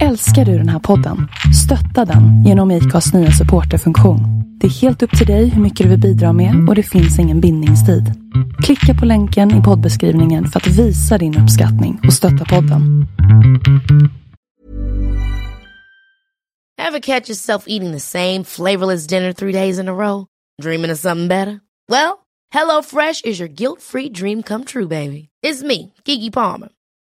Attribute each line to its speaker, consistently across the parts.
Speaker 1: Älskar du den här podden? Stötta den genom IKAs nya supporterfunktion. Det är helt upp till dig hur mycket du vill bidra med och det finns ingen bindningstid. Klicka på länken i poddbeskrivningen för att visa din uppskattning och stötta podden.
Speaker 2: Ever catch yourself eating the same flavorless dinner three days in a row? Dreaming of something better? Well, HelloFresh is your guilt-free dream come true, baby. It's me, Gigi Palmer.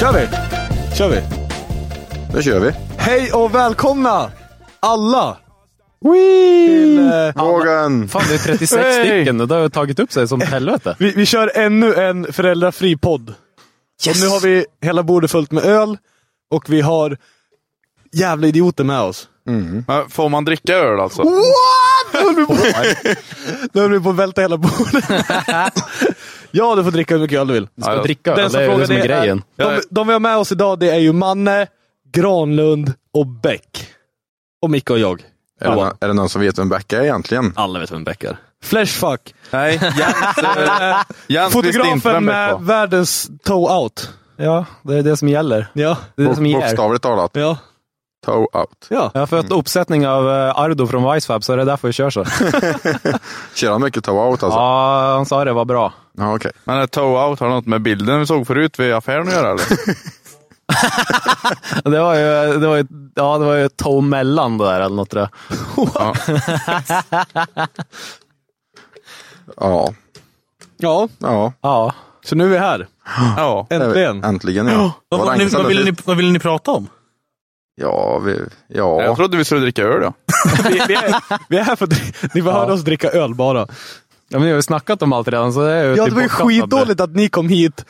Speaker 3: Kör vi! Kör vi!
Speaker 4: Nu kör vi.
Speaker 3: Hej och välkomna alla! Till, eh,
Speaker 4: Vågen!
Speaker 5: Fan, det är 36
Speaker 3: Hey!
Speaker 5: stycken och det har jag tagit upp sig som helvete.
Speaker 3: vi, vi kör ännu en föräldrafri podd. Och nu har vi hela bordet fullt med öl och vi har jävla idioter med oss.
Speaker 4: Men får man dricka öl alltså?
Speaker 3: What? Nu höll vi på, nu höll vi på att välta hela bordet. ja, du får dricka hur mycket öl du vill.
Speaker 5: Ska
Speaker 4: ja.
Speaker 5: dricka
Speaker 3: Den
Speaker 5: öl,
Speaker 3: som
Speaker 5: det är
Speaker 3: frågar
Speaker 5: det som är
Speaker 3: det är-
Speaker 5: grejen.
Speaker 3: De, de vi har med oss idag det är ju Manne, Granlund och Bäck. Och Micke och jag.
Speaker 4: Är det, någon, är det någon som vet vem Becka är egentligen?
Speaker 5: Alla vet vem Beck är.
Speaker 3: Flashfuck.
Speaker 4: Nej, Jens, Jens
Speaker 3: Fotografen med världens toe-out.
Speaker 5: Ja, det är det som gäller.
Speaker 3: Ja.
Speaker 5: Det är det som ger.
Speaker 4: Bokstavligt talat.
Speaker 3: Ja.
Speaker 4: Toe out.
Speaker 3: ja.
Speaker 5: Jag har fått uppsättning av eh, Ardo från Vicefab, så det är därför vi kör så.
Speaker 4: Kör han mycket toe out alltså?
Speaker 5: Ja, han sa det var bra.
Speaker 4: Ja, okej.
Speaker 6: Men är toe out, har det något med bilden vi såg förut vid affären att göra eller?
Speaker 5: Det var ju, det var ju, ja, det var ju toe mellan det där eller något. Där.
Speaker 4: Ja.
Speaker 3: ja,
Speaker 4: Ja.
Speaker 5: Ja.
Speaker 3: så nu är vi här.
Speaker 6: Ja.
Speaker 3: Äntligen.
Speaker 4: Äntligen ja. Det var
Speaker 7: Vad,
Speaker 4: länge
Speaker 7: ni,
Speaker 4: sedan
Speaker 7: vad,
Speaker 4: det
Speaker 7: ville ni,
Speaker 4: sist.
Speaker 7: vad ville ni prata om?
Speaker 4: Ja, vi... Ja.
Speaker 6: Jag trodde vi skulle dricka öl ja.
Speaker 3: vi, vi, är, vi är här för att dri- ni får höra oss dricka öl bara.
Speaker 5: ja, men vi har ju snackat om allt redan, så det är ju
Speaker 3: Ja,
Speaker 5: typ
Speaker 3: det var ju
Speaker 5: bortkastande.
Speaker 3: skitdåligt att ni kom hit.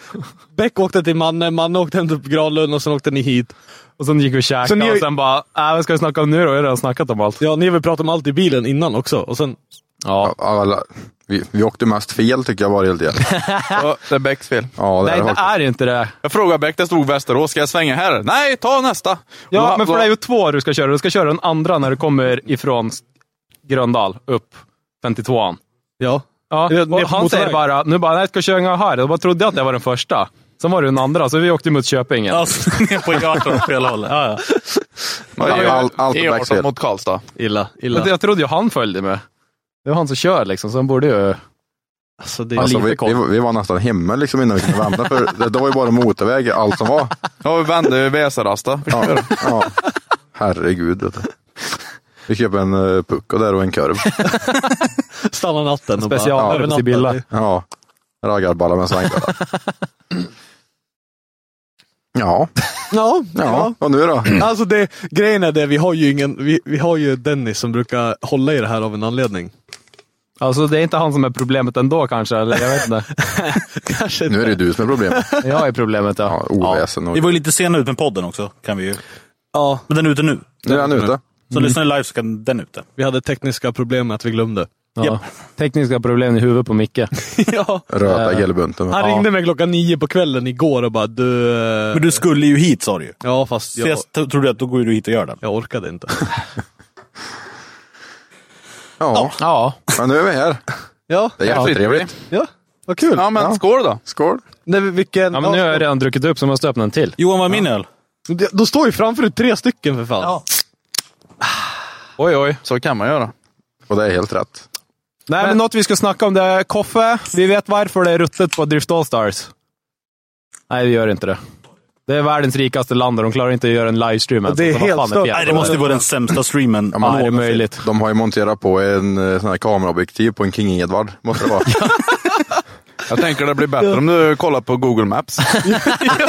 Speaker 3: Bäck åkte till Manne, Manne åkte hem till Granlund och sen åkte ni hit.
Speaker 5: Och sen gick vi och
Speaker 3: Så
Speaker 5: käkade
Speaker 3: ni har-
Speaker 5: och sen bara, äh, vad ska vi snacka om nu då? Vi har redan snackat om allt.
Speaker 3: Ja, ni har väl pratat om allt i bilen innan också. Och sen,
Speaker 4: Ja, alla, vi, vi åkte mest fel tycker jag varje del.
Speaker 6: Så, Det är Becks fel.
Speaker 4: Ja, det
Speaker 5: Nej,
Speaker 4: är
Speaker 5: det
Speaker 4: faktiskt.
Speaker 5: är inte det.
Speaker 6: Jag frågade Beck, det stod Västerås, ska jag svänga här? Nej, ta nästa!
Speaker 5: Ja,
Speaker 6: Då-
Speaker 5: men för
Speaker 6: då-
Speaker 5: det är ju två du ska köra. Du ska köra den andra när du kommer ifrån Gröndal upp 52an.
Speaker 3: ja.
Speaker 5: Ja,
Speaker 3: Ja, ner på
Speaker 5: och han säger
Speaker 3: motorväg.
Speaker 5: bara, nu bara, nej, jag ska köra här. Då bara trodde jag att det var den första. Sen var det den andra, så vi åkte mot Köpingen.
Speaker 7: Alltså, ni är på hjärtan åt fel håll. Ja, ja.
Speaker 6: Ja, det är-
Speaker 4: Allt- allt
Speaker 6: det
Speaker 4: är
Speaker 6: är
Speaker 4: Becks fel.
Speaker 6: 18 mot Karlstad.
Speaker 3: Illa,
Speaker 5: Men
Speaker 3: illa.
Speaker 5: Jag trodde ju han följde med. Det var han som kör liksom, så han borde ju...
Speaker 3: Alltså, det är
Speaker 4: Alltså,
Speaker 3: lite
Speaker 4: vi,
Speaker 3: kort.
Speaker 4: vi, vi var nästan hemma liksom innan vi kunde vända. För det, det var ju bara motorväg allt som var.
Speaker 6: Ja, vi vände vid Väsarasta.
Speaker 4: Ja, ja. Herregud. Vet du. Vi köper en eh, pucko där och en kurv.
Speaker 3: Stanna natten och
Speaker 5: Special-
Speaker 3: bara
Speaker 5: Ja,
Speaker 3: övernatta.
Speaker 5: Sibylla.
Speaker 4: Ja, raggarballa med svängdörrar.
Speaker 3: Ja,
Speaker 4: Ja,
Speaker 3: ja.
Speaker 4: ja, och nu då?
Speaker 3: Alltså det, grejen är det, vi har ju ingen, vi, vi har ju Dennis som brukar hålla i det här av en anledning.
Speaker 5: Alltså det är inte han som är problemet ändå kanske, eller jag vet inte.
Speaker 3: Kanske
Speaker 4: Nu är det du som är problemet.
Speaker 5: Jag är problemet
Speaker 4: Ja,
Speaker 5: ja.
Speaker 4: oväsen och...
Speaker 7: Vi var ju lite sena ut med podden också. Kan vi ju.
Speaker 3: Ja,
Speaker 7: Men den är ute nu.
Speaker 4: Nu är han ute. Mm.
Speaker 7: Så lyssnar ni live så kan den ute.
Speaker 3: vi hade tekniska problem med att vi glömde.
Speaker 5: ja. Tekniska problem i huvudet på Micke.
Speaker 3: ja.
Speaker 4: Röta gelbunten.
Speaker 3: Han ringde mig klockan nio på kvällen igår och bara du... typ-" eh,
Speaker 7: Men du skulle ju hit sa du ju.
Speaker 3: Ja, fast
Speaker 7: Så
Speaker 3: jag,
Speaker 7: jag t- trodde att då går du hit och gör den.
Speaker 3: jag orkade inte.
Speaker 4: Ja,
Speaker 5: Ja,
Speaker 4: men nu är vi här.
Speaker 3: ja,
Speaker 4: Det är jättetrevligt.
Speaker 3: ja. Vad kul.
Speaker 6: Ja, men skål då!
Speaker 4: Skål!
Speaker 3: Nej, men vilken...
Speaker 5: ja men nu har jag redan druckit upp så jag måste öppna en till.
Speaker 7: Johan, var min öl?
Speaker 3: De står ju framför dig tre stycken för fan.
Speaker 7: Ja.
Speaker 5: Oj, oj.
Speaker 6: Så kan man göra.
Speaker 4: Och det är helt rätt.
Speaker 5: Nej, men, något vi ska snacka om det är kaffe. Vi vet varför det är ruttet på Drift Allstars. Nej, vi gör inte det. Det är världens rikaste land och de klarar inte att göra en livestream ens.
Speaker 3: det är
Speaker 5: Så vad
Speaker 3: helt
Speaker 5: fan
Speaker 3: stört.
Speaker 5: fel?
Speaker 7: Nej, det måste ju vara den sämsta streamen.
Speaker 5: Ja, det är möjligt.
Speaker 4: De har ju monterat på en eh, sån här kameraobjektiv på en King Edward, måste det vara.
Speaker 6: Jag tänker det blir bättre om du kollar på Google Maps.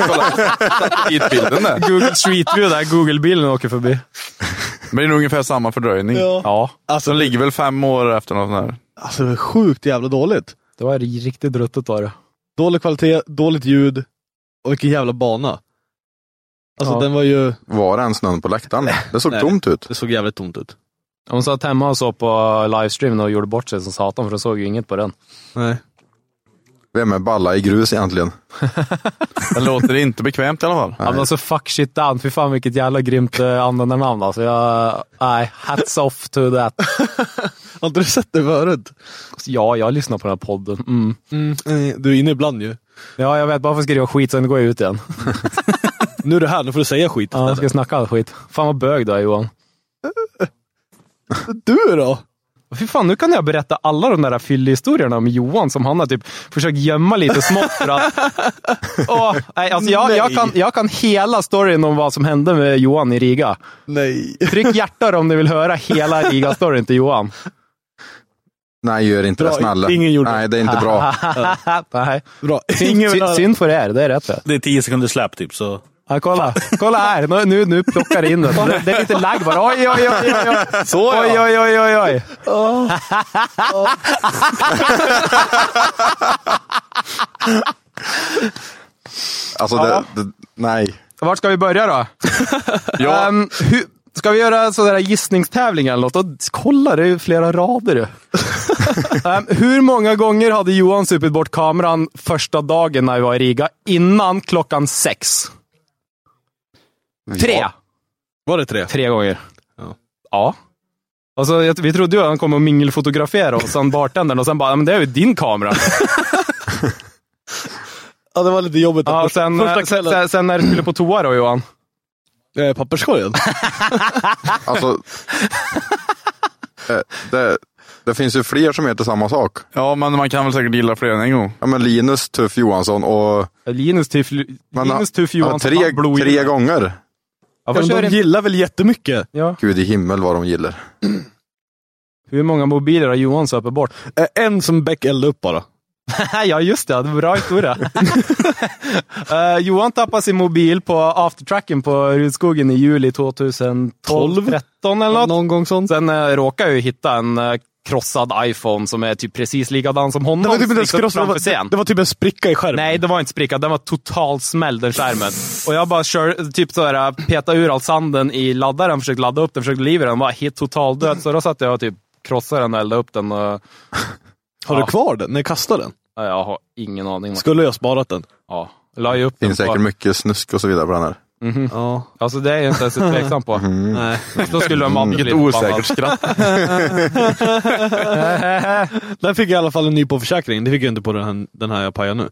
Speaker 6: Kolla satellitbilden där.
Speaker 5: Google Street View, där Google-bilen åker förbi.
Speaker 6: Det blir nog ungefär samma fördröjning.
Speaker 3: Mm.
Speaker 5: Ja,
Speaker 6: Alltså, de ligger väl fem år efter något sånt här.
Speaker 3: Alltså det var sjukt jävla dåligt.
Speaker 5: det var riktigt ruttet var det.
Speaker 3: Dålig kvalitet, dåligt ljud och vilken jävla bana. Alltså
Speaker 5: Ja.
Speaker 3: den var ju...
Speaker 4: Var det ens någon på läktaren? Det såg
Speaker 3: Nej.
Speaker 4: tomt ut.
Speaker 3: Det såg jävligt tomt ut.
Speaker 5: Hon satt hemma och såg på livestreamen och gjorde bort sig som satan, för hon såg ju inget på den.
Speaker 3: Nej.
Speaker 4: Vem är balla i grus egentligen?
Speaker 6: Det låter inte bekvämt i alla fall.
Speaker 5: Ja, men alltså fuck shit down. Fy fan vilket jävla grymt eh, användarnamn alltså. Jag, nej, hats off to that.
Speaker 3: Har inte du sett det förut?
Speaker 5: Ja, jag lyssnar på den här podden. Mm.
Speaker 3: Eh, Du är inne ibland ju.
Speaker 5: Ja, jag vet. Bara för att skriva skit, sen går jag ut igen.
Speaker 3: Nu är du här, nu får du säga skit
Speaker 5: Ja, jag
Speaker 3: istället.
Speaker 5: ska snacka all skit. Fan vad bög du är Johan.
Speaker 3: Du då?
Speaker 5: Fy fan, nu kan jag berätta alla de där fyllehistorierna om Johan som han har typ försökt gömma lite smått för att... Åh, nej, alltså jag, jag, kan, jag kan hela storyn om vad som hände med Johan i Riga.
Speaker 3: Nej.
Speaker 5: Tryck hjärta om ni vill höra hela Riga-storyn till Johan.
Speaker 4: Nej, gör inte
Speaker 3: Bra,
Speaker 4: det snälla.
Speaker 3: ingen gjorde
Speaker 4: Nej, det är inte bra.
Speaker 5: nej.
Speaker 3: Bra.
Speaker 5: Synd,
Speaker 3: Ingen vill
Speaker 5: synd,
Speaker 3: höra.
Speaker 5: synd för er, det är rätt det.
Speaker 7: Det är tio sekunder släp typ, så...
Speaker 5: Ja, kolla, kolla här, nu, nu, nu plockar det in den. Det, det är lite lagg bara. Oj, oj, oj, oj, oj. Så oj, oj, oj, oj, oj.
Speaker 4: Alltså, det, det, nej.
Speaker 5: Vart ska vi börja då?
Speaker 6: Ja.
Speaker 5: Ehm, hur, ska vi göra sådana där gissningstävlingar eller något? Då, kolla, det är ju flera rader du. Ehm, hur många gånger hade Johan supit bort kameran första dagen när vi var i Riga innan klockan sex? Tre!
Speaker 3: Var det tre?
Speaker 5: Tre gånger.
Speaker 3: Ja.
Speaker 5: Ja. Alltså, jag, vi trodde ju att han kom och mingelfotografera oss, han bartendern, och sen bara, "Ja, men det är ju din kamera.
Speaker 3: Ja, det var lite jobbigt.
Speaker 5: Ja,
Speaker 3: Först-
Speaker 5: sen,
Speaker 3: Första
Speaker 5: eh, sen,
Speaker 3: kvällen.
Speaker 5: sen, sen när du skulle på toa då Johan.
Speaker 3: Eh, papperskorgen?
Speaker 4: Alltså, eh, det, det finns ju fler som heter samma sak.
Speaker 6: Ja, men man kan väl säkert gilla fler än en gång.
Speaker 4: Ja, men Linus Tuff Johansson och...
Speaker 5: Linus Tuff,
Speaker 4: Men,
Speaker 5: Linus Tuff
Speaker 4: ja,
Speaker 5: Johansson,
Speaker 4: tre,
Speaker 5: han blod i-
Speaker 4: tre gånger.
Speaker 5: Ja,
Speaker 3: Ja,
Speaker 5: varför
Speaker 3: men
Speaker 5: är
Speaker 3: de
Speaker 5: det
Speaker 3: gillar väl jättemycket?
Speaker 5: Ja.
Speaker 4: Gud i himmel vad de gillar.
Speaker 5: Hur många mobiler har Johan söpit bort?
Speaker 3: Eh, En som Beck eldade upp bara.
Speaker 5: ja, just det. det var en Bra historia. Eh, Johan tappade sin mobil på aftertracken på Rudskogen i juli 2012, 13 eller något.
Speaker 3: Någon gång sånt.
Speaker 5: Sen eh, råkade jag ju hitta en eh, krossad iPhone som är typ precis likadan som honom.
Speaker 3: Det var, typ en
Speaker 5: liksom
Speaker 3: skross, det,
Speaker 5: framför scen.
Speaker 3: var, det var typ en spricka i skärmen.
Speaker 5: Nej, det var inte spricka. Den var totalt smälld, den skärmen. Och jag bara kör, typ så här, peta ur all sanden i laddaren, försökte ladda upp den, försökte liva den. Var helt totalt död. Så då satt jag och typ krossade den och eldade upp den. Och,
Speaker 3: Har
Speaker 5: Ja.
Speaker 3: du kvar den? Nej, kasta den.
Speaker 5: ja, jag har ingen aning. vad-
Speaker 3: Skulle jag ha sparat den?
Speaker 5: Ja, la ju upp
Speaker 4: Det finns
Speaker 5: den. på-
Speaker 4: säkert mycket snusk och så vidare på den här.
Speaker 3: Ja.
Speaker 5: Alltså det är jag inte ens tveksam på.
Speaker 3: Nej.
Speaker 5: Då skulle en man bli
Speaker 6: Vilket
Speaker 5: förbannad.
Speaker 6: osäkert skratt.
Speaker 3: Där fick jag i alla fall en ny på försäkring. Det fick jag inte på den här, den här jag pajade nu.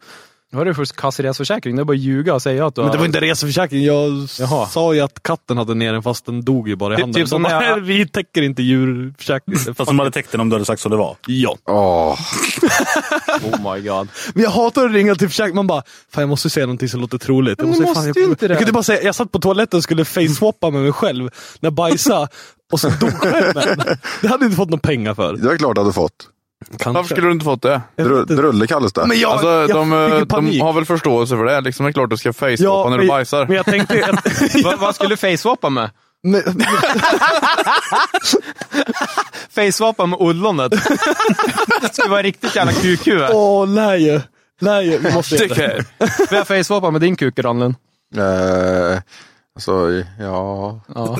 Speaker 5: Vad är det för kassresförsäkring? Det är bara att ljuga och säga att du
Speaker 3: Men det
Speaker 5: har-
Speaker 3: var inte reseförsäkring. Jag
Speaker 5: Jaha.
Speaker 3: sa ju att katten hade ner den fast den dog ju bara i
Speaker 5: Typ-
Speaker 3: handen.
Speaker 5: typ som
Speaker 3: De bara, "Äh,
Speaker 5: när jag-
Speaker 3: Vi täcker inte djurförsäkring.
Speaker 7: Fast de hade täckt den om du hade sagt så det var.
Speaker 3: ja.
Speaker 4: Åh,
Speaker 5: Oh my god.
Speaker 3: Men jag hatar att ringa till försäkring. Man bara, fan jag måste säga någonting som låter troligt.
Speaker 5: Men
Speaker 3: jag
Speaker 5: du
Speaker 3: fan,
Speaker 5: måste
Speaker 3: jag,
Speaker 5: ju inte det.
Speaker 3: Jag kunde bara säga, jag satt på toaletten och skulle face-swappa med mig själv när jag bajsade och så dog skärmen. Det hade jag inte fått några pengar för.
Speaker 4: det är klart du hade fått.
Speaker 3: Kanske.
Speaker 6: Varför skulle du inte fått det?
Speaker 4: Dru- Drulle kallas det.
Speaker 3: Men jag,
Speaker 6: Alltså,
Speaker 3: jag
Speaker 6: de,
Speaker 3: fick ju
Speaker 6: eh, de
Speaker 3: panik.
Speaker 6: har väl förståelse för det. Liksom, det är klart du ska face när du
Speaker 3: men-
Speaker 6: bajsar.
Speaker 3: Men jag tänkte... Att,
Speaker 5: Va, vad skulle du facewappa med?
Speaker 3: nej,
Speaker 5: Facewappa med ollonet. det skulle vara riktigt jävla QQ. Får
Speaker 3: åh, lär ju. Lär ju. Vi måste göra det.
Speaker 5: jag facewappa med din kuk i Ranlund?
Speaker 4: Eh, alltså, ja.
Speaker 5: Ja.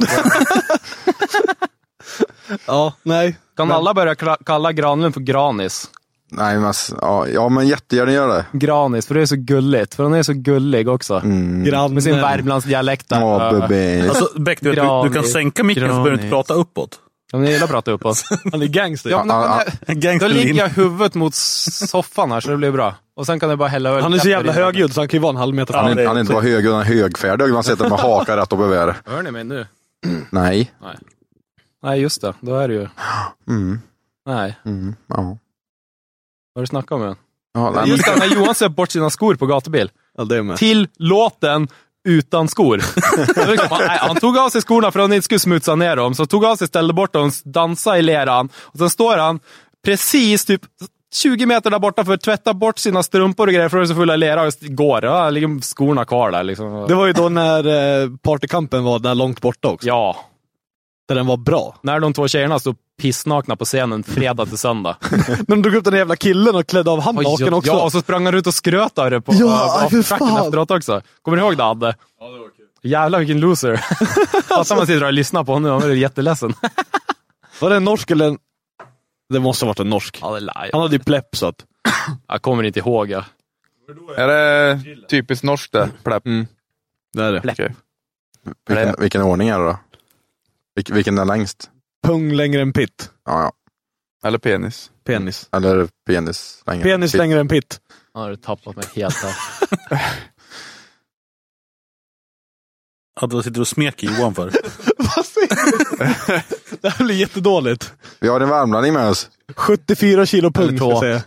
Speaker 3: Ja, nej.
Speaker 5: Kan alla börja kla- kalla Granlund för Granis?
Speaker 4: Nej, men, ass- ja, ja, men jättegärna gör det.
Speaker 5: Granis, för det är så gulligt. För han är så gullig också.
Speaker 3: Grannen.
Speaker 5: Med sin Värmlandsdialekt. där.
Speaker 4: Ja,
Speaker 5: Ja,
Speaker 4: bebis.
Speaker 7: Alltså Beck, du, vet, du, du kan
Speaker 5: Granis.
Speaker 7: sänka micken så behöver du inte
Speaker 5: Granis.
Speaker 7: prata uppåt.
Speaker 5: men jag gillar att prata uppåt.
Speaker 3: Han är gangster.
Speaker 5: Ja, men,
Speaker 4: Ja, ja.
Speaker 5: men, Då ligger jag huvudet mot soffan här så det blir bra. Och sen kan jag bara hälla öl.
Speaker 3: han är så jävla högljudd så han kan ju vara en halv meter
Speaker 4: Han
Speaker 3: fram.
Speaker 4: är, han är inte bara hög, utan högfärdig. Man sitter med hakan rätt upp över.
Speaker 5: Hör ni mig nu?
Speaker 4: Nej.
Speaker 5: Nej. Nej, just det. Då är det ju...
Speaker 4: Mm,
Speaker 5: Nej.
Speaker 4: mm, ja.
Speaker 5: Har du snackat om den?
Speaker 4: Ja, nej, men-
Speaker 5: Just det, när Johan söp bort sina skor på gatubil.
Speaker 3: Ja, det är med.
Speaker 5: Till låten Utan skor. Det var liksom, han, nej, han tog av sig skorna för att han inte skulle smutsa ner dem, så tog av sig, ställde bort dem, dansade i leran. Och sen står han precis typ 20 meter där borta för att tvätta bort sina strumpor och grejer, för de är så fulla i lera. Och går. Ja, ligger skorna kvar där liksom.
Speaker 3: Det var ju då när eh, partykampen var där långt borta också.
Speaker 5: Ja.
Speaker 3: Där den var bra.
Speaker 5: När de två tjejerna stod pissnakna på scenen fredag till söndag.
Speaker 3: När de drog upp den jävla killen och klädde av han
Speaker 5: Oj,
Speaker 3: naken
Speaker 5: ja,
Speaker 3: också.
Speaker 5: Ja, alltså- och så sprang han ut och skröt av det på
Speaker 3: Ja,
Speaker 5: av- av
Speaker 3: fy
Speaker 5: tracken
Speaker 3: fan.
Speaker 5: efteråt också. Kommer ni ihåg det, Adde? Ja, det var kul. Jävlar vilken loser. Fattar man sitter och lyssnar på honom, han blir jätteledsen.
Speaker 3: Var det en norsk eller en... Det måste ha varit en norsk. Han hade ju plepp så att...
Speaker 5: Jag kommer inte ihåg. Ja.
Speaker 6: Är det typiskt norskt det? Plepp.
Speaker 3: Det är det.
Speaker 6: Okej.
Speaker 4: vilken, vilken ordning är det då? Vilken, vilken är längst?
Speaker 3: Pung längre än pitt.
Speaker 4: Ja, ja.
Speaker 6: Eller penis.
Speaker 3: Penis.
Speaker 4: Eller penis längre.
Speaker 3: Penis längre än pitt.
Speaker 5: Han har tappat mig helt. här.
Speaker 7: Att du sitter och smeker Johan för.
Speaker 3: Vad säger du? Det här blir jättedåligt.
Speaker 4: Vi har en värmlänning med oss.
Speaker 3: 74 kilo pung ska jag
Speaker 5: tå.
Speaker 3: säga.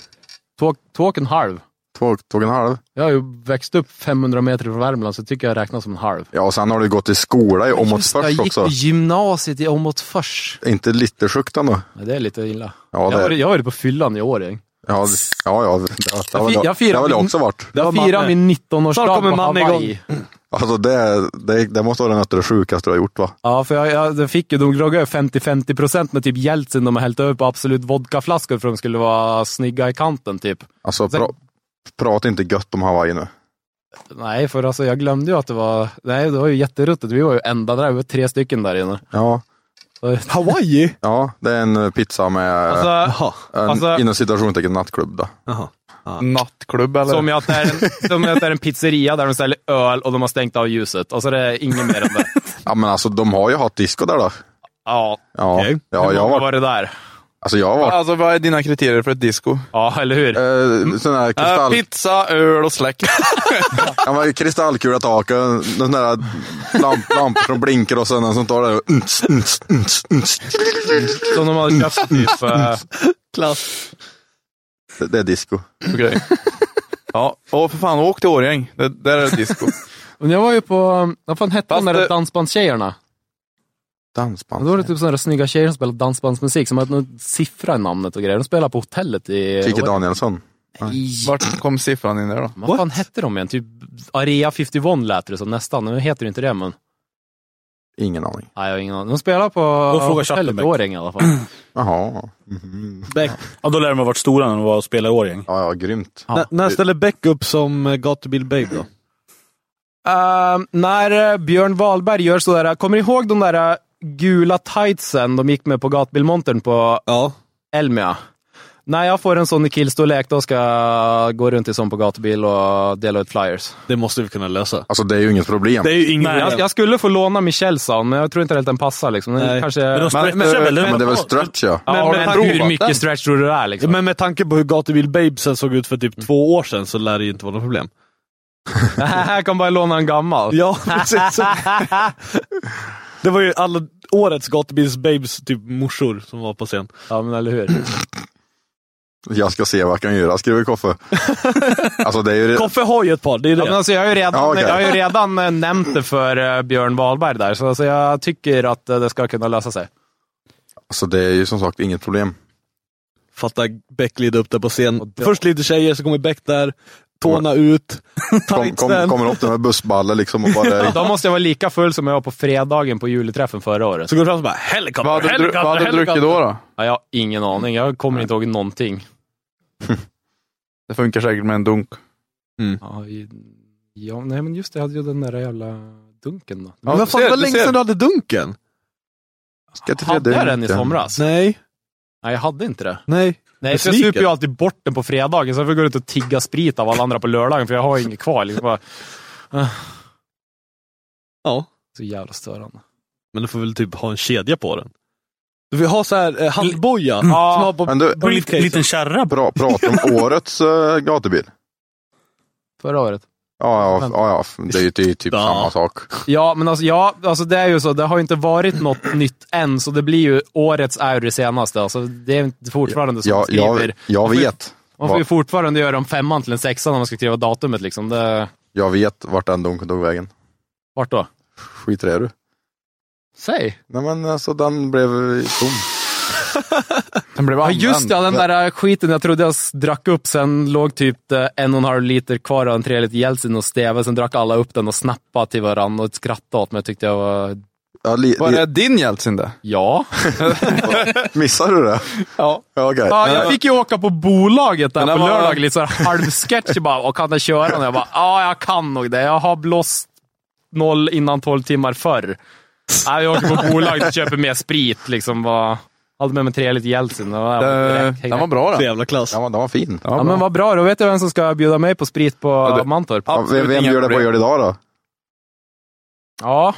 Speaker 5: Två, två och en halv.
Speaker 4: Två, två och en halv.
Speaker 5: Jag har ju växt upp 500 meter från Värmland, så tycker jag räknas som en halv.
Speaker 4: Ja, och sen har du gått i skola i Åmotfors
Speaker 5: jag gick
Speaker 4: också.
Speaker 5: i gymnasiet i Åmotfors.
Speaker 4: Inte Littersjuktan då?
Speaker 5: Ja, Det är lite illa.
Speaker 4: Ja,
Speaker 5: Jag
Speaker 4: det,
Speaker 5: har
Speaker 4: ja,
Speaker 5: jag har varit på fyllan i år. gäng.
Speaker 4: ja, ja det, det, det, har
Speaker 5: fi-
Speaker 4: väl-
Speaker 5: jag firar
Speaker 4: det har väl
Speaker 5: min-
Speaker 4: också varit.
Speaker 5: Jag
Speaker 3: var
Speaker 5: firade
Speaker 3: Manne.
Speaker 5: min
Speaker 3: Snart
Speaker 5: 19-årsdag
Speaker 3: kommer
Speaker 5: på
Speaker 3: Manne
Speaker 5: Hawaii.
Speaker 3: igång.
Speaker 4: Alltså det, det, det måste vara något av det sjukaste du har gjort va?
Speaker 5: Ja, för jag, jag de fick ju, de drog över 50-50 procent med typ Jeltsin de har hällt över på Absolut vodkaflaskor för de skulle vara snygga i kanten typ.
Speaker 4: Alltså
Speaker 5: Sen-
Speaker 4: pra, prata inte gött om Hawaii nu.
Speaker 5: Nej, för alltså jag glömde ju att det var, nej det var ju jätteruttet. Vi var ju enda där, vi var tre stycken där inne.
Speaker 4: Ja,
Speaker 5: Så-
Speaker 3: Hawaii?
Speaker 4: ja det är en eh, pizza med
Speaker 5: Alltså,
Speaker 3: Jaha.
Speaker 4: en,
Speaker 5: alltså-
Speaker 4: inom citationstecken nattklubb. Då.
Speaker 3: Jaha.
Speaker 6: Nattklubb eller?
Speaker 5: som ju att det är en, som ju att det är en pizzeria där de säljer öl och de har stängt av ljuset. Och så är det ingen mer än det.
Speaker 4: Ja men alltså de har ju haft disco där då.
Speaker 5: Ja,
Speaker 4: Ja,
Speaker 3: Okej.
Speaker 4: ja jag har
Speaker 5: vad
Speaker 4: varit,
Speaker 5: var det där?
Speaker 4: alltså jag har varit
Speaker 6: Alltså vad är dina kriterier för ett disco?
Speaker 7: Äh,
Speaker 5: Ja, eller hur? Mm.
Speaker 4: eh, sån
Speaker 5: Ah,
Speaker 4: där
Speaker 6: Eh,
Speaker 4: kristall,
Speaker 6: pizza, öl och släkt.
Speaker 4: ja, men kristallkula tak, eh, någon sån där lamp, lampor som blinkar och sen en som tar det och unts, unts, unts, unts.
Speaker 5: Som de hade köpt typ... eh,
Speaker 4: Det, det är disco.
Speaker 6: Okej. Ja, åh för fan, åk till Årjäng. Det, där är det disco.
Speaker 5: Men jag var ju på, vad fan hette de
Speaker 6: Fast
Speaker 5: där
Speaker 6: det-
Speaker 5: dansbandstjejerna? Och
Speaker 4: Dansband.
Speaker 5: då var det typ sådana där snygga tjejer som spelade dansbandsmusik, som hade någon siffra i namnet och grejer. De spelade på hotellet i...
Speaker 4: Kikki Danielsson.
Speaker 5: I-
Speaker 6: Vart kom siffran in där då?
Speaker 5: Vad fan hette de igen? Typ Area 51 lät det som nästan. Nu heter det inte det, men...
Speaker 4: Ingen aning.
Speaker 5: Nej, jag har ingen aning. De spelar på
Speaker 7: Då frågar
Speaker 5: hotellet i
Speaker 7: Chattenbeck.
Speaker 5: Årjäng i alla fall.
Speaker 4: Jaha.
Speaker 5: Mm-hmm.
Speaker 4: Mhm.
Speaker 7: Ja, då lär de ha varit stora när de var och spelade i Årjäng.
Speaker 4: Ja, ja, grymt.
Speaker 5: Ja.
Speaker 3: N- När ställer Beck upp som eh, gatubil babe då?
Speaker 5: Ehm, när eh, Björn Wahlberg gör sådär, kommer ni ihåg de där eh, gula tightsen de gick med på gatbilmontern på
Speaker 3: Ja.
Speaker 5: Elmia? När jag får en sån i killstorlek, då ska jag gå runt i sån på gatubil och dela ut flyers.
Speaker 3: Det måste vi kunna lösa.
Speaker 4: Alltså det är ju inget problem.
Speaker 3: Det är ju inget
Speaker 7: Nej,
Speaker 5: Jag, jag skulle få låna Michelles sån, men jag tror inte helt den passar. Liksom. Den
Speaker 3: Nej.
Speaker 5: kanske...
Speaker 7: Men de
Speaker 4: Men,
Speaker 7: stretchar väl?
Speaker 4: men det är väl stretch ja.
Speaker 5: Ja,
Speaker 3: Men-
Speaker 5: men,
Speaker 3: men
Speaker 5: hur
Speaker 3: provat
Speaker 5: mycket
Speaker 3: den?
Speaker 5: stretch tror du det är? Liksom?
Speaker 3: Men med tanke på hur gatubil babesen såg ut för typ
Speaker 5: Mm.
Speaker 3: två år sedan så lär det ju inte vara något problem.
Speaker 5: här kan bara låna en gammal.
Speaker 3: Ja, precis. det var ju alla årets gatubils babes typ morsor som var på scen.
Speaker 5: Ja, men eller hur.
Speaker 4: Jag ska se vad jag kan göra, skriver Koffe. alltså det är ju...
Speaker 3: Koffe har ju ett par, det är
Speaker 5: Ja, men
Speaker 3: det.
Speaker 5: alltså, jag har ju redan,
Speaker 4: Ja, okej.
Speaker 5: jag har ju redan eh, nämnt det för eh, Björn Wahlberg där, så alltså, jag tycker att eh, det ska kunna lösa sig.
Speaker 4: Alltså det är ju som sagt inget problem.
Speaker 3: Fatta Beck glider upp där på scen. Först lite tjejer, så kommer Beck där, tårna ut,
Speaker 4: Kom, kom,
Speaker 3: tightsen.
Speaker 4: kommer upp där med bussballer liksom och bara...
Speaker 5: Då måste jag vara lika full som jag var på fredagen på juleträffen förra året.
Speaker 3: Så går du fram och bara helikopter,
Speaker 6: Vad hade, dru-
Speaker 3: helikopter,
Speaker 6: vad hade du druckit då? då?
Speaker 5: Ja, jag har ingen aning. Jag kommer inte ihåg någonting.
Speaker 6: Det funkar säkert med en dunk.
Speaker 5: Ja, i- ja, nej, men just det. Jag hade ju den där jävla dunken då.
Speaker 6: Ja,
Speaker 3: Men vad fan, det
Speaker 6: du
Speaker 3: var
Speaker 6: ser,
Speaker 3: länge
Speaker 6: du ser.
Speaker 3: sedan du hade dunken.
Speaker 4: Ska till
Speaker 5: Hade jag
Speaker 4: Fredrik.
Speaker 5: den i somras?
Speaker 3: Nej,
Speaker 5: Nej, jag hade inte det.
Speaker 3: nej.
Speaker 5: Nej, för jag
Speaker 3: Besviken.
Speaker 5: super ju alltid bort den på fredagen, så jag får gå ut och tigga sprit av alla andra på lördagen, för jag har ju inget kvar. Liksom bara,
Speaker 3: Ja,
Speaker 5: så jävla störande.
Speaker 3: men du får väl typ ha en kedja på den. Du vill ha så här eh, handboja
Speaker 6: Mm.
Speaker 3: som
Speaker 5: Ja.
Speaker 3: har på
Speaker 4: Men du,
Speaker 7: Och en liten,
Speaker 3: briefcase.
Speaker 7: liten kärra.
Speaker 4: pra, prata om årets uh, gatubil.
Speaker 5: Förra året.
Speaker 4: eh, Ja, ja, ja, ja. Det är ju det är ju typ
Speaker 7: Ja.
Speaker 4: samma sak.
Speaker 5: Ja, men alltså, ja, alltså det är ju så. Det har ju inte varit något nytt än, så det blir ju årets är det senaste. Alltså, det är inte fortfarande som man
Speaker 4: Jag,
Speaker 5: skriver.
Speaker 4: jag, jag
Speaker 5: Man får ju-
Speaker 4: vet.
Speaker 5: Man får ju
Speaker 4: va-
Speaker 5: fortfarande göra om femman till en sexa när man ska skriva datumet. Liksom. Det,
Speaker 4: Jag vet vart den donken tog vägen.
Speaker 5: vart då?
Speaker 4: Skit i det du.
Speaker 5: Säg!
Speaker 4: Nej men alltså den blev tom.
Speaker 6: Den blev
Speaker 5: Ja, just det, ja, den där äh, skiten jag trodde jag s- drack upp. Sen låg typ eh, en och en halv liter kvar av en trevlig Jeltsin och Steve. Sen drack alla upp den och snappade till varandra och skrattade åt mig. Jag tyckte jag var...
Speaker 4: Ja, li,
Speaker 6: Var
Speaker 4: li,
Speaker 6: det din Jeltsin det?
Speaker 5: Ja.
Speaker 4: missade du det?
Speaker 5: ja.
Speaker 4: Ja, okej.
Speaker 5: Ja, jag fick ju åka på bolaget där
Speaker 6: Men det
Speaker 5: på
Speaker 6: var-
Speaker 5: lördag, lite såhär halvsketch bara. Och kan jag köra den? Jag bara, ja jag kan nog det. Jag har blåst noll innan tolv timmar förr. Nej, jag åker på bolaget och köper mer sprit liksom. Bara, hade med mig tre lite Jeltsin. Den
Speaker 6: Eh, Den var bra
Speaker 3: Så
Speaker 6: den.
Speaker 3: jävla klass.
Speaker 4: Den var, den var fin.
Speaker 6: var
Speaker 5: Ja,
Speaker 6: bra.
Speaker 5: men vad bra, då vet jag vem som ska bjuda mig på sprit på
Speaker 6: det-
Speaker 5: Mantorp.
Speaker 4: Ja, vem vem
Speaker 6: inga
Speaker 4: gör det på
Speaker 6: problem.
Speaker 4: gör det idag då?
Speaker 5: Ja,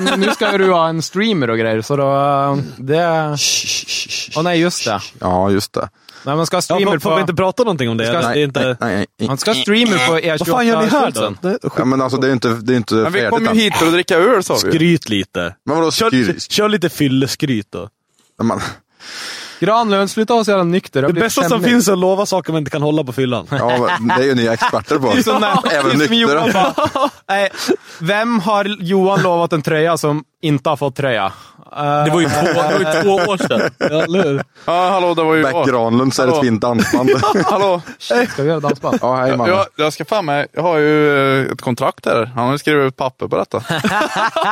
Speaker 5: men nu ska ju du ha en streamer och grejer, så då... eh, Det... Åh nej, just det.
Speaker 4: Ja, just det.
Speaker 5: Nej, man ska ha
Speaker 3: Ja,
Speaker 5: streamer
Speaker 3: får, får vi
Speaker 5: på...
Speaker 3: inte prata någonting om det?
Speaker 5: Ska-
Speaker 3: det är inte...
Speaker 4: Nej, nej, nej.
Speaker 5: Man ska ha streamer på E E28
Speaker 3: Vad fan gör ni här då? Det-
Speaker 4: Ja, men alltså det är ju inte, det är ju inte
Speaker 6: Men vi
Speaker 4: färdigt
Speaker 6: kom ju
Speaker 4: än.
Speaker 6: hit för att dricka öl sa vi ju.
Speaker 3: Skryt lite.
Speaker 4: Men vadå
Speaker 3: Kör,
Speaker 4: skryt?
Speaker 3: kör lite fylleskryt då.
Speaker 4: Ja, men-
Speaker 5: Granlund, sluta vara så jävla nykter.
Speaker 3: Det bästa som finns är att lova saker man inte kan hålla på fyllan.
Speaker 4: Ja, men det är ju ni experter på. Även
Speaker 5: Johan
Speaker 4: nyktra.
Speaker 5: bara, nej, vem har Johan lovat en tröja som inte har fått tröja? Eh,
Speaker 7: Det var ju två, det var ju två år sedan.
Speaker 3: Ja, eller hur?
Speaker 6: Ja, hallå, det var ju
Speaker 4: Beck
Speaker 6: jag.
Speaker 4: Granlund så är det ett
Speaker 6: Hallå.
Speaker 4: fint dansband.
Speaker 6: Hallå.
Speaker 5: Ska vi göra dansband?
Speaker 4: Ja, hej mamma.
Speaker 6: Jag, jag ska fan med, jag har ju eh, ett kontrakt här. Han har ju skrivit ut papper på detta.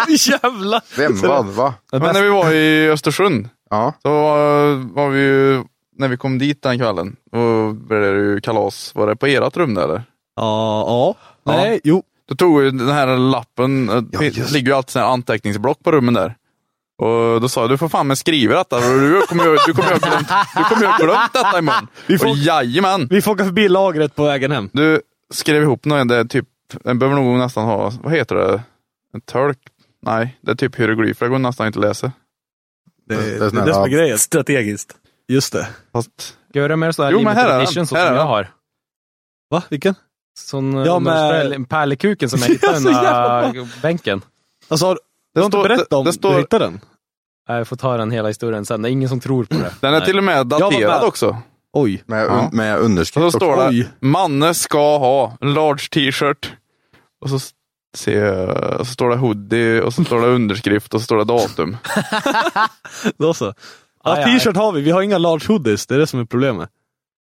Speaker 3: Jävlar!
Speaker 4: Vem, vad, va?
Speaker 6: Men när vi var i Östersund,
Speaker 4: Ja.
Speaker 6: så eh, var vi ju, när vi kom dit den kvällen, och blev det ju kalas. Var det på ert rum där eller?
Speaker 3: Ja, ja. Nej, jo.
Speaker 6: Då tog ju den här lappen, eh,
Speaker 4: Ja,
Speaker 6: det
Speaker 4: just.
Speaker 6: ligger ju alltid sådana här anteckningsblock på rummen där. Och då sa jag, du får fan med skriva detta, för du kommer ju du kommer ju ha glömt, du kommer ju ha glömt detta imorgon.
Speaker 3: Vi får-
Speaker 6: Och jajamän!
Speaker 3: Vi får åka förbi lagret på vägen hem.
Speaker 6: Du skrev ihop någon, det är typ, den behöver nog nästan ha, vad heter det? En tolk? Nej, det är typ hieroglyfer, det går nästan inte att läsa.
Speaker 3: Det
Speaker 4: det är sån här-
Speaker 3: som är
Speaker 4: ja.
Speaker 3: grejen.
Speaker 7: Strategiskt.
Speaker 3: Just det.
Speaker 6: Fast,
Speaker 5: Ska vi göra mer sådana här
Speaker 6: Jo, men här är
Speaker 5: limited
Speaker 6: den.
Speaker 5: edition så
Speaker 6: Här är
Speaker 5: som jag
Speaker 6: den.
Speaker 5: har?
Speaker 3: Va? Vilken?
Speaker 5: Sån
Speaker 3: Ja,
Speaker 5: ja,
Speaker 3: men-
Speaker 5: med... pärlekuken som jag hittade
Speaker 3: Ja, så jävla
Speaker 5: under bänken.
Speaker 3: Alltså, har- du
Speaker 6: Det
Speaker 3: har inte
Speaker 6: står-
Speaker 3: berättat
Speaker 6: det-
Speaker 3: om
Speaker 6: det står-
Speaker 3: du hittade den?
Speaker 5: Jag får ta den hela historien sen. Det är ingen som tror på det.
Speaker 6: den är till och med daterad
Speaker 3: bad.
Speaker 6: också.
Speaker 3: Oj.
Speaker 4: Med,
Speaker 6: Ja.
Speaker 4: med
Speaker 6: Och
Speaker 4: underskrift
Speaker 6: så står det,
Speaker 3: Oj.
Speaker 6: Manne ska ha en large t-shirt. Och så, s- ser jag- och så står det hoodie och så står det underskrift och så står det datum.
Speaker 3: Då så. Ja,
Speaker 5: Aj, aj.
Speaker 3: t-shirt har vi. Vi har inga large hoodies. Det är det som är problemet.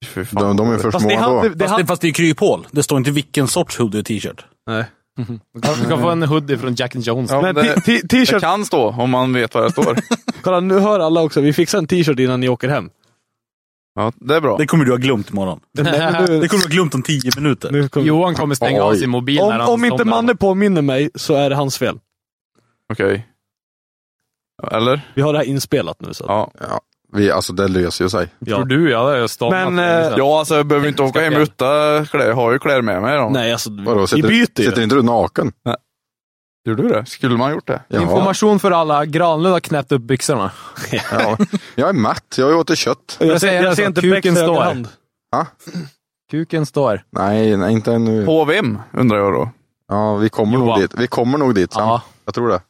Speaker 6: Fy fan.
Speaker 4: De, de är för
Speaker 3: Fast det
Speaker 4: små
Speaker 3: hade...
Speaker 4: då.
Speaker 3: Det
Speaker 7: Fast
Speaker 3: hade
Speaker 7: det, fast det är ju kryphål. Det står inte vilken sorts hoodie och t-shirt.
Speaker 3: nej.
Speaker 5: Du kan, du kan få en hoodie från Jack and Jones.
Speaker 6: Ja,
Speaker 3: Men
Speaker 6: det-
Speaker 3: t- t-
Speaker 6: Det
Speaker 3: t-shirt.
Speaker 6: kan stå om man vet vad det står.
Speaker 3: Kolla, nu hör alla också. Vi fixar en t-shirt innan ni åker hem.
Speaker 6: Ja, det är bra.
Speaker 7: Det kommer du ha glömt imorgon.
Speaker 3: Nej, men nu-
Speaker 7: Det kommer du ha glömt om tio minuter.
Speaker 3: nu kommer-
Speaker 5: Johan kommer stänga av
Speaker 4: Oj.
Speaker 5: sin mobil när
Speaker 3: Om,
Speaker 5: han
Speaker 3: om inte
Speaker 5: somnar.
Speaker 3: Manne påminner mig så är det hans fel.
Speaker 6: Okej. Eller?
Speaker 3: Vi har det här inspelat nu. Så. att-
Speaker 6: Ja.
Speaker 4: Vi, alltså det löser ju sig.
Speaker 3: Ja.
Speaker 5: Tror du? Ja, det har jag stannat.
Speaker 3: Men, eh,
Speaker 5: ja.
Speaker 6: Ja, alltså jag behöver inte åka hem
Speaker 5: fel.
Speaker 6: utan kläder. Jag har ju kläder med mig. Då.
Speaker 3: Nej, alltså. Vi,
Speaker 4: Vadå,
Speaker 3: vi
Speaker 4: sitter,
Speaker 3: byter ju.
Speaker 4: sitter inte du naken?
Speaker 6: Gör du det? Skulle man gjort det?
Speaker 4: Ja.
Speaker 5: Information för alla. Granlund har knäppt upp byxorna.
Speaker 4: ja. Jag är mätt. Jag har ju åt kött.
Speaker 3: Jag,
Speaker 5: Jag
Speaker 3: ser,
Speaker 5: säger
Speaker 3: jag
Speaker 5: alltså,
Speaker 3: ser inte
Speaker 5: kuken
Speaker 3: Becks
Speaker 5: står.
Speaker 3: hand.
Speaker 5: Kuken står.
Speaker 4: Nej, nej inte ännu.
Speaker 6: På vem, undrar jag då.
Speaker 4: Ja, vi kommer nog
Speaker 5: Johan.
Speaker 4: dit. Vi kommer nog dit sen.
Speaker 5: Ja.
Speaker 4: Jag tror det.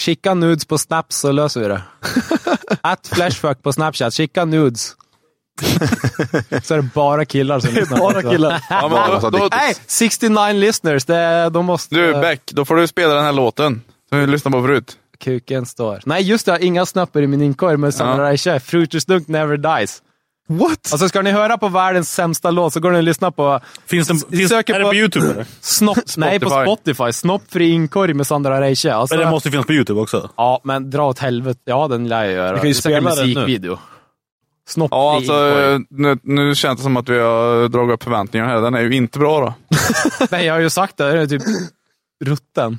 Speaker 5: Skicka nudes på Snap så löser vi det. Att Flashfuck på Snapchat. Skicka nudes. så är det bara killar som lyssnar.
Speaker 3: Bara killar.
Speaker 6: Ja, men
Speaker 5: Alltså,
Speaker 6: då, då,
Speaker 5: Nej, 69 listeners. Det, de måste...
Speaker 6: du Beck, då får du spela den här låten som vi lyssnade på förut.
Speaker 5: Kuken står. Nej, just det. Jag har inga snapper i min inkorg, men Samurai Chef. Fruitus Dunk Never Dies.
Speaker 3: What?
Speaker 5: Alltså, ska ni höra på världens sämsta låt så går ni och lyssnar på
Speaker 7: Finns den, finns,
Speaker 5: söker
Speaker 7: är det
Speaker 5: på-
Speaker 7: på YouTube eller?
Speaker 5: Snopp... Nej, på
Speaker 6: Spotify.
Speaker 5: Spotify. Snoppfri inkorg med Sandra Reiche. Alltså,
Speaker 7: Men den måste ju finnas på YouTube också.
Speaker 5: Ja, men dra åt helvete. Ja, den lär jag göra.
Speaker 3: Vi kan ju
Speaker 5: Det är säkert
Speaker 3: spela den nu. eh,
Speaker 5: musikvideo. Snoppfri
Speaker 6: Ja, alltså
Speaker 5: inkorg.
Speaker 6: nu, nu känns det som att vi har dragit upp förväntningarna här. Den är ju inte bra då.
Speaker 5: Nej, jag har ju sagt det. Den är typ rutten.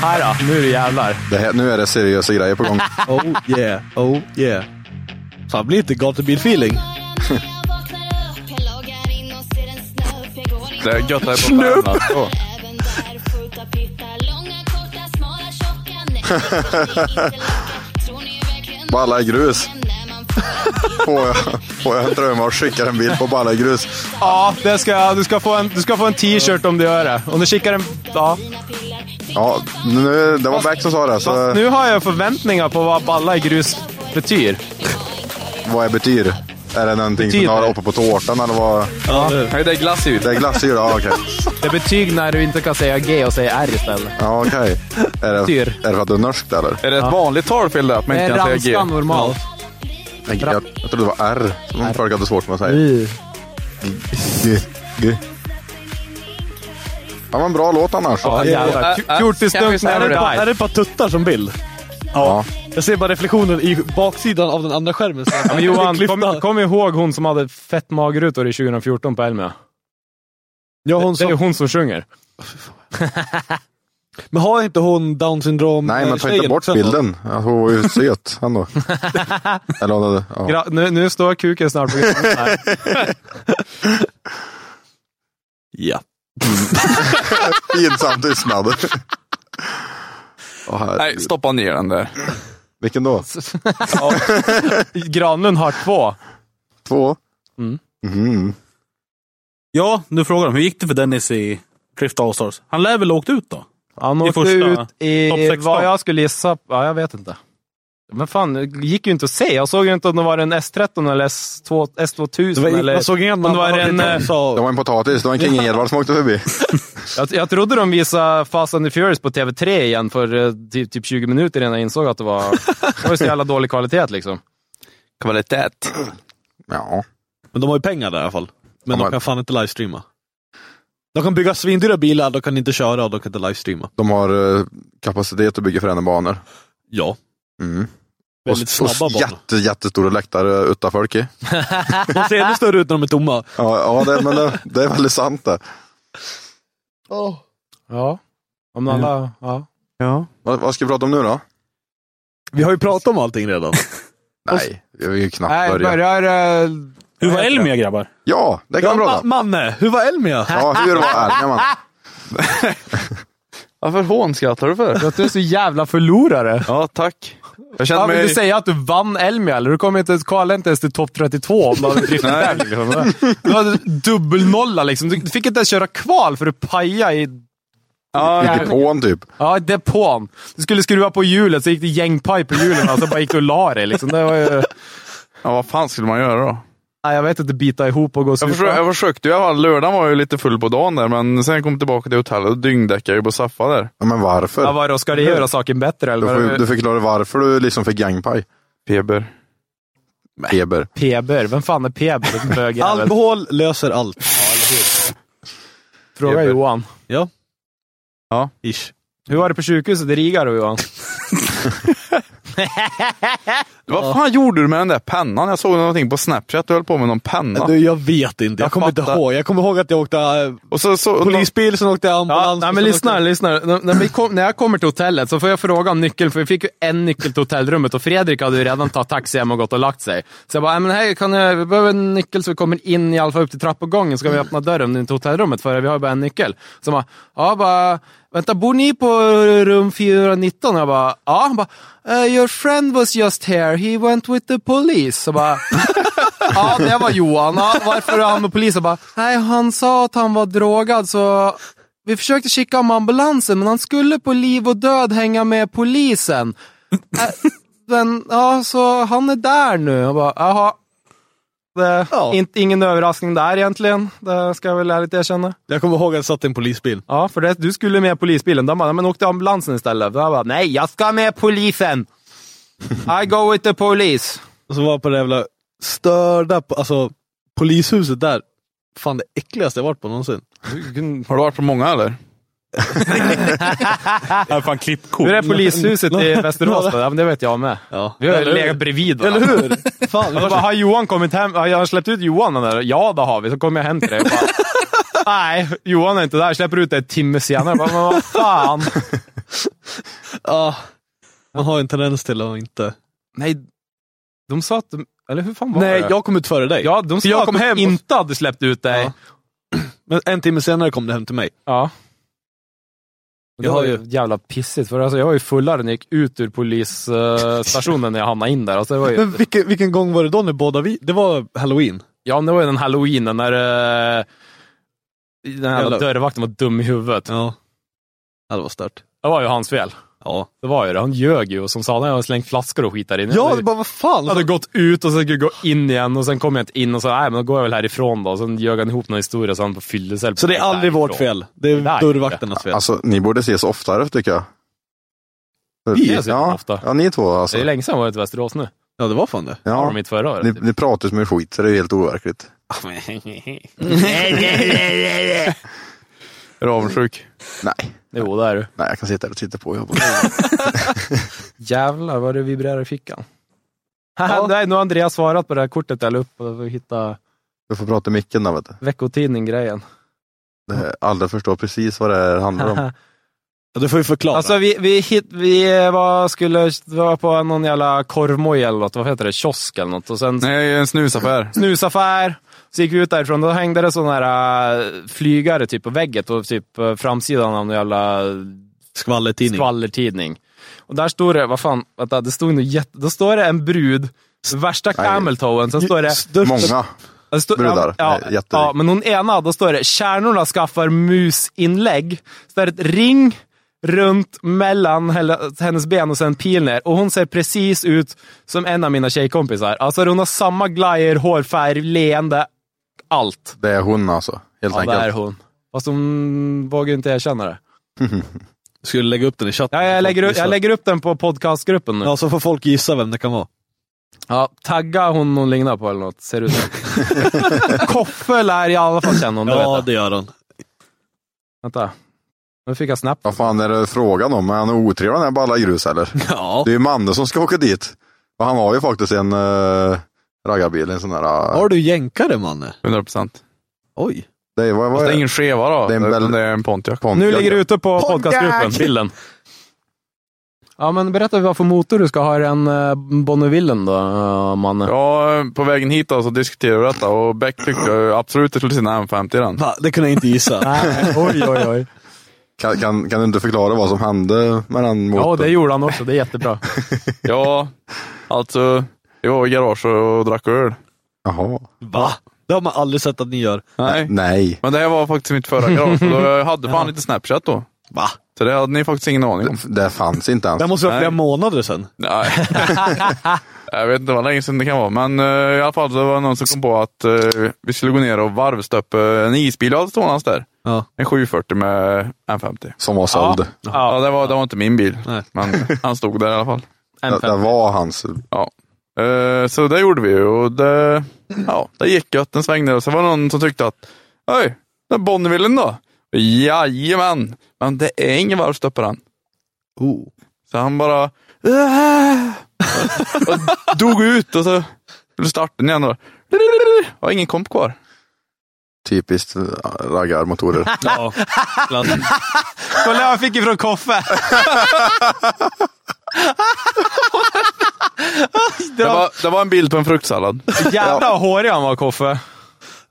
Speaker 5: Här då, nu är det jävlar.
Speaker 4: det här, nu är det seriösa grejer på gång.
Speaker 3: Oh yeah, oh yeah. Fan, blir lite gatubil-feeling.
Speaker 6: Det är gött här på alltså. Värmland. Så.
Speaker 4: Balla i grus. Får jag, får jag en drömma och skickar en bild på Ballagrus.
Speaker 5: Ja, det ska, jag. du, ska få en, du ska få en t-shirt om du gör det. Om du skickar en... Ja.
Speaker 4: Ja, nu, det var Beck som sa det, så
Speaker 5: Fast nu har jag förväntningar på vad balla i grus betyder.
Speaker 4: vad är betyr? Är det någonting
Speaker 5: Betyder?
Speaker 4: som du har uppe på tårtan eller vad?
Speaker 6: Nej, det är glasyr.
Speaker 4: Det är glassyr? Ja, okej.
Speaker 5: Det betyder när du inte kan säga G och säga R istället.
Speaker 4: Ja, okej. Är, det,
Speaker 5: Betyr.
Speaker 4: är det för att du är norskt eller?
Speaker 6: Är det ett vanligt talfel det? Att man
Speaker 5: Det
Speaker 6: inte
Speaker 5: är
Speaker 6: kan säga
Speaker 5: ramskan
Speaker 6: G?
Speaker 5: normalt.
Speaker 4: Jag, jag, jag trodde det var R som folk hade svårt med att säga. G. G. Ja, men bra låt annars.
Speaker 5: Ja, jävlar.
Speaker 6: Ja, ja. Kan vi
Speaker 5: Fjortisdunk
Speaker 6: snälla
Speaker 5: när
Speaker 3: Är
Speaker 5: du
Speaker 3: det, bara, är
Speaker 5: är
Speaker 3: det bara tuttar som bild?
Speaker 4: Ja.
Speaker 3: Jag ser bara reflektionen i baksidan av den andra skärmen. Ja,
Speaker 5: Men Johan, kom, kom ihåg hon som hade fett magrutor i 2014 på Elmia.
Speaker 3: ja, hon
Speaker 5: Det är
Speaker 3: som,
Speaker 5: hon som sjunger.
Speaker 3: men har inte hon down syndrom? eh,
Speaker 4: Nej, men ta inte
Speaker 3: tjejen
Speaker 4: bort
Speaker 3: också?
Speaker 4: bilden. Ja, Hon var ju söt ändå. Eller hon hade... Ja.
Speaker 5: Gra- nu, nu står kuken snart på gränsen här.
Speaker 3: Ja.
Speaker 4: Pinsam tystnad. Åh, herregud.
Speaker 6: Nej, stoppa ner den där.
Speaker 4: Vilken då?
Speaker 5: Granlund har två.
Speaker 4: Två?
Speaker 5: Mm.
Speaker 4: Mhm.
Speaker 7: Ja, nu frågar de. Hur gick det för Dennis i Drift Allstars? Han lär väl ha åkt ut då?
Speaker 5: Han
Speaker 7: I
Speaker 5: åkte
Speaker 7: första
Speaker 5: ut
Speaker 7: topp
Speaker 5: i
Speaker 7: 16.
Speaker 5: vad jag skulle gissa. Ja, jag vet inte. Men fan, det gick ju inte att se. Jag såg ju inte om det var en S13 eller S2, S2000.
Speaker 3: Det var,
Speaker 5: eller...
Speaker 3: jag såg ingen man
Speaker 5: Men då är det en, eh,
Speaker 4: Det var en potatis. Det var en King Edward som åkte förbi.
Speaker 5: jag, jag trodde de visade Fast and the Furious på TV3 igen för eh, typ, typ 20 minuter innan jag insåg att det var, det var så jävla dålig kvalitet liksom.
Speaker 6: Kvalitet.
Speaker 4: Ja.
Speaker 3: Men de har ju pengar där i alla fall. Men
Speaker 4: Ja,
Speaker 3: de
Speaker 4: men-
Speaker 3: kan fan inte livestreama. De kan bygga svindyra bilar, de kan inte köra och de kan inte livestreama.
Speaker 4: De har eh, kapacitet att bygga föränderbanor.
Speaker 3: Ja.
Speaker 4: Mm. Och,
Speaker 3: Väldigt snabba
Speaker 4: och
Speaker 3: banor.
Speaker 4: jätte, jättestora läktare utan folk i.
Speaker 3: De ser ännu större ut när de är tomma.
Speaker 4: Ja, ja det, men det, det är väldigt sant det.
Speaker 5: Ja. Mm. Om alla... Ja.
Speaker 6: Ja.
Speaker 4: Vad, vad ska vi prata om nu då?
Speaker 3: Vi har ju pratat om allting redan.
Speaker 4: Nej, vi har ju knappt
Speaker 5: Nej,
Speaker 4: börjat.
Speaker 5: börjar... eh,
Speaker 7: Hur
Speaker 5: Jag
Speaker 7: var
Speaker 5: vet
Speaker 7: Elmia grabbar?
Speaker 4: Ja, det kan
Speaker 3: Ja,
Speaker 4: vi prata
Speaker 3: ma-
Speaker 4: om.
Speaker 3: Manne, hur var Elmia?
Speaker 4: Ja, hur var Almia
Speaker 6: Varför hånskrattar du för?
Speaker 5: att du är så jävla förlorare.
Speaker 6: Ja, tack. Jag känner
Speaker 5: Ja, vill
Speaker 6: mig...
Speaker 5: du säga att du vann Elmia, eller? Du kom inte ens, kvalade inte ens till topp 32 om du hade driftat där, liksom. Du hade dubbelnolla liksom. Du fick inte ens köra kval för du pajade i
Speaker 6: Ja,
Speaker 4: man? Depån typ.
Speaker 5: ja, depån. Du skulle skruva på hjulet, så gick det gängpaj på hjulen och så bara gick du och la dig. Liksom. Det var ju...
Speaker 6: ja, vad fan skulle man göra då?
Speaker 5: Nej, jag vet inte. Bita ihop och gå och
Speaker 6: Jag, försö-
Speaker 5: supa.
Speaker 6: jag försökte ju i alla fall. Lördagen var jag ju lite full på dagen där, men sen jag kom tillbaka till hotellet och dyngdäckade ju på Saffa där.
Speaker 4: Ja, men varför?
Speaker 5: Ja, vadå, ska det göra saken bättre eller?
Speaker 4: du, får, ju- du förklarar varför du liksom fick gangpaj.
Speaker 6: Feber.
Speaker 4: Feber.
Speaker 5: Peber? Vem fan är Peber? Bögjävel.
Speaker 3: Alkohol löser allt.
Speaker 5: Fråga
Speaker 6: Peber.
Speaker 5: Johan.
Speaker 3: Ja.
Speaker 6: Ja.
Speaker 3: Ish.
Speaker 5: Hur var det på sjukhuset i Riga då, Johan?
Speaker 6: Vad fan gjorde du med den där pennan? Jag såg någonting på Snapchat. Du höll på med någon penna.
Speaker 3: Du, jag vet inte. Jag,
Speaker 6: Jag
Speaker 3: kommer inte
Speaker 6: fattar.
Speaker 3: ihåg. Jag kommer ihåg att jag åkte eh,
Speaker 6: Och så, så,
Speaker 3: polisbil, sen åkte jag ambulans.
Speaker 5: Ja, nej,
Speaker 3: och sen
Speaker 5: men lyssna,
Speaker 3: åkte-
Speaker 5: lyssna. När- När, vi kom, när jag kommer till hotellet så får jag fråga om nyckeln, för vi fick ju en nyckel till hotellrummet och Fredrik hade ju redan tagit taxi hem och gått och lagt sig. Så jag bara, "Nej, men hej, kan jag, vi behöver en nyckel så vi kommer in i alla fall upp till trappuppgången, så kan vi öppna dörren till hotellrummet för vi har ju bara en nyckel. Så han bara, ja, bara, vänta, bor ni på rum 419? Jag bara, ja. Han bara, "Eh, your friend was just here, he went with the police. Så bara, Ja, det var Johan. Ja, varför är han med polisen? Bara, nej, han sa att han var drogad så vi försökte kika om ambulansen men han skulle på liv och död hänga med polisen. Äh, Den, ja, så han är där nu. Jag bara, jaha. Det,
Speaker 3: Ja.
Speaker 5: inte, ingen överraskning där egentligen. Det ska jag väl ärligt erkänna.
Speaker 3: Jag kommer ihåg att jag satt i en polisbil.
Speaker 5: Ja, för det, du skulle med polisbilen. De bara, men åk till ambulansen istället. Jag bara, nej, jag ska med polisen. I go with the police.
Speaker 3: Och så var jag på det jävla störda, po- alltså polishuset där. Fan det äckligaste jag varit på någonsin.
Speaker 6: Har du varit på många eller?
Speaker 7: Här fan klippkort.
Speaker 5: Hur är polishuset i Västerås då? Ja, men det vet jag med.
Speaker 3: Ja.
Speaker 5: Vi har ju
Speaker 3: Eller hur?
Speaker 5: legat bredvid
Speaker 3: Eller
Speaker 5: varandra.
Speaker 3: hur? Fan,
Speaker 5: Och
Speaker 3: det
Speaker 5: så
Speaker 3: var
Speaker 5: bara, har Johan kommit hem? Har jag släppt ut Johan? Den där? Ja, det har vi. Så kommer jag hem till dig och bara, nej, Johan är inte där. Släpper ut dig en timme senare. Jag bara, men vad fan?
Speaker 3: Ja. Man har ju en tendens till att inte...
Speaker 5: Nej, de sa att... de- Eller hur fan var
Speaker 3: Nej,
Speaker 5: det?
Speaker 3: jag kom ut före dig.
Speaker 5: ja, de sa
Speaker 3: jag
Speaker 5: att
Speaker 3: kom
Speaker 5: de
Speaker 3: hem och-
Speaker 5: inte hade släppt ut dig.
Speaker 3: Men en timme senare kom du hem till mig.
Speaker 5: Ja. Det
Speaker 7: Jag
Speaker 5: jag
Speaker 7: har
Speaker 5: var ju
Speaker 7: ju-
Speaker 5: jävla pissigt, för alltså, jag var ju fullare när jag gick ut ur polisstationen när jag hamnade in där. Alltså, det var ju,
Speaker 3: Men vilken, vilken gång var det då när båda vi... Det var halloween.
Speaker 5: ja, men det var ju den halloweenen när eh, den här
Speaker 3: Jävlar.
Speaker 5: dörrvakten var dum i huvudet.
Speaker 3: Ja. ja det var stört.
Speaker 5: Det var ju hans fel.
Speaker 3: Ja.
Speaker 5: Det var ju det. Han ljög ju och som sa att jag har slängt flaskor och skit där inne.
Speaker 3: Ja, det
Speaker 5: jag
Speaker 3: bara vad fan.
Speaker 5: hade gått ut och sen skulle jag gå in igen och sen kom jag inte in och sa nej men då går jag väl härifrån då. Sen ljög han ihop någon historia så han på fyllecell.
Speaker 3: så det är aldrig vårt fel. Det är
Speaker 5: Nej.
Speaker 3: dörrvakternas fel.
Speaker 4: Alltså, ni borde ses oftare tycker jag.
Speaker 5: Vi ses
Speaker 4: ja,
Speaker 5: ofta.
Speaker 4: Ja, ni två alltså.
Speaker 5: Det är länge sedan jag var i Västerås nu.
Speaker 3: Ja, det var fan det.
Speaker 5: Var
Speaker 4: Ja,
Speaker 5: de inte förra året?
Speaker 4: ni,
Speaker 5: typ?
Speaker 4: ni pratar ju som en skit, så det är helt overkligt.
Speaker 6: Är du avundsjuk?
Speaker 4: Nej,
Speaker 5: Jo, det är du.
Speaker 4: nej, jag kan sitta här och titta på och jobba.
Speaker 5: Jävlar vad det vibrerar i fickan. Nej, nu har Andreas svarat på det här kortet jag la upp och hitta
Speaker 4: Du får prata i micken då, vet du.
Speaker 5: veckotidning-grejen.
Speaker 4: Det här- Alla förstår precis vad det här handlar om.
Speaker 3: Ja, du får ju förklara.
Speaker 5: Alltså vi, vi, hit, vi eh, var, skulle vara på någon jävla korvmoja eller något, vad heter det, kiosk eller något. Och sen
Speaker 6: Nej, en snusaffär.
Speaker 5: snusaffär. Så gick vi ut därifrån, då hängde det sådana här äh, flygare typ på väggen på typ äh, framsidan av en jävla
Speaker 3: Skvallertidning.
Speaker 5: skvallertidning. Och där stod det, vad fan, vänta, det stod nog jätte... Då står det en brud, värsta
Speaker 4: Nej.
Speaker 5: cameltoen, sen står det...
Speaker 3: Största-
Speaker 4: Många.
Speaker 5: Det står-
Speaker 4: Brudar.
Speaker 5: Alltså, Ja,
Speaker 4: Nej,
Speaker 5: ja,
Speaker 4: jätterik.
Speaker 5: ja, men hon ena, då står det kärnorna skaffar musinlägg. Så det är ett ring runt mellan hela- hennes ben och sen pil ner. Och hon ser precis ut som en av mina tjejkompisar. Alltså hon har samma glajer, hårfärg, leende, allt.
Speaker 4: Det är hon alltså, helt
Speaker 5: Ja, det är
Speaker 4: enkelt.
Speaker 5: hon. Fast hon vågar ju inte erkänna det.
Speaker 3: Skulle lägga upp den i chatten.
Speaker 5: Ja, jag, lägger upp, jag lägger upp den på podcastgruppen nu.
Speaker 3: Ja, så får folk gissa vem det kan vara.
Speaker 5: Ja, tagga hon hon lignar på eller något, ser ut som. Koffe lär i alla fall känna hon, det vet
Speaker 3: Ja,
Speaker 5: jag.
Speaker 3: det gör han.
Speaker 5: Vänta. Nu fick jag snabbt.
Speaker 4: Vad fan är det frågan om? Är han otrevlig den här balla grus eller?
Speaker 3: Ja.
Speaker 4: Det är ju Manne som ska åka dit. Och han har ju faktiskt en uh, raggarbil, en sån där. eh,
Speaker 3: Har du jänkare, manne?
Speaker 6: 100 procent.
Speaker 3: Oj.
Speaker 4: det är, vad, vad
Speaker 6: Fast det är
Speaker 4: är
Speaker 6: ingen skeva
Speaker 4: Det
Speaker 6: då. Det
Speaker 4: är
Speaker 6: är
Speaker 4: en väl-
Speaker 6: Men det är en Pontiac.
Speaker 4: Pontiac.
Speaker 5: Nu ligger det ute på
Speaker 4: Pontiac!
Speaker 5: podcastgruppen, bilden. Ja, men berätta vad för motor du ska ha i den eh, Bonnevillen då, eh, Manne.
Speaker 6: Ja, på vägen hit då, så diskuterade vi detta och Beck tyckte ju absolut det skulle sina M50 i den.
Speaker 3: Va, det kunde jag inte gissa.
Speaker 5: Nej, oj, oj, oj.
Speaker 4: Kan, kan, kan du inte förklara vad som hände med den motorn?
Speaker 5: Ja, det gjorde han också. Det är jättebra.
Speaker 6: Ja, alltså. Jag var i garaget och drack öl.
Speaker 4: Jaha.
Speaker 3: Va? Det har man aldrig sett att ni gör.
Speaker 6: Nej.
Speaker 4: Nej.
Speaker 6: Men det här var faktiskt mitt förra garage och då hade fan inte Snapchat då. Va? Så det hade ni faktiskt ingen aning om.
Speaker 4: Det, det fanns inte ens.
Speaker 3: Det måste vara flera
Speaker 6: Nej.
Speaker 3: månader sedan.
Speaker 6: Nej. jag vet inte vad länge sedan det kan vara, men eh, i alla fall så var det någon som kom på att eh, vi skulle gå ner och varvstöppa en isbil jag hade stående där.
Speaker 3: Ja.
Speaker 6: En 740 med M50.
Speaker 4: Som var såld.
Speaker 6: Ja, det, var, det var inte min bil,
Speaker 3: Nej.
Speaker 6: men han stod där i alla fall.
Speaker 4: Det, det var hans.
Speaker 6: Ja. Eh, så det gjorde vi ju och det, ja, det gick gött. Den svängde och så var det någon som tyckte att, oj, den Bonnevillen då? Jajamän, men det är ingen varvstöp på den.
Speaker 3: Oh.
Speaker 6: Så han bara, "Äh!" och dog ut och så skulle starten igen och var ingen komp kvar.
Speaker 4: Typiskt eh, raggarmotorer.
Speaker 3: Ja. Klassiskt.
Speaker 5: Kolla vad jag fick ifrån Koffe!
Speaker 6: Det var, det var en bild på en fruktsallad.
Speaker 5: Jävlar vad hårig han var, Koffe.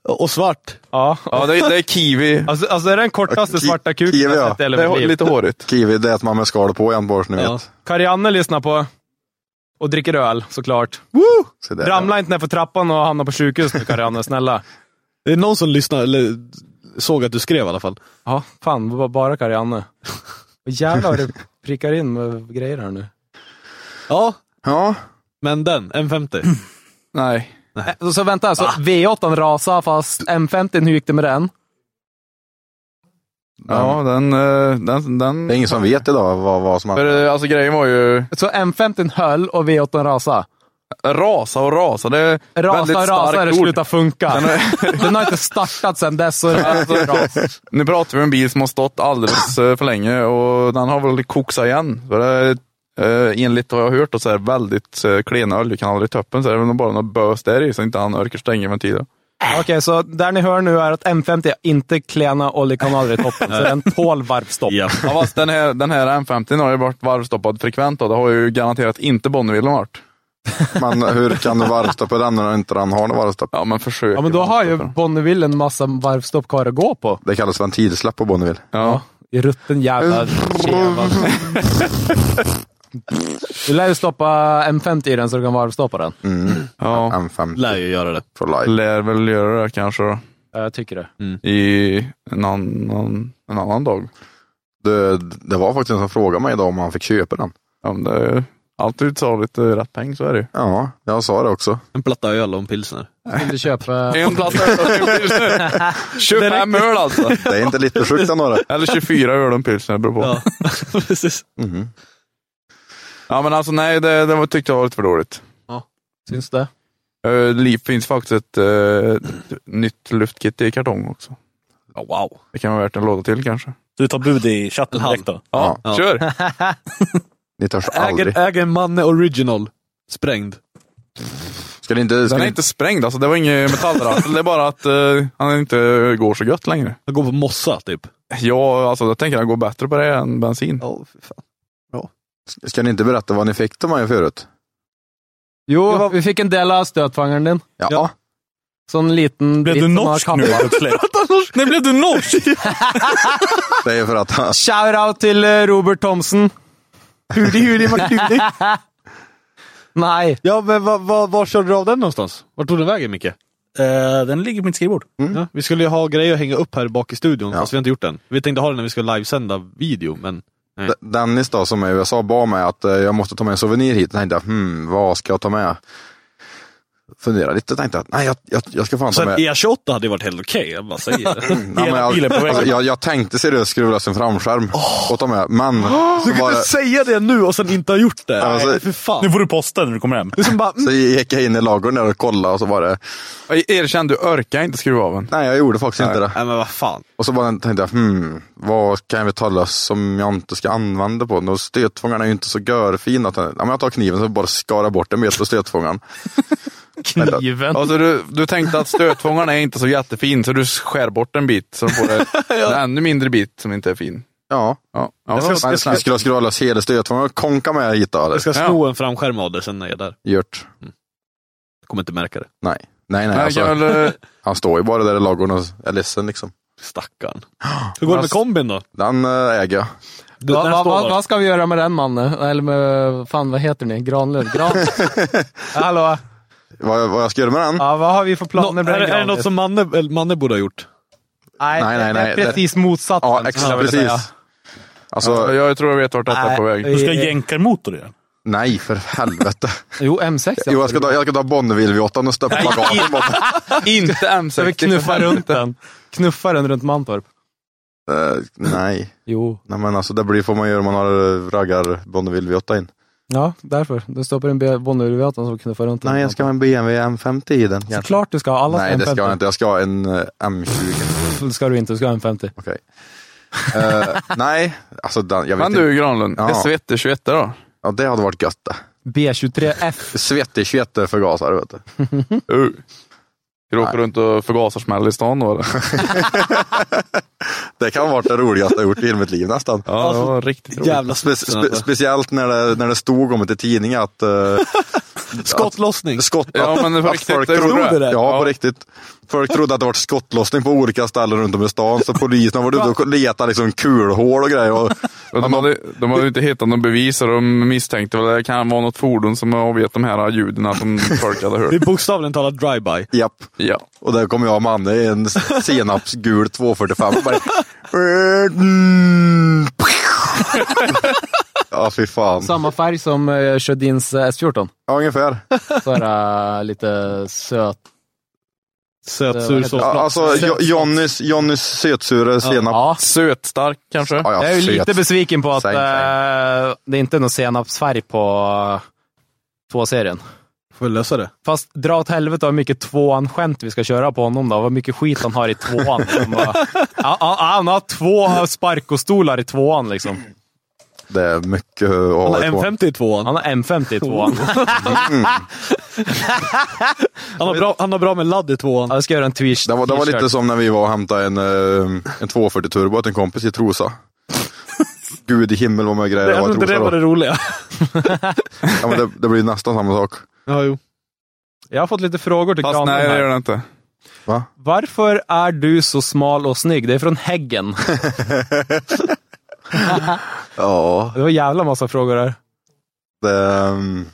Speaker 3: Och svart.
Speaker 5: Ja.
Speaker 6: Ja, det, är- det är kiwi.
Speaker 5: Alltså, alltså det är den kortaste
Speaker 4: Ki-
Speaker 5: svarta kuken
Speaker 4: kiwi,
Speaker 5: jag
Speaker 4: ja.
Speaker 5: sett i hela
Speaker 6: Det
Speaker 5: mitt
Speaker 6: är
Speaker 5: liv.
Speaker 6: lite hårigt.
Speaker 4: Kiwi, det äter man med skal på igen bara så ni
Speaker 3: Ja.
Speaker 4: vet.
Speaker 5: Karianne lyssnar på och dricker öl, såklart.
Speaker 4: Så det-
Speaker 5: Ramla inte ner för trappan och hamna på sjukhus nu, Karianne. Snälla.
Speaker 3: Det är någon som lyssnade, eller såg att du skrev i alla fall.
Speaker 5: Ja, fan, det var bara Karianne. Och jävlar vad det prickar in med grejer här nu.
Speaker 3: Ja,
Speaker 4: Ja,
Speaker 3: men den. M50. Ah.
Speaker 6: Nej.
Speaker 5: Så, så vänta, så V8 rasade fast M50, hur gick det med den?
Speaker 6: Ja, den... eh, den,
Speaker 4: det är
Speaker 6: den
Speaker 4: ingen som vet idag vad, vad som
Speaker 6: för,
Speaker 4: hände.
Speaker 6: eh, alltså grejen var ju,
Speaker 5: Så M50 höll och V8 rasade.
Speaker 6: rasa och rasa. Det är väldigt
Speaker 5: Rasa och rasa, det
Speaker 6: starkt ord.
Speaker 5: slutar funka. Den har inte startat sedan dess. Så alltså, ras.
Speaker 6: Nu pratar vi om en bil som har stått alldeles eh, för länge och den har väl koksat igen. Så det är, eh, enligt vad jag har hört då, så är det väldigt eh, klena oljekanaler i toppen. Så det är väl nog bara något bös där i så inte han orkar stänga ventilen.
Speaker 5: Okej, så där ni hör nu är att M50 är inte klena oljekanaler i toppen, så den tål varvstopp.
Speaker 3: Ja.
Speaker 6: Ja, fast den här, den här M50 har ju varit varvstoppad frekvent och det har ju garanterat inte Bonnevillen varit.
Speaker 4: Men hur kan du varvstoppa den när inte den har något varvstopp?
Speaker 6: Ja, men försök.
Speaker 5: Ja, men då har ju Bonneville en massa varvstopp kvar att gå på.
Speaker 4: Det kallas ventilsläpp på Bonneville.
Speaker 6: Ja.
Speaker 5: I rutten jävla keva. Du lär ju stoppa M50 i den så du kan varvstoppa den.
Speaker 4: Mm.
Speaker 6: Ja,
Speaker 4: M5
Speaker 7: Lär ju göra det.
Speaker 4: for life.
Speaker 6: lär väl göra det kanske då.
Speaker 5: Ja, jag tycker det.
Speaker 6: I en annan, en annan dag.
Speaker 4: Det, det var faktiskt en som frågade mig idag om han fick köpa den.
Speaker 6: Ja, men det är ju alltid ta lite rätt peng, så är det ju.
Speaker 4: Ja, jag sa det också.
Speaker 7: En platta öl och en pilsner.
Speaker 5: Vill du köpa...
Speaker 6: En platta öl och en pilsner. 25 öl alltså.
Speaker 4: Det är inte lite sjukt ändå det.
Speaker 6: Eller 24 öl och en pilsner, beror på. Ja.
Speaker 7: Ja, precis.
Speaker 4: Mhm.
Speaker 6: men alltså nej, det, det var- tyckte jag var lite för dåligt.
Speaker 5: Syns det?
Speaker 6: Uh, Liv finns faktiskt ett eh, nytt luftkit i kartong också.
Speaker 7: Ja, wow.
Speaker 6: Det kan vara värt en låda till kanske.
Speaker 7: Du tar bud i chatten direkt då?
Speaker 6: Ja,
Speaker 7: Ja.
Speaker 6: kör!
Speaker 4: Ni törs aldrig.
Speaker 3: Äger, äger en manne original. Sprängd.
Speaker 4: Ska ni inte... Ska
Speaker 6: Den är
Speaker 4: ni,
Speaker 6: inte sprängd alltså, det var ingen metallraffel. det är bara att eh, han inte går så gött längre.
Speaker 7: Jag går på mossa typ.
Speaker 6: Ja, alltså jag tänker att han går bättre på det än bensin.
Speaker 3: Ja, fy fan.
Speaker 4: ska ni inte berätta vad ni fick till mig förut?
Speaker 5: Jo, vi fick en del av stötfångaren din.
Speaker 4: Ja.
Speaker 5: Sån liten
Speaker 7: Blev
Speaker 5: bit
Speaker 7: du
Speaker 5: som har
Speaker 7: norsk nu
Speaker 5: kammar.
Speaker 7: plötsligt? Nej, blev du norsk?
Speaker 4: Det är för att han...
Speaker 5: Shoutout till eh, Robert Thomson.
Speaker 3: Hudi, hudi, makudi.
Speaker 5: Nej.
Speaker 3: Ja, men var, var, var körde du av den någonstans? Vart tog den vägen, Micke?
Speaker 7: Eh, den ligger på mitt skrivbord.
Speaker 3: Ja, vi skulle ju ha grejer att hänga upp här bak i studion,
Speaker 4: Ja.
Speaker 3: fast vi har inte gjort den. Vi tänkte ha den när vi ska livesända video, men...
Speaker 4: D- Dennis då, som är i USA, bad mig att eh, jag måste ta med en souvenir hit. Jag tänkte, hmm, vad ska jag ta med? Fundera lite och tänkte att nej, jag, jag, jag ska fan ta
Speaker 7: Sen
Speaker 4: med...
Speaker 7: E28 hade ju varit helt okej, jag bara säger det.
Speaker 4: Nej, men
Speaker 7: e- bilen
Speaker 4: jag,
Speaker 7: på vägen.
Speaker 4: alltså, jag, jag tänkte seriöst skruva lös en framskärm och ta med, men... så, bara,
Speaker 3: säga det nu och sen inte ha gjort det!
Speaker 4: Alltså-
Speaker 3: Nej, för fan.
Speaker 7: Nu får du posta när du kommer hem.
Speaker 3: Du som bara...
Speaker 4: så gick jag in i lagren där och kollade och så var det,
Speaker 6: Erkänn, du orkar inte skruva av den.
Speaker 4: nej jag gjorde faktiskt inte det.
Speaker 3: Nej men vad fan.
Speaker 4: Och så bara tänkte jag, hmm, vad kan vi ta lös som jag inte ska använda på den? Och stötfångaren är ju inte så görfin. Att, jag- ja, men jag tar kniven så bara skara bort en bit på stötfångaren.
Speaker 5: Kniven.
Speaker 6: Alltså, du, du tänkte att stötfångaren är inte så jättefin, så du skär bort en bit så du får en, en ännu mindre bit som inte är fin.
Speaker 4: Ja,
Speaker 6: Ja, ja
Speaker 4: jag
Speaker 6: det var
Speaker 4: ska,
Speaker 6: snällt.
Speaker 4: vi skulle skruva lös hela stötfångaren och konka med hit då. Eller?
Speaker 3: Jag ska sno en framskärm av dig sen när jag är där.
Speaker 4: Gjort.
Speaker 3: Du kommer inte märka det.
Speaker 4: Nej, nej, nej.
Speaker 6: Men jag
Speaker 4: Alltså,
Speaker 6: kan väl, eh,
Speaker 4: Han står ju bara där i ladugården och är ledsen liksom.
Speaker 3: Stackarn. Hur går det med kombin då?
Speaker 4: Den eh, äger jag.
Speaker 3: Du,
Speaker 5: Va,
Speaker 3: den
Speaker 5: va,
Speaker 3: står
Speaker 5: va,
Speaker 3: där.
Speaker 5: vad ska vi göra med den mannen? Eller med, fan vad heter ni? Granlund? Gran... Hallå?
Speaker 4: Vad, vad jag ska göra med den?
Speaker 5: Ja, vad har vi för
Speaker 3: Nå-
Speaker 5: planer med
Speaker 3: är,
Speaker 5: den
Speaker 3: det- är det
Speaker 5: Granlund?
Speaker 3: något som Manne, eller Manne borde ha gjort?
Speaker 5: Nej,
Speaker 4: Nej, nej,
Speaker 5: det är
Speaker 4: nej, det-
Speaker 5: precis motsatsen.
Speaker 4: ja,
Speaker 5: skulle
Speaker 4: exakt.
Speaker 5: jag vilja
Speaker 4: Precis.
Speaker 5: säga.
Speaker 4: Alltså,
Speaker 6: jag tror jag vet vart detta är på väg.
Speaker 7: Du ska jänka motor igen.
Speaker 4: nej för helvete.
Speaker 5: Jo, M6.
Speaker 4: jo, jag ska ta, jag ska ta Bonneville vid åttan och stoppa bagagen. på den.
Speaker 6: Inte M60.
Speaker 5: Ska vi knuffa runt den? Knuffa den runt Mantorp?
Speaker 4: Eh, nej.
Speaker 5: Jo.
Speaker 4: nej, men alltså det blir, får man göra om man har eh, raggar Bonneville vid åtta in.
Speaker 5: Ja, därför. Du stoppar en Bonnevierviatan som knuffar runt den.
Speaker 4: Nej, jag ska ha en BMW M50 i den. kanske.
Speaker 5: Såklart du ska ha. Alla
Speaker 4: Nej, det
Speaker 5: ska ha
Speaker 4: ska jag
Speaker 5: M50.
Speaker 4: inte. Jag ska ha en eh, M20.
Speaker 5: Det ska du inte. Du ska ha M50.
Speaker 4: Okej. Eh, nej, alltså den, jag vet
Speaker 6: Men
Speaker 4: inte.
Speaker 6: du Granlund,
Speaker 4: Ja.
Speaker 6: SVT 21 då?
Speaker 4: Ja, det hade varit gött det.
Speaker 5: B23F.
Speaker 4: Svettig 21 förgasare vet du.
Speaker 6: Uh. Ska du åka runt och förgasar smäll i stan då eller?
Speaker 4: Det kan ha varit det roligaste jag gjort i hela mitt liv nästan.
Speaker 6: Ja, det var riktigt roligt.
Speaker 3: Jävla
Speaker 4: Spe,
Speaker 3: snuten,
Speaker 4: spe,
Speaker 3: alltså.
Speaker 4: speciellt när det, när det stod om det i tidningen att, eh,
Speaker 3: Skottlossning.
Speaker 4: att, skott,
Speaker 6: Ja,
Speaker 4: att,
Speaker 6: men det var
Speaker 4: att
Speaker 6: riktigt,
Speaker 4: folk
Speaker 6: det
Speaker 4: trodde
Speaker 6: stod det
Speaker 4: ja,
Speaker 6: där.
Speaker 4: på
Speaker 6: Ja.
Speaker 4: riktigt. Folk trodde att det var skottlossning på olika ställen runt om i stan. Så polisen var ute och letade liksom kulhål och grejer. Och,
Speaker 6: Och De hade, de hade inte hittat någon bevis och de misstänkte väl att det kan vara något fordon som har avgett de här ljuden som folk hade
Speaker 3: Det
Speaker 6: hört.
Speaker 3: är bokstavligen talat dry-by.
Speaker 4: japp.
Speaker 6: Ja.
Speaker 4: Och där kom jag och Manne i en senapsgul 245. och Bara, ja, fy fan.
Speaker 5: Samma färg som uh, Sjödins eh, S14.
Speaker 4: Ja, ungefär.
Speaker 5: Så här eh, lite söt.
Speaker 3: Söt,
Speaker 5: Det var
Speaker 3: sur,
Speaker 5: helt-
Speaker 3: så.
Speaker 4: Ja, alltså, Jo- Johnnys, Johnnys sötsura senap.
Speaker 5: Ja.
Speaker 6: Sötstark kanske?
Speaker 4: Ja, ja,
Speaker 5: Jag är ju lite
Speaker 4: söt.
Speaker 5: besviken på att
Speaker 4: Säng, säng.
Speaker 5: eh, det är inte är någon senapsfärg på eh, två serien
Speaker 3: Får vi lösa det?
Speaker 5: Fast dra åt helvete vad mycket tvåan-skämt vi ska köra på honom då. Vad mycket skit han har i tvåan. Liksom bara, Ja, ja, han har två sparkostolar i tvåan liksom.
Speaker 4: Det är mycket att ha i tvåan.
Speaker 3: M50 i tvåan.
Speaker 5: Han har M50 i tvåan.
Speaker 3: Han har, bra, han har bra med ladd i tvåan.
Speaker 5: Ja, Jag ska göra en Twitch
Speaker 4: Det var, det var lite som när vi var och hämtade en, eh, en 240 turbo åt en kompis i Trosa. Gud i himmel vad mycket grejer det
Speaker 3: Jag
Speaker 4: var
Speaker 3: tror
Speaker 5: alltså,
Speaker 4: i
Speaker 3: inte det var
Speaker 4: Trosa då.
Speaker 3: det roliga.
Speaker 4: Ja, men det, det blir nästan samma sak.
Speaker 3: Ja, jo.
Speaker 5: Jag har fått lite frågor till
Speaker 6: Fast
Speaker 5: Granlund
Speaker 6: nej, det
Speaker 5: här.
Speaker 6: gör det inte.
Speaker 4: Va?
Speaker 5: Varför är du så smal och snygg? Det är från Häggen.
Speaker 4: Ja,
Speaker 5: Det var jävla massa frågor där.
Speaker 4: det, mm,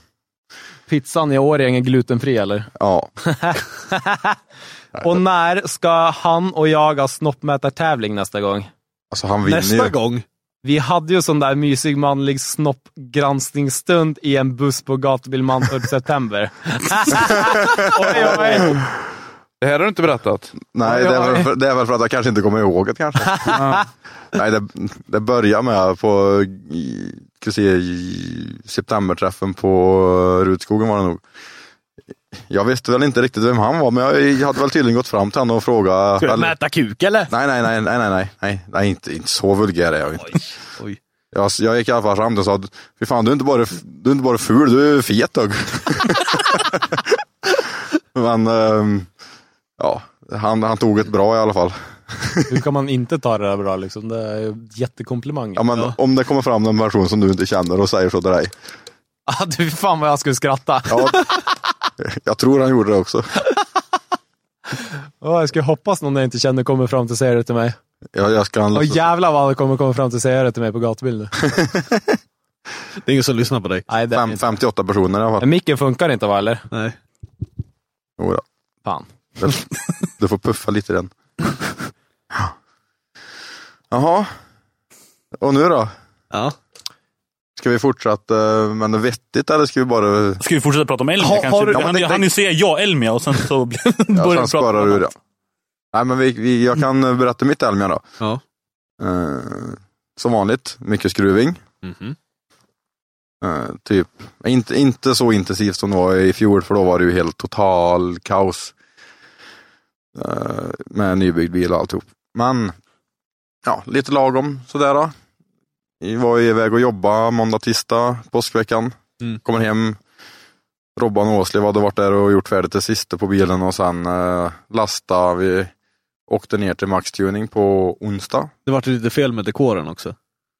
Speaker 5: Pizzan i Årjäng är glutenfri eller?
Speaker 4: ja.
Speaker 5: Och när ska han och jag ha snoppmätartävling nästa gång?
Speaker 4: Alltså han vinner
Speaker 3: Nästa
Speaker 4: ju.
Speaker 3: gång.
Speaker 5: Vi hade ju sån där mysig manlig snoppgranskningsstund i en buss på gatubil Mantorp i september. oj, oj.
Speaker 6: Det här har du inte berättat.
Speaker 4: Nej, det är, väl för, det är väl för att jag kanske inte kommer ihåg det kanske. Nej, det, det börjar med på i- ska se, i septemberträffen på Rutskogen var det nog. Jag visste väl inte riktigt vem han var, men jag, jag hade väl tydligen gått fram till honom och frågat.
Speaker 3: Ska du
Speaker 4: eller-
Speaker 3: mäta kuk eller?
Speaker 4: Nej, nej, nej, nej, nej, nej, nej, nej inte, inte så vulgär är jag ju inte.
Speaker 3: oj.
Speaker 4: Jag, jag gick i alla fall fram till och sa, att, fy fan du är inte bara, du är inte bara ful, du är fet dog. Men, ehm, ja, han, han tog ett bra i alla fall.
Speaker 5: Hur kan man inte ta det där bra liksom? Det är ju liksom. jättekomplimanger.
Speaker 4: Ja, men om det kommer fram en person som du inte känner och säger så till dig.
Speaker 5: Ah, du, fan vad jag skulle skratta.
Speaker 4: Ja, jag tror han gjorde det också.
Speaker 5: Åh, jag skulle hoppas någon jag inte känner kommer fram till och säger det till mig.
Speaker 4: Jag, jag ska
Speaker 5: Åh
Speaker 4: låtsas-
Speaker 5: jävlar vad alla kommer komma fram till och säga det till mig på gatubil nu.
Speaker 3: Det är ingen som lyssnar på dig.
Speaker 5: Nej, det är
Speaker 4: fem,
Speaker 5: inte.
Speaker 4: 58 personer i alla fall. Oh,
Speaker 5: Men Micken funkar inte va, eller?
Speaker 3: Nej.
Speaker 4: Jo, då.
Speaker 5: Fan.
Speaker 4: Du får puffa lite i den. Jaha. Och nu då?
Speaker 3: Ja.
Speaker 4: Ska vi fortsätta eh, med något vettigt eller ska vi bara...
Speaker 7: Ska vi fortsätta prata om Elmia
Speaker 3: Har-
Speaker 7: kanske?
Speaker 3: har du-
Speaker 7: jag
Speaker 3: ja,
Speaker 7: hann
Speaker 3: men det-
Speaker 7: jag hann ju säga ja Elmia och sen så blev- började
Speaker 4: Ja,
Speaker 7: vi
Speaker 4: sen
Speaker 7: prata om
Speaker 4: sparar du
Speaker 7: annat.
Speaker 4: det. Nej, men vi, vi, jag kan eh, berätta mitt Elmia då.
Speaker 3: Ja.
Speaker 4: Eh, som vanligt, mycket skruving.
Speaker 3: Mhm.
Speaker 4: Eh, typ, inte, inte så intensivt som det var i fjol, för då var det ju helt total kaos. Eh, med nybyggd bil och alltihop. Men, ja, lite lagom sådär då. Vi var iväg och jobba måndag, tisdag, påskveckan.
Speaker 3: Mm.
Speaker 4: Kommer hem. Robban och Åslev hade varit där och gjort färdigt det sista på bilen och sen eh, lastade vi. Åkte ner till Max Tuning på onsdag.
Speaker 3: Det vart lite fel med dekoren också.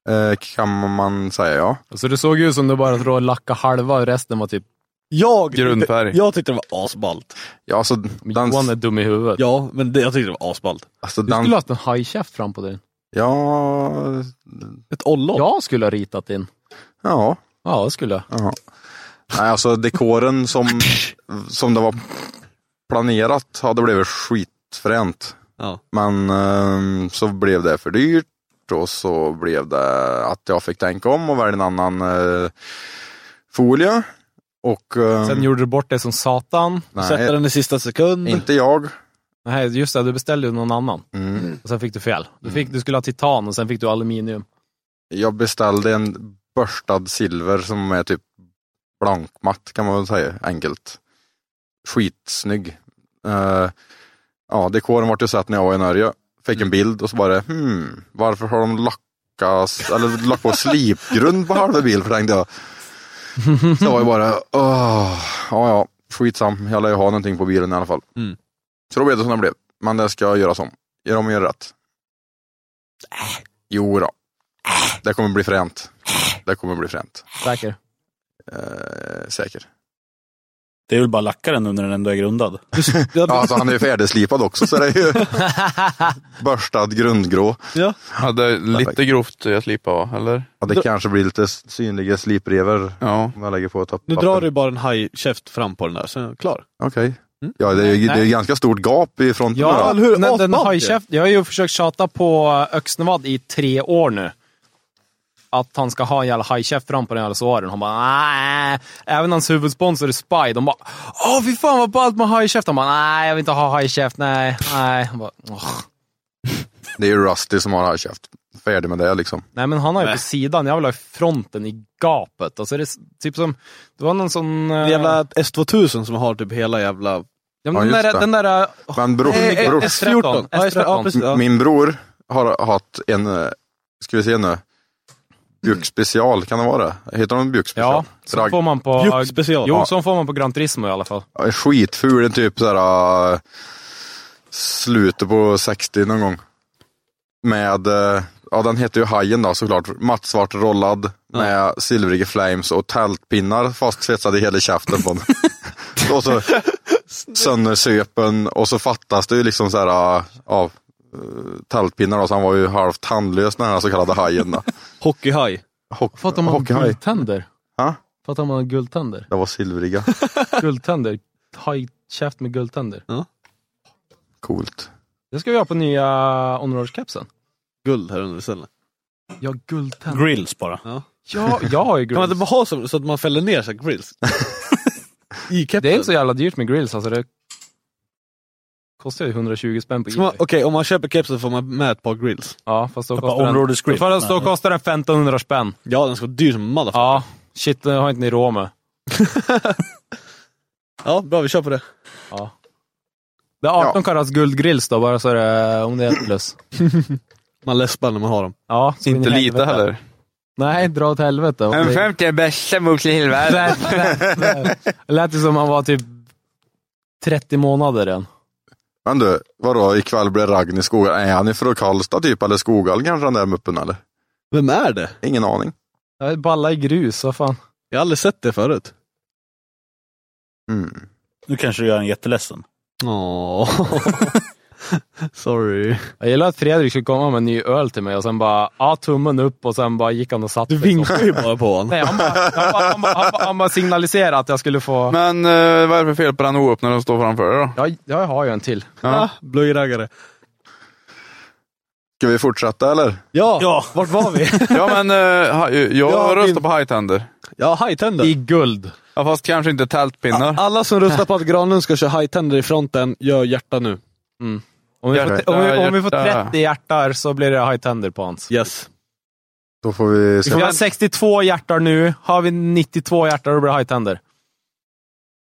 Speaker 4: Eh, kan man säga ja.
Speaker 5: Så Alltså, det såg ut som du bara råd lacka halva och resten var typ,
Speaker 3: Jag
Speaker 6: Grundfärg.
Speaker 3: Tyckte, jag tyckte det var asballt.
Speaker 4: Ja, alltså
Speaker 5: Johan
Speaker 4: den,
Speaker 5: är dum i huvudet.
Speaker 3: Ja, men det, jag tyckte det var asballt.
Speaker 4: alltså
Speaker 5: Du skulle
Speaker 4: den,
Speaker 5: ha haft en hajkäft fram på dig.
Speaker 4: ja,
Speaker 3: Ett ollon.
Speaker 5: Jag skulle ha ritat in.
Speaker 4: ja,
Speaker 5: Ja, det skulle jag.
Speaker 4: ja. Nej, alltså dekoren som, som det var planerat hade blivit skitfränt.
Speaker 3: Ja.
Speaker 4: Men ehm, så blev det för dyrt och så blev det att jag fick tänka om och välja en annan eh, folie. Och ehm,
Speaker 5: Sen gjorde du bort det som satan.
Speaker 3: Sätta
Speaker 4: nej,
Speaker 3: den i sista sekund.
Speaker 4: inte jag.
Speaker 5: Nej, just det. Du beställde ju någon annan.
Speaker 4: Mm.
Speaker 5: Och sen fick du fel. Du, fick, du skulle ha titan och sen fick du aluminium.
Speaker 4: Jag beställde en börstad silver som är typ blankmatt kan man väl säga, enkelt. Skitsnygg. Eh, ja, dekoren vart ju sett när jag var i Norge. Fick en bild och så bara, hmm, varför har de lackat, eller lagt på slipgrund på halva bil, för tänkte jag. Så det var ju bara, åh, ja ja, skitsam, jag lär ju ha någonting på bilen i alla fall.
Speaker 3: Mm.
Speaker 4: Så då blev det som det blev, men det ska göras om. Gör om och gör rätt. Jo då. Det kommer bli fränt. Det kommer bli fränt.
Speaker 5: Säker.
Speaker 4: Eh, säker.
Speaker 7: Det är väl bara lacka den nu när den ändå är grundad.
Speaker 4: Ja, alltså, han är ju färdigslipad också så det är ju börstad grundgrå.
Speaker 6: Ja, det är lite grovt jag slipar va, eller?
Speaker 4: Ja, det kanske blir lite synliga slipräver
Speaker 6: Ja.
Speaker 4: om jag lägger på topp.
Speaker 3: Nu drar du bara en hajkäft fram på den där, sen är jag klar.
Speaker 4: Okej. Ja, det är ju det är ju ganska stort gap i fronten.
Speaker 5: Ja,
Speaker 4: då.
Speaker 3: eller hur?
Speaker 5: Den, den
Speaker 3: Asballt
Speaker 5: har ju
Speaker 3: ju.
Speaker 5: käft, jag har ju försökt tjata på Öxnevad i tre år nu. Att han ska ha en jävla hajkäft fram på den jävla såren. Han bara nej. Även hans huvudsponsor är Spy. De bara åh fy fan vad ballt med hajkäft. Han bara nej jag vill inte ha hajkäft, nej, nej. Han bara, "Åh."
Speaker 4: Det är ju Rusty som har hajkäft. Färdig med det liksom.
Speaker 5: Nej men han har ju
Speaker 3: Nej.
Speaker 5: på sidan, jag vill ha i fronten i gapet. Alltså det är s- typ som, det var någon sån... eh,
Speaker 3: Den jävla S2000 som har typ hela jävla...
Speaker 5: ja, men
Speaker 4: Ja,
Speaker 5: den
Speaker 4: just
Speaker 5: där,
Speaker 4: det.
Speaker 5: den där oh,
Speaker 4: Men bror,
Speaker 5: Eh, eh,
Speaker 4: bror,
Speaker 5: S- Mm. S13.
Speaker 3: Ja, S13. Ja, precis. Ja.
Speaker 4: min bror har haft en, eh, ska vi se nu, Bjuk special, kan det vara det? Heter de Bjuk special?
Speaker 5: Ja, så
Speaker 4: Drag-
Speaker 5: får man på...
Speaker 3: Bjuck special.
Speaker 5: Jo,
Speaker 4: Ja.
Speaker 5: så får man på Gran Turismo i alla fall.
Speaker 4: Ja, Skitful, en typ såhär äh, slutet på 60 någon gång. Med, äh, ja den heter ju Hajen då såklart, mattsvart rollad med silvriga flames och tältpinnar fastsvetsade i hela käften på den. och så söndersöpen och så fattas det ju liksom såhär, äh, ja, eh, tältpinnar då, så han var ju halvt tandlös den här så kallade hajen. Då.
Speaker 5: Hockeyhaj.
Speaker 4: Hock,
Speaker 5: Fattar man
Speaker 4: hockeyhaj.
Speaker 5: guldtänder?
Speaker 4: Ja.
Speaker 5: Fattar man guldtänder?
Speaker 4: Det var silvriga.
Speaker 5: Guldtänder. Hajkäft med guldtänder.
Speaker 4: Coolt.
Speaker 5: Det ska vi ha på nya onrådskepsen.
Speaker 3: Guld här under istället.
Speaker 5: Ja, guldtänder.
Speaker 7: Grills bara.
Speaker 5: Ja, jag har ju
Speaker 3: Kan man
Speaker 5: grills.
Speaker 3: inte bara ha som, så att man fäller ner så här grills? I kepsen?
Speaker 5: Det är inte så jävla dyrt med grills alltså. Det kostar ju 120 spänn på
Speaker 3: Ska man-
Speaker 5: Ebay.
Speaker 3: Okej, om man köper kepsen får man med ett par grills.
Speaker 5: Ja, fast då
Speaker 7: Bara
Speaker 5: kostar den...
Speaker 7: områdesgrill.
Speaker 5: Fast då
Speaker 7: Nej.
Speaker 5: kostar den 1500 spänn.
Speaker 6: Alltså.
Speaker 3: Ja, den ska vara dyr som motherfucker.
Speaker 5: Ja, shit, det har inte ni råd med.
Speaker 3: Ja, bra vi kör på det.
Speaker 5: Det är 18
Speaker 4: Ja.
Speaker 5: karats guldgrills då, bara så det, om det är ett plus.
Speaker 3: Man läspar när man har dem.
Speaker 5: Ja, så in
Speaker 6: Inte
Speaker 5: i
Speaker 6: lite
Speaker 5: helvete.
Speaker 6: heller.
Speaker 5: Nej, dra åt helvete.
Speaker 6: En femte bästa mux i helvete.
Speaker 5: Lät- lät- lät- Lät det som han var typ 30 månader än.
Speaker 4: Men du, vadå ikväll blir Ragn i Skoghall? Är han ifrån Karlstad typ eller Skoghall kanske den där muppen eller?
Speaker 3: Vem är det?
Speaker 4: Ingen aning.
Speaker 5: Jag Balla i grus, vad fan.
Speaker 3: Jag har aldrig sett det förut.
Speaker 4: Mm.
Speaker 7: Nu kanske du gör en jätteledsen.
Speaker 3: Åh. Sorry.
Speaker 5: Jag gillar att Fredrik skulle komma med en ny öl till mig och sen bara, ja tummen upp och sen bara gick han och satte
Speaker 3: Du
Speaker 5: sig.
Speaker 3: vinkar ju bara på honom.
Speaker 5: Nej, han bara, han, bara, han, bara, han, bara, han bara signaliserade att jag skulle få...
Speaker 6: Men eh, vad är det för fel på den oöppnade som står framför dig då?
Speaker 5: Jag, jag har ju en till.
Speaker 3: Ah, Blöjraggare.
Speaker 4: Ska vi fortsätta eller?
Speaker 3: Ja,
Speaker 7: Ja.
Speaker 3: vart var vi?
Speaker 6: Ja men eh, ha- jag
Speaker 3: Ja,
Speaker 6: röstar
Speaker 3: min-
Speaker 6: på hajtänder.
Speaker 3: ja, high-tender.
Speaker 5: I guld.
Speaker 6: Ja, fast kanske inte tältpinnar.
Speaker 3: Alla som röstar på att Granlund ska köra high-tender i fronten, gör hjärta nu.
Speaker 5: Om vi, får,
Speaker 6: Hjärta,
Speaker 5: om, vi, om vi får
Speaker 6: hjärta.
Speaker 5: 30 hjärtar så blir det high-tender på hans.
Speaker 3: Yes.
Speaker 4: Då får vi se.
Speaker 5: Vi har 62 hjärtar nu. Har vi 92 hjärtar då blir det high-tender.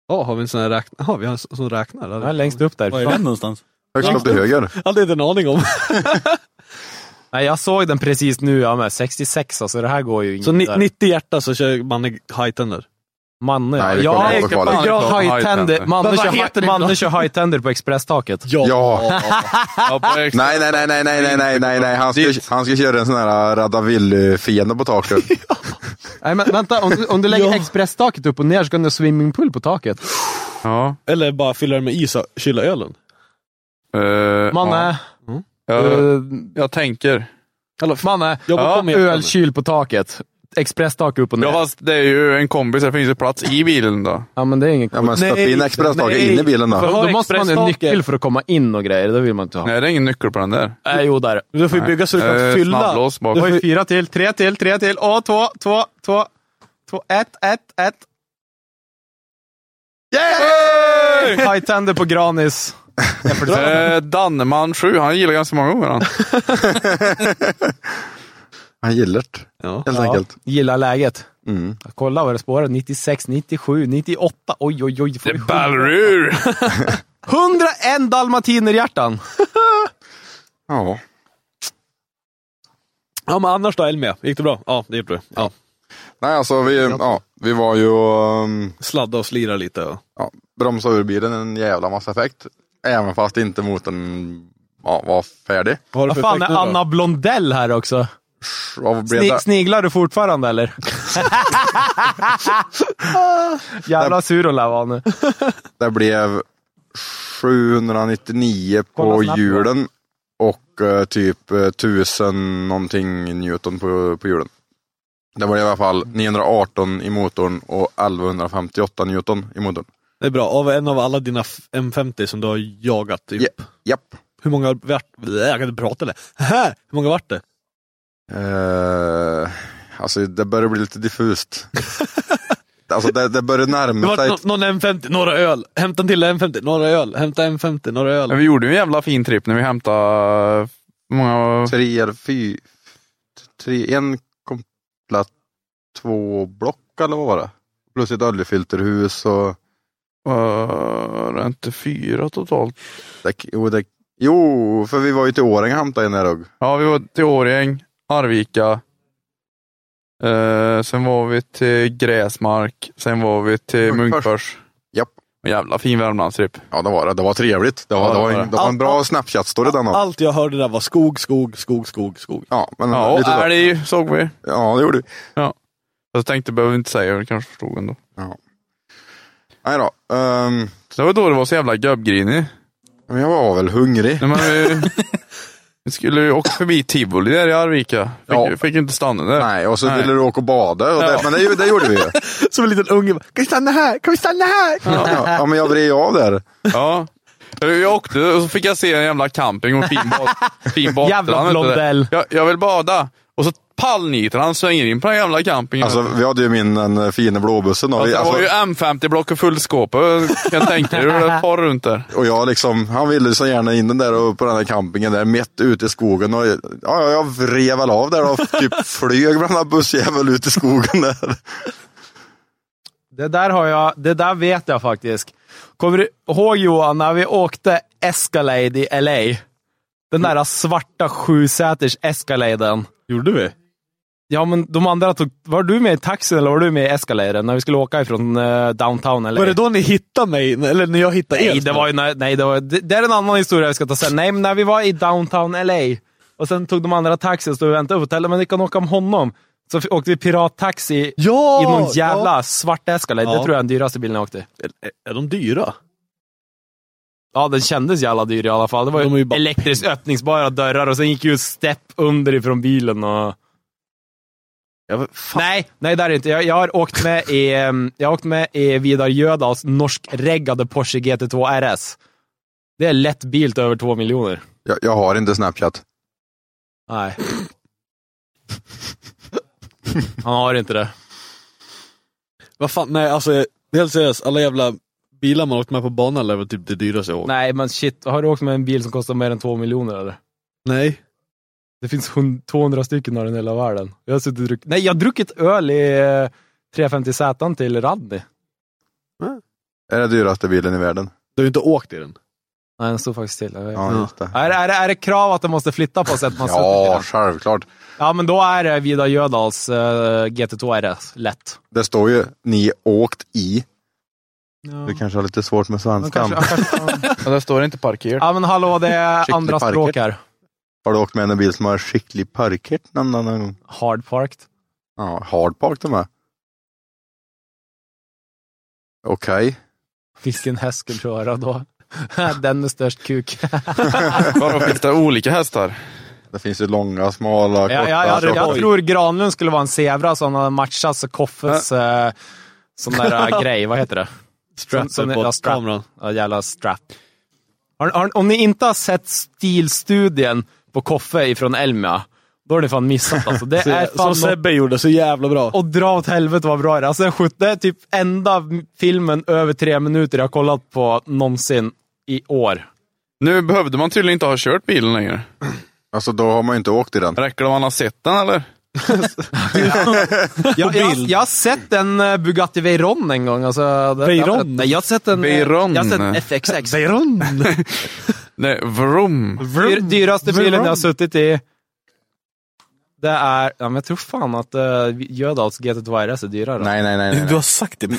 Speaker 3: Ja, har vi en sån här räknare? Ja, vi har en sån som räknar.
Speaker 5: Ja, längst upp där.
Speaker 7: Var är den någonstans?
Speaker 4: Högst upp till höger.
Speaker 3: Jag hade inte en aning om.
Speaker 5: Nej, jag såg den precis nu, jag med. 66 alltså, det här går ju
Speaker 3: Så ni,
Speaker 5: vidare.
Speaker 3: 90 hjärta så kör man high-tender.
Speaker 5: Manne,
Speaker 4: Nej,
Speaker 5: Nej,
Speaker 4: det
Speaker 5: jag
Speaker 4: kommer
Speaker 5: har
Speaker 4: inte
Speaker 5: inte
Speaker 4: vara
Speaker 6: kvar.
Speaker 5: jag har
Speaker 6: High
Speaker 5: high-tender.
Speaker 6: tender.
Speaker 5: Manne
Speaker 3: Vad
Speaker 5: kör,
Speaker 3: heter det
Speaker 5: hi- Manne
Speaker 3: då?
Speaker 5: kör high-tender på expresstaket.
Speaker 4: Ja.
Speaker 6: Ja, på ex-
Speaker 4: Nej, nej, nej, nej, nej, nej, nej, nej, nej. Han ska, han ska köra en sån här Radavill-fiende på taket.
Speaker 5: Nej, men vänta. Om, du- om du lägger expresstaket upp och ner så kan du ha swimmingpool på taket.
Speaker 6: Ja.
Speaker 3: Eller bara fylla den med is och kyla ölen.
Speaker 6: Eh, ja.
Speaker 5: Manne,
Speaker 6: Jag,
Speaker 5: eh,
Speaker 6: jag tänker.
Speaker 5: hallå, Manne.
Speaker 3: Jobba
Speaker 6: Ja,
Speaker 3: på med
Speaker 5: Ölkyl på taket. Expresstak upp och ner.
Speaker 6: Ja fast det är ju en kombis, det finns ju plats i bilen då.
Speaker 5: Ja, men det är ingen
Speaker 4: Ja, men stopp in expresstaket
Speaker 3: nej.
Speaker 4: in i bilen då.
Speaker 3: För-
Speaker 5: Då
Speaker 3: har
Speaker 5: måste man ha en
Speaker 3: expressstaket.
Speaker 5: nyckel för att komma in och grejer. Det vill man inte ha. Nej,
Speaker 6: Nej det är ingen nyckel på den där.
Speaker 5: jo, där.
Speaker 3: Du får ju bygga så du kan
Speaker 6: Eh,
Speaker 3: fylla.
Speaker 6: Snabblås bak.
Speaker 5: Du har ju fyra till, tre till, tre till. Åh, två, två, två, två, ett, ett, ett. Yeah! High-tender på Granis.
Speaker 6: Eh, Danneman 7, han gillar ganska många gånger han.
Speaker 4: Han gillar det,
Speaker 3: Ja.
Speaker 4: helt enkelt.
Speaker 5: Gillar läget.
Speaker 4: Mm.
Speaker 5: Kolla vad det spårar. 96, 97, 98. Oj, oj, oj. Får vi
Speaker 6: Balrur!
Speaker 5: 101 dalmatinerhjärtan.
Speaker 4: Ja.
Speaker 3: ja, men annars då, Elmia? Gick det bra? Ja, det gick bra. Ja.
Speaker 4: Nej, alltså vi, ja, vi var ju och um,
Speaker 3: Sladda och slira lite. Och...
Speaker 4: ja, bromsade ur bilen en jävla massa effekt. Även fast inte motorn ja, var färdig.
Speaker 3: Vad har du
Speaker 5: Vad
Speaker 3: för
Speaker 5: fan
Speaker 3: effekt
Speaker 5: är
Speaker 3: nu då?
Speaker 5: Anna Blondell här också?
Speaker 4: Vad blev
Speaker 5: Sni
Speaker 4: det?
Speaker 5: sniglar du fortfarande eller? Jävla sur hon lär vara nu.
Speaker 4: Det blev 799 på
Speaker 5: Kolla snabbt då.
Speaker 4: hjulen och eh, typ eh, 1000 någonting Newton på, på hjulen. Det var i alla fall 918 i motorn och 1158 Newton i motorn.
Speaker 3: Det är bra. Av en av alla dina f- M50 som du har jagat. Typ.
Speaker 4: Japp. Japp.
Speaker 3: Hur många vart det? Jag kan inte prata eller? Hä? Hur många vart det?
Speaker 4: Eh, alltså det börjar bli lite diffust. alltså det, det börjar
Speaker 3: Det
Speaker 4: närma
Speaker 3: var
Speaker 4: sig.
Speaker 3: nå- någon M50, några öl. Hämta en till M50, några öl. Hämta M50, några öl.
Speaker 6: Men vi gjorde ju en jävla fin tripp när vi hämtade eh, många... eh,
Speaker 4: Tre, eller fy, tre, en komplett två block eller vad var det? Plus ett oljefilterhus och
Speaker 6: Var det inte fyra totalt?
Speaker 4: Det, jo, det, jo, för vi var ju till Årjäng och hämtade en där och-
Speaker 6: Ja, vi var till Årjäng, Arvika. Eh, sen var vi till Gräsmark, sen var vi till
Speaker 4: Munkfors.
Speaker 6: Munkfors.
Speaker 4: Mm, Japp. Mm,
Speaker 6: En jävla fin Värmlandstripp.
Speaker 4: Ja, det var det. Det var trevligt. Det var,
Speaker 6: Ja,
Speaker 4: det
Speaker 6: det
Speaker 4: var,
Speaker 6: var
Speaker 4: en, det var en
Speaker 3: Allt-
Speaker 4: bra Snapchat-story den av.
Speaker 3: Allt jag hörde där var skog, skog, skog, skog, skog.
Speaker 4: Ja, men
Speaker 6: Ja,
Speaker 4: lite
Speaker 6: och
Speaker 4: så.
Speaker 6: älg såg vi.
Speaker 4: Ja, det gjorde du.
Speaker 6: Jag tänkte, behöver vi inte säga, jag kanske förstod ändå.
Speaker 4: Nej då. ehm,
Speaker 6: Så det var då det var så jävla gubbgrinig.
Speaker 4: men jag var väl hungrig.
Speaker 6: Nej, men vi, Vi skulle ju åka förbi Tivoli där i Arvika. Fick,
Speaker 4: Ja.
Speaker 6: fick inte stanna där.
Speaker 4: Nej, och så
Speaker 6: Nej.
Speaker 4: ville du åka och bada. Och
Speaker 6: Ja.
Speaker 4: det, men det, ju- det gjorde vi ju.
Speaker 3: Som en liten unge. bara, Kan vi stanna här? Kan vi stanna här?
Speaker 4: Ja, ja, men jag vred av där.
Speaker 6: Ja. Jag åkte och så fick jag se en jävla camping och en fin, bad, fin badstrand.
Speaker 5: Jävla
Speaker 6: vet du det.
Speaker 5: blondell.
Speaker 6: Jag, jag vill bada. Och så pallnitar han svänger in på den jävla campingen.
Speaker 4: Alltså, vi hade ju min den eh, fina blåbussen. Och, vi,
Speaker 6: Alltså, det var ju
Speaker 4: alltså,
Speaker 6: M50-block och fullskåp. Jag kan tänka dig hur det far runt där.
Speaker 4: och jag liksom, han ville så gärna in den där och på den där campingen där mitt ute i skogen. Och, ja, ja, jag vred väl av där och typ flög bland den där bussjäveln ut i skogen där.
Speaker 5: Det där, har jag, det där vet jag faktiskt. Kommer du ihåg Johan, när vi åkte Escalade i LA? Den där svarta sjusäters Escaladen.
Speaker 7: Gjorde vi?
Speaker 5: Ja, men de andra tog... Var du med i taxin eller var du med i Escaladen när vi skulle åka ifrån eh, downtown LA?
Speaker 3: Var det då ni hittade mig? Eller när jag hittade er?
Speaker 5: Nej, det var ju... när- Nej, det, var, det, det är en annan historia vi ska ta sen. Nej, men när vi var i downtown LA och sen tog de andra taxin, så vi väntade på hotellet, men ni kan åka om honom. Så f- åkte vi pirattaxi
Speaker 3: Ja!
Speaker 5: i någon jävla
Speaker 3: Ja.
Speaker 5: svart Escalade. Det
Speaker 3: Ja.
Speaker 5: tror jag är den dyraste bilen jag åkte i.
Speaker 3: Är de dyra?
Speaker 5: Ja, den kändes jävla dyr i alla fall. Det var
Speaker 3: De är
Speaker 5: ju
Speaker 3: ju bara-
Speaker 5: elektriskt öppningsbara dörrar och sen gick ju stepp underifrån bilen och...
Speaker 3: Ja, fan.
Speaker 5: Nej, nej det är det inte. Jag, jag har åkt med i, ehm, jag har åkt med i Vidar Jödals norskreggade Porsche GT2 RS. Det är lätt bil till över två miljoner.
Speaker 4: Jag, jag har inte Snapchat.
Speaker 5: Nej. Han har inte det.
Speaker 3: Vad fan, nej alltså. jag- Helt seriöst, alla jävla bilar man åkt med på banan lär väl typ det dyraste jag åkt.
Speaker 5: Nej, men shit. Har du åkt med en bil som kostar mer än två miljoner eller?
Speaker 3: Nej.
Speaker 5: Det finns hund- 200 stycken av den i hela världen. Jag har suttit och druckit... Nej, jag har druckit öl i eh, 350 Z till Radny.
Speaker 4: Är det dyraste bilen i världen?
Speaker 3: Du har ju inte åkt i den.
Speaker 5: Nej, den står faktiskt till. Jag vet.
Speaker 4: Ja, just det.
Speaker 5: Är, är, är det krav att den måste flytta på sig? Att man sätter
Speaker 4: Ja,
Speaker 5: till
Speaker 4: självklart.
Speaker 5: den? ja, men då är det Vidar Jödals eh, GT2 RS lätt.
Speaker 4: Det står ju ni åkt i.
Speaker 5: Ja.
Speaker 4: Du kanske har lite svårt med svenskan.
Speaker 6: Ja, där står det inte parkerat.
Speaker 5: ja, men hallå, det är
Speaker 4: Skicklig
Speaker 5: andra
Speaker 4: parker.
Speaker 5: språk här.
Speaker 4: Har du åkt med en bil som har skicklig parkert någon annan gång?
Speaker 5: Hardparked.
Speaker 4: Ja, hardpark de är. Okej.
Speaker 5: Vilken häst skulle du höra då? den med störst kuk.
Speaker 6: Bara finns det olika hästar?
Speaker 4: Det finns ju långa, smala, korta.
Speaker 5: jag, jag, jag, jag
Speaker 4: tjocka.
Speaker 5: tror Granlund skulle vara en zebra som hade matchats och Koffes eh, sån där eh, grej. Vad heter det? Som- som-
Speaker 3: Strappen på
Speaker 5: ja, strap.
Speaker 3: kameran.
Speaker 5: Ja, jävla strap. Har, har, om ni inte har sett stilstudien på Koffe ifrån Elmia, då har ni fan missat alltså. Det är fan
Speaker 3: Som
Speaker 5: något
Speaker 3: Sebbe gjorde, så jävla bra.
Speaker 5: och dra åt helvete vad bra det är. Alltså, den sjut- det är typ enda filmen över tre minuter jag har kollat på någonsin i år.
Speaker 6: Nu behövde man tydligen inte ha kört bilen längre.
Speaker 4: Alltså då har man ju inte åkt i den.
Speaker 6: Räcker det om man har sett den eller?
Speaker 5: Jag, jag, jag har sett en eh, Bugatti Veyron en gång. Alltså, det-
Speaker 3: Veyron?
Speaker 5: Nej, jag har sett en, eh,
Speaker 6: Veyron.
Speaker 5: Jag har sett en FXX.
Speaker 3: Veyron!
Speaker 6: Nej, vroom.
Speaker 5: Dyr, dyraste bilen jag har suttit i. Det är, ja, men jag tror fan att uh, Jödals GT2 RS är dyrare.
Speaker 4: Nej, nej, nej. nej,
Speaker 7: Du
Speaker 4: nej.
Speaker 7: har sagt det
Speaker 4: Min,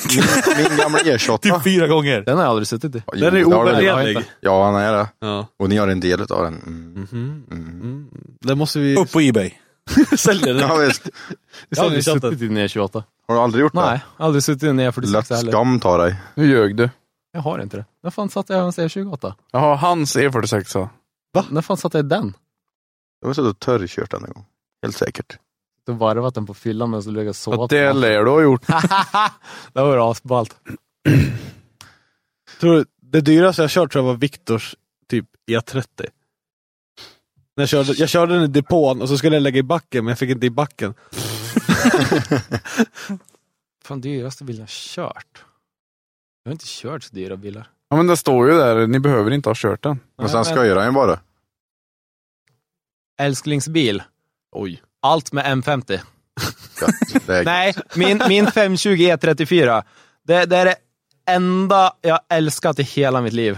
Speaker 4: min gamla
Speaker 7: typ
Speaker 4: E28.
Speaker 7: fyra gånger.
Speaker 5: Den har jag aldrig suttit i.
Speaker 4: Jo,
Speaker 3: Den är
Speaker 4: det har du.
Speaker 3: ovärderlig.
Speaker 4: Ja, han är det.
Speaker 3: Ja.
Speaker 4: Och ni har en del av den. Mm.
Speaker 6: Mhm.
Speaker 3: Den måste vi
Speaker 7: Upp på Ebay.
Speaker 3: sälja. Den.
Speaker 4: Ja, visst.
Speaker 5: Jag har aldrig
Speaker 3: säljer
Speaker 5: suttit i en E28.
Speaker 4: Har du aldrig gjort
Speaker 5: Nej, aldrig suttit i en
Speaker 4: det?
Speaker 5: E46
Speaker 4: Lätt
Speaker 5: heller.
Speaker 4: skam tar dig.
Speaker 6: Nu ljög du.
Speaker 5: Jag har inte det. När fan satt jag i en C28?
Speaker 6: Jaha, hans E46. så.
Speaker 5: När fan satt jag i den?
Speaker 4: Jag har suttit och törrkört den en gång. Helt säkert.
Speaker 5: Du varvat den på fyllan medan du låg och sov.
Speaker 6: Att det lär du ha gjort.
Speaker 5: det var asballt.
Speaker 3: Tror, du- det dyraste jag kört tror jag var Viktors typ E30. När jag, körde, jag körde den i depån och så skulle jag lägga i backen, men jag fick inte i backen.
Speaker 5: Fan, dyraste bilen jag kört. Jag har inte kört så dyra bilar.
Speaker 6: Ja, men det står ju där, ni behöver inte ha kört den.
Speaker 4: Men
Speaker 5: Nej,
Speaker 4: sen skojar han ju bara.
Speaker 5: Älsklingsbil.
Speaker 3: Oj.
Speaker 5: Allt med M50.
Speaker 4: Ja, det är-
Speaker 5: Nej, min, min 520 E34. Det, det är det enda jag älskat i hela mitt liv.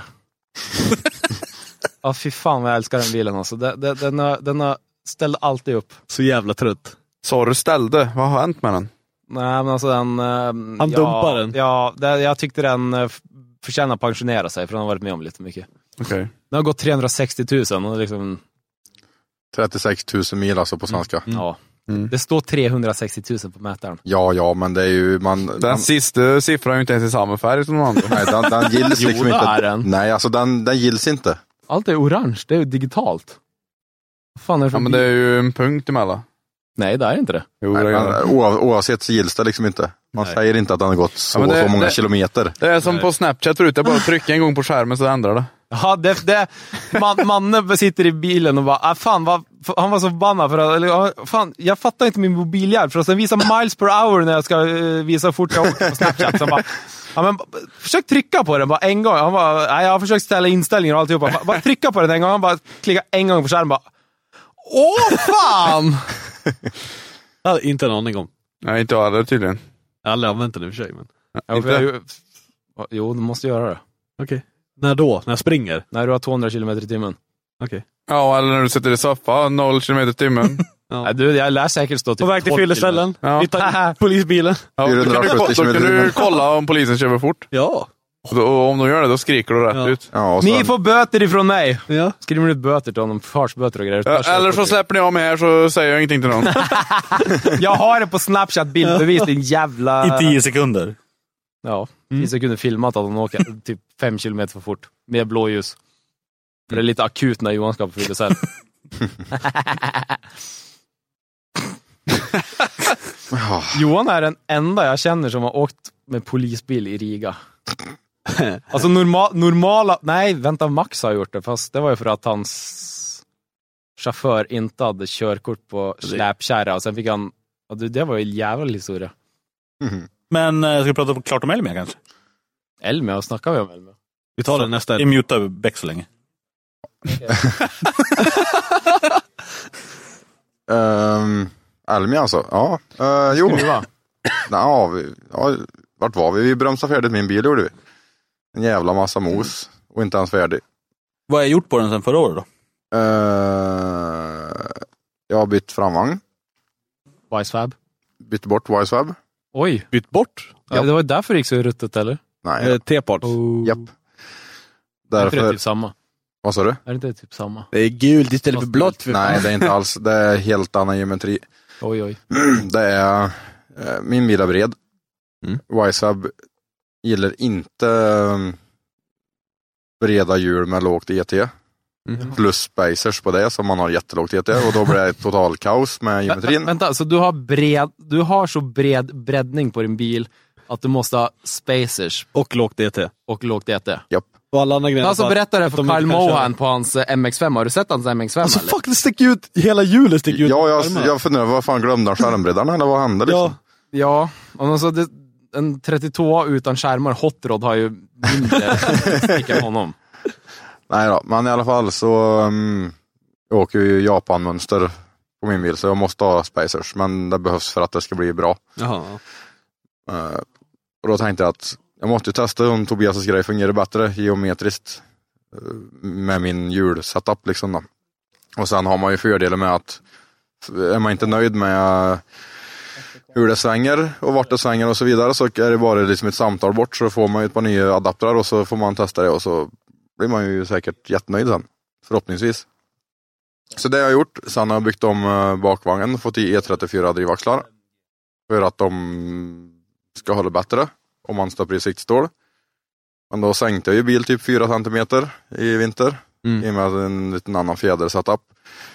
Speaker 5: Ja, fy fan vad jag älskar den bilen alltså. Den, den, den, har, den har ställde alltid upp.
Speaker 3: Så jävla trött.
Speaker 6: Sa du ställde? Vad har hänt med den?
Speaker 5: Nej, men alltså den...
Speaker 3: Han
Speaker 5: ja,
Speaker 3: dumpar den.
Speaker 5: Ja, det, jag tyckte den eh, f- förtjänar att pensionera sig, för den har varit med om lite mycket.
Speaker 6: Okej.
Speaker 5: Den har gått 360 000 och liksom,
Speaker 4: 36 000 mil alltså på svenska.
Speaker 5: ja.
Speaker 6: Mm.
Speaker 5: Det står 360 000 på mätaren.
Speaker 4: Ja, ja, men det är ju... Man,
Speaker 6: Den
Speaker 4: man-
Speaker 6: sista siffran är ju inte ens i samma färg som de andra.
Speaker 4: Nej, den, den gills liksom
Speaker 5: det
Speaker 4: inte.
Speaker 5: är den.
Speaker 4: Nej, alltså den, den gills inte.
Speaker 5: Allt är orange, det är ju digitalt. fan är det för
Speaker 6: Ja, men det är ju en punkt emellan.
Speaker 5: Nej, det är inte det.
Speaker 6: Jo,
Speaker 4: Nej,
Speaker 6: det, är,
Speaker 4: men, oav, oavsett så gills det liksom inte. Man säger inte att den har gått så
Speaker 6: Ja, men
Speaker 4: och
Speaker 6: det-
Speaker 4: så många
Speaker 6: det-
Speaker 4: kilometer.
Speaker 6: det är som på Snapchat förut, jag bara trycker en gång på skärmen så ändrar det.
Speaker 5: Ja, det, det, man, mannen sitter i bilen och bara, ah, fan, vad, han var så förbannad för att, eller, ah, fan, jag fattar inte min mobiljärn för att den visar miles per hour när jag ska eh, visa hur fort jag åker på Snapchat. Så han bara, ja, men, b- försök trycka på den bara en gång. Han bara, nej, jag har försökt ställa inställningar och alltihopa. Bara, bara trycka på den en gång. Han bara klicka en gång på skärmen bara, åh fan!
Speaker 7: Jag hade inte en aning om.
Speaker 6: Nej, inte jag heller tydligen.
Speaker 7: Jag har aldrig använt den i och för sig. Men...
Speaker 5: Ja, för jag, jo, du måste göra det.
Speaker 7: När då? När jag springer?
Speaker 5: När du har 200 km i timmen.
Speaker 6: Ja, eller när du sitter i soffan, noll kilometer i timmen.
Speaker 5: Nej, du, jag lär säkert stå typ
Speaker 3: På väg till
Speaker 5: 12
Speaker 3: fyllecellen.
Speaker 6: Ja.
Speaker 3: Hittar polisbilen.
Speaker 6: Ja, då kan du,
Speaker 4: 470
Speaker 6: då kan du
Speaker 4: kilometer.
Speaker 6: kolla om polisen kör för fort.
Speaker 7: Ja.
Speaker 6: Och, då, och om de gör det, då skriker du rätt
Speaker 7: Ja.
Speaker 6: ut.
Speaker 4: Ja, och
Speaker 5: Ni
Speaker 4: sen,
Speaker 5: får böter ifrån mig!
Speaker 7: ja.
Speaker 5: Skriver ni ut böter till honom? Försböter och grejer?
Speaker 6: Ja, Eller så släpper ni av mig här så säger jag ingenting till någon.
Speaker 5: Jag har det på Snapchat bildbevis, din jävla...
Speaker 7: I tio sekunder.
Speaker 5: Ja, tio sekunder filmat att de åker typ fem kilometer för fort. Med blåljus. För det är lite akut när Johan ska på fyllecell.
Speaker 4: ja,
Speaker 5: Johan är den enda jag känner som har åkt med polisbil i Riga. Alltså norma, normala... Nej, vänta, Max har gjort det, fast det var ju för att hans chaufför inte hade körkort på släpkärra och sen fick han... Ja, du, det var ju en jävla historia.
Speaker 7: Men eh, ska vi prata klart om Elmia kanske?
Speaker 5: Elmia, vad snackar vi om Elmia?
Speaker 7: Vi tar det nästa. Vi mutar Beck så länge.
Speaker 4: ehm, Almia alltså. Ja, eh, jo.
Speaker 5: Skruva.
Speaker 4: Ja, vi, ja, vart var vi? Vi bromsade färdigt min bil gjorde vi. En jävla massa mos och inte ens färdig.
Speaker 7: Vad har jag gjort på den sen förra året då?
Speaker 4: Eh, jag har bytt framvagn,
Speaker 5: Vicefab.
Speaker 4: bytt bort Wiseweb.
Speaker 5: Oj!
Speaker 7: Bytt bort?
Speaker 5: Ja. Det var därför det gick så ruttet eller?
Speaker 3: Eh,
Speaker 4: Nej,
Speaker 7: T-parts.
Speaker 4: japp.
Speaker 5: Är inte det
Speaker 4: Därför,
Speaker 5: typ samma?
Speaker 4: vad sa du?
Speaker 5: Är inte det typ samma?
Speaker 8: Det är gult istället för blått. för
Speaker 4: Nej, det är inte alls. Det är helt annan geometri.
Speaker 5: Oj oj.
Speaker 4: Det är, eh, min bil är bred. Mm. Wisehub gillar inte eh, breda hjul med lågt ET. Plus spacers på det, så man har jättelågt ET och då blir det total kaos med
Speaker 5: Vänta,
Speaker 4: geometrin.
Speaker 5: vänta, så du har, bred, du har så bred breddning på din bil att du måste ha spacers
Speaker 7: Och lågt
Speaker 3: E
Speaker 7: DT.
Speaker 5: och lågt E ET?
Speaker 8: Och alla andra grejer.
Speaker 5: Alltså berätta det för
Speaker 8: de inte
Speaker 5: Kyle
Speaker 8: kan köra.
Speaker 5: Mohan på hans eh, MX5. Har du sett hans MX5
Speaker 8: Alltså
Speaker 5: eller?
Speaker 8: fuck, det sticker ju ut. Hela hjulet sticker ut.
Speaker 4: Ja, jag,
Speaker 8: Armarna.
Speaker 4: jag funderar, vad fan glömde han skärmbreddarna eller vad hände liksom?
Speaker 8: Ja.
Speaker 5: Ja, alltså, det, en 32 utan skärmar, hot rod har ju mindre stick än honom.
Speaker 4: Nej då, men i alla fall så um, jag åker ju Japan-mönster på min bil så jag måste ha spacers men det behövs för att det ska bli bra.
Speaker 7: Jaha.
Speaker 4: Eh, och då tänkte jag att jag måste ju testa om Tobias grej fungerar bättre geometriskt eh, med min hjulsetup liksom då. Och sen har man ju fördelen med att är man inte nöjd med hur det svänger och vart det svänger och så vidare så är det bara liksom ett samtal bort så då får man ju ett par nya adaptrar och så får man testa det och så blir man ju säkert jättenöjd sen. Förhoppningsvis. Så det har jag gjort. Sen har jag byggt om eh, bakvagnen och fått i E34 drivaxlar. För att de ska hålla bättre om man stoppar i siktstål. Men då sänkte jag ju bil typ 4 centimeter i vinter
Speaker 5: Mm.
Speaker 4: i och med en liten annan fjädersetup.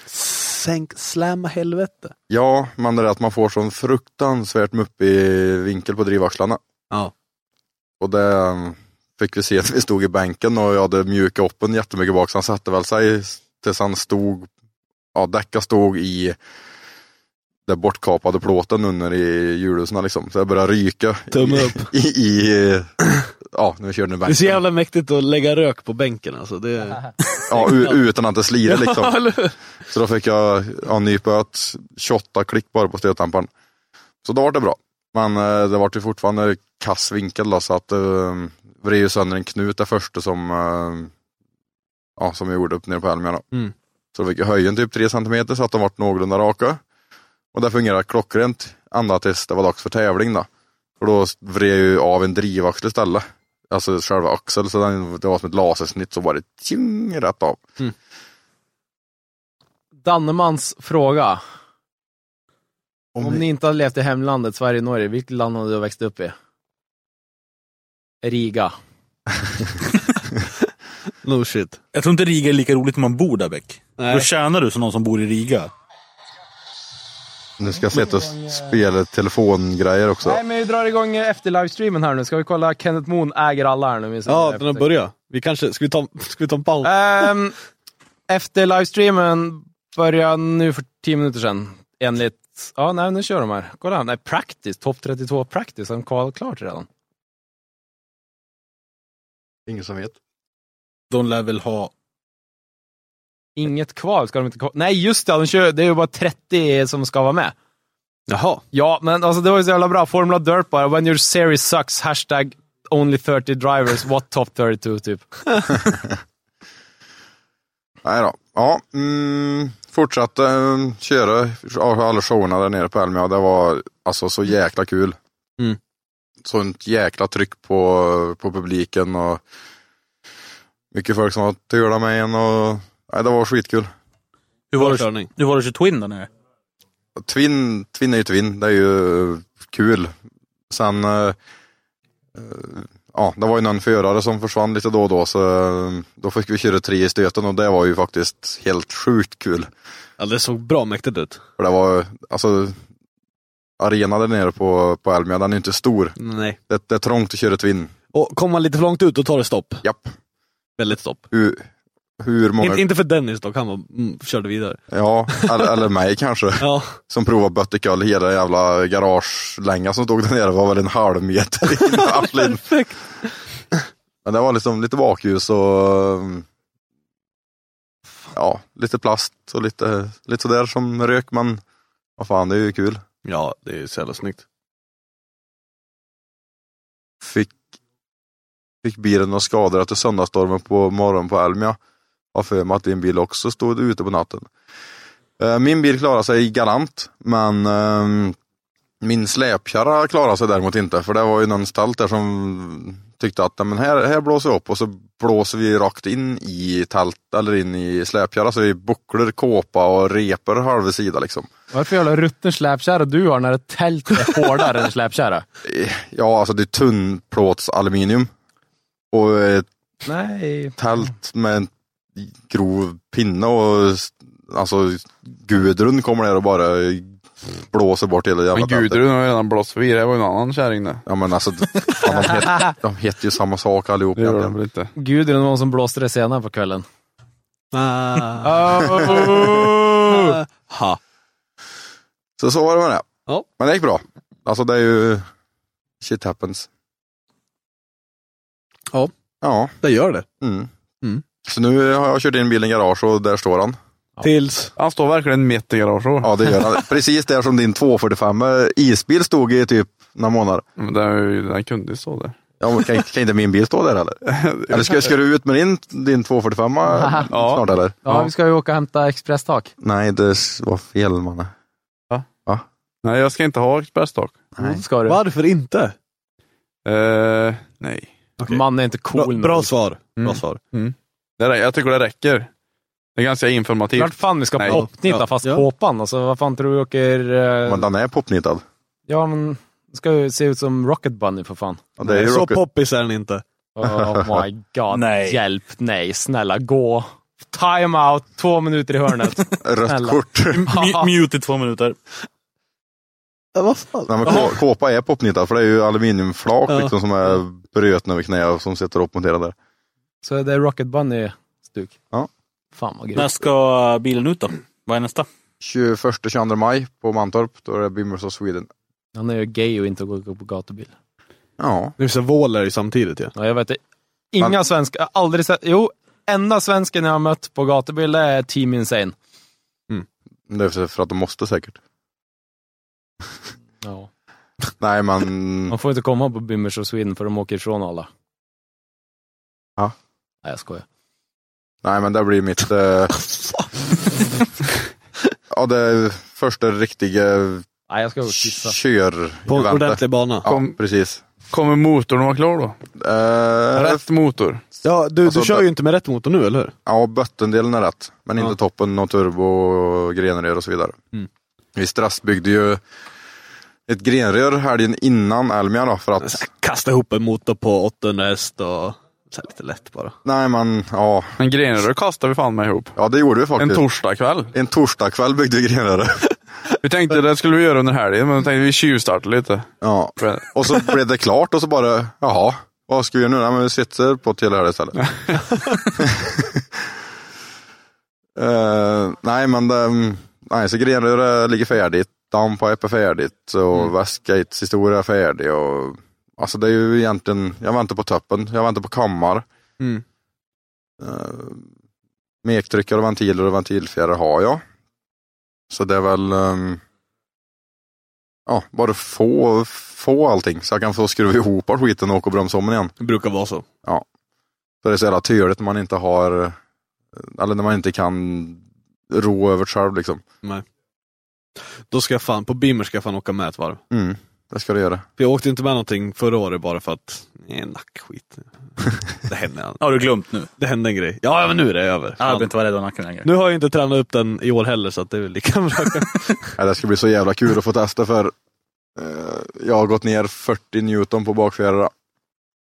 Speaker 8: Sänk, slamma helvete.
Speaker 4: Ja, men det är att man får sån fruktansvärt muppig vinkel på drivaxlarna.
Speaker 7: Ja.
Speaker 4: Och det um, fick vi se att vi stod i bänken och jag hade mjukat upp en jättemycket bak så han satte väl sig tills han stod, ja däcka stod i den bortkapade plåten under i hjulhusen liksom. Så jag började ryka
Speaker 8: Tumme
Speaker 4: i,
Speaker 8: upp.
Speaker 4: i, i, ja när vi körde i
Speaker 8: Det är så
Speaker 4: bänken.
Speaker 8: jävla mäktigt att lägga rök på bänken alltså. Det är...
Speaker 4: Ja, u- utan att det slirar liksom. Så då fick jag ja, nypöat 28 klick bara på stötdämparen. Så då var det bra. Men eh, det var ju fortfarande kass vinkel då, så att eh, vred ju sönder en knut det första som, eh, ja, som jag gjorde upp nere på Elmia. då.
Speaker 5: Mm.
Speaker 4: Så då fick jag höja typ 3 cm så att de vart någorlunda raka. Och det fungerade klockrent ända tills det var dags för tävling då. För då vred jag ju av en drivaxel istället. Alltså själva axeln, så den, det var som ett lasersnitt så var det tjing rätt av.
Speaker 5: Dannemans fråga. Om, ni inte hade levt i hemlandet Sverige och Norge, vilket land hade du växt upp i? Riga.
Speaker 8: No shit.
Speaker 7: Jag tror inte Riga är lika roligt när man bor där Beck.
Speaker 8: Nej.
Speaker 7: Då tjänar du som någon som bor i Riga.
Speaker 4: Nu ska jag sitta och spela telefongrejer också.
Speaker 5: Nej, men vi drar igång eh, efter livestreamen här nu. Ska vi kolla Kenneth Moon äger alla här nu? Vi ser
Speaker 8: Ja,
Speaker 5: efter.
Speaker 8: den har börjat. Vi kanske, ska vi ta, ska vi ta en paus?
Speaker 4: Äh.
Speaker 5: Ehm, efter livestreamen börjar nu för 10 minuter sedan. Enligt... Ja, nej, nu kör de här. Kolla här. Nej, Practice. Topp 32 Practice. Han kval klart redan.
Speaker 4: Ingen som vet.
Speaker 7: De lär väl ha...
Speaker 5: Inget kval ska de inte kval. Nej, just det. De kör, det är ju bara 30 som ska vara med.
Speaker 8: Jaha.
Speaker 5: Ja, men alltså det var ju så jävla bra. Formula Dirt bara. When your series sucks, hashtag only 30 drivers, what top 32 typ.
Speaker 4: Nej då. Ja, mm, fortsatte mm, köra av alla showerna där nere på Elmia. Det var alltså så jäkla kul.
Speaker 5: Mm.
Speaker 4: Sånt jäkla tryck på, på publiken och mycket folk som har tölat med en och nej, det var skitkul.
Speaker 7: Hur var, det,
Speaker 8: Körning.
Speaker 7: hur var det 21 där nere?
Speaker 4: Twin, twin är ju Twin, det är ju eh, kul. Sen, eh, eh, ja, det var ju någon förare som försvann lite då och då, så eh, då fick vi köra tre i stöten och det var ju faktiskt helt sjukt kul.
Speaker 8: Ja, det såg bra mäktigt ut.
Speaker 4: För det var, alltså, arenan där nere på, på Elmia, den är ju inte stor.
Speaker 8: Nej.
Speaker 4: Det, det är trångt att köra Twin.
Speaker 8: Och kommer man lite för långt ut, då tar det stopp.
Speaker 4: Japp.
Speaker 8: Väldigt stopp.
Speaker 4: Hur, hur många...
Speaker 8: Inte, inte för Dennis dock, han var, mm, körde vidare.
Speaker 4: Ja, eller, eller mig kanske.
Speaker 8: Ja.
Speaker 4: Som provade böttekull hela jävla garagelängan som stod där nere var väl en halv meter in i arslet.
Speaker 8: Perfekt.
Speaker 4: Men det var liksom lite bakljus och mm, ja, lite plast och lite, lite sådär som rök. Men vad fan, det är ju kul.
Speaker 8: Ja, det är så jävla snyggt.
Speaker 4: Fick, fick bilen några skador efter söndagsstormen på morgonen på Elmia. Har för mig att din bil också stod ute på natten. Eh, Min bil klarade sig galant, men ehm, min släpkärra klarade sig däremot inte. För det var ju någon stalt där som tyckte att "Nej, men här, här blåser vi upp och så blåser vi rakt in i tält eller in i släpkärra så vi bucklar, kåpa och repor halva sida liksom.
Speaker 5: Varför jävla rutten släpkärra du har när ett tält är hårdare än släpkärra?
Speaker 4: Eh, Ja, alltså det är tunnplåtsaluminium. Och eh,
Speaker 5: Nej.
Speaker 4: tält med en grov pinne och s- alltså Gudrun kommer där och bara blåser bort hela jävla
Speaker 6: Men
Speaker 4: tältet.
Speaker 6: Gudrun har ju redan blåst förbi, det var ju en annan kärring det.
Speaker 4: Ja men alltså, fan, de, het, de heter ju samma sak allihop
Speaker 6: Det gör de
Speaker 4: egentligen.
Speaker 6: väl inte.
Speaker 5: Gudrun var hon som blåste det senare på kvällen.
Speaker 8: Ah.
Speaker 5: Oh.
Speaker 8: ha.
Speaker 4: Så så var det med det.
Speaker 8: Ja.
Speaker 4: Men det gick bra. Alltså det är ju, shit happens.
Speaker 8: Ja.
Speaker 4: Ja.
Speaker 8: Det gör det.
Speaker 4: Mm.
Speaker 8: Mm.
Speaker 4: Så nu har jag kört in bilen i garage och där står han.
Speaker 8: Tills...
Speaker 6: Han står verkligen mitt i garaget. Ja.
Speaker 4: Ja det gör han. Precis där som din 245 isbil stod i typ några månader.
Speaker 6: Men den, är ju- den kunde ju stå där.
Speaker 4: Ja, men kan, kan inte min bil stå där eller? Eller ska, ska du ut med din, din 245
Speaker 6: Ja.
Speaker 4: snart eller?
Speaker 5: Ja, vi ska ju åka och hämta expresstak.
Speaker 4: Nej, det s- var fel manne.
Speaker 6: Nej, jag ska inte ha expresstak.
Speaker 4: Nej.
Speaker 5: Ska du?
Speaker 8: Varför inte?
Speaker 6: Eh, nej.
Speaker 8: Okej.
Speaker 5: Man är inte
Speaker 8: Bra,
Speaker 5: cool.
Speaker 8: bra svar. Bra
Speaker 6: Mm.
Speaker 8: svar.
Speaker 6: Det där, jag tycker det räcker. Det är ganska informativt.
Speaker 5: Klart fan vi ska
Speaker 6: Nej.
Speaker 5: popknitta
Speaker 8: Ja.
Speaker 5: fast
Speaker 8: Ja.
Speaker 5: påpan. Alltså, vad fan tror du åker... eh,
Speaker 4: Men den är popnitad.
Speaker 5: Ja, men det ska ju se ut som Rocket Bunny för fan.
Speaker 4: Ja, det är ju
Speaker 8: så
Speaker 4: rocket.
Speaker 8: poppis är den inte.
Speaker 5: Oh my god.
Speaker 7: Nej.
Speaker 5: Hjälp, nej, snälla gå. Time out, två minuter i hörnet.
Speaker 4: rött
Speaker 5: Snälla.
Speaker 4: kort.
Speaker 7: M- mute i två minuter.
Speaker 8: Ja, vad fan.
Speaker 4: Nej, men kå- kåpa är popnitad för det är ju aluminiumflak
Speaker 8: Ja.
Speaker 4: liksom, som är brötna över knä och som sitter uppmonterade där.
Speaker 5: Så det är Rocket Bunny-stuk.
Speaker 4: Ja.
Speaker 5: Fan vad
Speaker 7: När
Speaker 5: grymt.
Speaker 7: ska bilen ut då? Vad är nästa?
Speaker 4: 21-22 maj på Mantorp, då är det Bimmers of Sweden.
Speaker 5: Han är ju gay och inte går på gatubil.
Speaker 4: Ja,
Speaker 8: Nu så vålar det ju samtidigt ju.
Speaker 5: Ja, jag vet det. Inga
Speaker 4: Men-
Speaker 5: svenskar, jag har aldrig sett, jo, enda svensken jag har mött på gatubil det är Team Insane.
Speaker 4: det är för att de måste säkert.
Speaker 5: Ja.
Speaker 4: Nej men,
Speaker 5: Man får inte komma på Bimmers och Sweden för de åker ifrån alla.
Speaker 4: Ja.
Speaker 5: Nej, jag skojar.
Speaker 4: nej, men det blir mitt... Eh... ja, det är första riktiga
Speaker 5: Nej, jag ska gå och kissa.
Speaker 4: kör
Speaker 8: På en ordentlig bana.
Speaker 4: Ja,
Speaker 6: Kom-
Speaker 4: precis.
Speaker 6: Kommer motorn vara klar då?
Speaker 4: Eh,
Speaker 6: Rätt motor.
Speaker 8: Ja, du,
Speaker 4: Alltså,
Speaker 8: du kör
Speaker 4: det-
Speaker 8: ju inte med rätt motor nu, eller hur?
Speaker 4: Ja, bottendelen är rätt. Men
Speaker 8: Ja.
Speaker 4: inte toppen och turbo och grenrör och så vidare.
Speaker 8: Mm.
Speaker 4: Vi strassbyggde ju ett grenrör helgen innan Elmia då för att
Speaker 8: Kasta ihop en motor på 800 häst och
Speaker 3: så här lite lätt bara.
Speaker 4: Nej men, ja.
Speaker 6: Men grenrör kastade vi fan med ihop.
Speaker 4: Ja det gjorde vi
Speaker 6: En
Speaker 4: faktiskt.
Speaker 6: torsdagkväll.
Speaker 4: En torsdagkväll byggde vi grenröre.
Speaker 6: Vi tänkte det skulle vi göra under helgen, men då tänkte vi tjuvstarta lite.
Speaker 4: Ja.
Speaker 6: För-
Speaker 4: Och så blev det klart och så bara, jaha. Vad ska vi göra nu? Nej, men vi sitter på ett hela här istället. Eh, nej men, det, nej så grenröret ligger färdigt. Dammpipe är färdigt och mm. västgateshistoria är färdig. Och, alltså det är ju egentligen, jag väntar på toppen, jag väntar på kammar.
Speaker 9: Mm.
Speaker 4: Eh, mektryckare, ventiler och ventilfjädrar har jag. Så det är väl ehm, ja, bara få, få allting så jag kan få skruva ihop all skiten och åka och bromsa om igen.
Speaker 3: Det brukar vara så.
Speaker 4: För det är så jävla tydligt när man inte har, eh, eller när man inte kan ro över det själv liksom.
Speaker 3: Då ska jag fan, på Bimmer ska jag fan åka med ett varv.
Speaker 4: Mm, det ska du göra.
Speaker 3: För jag åkte inte med någonting förra året bara för att, nej nackskit. det hände,
Speaker 7: Har du glömt nu?
Speaker 3: det hände en grej. Ja men nu är det över.
Speaker 7: Jag
Speaker 3: Fan.
Speaker 7: behöver inte vara rädd om nacken längre.
Speaker 3: Nu har jag inte tränat upp den i år heller så att det är väl lika bra.
Speaker 4: Ja, det ska bli så jävla kul att få testa för eh, jag har gått ner 40 Newton på bakfjädrarna.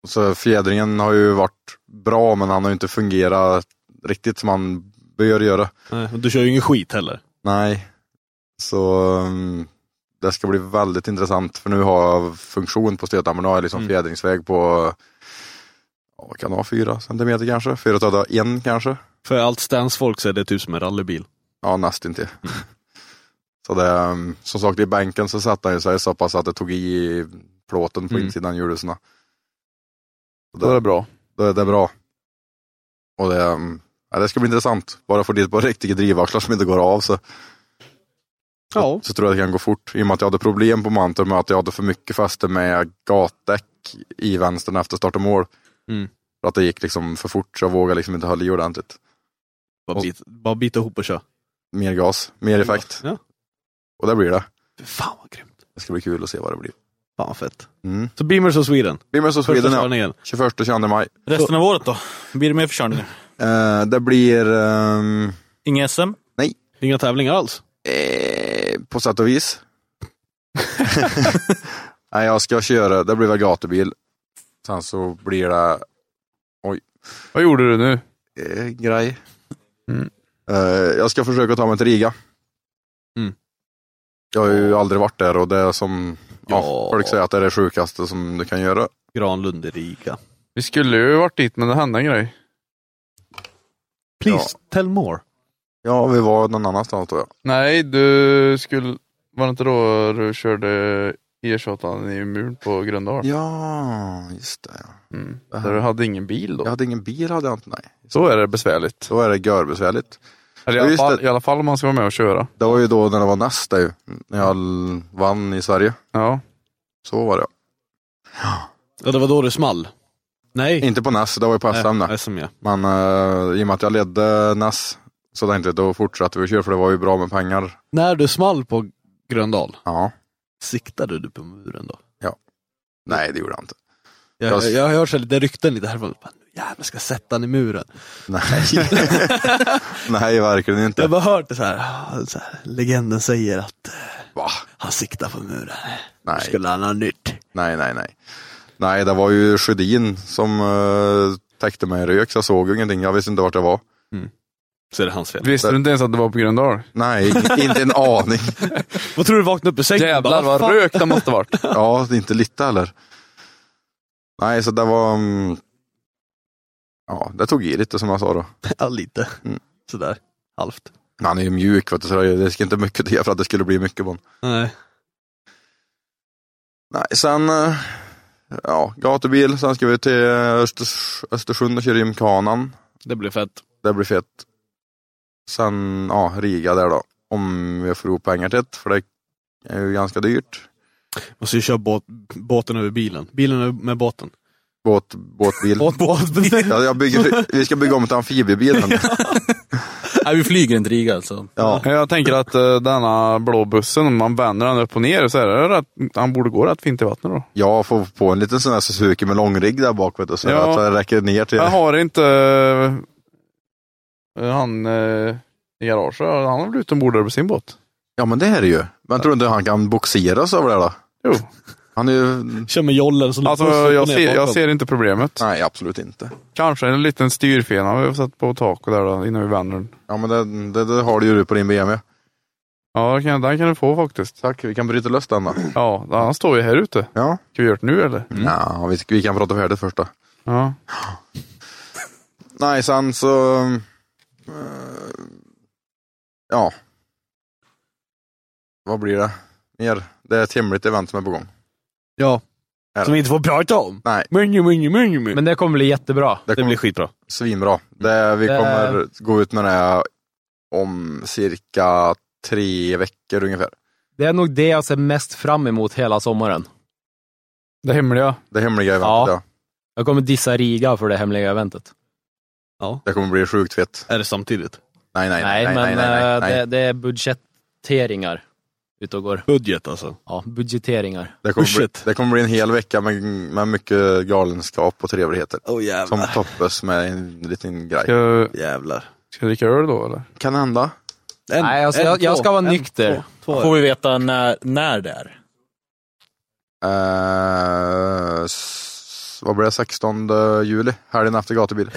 Speaker 4: Så fjädringen har ju varit bra men han har ju inte fungerat riktigt som han bör göra.
Speaker 3: Nej, och du kör ju ingen skit heller.
Speaker 4: Nej, så um, det ska bli väldigt intressant för nu har jag funktion på stötdammen. Nu har jag liksom
Speaker 3: Mm.
Speaker 4: fjädringsväg på, ja, vad kan det vara, fyra centimeter kanske? Fyra tada, en kanske?
Speaker 3: För allt stans folk så är det typ som en rallybil.
Speaker 4: Ja, nästintill. så det, um, som sagt i bänken så satte han ju sig så pass att det tog i plåten på
Speaker 3: Mm.
Speaker 4: insidan hjulhusen.
Speaker 6: Då var det bra.
Speaker 4: Då är det bra. Och det, um, ja, det ska bli intressant. Bara få dit på riktiga drivaxlar som inte går av så
Speaker 3: Ja.
Speaker 4: så tror jag att det kan gå fort. I och med att jag hade problem på Mantorp med att jag hade för mycket fäste med gatdäck i vänstern efter start och mål.
Speaker 3: Mm.
Speaker 4: För att det gick liksom för fort så jag vågade liksom inte hålla i ordentligt.
Speaker 3: Bara, bit, bara bita ihop och köra.
Speaker 4: Mer gas, mer effekt.
Speaker 3: Ja.
Speaker 4: Och det blir det.
Speaker 3: Fy Fan vad grymt.
Speaker 4: Det ska bli kul att se vad det blir.
Speaker 3: Fan vad fett.
Speaker 4: Mm.
Speaker 3: Så Beamers och Sweden.
Speaker 4: Bimmers och
Speaker 3: Första
Speaker 4: Sweden ja.
Speaker 3: körningen.
Speaker 4: 21-22 maj.
Speaker 7: Resten av året då? Blir det mer förkörningar?
Speaker 4: Eh, det blir ehm,
Speaker 7: Inga SM?
Speaker 3: Inga tävlingar alls.
Speaker 4: eh, på sätt och vis. Nej, jag ska köra, det blir väl gatubil. Sen så blir det
Speaker 6: Vad gjorde du nu?
Speaker 4: eh, grej.
Speaker 6: Mm.
Speaker 4: Eh, jag ska försöka ta mig till Riga.
Speaker 3: Mm.
Speaker 4: Jag har ju aldrig varit där och det är som ja.
Speaker 3: Ja.
Speaker 4: folk säger att det är det sjukaste som du kan göra.
Speaker 3: Granlund i Riga.
Speaker 6: Vi skulle ju varit dit, men det hände en grej.
Speaker 3: Please tell more.
Speaker 4: Ja, vi var någon annanstans tror jag.
Speaker 6: Nej, du skulle... Var det inte då du körde E28 i muren på Gröndal?
Speaker 4: Ja, just det. ja.
Speaker 6: Mm. Där du hade ingen bil då?
Speaker 4: Jag hade ingen bil, hade jag inte. Nej.
Speaker 6: Så är det besvärligt.
Speaker 4: Så är det görbesvärligt.
Speaker 6: Eller i,
Speaker 4: Ja,
Speaker 6: alla
Speaker 4: just
Speaker 6: fall,
Speaker 4: det.
Speaker 6: I alla fall om man ska vara med och köra.
Speaker 4: Det var ju då när det var nästa ju. När jag l- vann i Sverige.
Speaker 6: Ja.
Speaker 4: Så var det.
Speaker 3: Ja det var då det small. Nej.
Speaker 4: Inte på NAS, det var ju på SM
Speaker 3: Nej,
Speaker 4: det.
Speaker 3: SM ja.
Speaker 4: Men eh, i och med att jag ledde NAS så tänkte jag då fortsatte vi att köra för det var ju bra med pengar.
Speaker 3: När du small på Gröndal,
Speaker 4: Ja.
Speaker 3: siktade du på muren då?
Speaker 4: Nej, det gjorde jag inte.
Speaker 3: Jag,
Speaker 4: Jag-
Speaker 3: jag har hört så här lite rykten lite härifrån. Bara, Nu jävlar ska jag sätta den i muren.
Speaker 4: Nej, Nej verkligen inte.
Speaker 3: Jag har bara hört det så här, ah, så här. Legenden säger att eh,
Speaker 4: Va?
Speaker 3: han siktar på muren. Nu
Speaker 4: Nej,
Speaker 3: skulle han ha nytt.
Speaker 4: nej, nej, nej. Nej, det var ju Sjödin som uh, täckte mig i rök, så jag såg ju ingenting. Jag visste inte vart jag var.
Speaker 3: Så är det hans fel.
Speaker 6: Visste du inte ens att det var på Gröndal?
Speaker 4: Nej, inte en aning.
Speaker 3: Vad tror du vaknade upp i sängen?
Speaker 6: Jävlar
Speaker 3: Bara,
Speaker 6: vad
Speaker 3: "Fan."
Speaker 6: rök det måste varit.
Speaker 4: Ja, det är inte lite heller. Nej, så det var... mm, ja, det tog i lite som jag sa då.
Speaker 3: Ja, lite.
Speaker 4: Mm.
Speaker 3: Sådär. Halvt.
Speaker 4: Men Han är ju mjuk, vet du, så det det ska inte mycket till för att det skulle bli mycket på honom.
Speaker 3: Nej.
Speaker 4: Nej, sen... eh, ja, gatubil. Sen ska vi till Östers- Östersund och köra gymkanan.
Speaker 3: Det blev fett.
Speaker 4: Det blir fett. Sen, ja, Riga där då. Om jag får ihop pengar till det, för det är ju ganska dyrt.
Speaker 3: Och så kör båt, båten över bilen. Bilen över- med båten.
Speaker 4: Båt, båtbil.
Speaker 3: Båt, båt.
Speaker 4: Ja, jag bygger, vi ska bygga om till amfibiebilen.
Speaker 7: Nej, vi flyger inte Riga alltså.
Speaker 4: Ja,
Speaker 6: Jag tänker att eh, denna blå bussen, om man vänder den upp och ner så är det rätt, han borde gå rätt fint i vattnet då.
Speaker 4: jag får på en liten sån här Suzuki med långrigg där bak vet du, så
Speaker 6: Ja.
Speaker 4: att det räcker ner till...
Speaker 6: Jag har inte eh, han eh, i garaget, han har väl utombord där på sin båt.
Speaker 4: Ja men det är det ju. Men tror du inte han kan boxeras över det då?
Speaker 6: Jo.
Speaker 4: Han är ju...
Speaker 10: Kör med jollen så
Speaker 6: Alltså,
Speaker 10: puss upp och
Speaker 6: jag,
Speaker 10: ner
Speaker 6: ser,
Speaker 10: på
Speaker 6: jag
Speaker 10: den.
Speaker 6: ser inte problemet.
Speaker 4: Nej, absolut inte.
Speaker 6: Kanske en liten styrfena vi har satt på taket där då, innan vi vänder den.
Speaker 4: Ja, men det, det, det har du ju på din BMW.
Speaker 6: Ja, den kan, den kan du få faktiskt.
Speaker 4: Tack, vi kan bryta lös den då. Mm.
Speaker 6: Ja, han står ju här ute.
Speaker 4: Ja.
Speaker 6: Ska vi göra det nu eller?
Speaker 4: Ja, vi, vi kan prata färdigt först då.
Speaker 6: Ja.
Speaker 4: Nej, sen så... eh, ja. Vad blir det? Mer? Det är ett hemligt event som är på gång.
Speaker 10: Ja.
Speaker 4: Här.
Speaker 10: Som vi inte får prata om.
Speaker 4: Nej.
Speaker 10: Munju, munju, munju, munju.
Speaker 5: Men det kommer bli jättebra.
Speaker 4: Det
Speaker 3: Det
Speaker 4: kommer
Speaker 3: blir skitbra.
Speaker 4: svinbra. Det, vi
Speaker 5: Det-
Speaker 4: kommer gå ut med det här om cirka tre veckor ungefär.
Speaker 5: Det är nog det jag ser mest fram emot hela sommaren.
Speaker 6: Det hemliga.
Speaker 4: Det hemliga eventet,
Speaker 5: Ja.
Speaker 4: ja.
Speaker 5: Jag kommer dissa Riga för det hemliga eventet.
Speaker 4: Det kommer bli sjukt fett.
Speaker 3: Är det samtidigt?
Speaker 4: Nej, nej, nej, nej, nej,
Speaker 5: men
Speaker 4: nej, nej,
Speaker 5: eh, Det, det är budgeteringar ute och går.
Speaker 3: Budget alltså.
Speaker 5: Ja, budgeteringar.
Speaker 4: Det, kommer bli,
Speaker 3: Shit.
Speaker 4: det kommer bli en hel vecka med, med mycket galenskap och trevligheter.
Speaker 3: Oh
Speaker 4: Som
Speaker 3: jävlar.
Speaker 4: toppas med en liten grej.
Speaker 6: Ska,
Speaker 3: jävlar.
Speaker 6: ska jag dricka öl då eller?
Speaker 4: Kan hända.
Speaker 3: En,
Speaker 5: Nej, alltså, jag- jag ska vara nykter.
Speaker 3: Två, två.
Speaker 7: Får vi veta när, när det är?
Speaker 4: Eh, s- vad blir det, 16 juli? Helgen efter gatubil.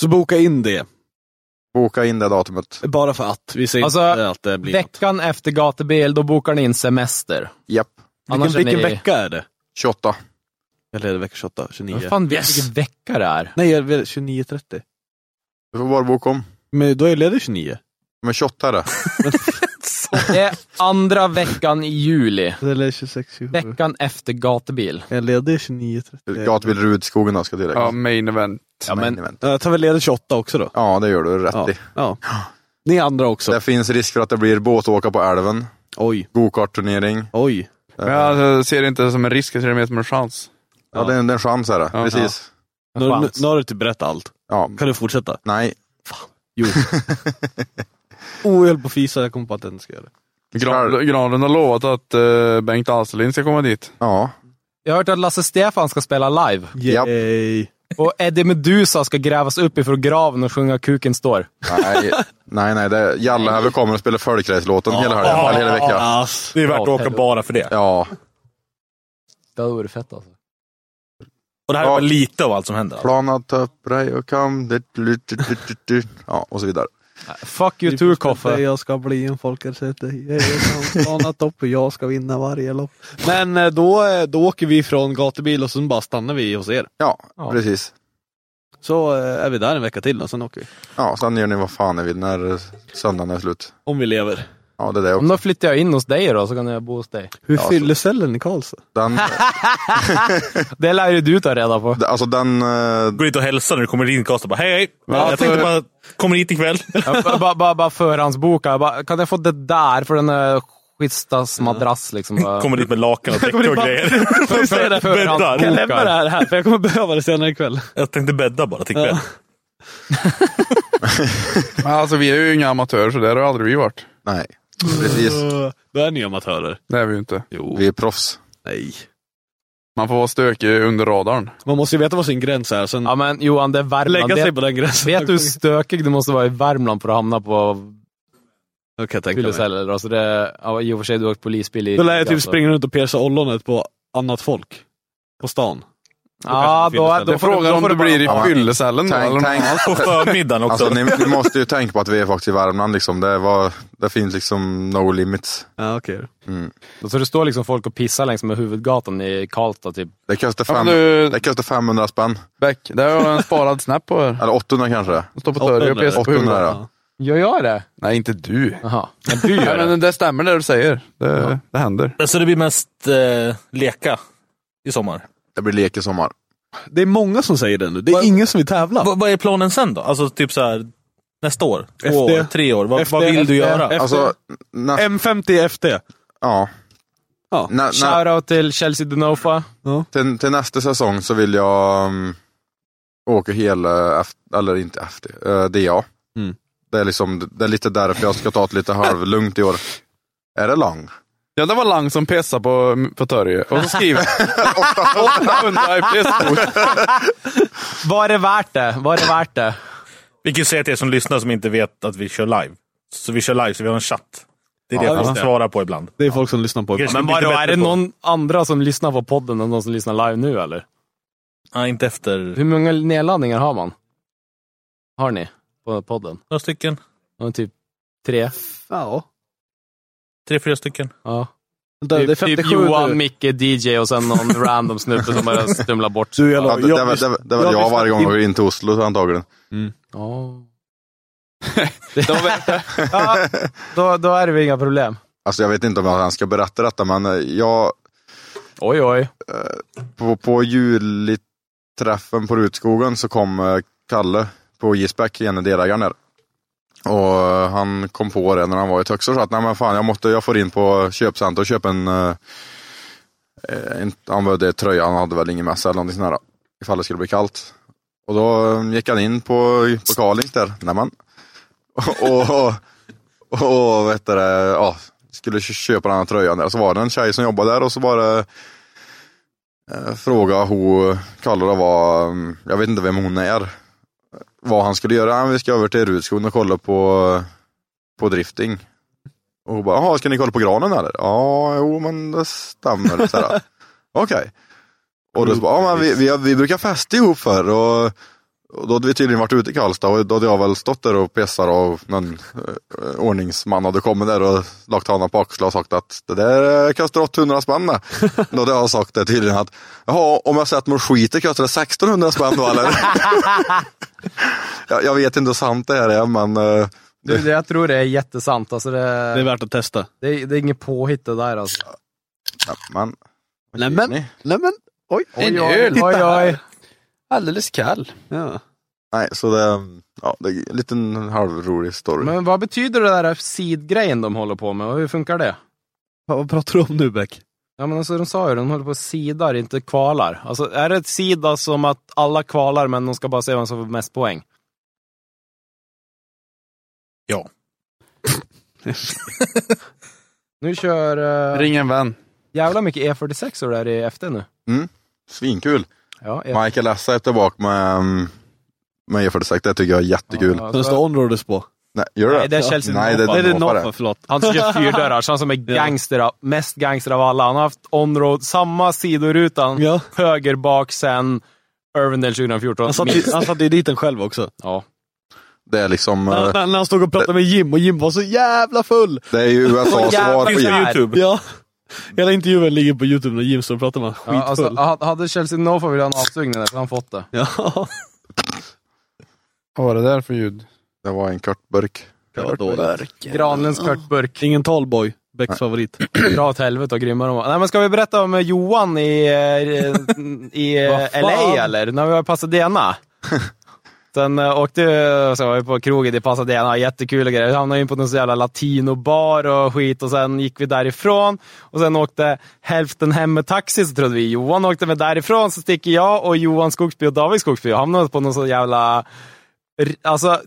Speaker 3: Så boka in det.
Speaker 4: Boka in det datumet.
Speaker 3: Bara för att. Vi säger
Speaker 5: Alltså,
Speaker 3: inte att det blir något.
Speaker 5: Veckan efter gatubil, då bokar ni in semester.
Speaker 4: Japp,
Speaker 3: Vilken,
Speaker 5: annars är
Speaker 3: vilken
Speaker 5: ni-
Speaker 3: vecka är det?
Speaker 4: 28.
Speaker 3: Eller är det vecka 28? 29?
Speaker 5: Vad fan vet
Speaker 3: Yes!
Speaker 5: vilken vecka det är?
Speaker 3: Nej, jag vet- 29.30.
Speaker 4: Du får bara boka om.
Speaker 3: Men då är det 29.
Speaker 4: Men 28 är det.
Speaker 5: Det är andra veckan i juli.
Speaker 3: Eller 26, 27.
Speaker 5: Veckan efter gatubil.
Speaker 3: Jag är ledig 29.30.
Speaker 4: Gatubil Rudskogen då, ska tilläggas.
Speaker 6: Ja, main event.
Speaker 5: Ja,
Speaker 4: Main
Speaker 5: men
Speaker 4: event.
Speaker 3: Jag tar väl ledigt 28 också då.
Speaker 4: ja, det gör du rätt
Speaker 3: Ja.
Speaker 4: i.
Speaker 3: ja. Ni andra också.
Speaker 4: Det finns risk för att det blir båtåka på älven,
Speaker 3: Oj,
Speaker 4: gokartturnering.
Speaker 3: oj.
Speaker 6: Men alltså, jag ser det inte som en risk, jag ser det mer som en chans.
Speaker 4: Ja, det är en, det är en chans är det.
Speaker 6: Ja.
Speaker 4: Precis.
Speaker 3: Nu, nu,
Speaker 5: chans.
Speaker 3: nu har du inte berättat allt.
Speaker 4: Ja.
Speaker 3: Kan du fortsätta?
Speaker 4: Nej,
Speaker 3: Oh, jag höll på att fisa. Jag kom på att jag inte ska göra det.
Speaker 6: Gran, Granlund har lovat att eh, Bengt Alsterlind ska komma dit.
Speaker 4: ja.
Speaker 5: jag har hört att Lasse Stefan ska spela live.
Speaker 4: Japp.
Speaker 3: Yay.
Speaker 5: Och Eddie Meduza ska grävas upp ifrån graven och sjunga Kuken står.
Speaker 4: Nej, nej, nej. Det, Jallahävel kommer och spelar folkracelåten hela helgen, eller hela veckan.
Speaker 3: Ass.
Speaker 7: Det är värt att
Speaker 5: Ja,
Speaker 7: åka
Speaker 5: helvete.
Speaker 7: bara för det.
Speaker 4: Ja,
Speaker 5: Det vore fett alltså.
Speaker 7: Och det här är
Speaker 4: Ja.
Speaker 7: bara lite av allt som händer.
Speaker 4: plan att ta upp dig och kam. dit, dit, dit, dit, dit, dit. Ja, och så vidare.
Speaker 5: Fuck you too Koffe.
Speaker 3: Jag ska bli en folkersäte. Jag har planat upp hur jag ska vinna varje lopp. Men eh, då, eh, då åker vi från gatubil och sen bara stannar vi hos er.
Speaker 4: Ja,
Speaker 5: Ja.
Speaker 4: precis.
Speaker 3: Så eh, är vi där en vecka till och sen åker vi.
Speaker 4: Ja, sen gör ni vad fan ni vill när eh, söndagen är slut.
Speaker 3: Om vi lever.
Speaker 4: Ja, det är det också.
Speaker 5: Om då flyttar jag in hos dig då, så kan jag bo hos dig.
Speaker 3: Hur
Speaker 4: Ja, så-
Speaker 3: fyller cellen i Karlstad?
Speaker 4: Den,
Speaker 5: Det lär ju du ta reda på.
Speaker 4: alltså den... eh,
Speaker 7: Gå dit och hälsa när du kommer in i Karlstad. Bara, Hej, hej!
Speaker 6: Ja,
Speaker 7: jag tänkte
Speaker 6: för-
Speaker 7: bara, kommer hit ikväll?
Speaker 5: Jag bara ba, ba, ba förhandsboka. Jag bara, kan jag få det där för den är schistas madrass liksom? Bara.
Speaker 7: Kommer dit med lakan och täcke och grejer.
Speaker 5: För- för-
Speaker 7: Bäddar.
Speaker 5: Kan jag lämna det
Speaker 3: här här? För jag kommer behöva det senare ikväll.
Speaker 7: Jag tänkte bädda bara till ikväll.
Speaker 6: Men alltså vi är ju inga amatörer så där har aldrig vi varit.
Speaker 4: Nej, precis.
Speaker 3: Då är ni amatörer.
Speaker 6: Det är vi ju inte.
Speaker 3: Jo.
Speaker 4: Vi är proffs.
Speaker 3: Nej.
Speaker 6: Man får vara stökig under radarn.
Speaker 3: Man måste ju veta vad sin gräns är. Sen
Speaker 5: Ja men Johan, det är Värmland.
Speaker 3: lägga sig
Speaker 5: Vet,
Speaker 3: på den gränsen.
Speaker 5: vet du hur stökig du måste vara i Värmland för att hamna på
Speaker 3: Då kan jag tänka mig.
Speaker 5: fylleceller? Alltså det, ja, I och för sig, du har åkt polisbil i...
Speaker 3: Då lär jag typ
Speaker 5: alltså.
Speaker 3: springa runt och pierca ollonet på annat folk. På stan.
Speaker 5: Ja, då,
Speaker 3: Det
Speaker 5: då,
Speaker 3: är
Speaker 5: får du-
Speaker 6: Frågan
Speaker 5: då
Speaker 6: om
Speaker 5: får
Speaker 6: det
Speaker 5: du bara-
Speaker 6: blir i
Speaker 4: Ja.
Speaker 6: fyllecellen då, eller
Speaker 4: Tänk,
Speaker 6: någon
Speaker 4: tänk.
Speaker 7: På förmiddagen också.
Speaker 4: Alltså, ni, ni måste ju tänka på att vi är faktiskt i Värmland. Liksom. Det, var, det finns liksom no limits.
Speaker 3: Ja, okej.
Speaker 5: Så det står liksom folk och pissar längs med huvudgatan i Karlstad typ.
Speaker 4: Det kostar,
Speaker 6: Ja, men
Speaker 4: fem,
Speaker 6: du,
Speaker 4: det kostar 500 spänn.
Speaker 6: Beck, där har jag en sparad snap på här.
Speaker 4: Eller 800 kanske.
Speaker 6: Den står på Törje och
Speaker 3: 800,
Speaker 6: pesar på
Speaker 4: 800
Speaker 6: huvudet.
Speaker 4: då.
Speaker 5: Gör jag det?
Speaker 6: Nej, inte du.
Speaker 5: Jaha. Men du
Speaker 6: Nej,
Speaker 5: gör det?
Speaker 6: men det stämmer det du säger. Det, det händer.
Speaker 7: Så det blir mest eh, leka i sommar.
Speaker 4: Det blir lek i sommar.
Speaker 3: Det är många som säger det nu. Det är
Speaker 7: Vad-
Speaker 3: ingen som vill tävla.
Speaker 7: Vad- vad är planen sen då? Alltså typ så här nästa år? Två
Speaker 3: FD.
Speaker 7: år? Tre år? Vad,
Speaker 3: FD,
Speaker 7: vad vill du
Speaker 3: FD.
Speaker 7: göra?
Speaker 3: Efter-
Speaker 4: Alltså, nä,
Speaker 3: M50 FD.
Speaker 4: ja.
Speaker 3: Ja.
Speaker 4: Nä, nä,
Speaker 5: Shoutout till Chelsea Denofa.
Speaker 4: till, till nästa säsong så vill jag um, åka hela, F, eller inte efter, eh, DA.
Speaker 3: Mm.
Speaker 4: Det, är liksom, det är lite därför jag ska ta det lite halvlugnt i år. Är det lång?
Speaker 6: Ja, det var Lang som pessade på, på Törje och så skriver 800 i pessbok.
Speaker 5: Var det värt det? Var det värt det?
Speaker 7: Vi kan ju säga till er som lyssnar som inte vet att vi kör live. Så vi kör live, så vi har en chatt. Det är det
Speaker 3: Ja,
Speaker 7: han
Speaker 3: just det.
Speaker 7: svarar på ibland.
Speaker 3: Det är folk som lyssnar på
Speaker 7: Okej.
Speaker 3: det.
Speaker 5: Men
Speaker 7: bli
Speaker 5: vadå,
Speaker 7: bättre
Speaker 5: är det
Speaker 7: på-
Speaker 5: någon andra som lyssnar på podden än de som lyssnar live nu eller?
Speaker 7: Ja, inte efter
Speaker 5: Hur många nedladdningar har man? Har ni? På podden?
Speaker 7: några stycken.
Speaker 5: Ja, men typ tre?
Speaker 3: Ja.
Speaker 7: Tre, fyra stycken.
Speaker 5: Ja.
Speaker 3: Vänta, Det är
Speaker 5: Typ, typ
Speaker 3: 57
Speaker 5: Johan,
Speaker 3: nu.
Speaker 5: Micke, DJ och sen någon random snubbe som bara stumlar bort.
Speaker 3: Du, jag
Speaker 4: Ja,
Speaker 3: la-
Speaker 4: det, det,
Speaker 3: jag-
Speaker 4: var- det, var- det var
Speaker 3: jag
Speaker 4: jag,
Speaker 3: lyssnar
Speaker 4: varje gång
Speaker 3: in-
Speaker 4: jag går in till Oslo antagligen.
Speaker 5: Ja. ja, då, då är det väl inga problem.
Speaker 4: Alltså jag vet inte om jag ens ska berätta detta, men eh, jag
Speaker 5: Oj, oj.
Speaker 4: på, på julträffen på Rutskogen så kom eh, Kalle på Gisbäck, generdelägaren där. Och eh, han kom på det när han var i Töcksfors att nej men fan jag, måste, jag får in på köpcenter och köpa en, eh, eh, en han behövde tröja, han hade väl ingen mässa eller någonting sånt där. Ifall det skulle bli kallt. Och då eh, gick han in på, på Kalix där, nämen. Och, och, och, och vet du, det, ja, skulle köpa den här tröjan där. Så var det en tjej som jobbade där och så var det eh, fråga hon kallade var, mm, jag vet inte vem hon är, vad han skulle göra. "Ja, Vi ska över till Rudskogen och kolla på, på drifting. Och hon bara, jaha, ska ni kolla på granen eller? Ja, jo men det stämmer. Så här. Okej. Och då så bara, ja men vi, vi, vi brukar festa ihop förr. Och, och då hade vi tydligen varit ute i Karlstad och då hade jag väl stått där och pessar och någon eh, ordningsman hade kommit där och lagt handen på axlarna och sagt att det där eh, kostar 800 spänn det. Då hade jag sagt det tydligen att jaha, om jag sätter mig och skiter kostar det 1600 spänn då eller? jag, jag vet inte hur sant det här är men eh,
Speaker 5: Du, det, jag tror det är jättesant. Alltså det,
Speaker 8: Det är
Speaker 5: det,
Speaker 8: värt att testa.
Speaker 5: det, är inget påhitt det där alltså.
Speaker 4: ja, men,
Speaker 8: Nämen,
Speaker 4: Nej.
Speaker 8: nämen. Oj,
Speaker 6: En öl!
Speaker 8: titta
Speaker 5: Oj,
Speaker 8: här.
Speaker 5: oj.
Speaker 6: Alldeles kall.
Speaker 8: Ja.
Speaker 4: nej, så det, ja, det är en liten halvrolig story.
Speaker 5: Men vad betyder det där seed-grejen de håller på med och hur funkar det?
Speaker 8: Vad vad pratar du om nu Beck?
Speaker 5: Ja men alltså de sa ju de håller på och sidar, inte kvalar. Alltså är det ett sida som att alla kvalar men de ska bara se vem som får mest poäng?
Speaker 7: Ja.
Speaker 5: nu kör eh,
Speaker 6: Ring en vän.
Speaker 5: jävla mycket E46 och det där i FD nu.
Speaker 4: Svinkul.
Speaker 5: Ja, E-
Speaker 4: Michael Essa är tillbaka med, mm, med E46, det tycker jag är jättekul.
Speaker 5: Ja,
Speaker 8: Som det
Speaker 5: alltså,
Speaker 8: står onroaders på.
Speaker 4: Nej, gör det?
Speaker 5: Nej, det är Chelsea
Speaker 4: Nej, det
Speaker 5: Nova.
Speaker 8: Nej,
Speaker 4: är
Speaker 8: det är
Speaker 4: Nova det.
Speaker 8: Napa, förlåt.
Speaker 5: han som kör fyrdörrar, så han som är gangster, av- mest gangster av alla. Han har haft onroad, samma sidorutan,
Speaker 8: Ja.
Speaker 5: höger bak sen Irvindale 2014.
Speaker 8: Han satte ju- han satte ju dit den själv också.
Speaker 5: Ja.
Speaker 4: Det är liksom,
Speaker 8: När,
Speaker 4: eh,
Speaker 8: när, när han stod och pratade med Jim och Jim var så jävla full.
Speaker 4: det är ju USAs svar på
Speaker 5: Jävlar.
Speaker 4: Jim.
Speaker 7: Youtube.
Speaker 8: Ja. Hela intervjun ligger på Youtube när Jim står och pratar med honom.
Speaker 5: Ja, alltså,
Speaker 8: Skitfull.
Speaker 5: ha- hade Chelsea Nova velat ha en avsugning där, för han fått det.
Speaker 8: Ja.
Speaker 6: Vad var det där för ljud?
Speaker 4: Det var en kartburk.
Speaker 5: Granlunds kartburk.
Speaker 8: Ingen talboy. Becks favorit.
Speaker 5: Dra åt helvete och grymma de var. Nej men ska vi berätta om eh, Johan i, eh, i eh,
Speaker 8: Vad fan?
Speaker 5: LA eller? När vi var i Pasadena. Sen eh, åkte jag- så var vi på krogen i Pasadena, jättekul och grejer. Vi hamnade in på någon så jävla latinobar och skit och sen gick vi därifrån. Och sen åkte hälften hem med taxi så trodde vi Johan åkte med därifrån. Så sticker jag och Johan Skogsby och David Skogsby och hamnade på någon så jävla... r- Alltså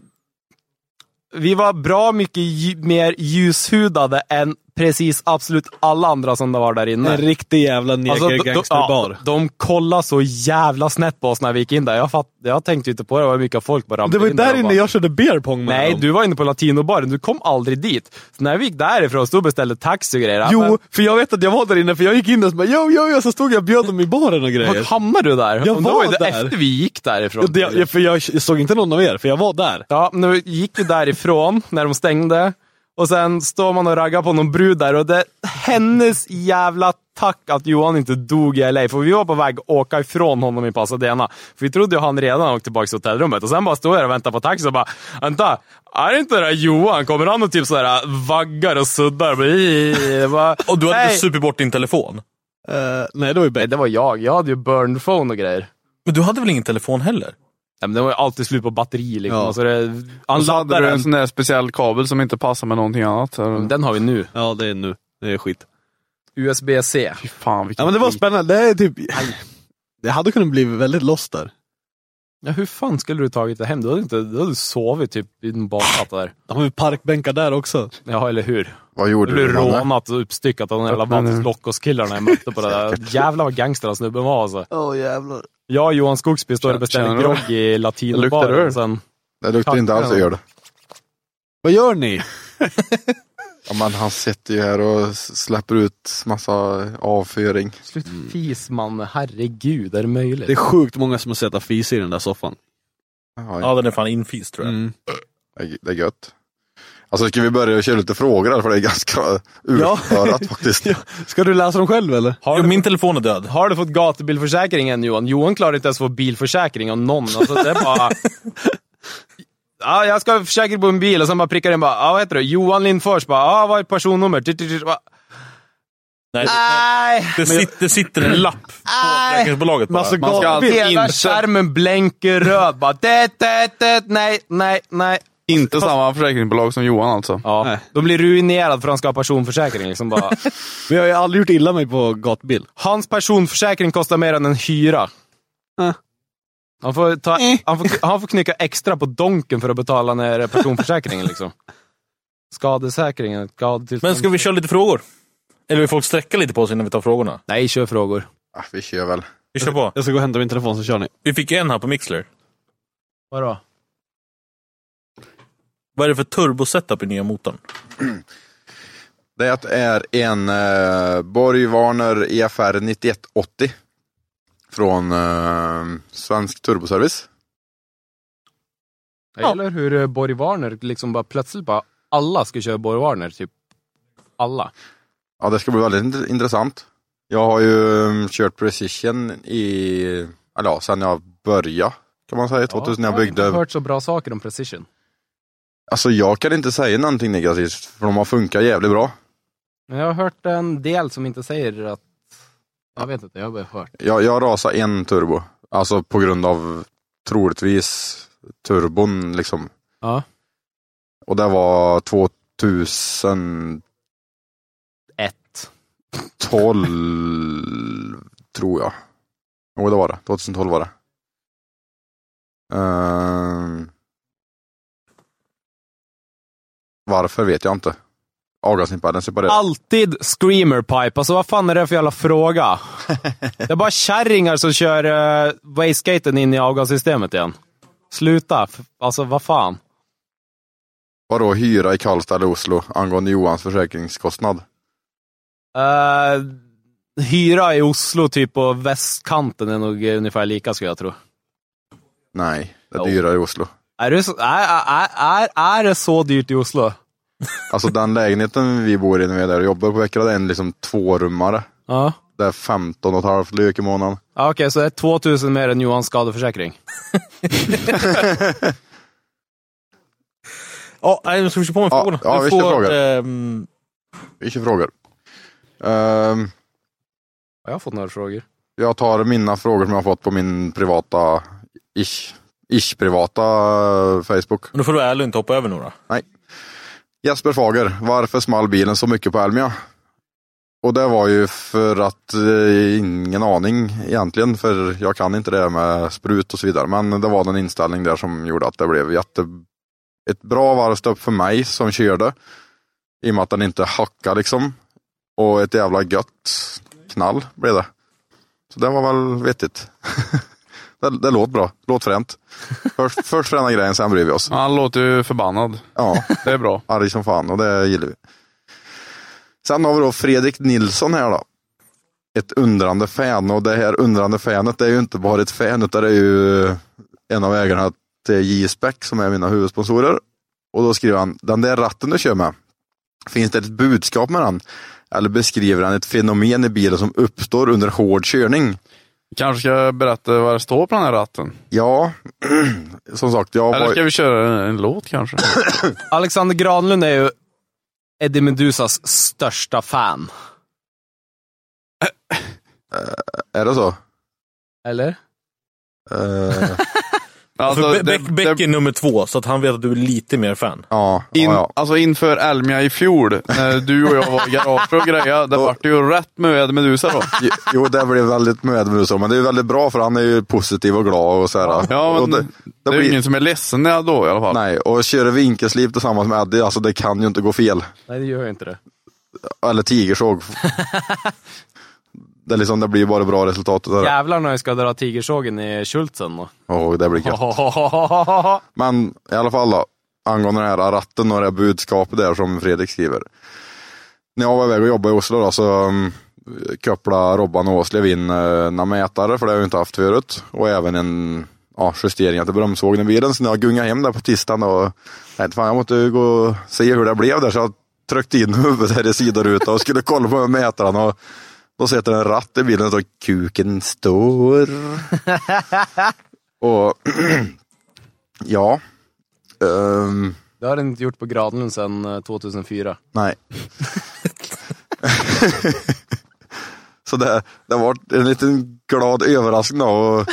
Speaker 5: vi var bra mycket lju- mer ljushudade än precis absolut alla andra som var där inne.
Speaker 8: En riktig jävla
Speaker 5: Alltså, d- d-
Speaker 8: negergangsterbar.
Speaker 5: ja, de kollade så jävla snett på oss när vi gick in där. Jag, fatt, jag tänkte ju inte på det, vad mycket folk bara ramlade
Speaker 8: det var ju
Speaker 5: in och
Speaker 8: där inne
Speaker 5: bara-
Speaker 8: jag körde beer pong med
Speaker 5: Nej,
Speaker 8: dem.
Speaker 5: du var inne på latinobaren. Du kom aldrig dit. Så när vi gick därifrån stod och beställde taxi och grejer.
Speaker 8: Jo,
Speaker 5: Men-
Speaker 8: för jag vet att jag var där inne för jag gick in och så bara yo, yo, yo, så stod jag och bjöd dem i baren och
Speaker 5: Var
Speaker 8: grejer.
Speaker 5: hamnade du där?
Speaker 8: Jag
Speaker 5: Och då
Speaker 8: var
Speaker 5: ju det
Speaker 8: där.
Speaker 5: Efter vi gick därifrån.
Speaker 8: Ja, det, jag, för jag såg inte någon av er, för jag var där.
Speaker 5: Ja, nu gick vi därifrån när de stängde. Och sen står man och raggar på någon brud där och det hennes jävla tack att Johan inte dog i LA. För vi var på väg att åka ifrån honom i Pasadena. För vi trodde ju han redan åkt tillbaka till hotellrummet. Och sen bara står jag och väntar på taxi och bara “Vänta, är det inte det där Johan? Kommer han och typ sådär vaggar och suddar?” Bara, "Ii." Det bara,
Speaker 7: Och du hade
Speaker 5: "Nej."
Speaker 7: inte supit bort din telefon?
Speaker 8: Eh, nej, det var ju
Speaker 5: Nej,
Speaker 8: Beck.
Speaker 5: det var jag. Jag hade ju burned phone och grejer.
Speaker 7: Men du hade väl ingen telefon heller?
Speaker 5: Nej, men det var ju alltid slut på batteri liksom.
Speaker 8: Ja.
Speaker 5: Och så det, han
Speaker 6: Och så hade
Speaker 5: laddade
Speaker 6: du en
Speaker 5: den.
Speaker 6: sån där speciell kabel som inte passar med någonting annat.
Speaker 5: Den har vi nu.
Speaker 8: Ja, det är nu. Det är skit.
Speaker 5: USB-C.
Speaker 6: Fy fan vilken
Speaker 8: Ja, men det var
Speaker 6: skit.
Speaker 8: spännande. Det är typ... Det hade kunnat bli väldigt lost där.
Speaker 5: Ja, hur fan skulle du tagit det hem? Du hade, inte, du hade sovit typ i en badplatta där.
Speaker 8: De har ju parkbänkar där också.
Speaker 5: Ja, eller hur?
Speaker 4: Vad
Speaker 5: Du
Speaker 4: gjorde du?
Speaker 5: blev
Speaker 4: Nanne?
Speaker 5: rånat och uppstyckat av de jävla
Speaker 6: Öppna nu.
Speaker 5: Vantis-Lockos-killarna jag mötte på det där. Jävlar vad gangster den snubben var alltså.
Speaker 8: Åh oh, jävlar.
Speaker 5: Jag och Johan Skogsby står och beställer
Speaker 6: Tjena,
Speaker 5: grogg i
Speaker 6: Det luktar öl.
Speaker 5: latinobaren. Sen,
Speaker 4: Det luktar inte alls öl.
Speaker 8: Vad gör ni?
Speaker 4: Ja, men han sitter ju här och s- släpper ut massa avföring.
Speaker 5: Slut fis man, herregud, är det möjligt?
Speaker 8: Det är sjukt många som har sett att fis i den där soffan.
Speaker 4: Ja,
Speaker 7: Ja, den är fan infis tror jag.
Speaker 8: Mm.
Speaker 4: det är- Det är gött. Alltså ska vi börja köra lite frågor här för det är ganska utförat faktiskt.
Speaker 8: Ska du läsa dem själv eller?
Speaker 7: Har jo, min telefon är död.
Speaker 5: Har du fått gatubilförsäkring än Johan? Johan klarar inte ens att få bilförsäkring av någon. Alltså, det är bara... Ja, jag ska försäkra på en bil och sen bara prickar den bara, ja, vad heter du? Johan Lindfors bara, ja, vad är personnummer? Tut, tut, tut. Bara,
Speaker 7: Nej,
Speaker 4: Ah.
Speaker 5: Nej!
Speaker 7: det, sitter, det sitter en lapp på försäkringsbolaget bara.
Speaker 8: Alltså,
Speaker 5: Man ska alltid Hela
Speaker 8: inte-
Speaker 5: skärmen blänker röd. Bara, det, det, det, nej, nej, nej.
Speaker 6: Inte samma försäkringsbolag som Johan alltså.
Speaker 5: Ja,
Speaker 8: Nej.
Speaker 5: de blir ruinerade för att han ska ha personförsäkring. Liksom bara.
Speaker 8: Men jag har ju aldrig gjort illa mig på gatbil.
Speaker 5: Hans personförsäkring kostar mer än en hyra.
Speaker 8: Äh.
Speaker 5: Han, får ta, han, får, han får knycka extra på donken för att betala när personförsäkringen liksom. Skadesäkringen, skadetillstånd.
Speaker 7: Men ska vi köra lite frågor? Eller vill folk sträcka lite på sig innan vi tar frågorna?
Speaker 5: Nej, kör frågor.
Speaker 4: Ja, vi kör väl.
Speaker 7: Vi kör på.
Speaker 8: Jag ska gå och hämta min telefon så kör ni.
Speaker 7: Vi fick en här på Mixler.
Speaker 5: Vadå?
Speaker 7: Vad är det för turbosetup i nya motorn?
Speaker 4: Det är en eh, E Borg Warner EFR 9180 från eh, Svensk Turboservice.
Speaker 5: Jag gillar hur eh, Borg Warner liksom bara plötsligt bara, alla ska köra Borg Warner, typ. Alla.
Speaker 4: Ja, det ska bli väldigt int- intressant. Jag har ju mm, kört Precision i, eller ja, sen jag började kan man säga, 2000 jag
Speaker 5: Jag
Speaker 4: byggde.
Speaker 5: har inte hört så bra saker om Precision.
Speaker 4: Alltså jag kan inte säga någonting negativt, för de har funkat jävligt bra.
Speaker 5: Men jag har hört en del som inte säger att... Jag vet inte, jag har bara hört.
Speaker 4: Jag, jag rasade en turbo, alltså på grund av troligtvis turbon liksom.
Speaker 5: Ja.
Speaker 4: Och det var 2012
Speaker 5: Ett.
Speaker 4: tror jag. Jo det var det, 2012 var det. Ehm. varför vet jag inte. Avgasnipparen separerade.
Speaker 5: Alltid screamerpipe. Alltså vad fan är det för jävla fråga? Det är bara kärringar som kör uh, wastegaten in i avgassystemet igen. Sluta. F- Alltså vad fan.
Speaker 4: Vadå hyra i Karlstad eller Oslo angående Johans försäkringskostnad?
Speaker 5: Eh, hyra i Oslo typ på västkanten är nog eh, ungefär lika skulle jag tro.
Speaker 4: Nej, det
Speaker 5: Jo.
Speaker 4: är dyrare i Oslo.
Speaker 5: Är det så, är, är, är, är det så dyrt i Oslo?
Speaker 4: Alltså den lägenheten vi bor i när vi är där och jobbar på veckan, det är en liksom tvårummare.
Speaker 5: Ja.
Speaker 4: Det är 15 och ett halvt lök i månaden.
Speaker 5: Ja, Okej, så det är 2000 mer än Johans skadeförsäkring.
Speaker 7: Ja, nej, ska vi köra på med
Speaker 4: Ja,
Speaker 7: frågorna?
Speaker 4: ja,
Speaker 7: Du
Speaker 4: vi kör
Speaker 7: får,
Speaker 4: frågor.
Speaker 7: ehm,
Speaker 4: Vi kör frågor. Ehm,
Speaker 5: Jag har fått några frågor.
Speaker 4: jag tar mina frågor som jag har fått på min privata, ish, ish privata eh, Facebook.
Speaker 7: men då får du vara ärlig och inte hoppa över några.
Speaker 4: Jesper Fager, varför small bilen så mycket på Elmia? Och det var ju för att, eh, ingen aning egentligen, för jag kan inte det här med sprut och så vidare. Men det var en inställning där som gjorde att det blev jätte, ett bra varvstopp för mig som körde. I och med att den inte hackade liksom. Och ett jävla gött knall blev det. Så det var väl vettigt. det, det låter bra, låter fränt. Först, först fräna grejen, sen bryr vi oss.
Speaker 6: Han låter ju förbannad.
Speaker 4: Ja
Speaker 6: Det är bra.
Speaker 4: arg som fan och det gillar vi. Sen har vi då Fredrik Nilsson här då. Ett undrande fan och det här undrande fanet det är ju inte bara ett fan utan det är ju en av ägarna till J-Spec som är mina huvudsponsorer. Och då skriver han, den där ratten du kör med, finns det ett budskap med den? Eller beskriver han ett fenomen i bilen som uppstår under hård körning?
Speaker 6: Kanske ska berätta vad det står på den här ratten.
Speaker 4: Ja, som sagt, jag
Speaker 6: Eller
Speaker 4: var...
Speaker 6: ska vi köra en, en låt kanske?
Speaker 5: Alexander Granlund är ju Eddie Medusas största fan.
Speaker 4: Är det så?
Speaker 5: Eller?
Speaker 4: Eh,
Speaker 6: Alltså,
Speaker 7: För Be-
Speaker 6: det-
Speaker 7: Beck, Beck är nummer två, så att han vet att du är lite mer fan.
Speaker 4: ja, ja,
Speaker 6: In,
Speaker 4: ja.
Speaker 6: Alltså inför Elmia i fjol, när du och jag var i garaget och grejade, det
Speaker 4: Då-
Speaker 6: vart ju rätt med Medusa då.
Speaker 4: Jo- Jo, det blev väldigt mödosamt, men det är väldigt bra för han är ju positiv och glad och så här.
Speaker 6: Ja,
Speaker 4: och
Speaker 6: men det, är ju
Speaker 4: blir-
Speaker 6: ingen som är ledsen då i alla fall.
Speaker 4: Nej, och köra vinkelsliv tillsammans med Eddie, alltså det kan ju inte gå fel.
Speaker 5: Nej, det gör ju inte det.
Speaker 4: Eller tigersåg. det, är liksom, det blir bara bra resultat. Och där.
Speaker 5: Jävlar när jag ska dra tigersågen i Schultzen. då.
Speaker 4: Åh, det blir gött. Men i alla fall då. angående den här ratten och det här budskapet där som Fredrik skriver. När jag var iväg och jobbade i Oslo då, så um, kopplade Robban och Åslev in eh, några mätare, för det har jag ju inte haft förut. Och även en ja, justering till bromsvågen i bilen. Så när jag gungade hem där på tisdagen och tänkte fan jag måste ju gå och se hur det blev där. Så jag tryckte in huvudet här i sidorutan och skulle kolla på mätaren. Och då sitter det en ratt i bilen och står kuken står. och ja. Ehm,
Speaker 5: Det har den inte gjort på Granlund sedan eh, 2004.
Speaker 4: nej. Så det, det var en liten glad överraskning då. Och,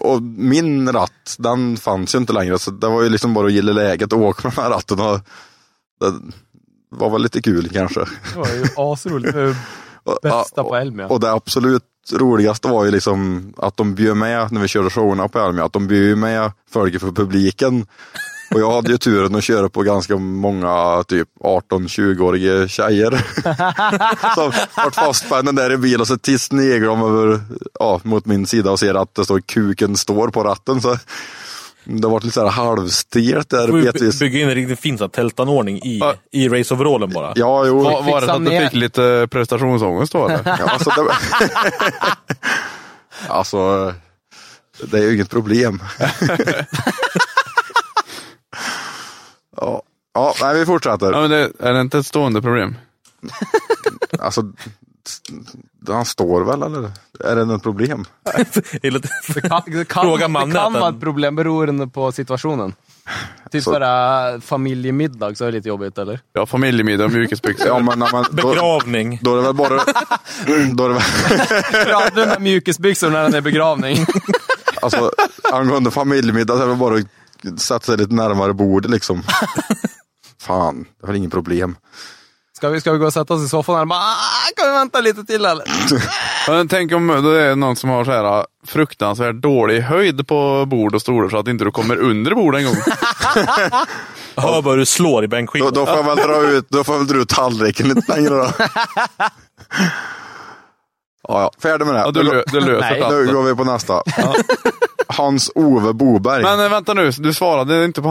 Speaker 4: och min ratt, den fanns ju inte längre. Så det var ju liksom bara att gilla läget och åka med den här ratten. Och det var väl lite kul kanske.
Speaker 5: Det var ju asroligt. Det var ju
Speaker 4: Och-
Speaker 5: bästa
Speaker 4: ja,
Speaker 5: på Elmia.
Speaker 4: Och det absolut roligaste var ju liksom att de bjöd med, när vi körde showerna på Elmia, att de bjöd ju med folk för publiken. Och jag hade ju turen att köra på ganska många typ 18-20-åriga tjejer. som vart fastspända där i bilen och så tills sneglar de över, ja, mot min sida och ser att det står kuken står på ratten. Så det var lite så här halvstelt där
Speaker 7: Får ju by-
Speaker 4: bitvis.
Speaker 7: bygga in en riktigt fin så här tältanordning i,
Speaker 4: Ja.
Speaker 7: i raceoverallen bara.
Speaker 4: Ja, jo.
Speaker 6: Var, var det så att du
Speaker 5: ner.
Speaker 6: fick lite prestationsångest då eller?
Speaker 4: Ja, alltså, det... alltså, det är ju inget problem. ja, ja nej, vi
Speaker 6: Ja,
Speaker 4: fortsätter.
Speaker 6: men det, är det inte ett stående problem?
Speaker 4: Alltså, han står väl eller? Är det något problem?
Speaker 7: Det är lite-
Speaker 5: Det kan, det kan,
Speaker 7: Fråga
Speaker 5: det kan
Speaker 7: mannen.
Speaker 5: vara ett problem beroende på situationen. Typ
Speaker 4: Så-
Speaker 5: bara familjemiddag så är det lite jobbigt eller?
Speaker 6: Ja, familjemiddag och mjukisbyxor.
Speaker 4: Ja, men, när man, då,
Speaker 7: Begravning.
Speaker 4: då är det väl bara... Då är det väl,
Speaker 5: Ja, du med mjukisbyxor när den är begravning.
Speaker 4: alltså, angående familjemiddag så är det väl bara att sätta sig lite närmare bordet liksom. Fan, det är väl inget problem.
Speaker 5: Ska vi, ska vi gå och sätta oss i soffan här och bara, "Ah, kan vi vänta lite till eller?
Speaker 6: Men tänk om det är någon som har så här ah, fruktansvärt dålig höjd på bord och stolar så att inte du kommer under bord en gång.
Speaker 7: Hör bara hur du slår i
Speaker 4: Då,
Speaker 7: bänkskivan.
Speaker 4: då får jag väl dra ut, då får jag väl dra ut tallriken lite längre då. ja, ja, färdig med det.
Speaker 6: Ja, du, lö, du löser
Speaker 4: nu
Speaker 6: platsen.
Speaker 4: går vi på nästa. Hans-Ove Boberg.
Speaker 6: Men eh, vänta nu, du svarade inte på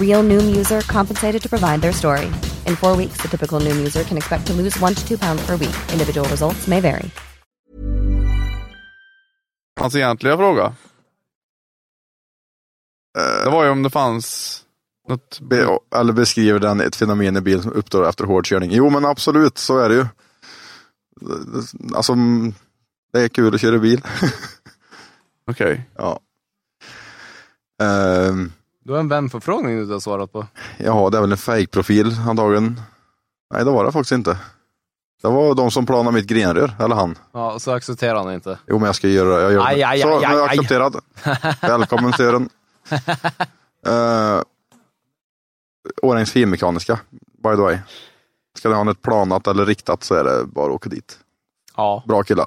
Speaker 11: Real Noom user compensated to provide their story. In four weeks, the typical Noom user can expect to lose one to two pounds per week. Individual results may vary.
Speaker 6: hans egentliga fråga. Det var ju om det fanns något...
Speaker 4: Eh, Be, eller beskriver den ett fenomen i bil som uppstår efter hård körning. Jo men absolut, så är det ju. Alltså, det är kul att köra bil.
Speaker 6: Okej.
Speaker 4: ja. Ehm,
Speaker 5: Du har en vänförfrågning du inte har svarat på.
Speaker 4: Jaha, det är väl en fake-profil antagligen. Nej, det var det faktiskt inte. Det var de som planade mitt grenrör, eller han.
Speaker 5: Ja, och så accepterar han inte.
Speaker 4: Jo, men jag ska göra det. Jag gör det.
Speaker 5: Aj, aj,
Speaker 4: Så,
Speaker 5: aj,
Speaker 4: nu har jag
Speaker 5: aj, aj.
Speaker 4: accepterat. Välkommen Sören. uh, Årängs finmekaniska, by the way. Ska ni ha något planat eller riktat så är det bara att åka dit.
Speaker 5: Ja.
Speaker 4: Bra killar.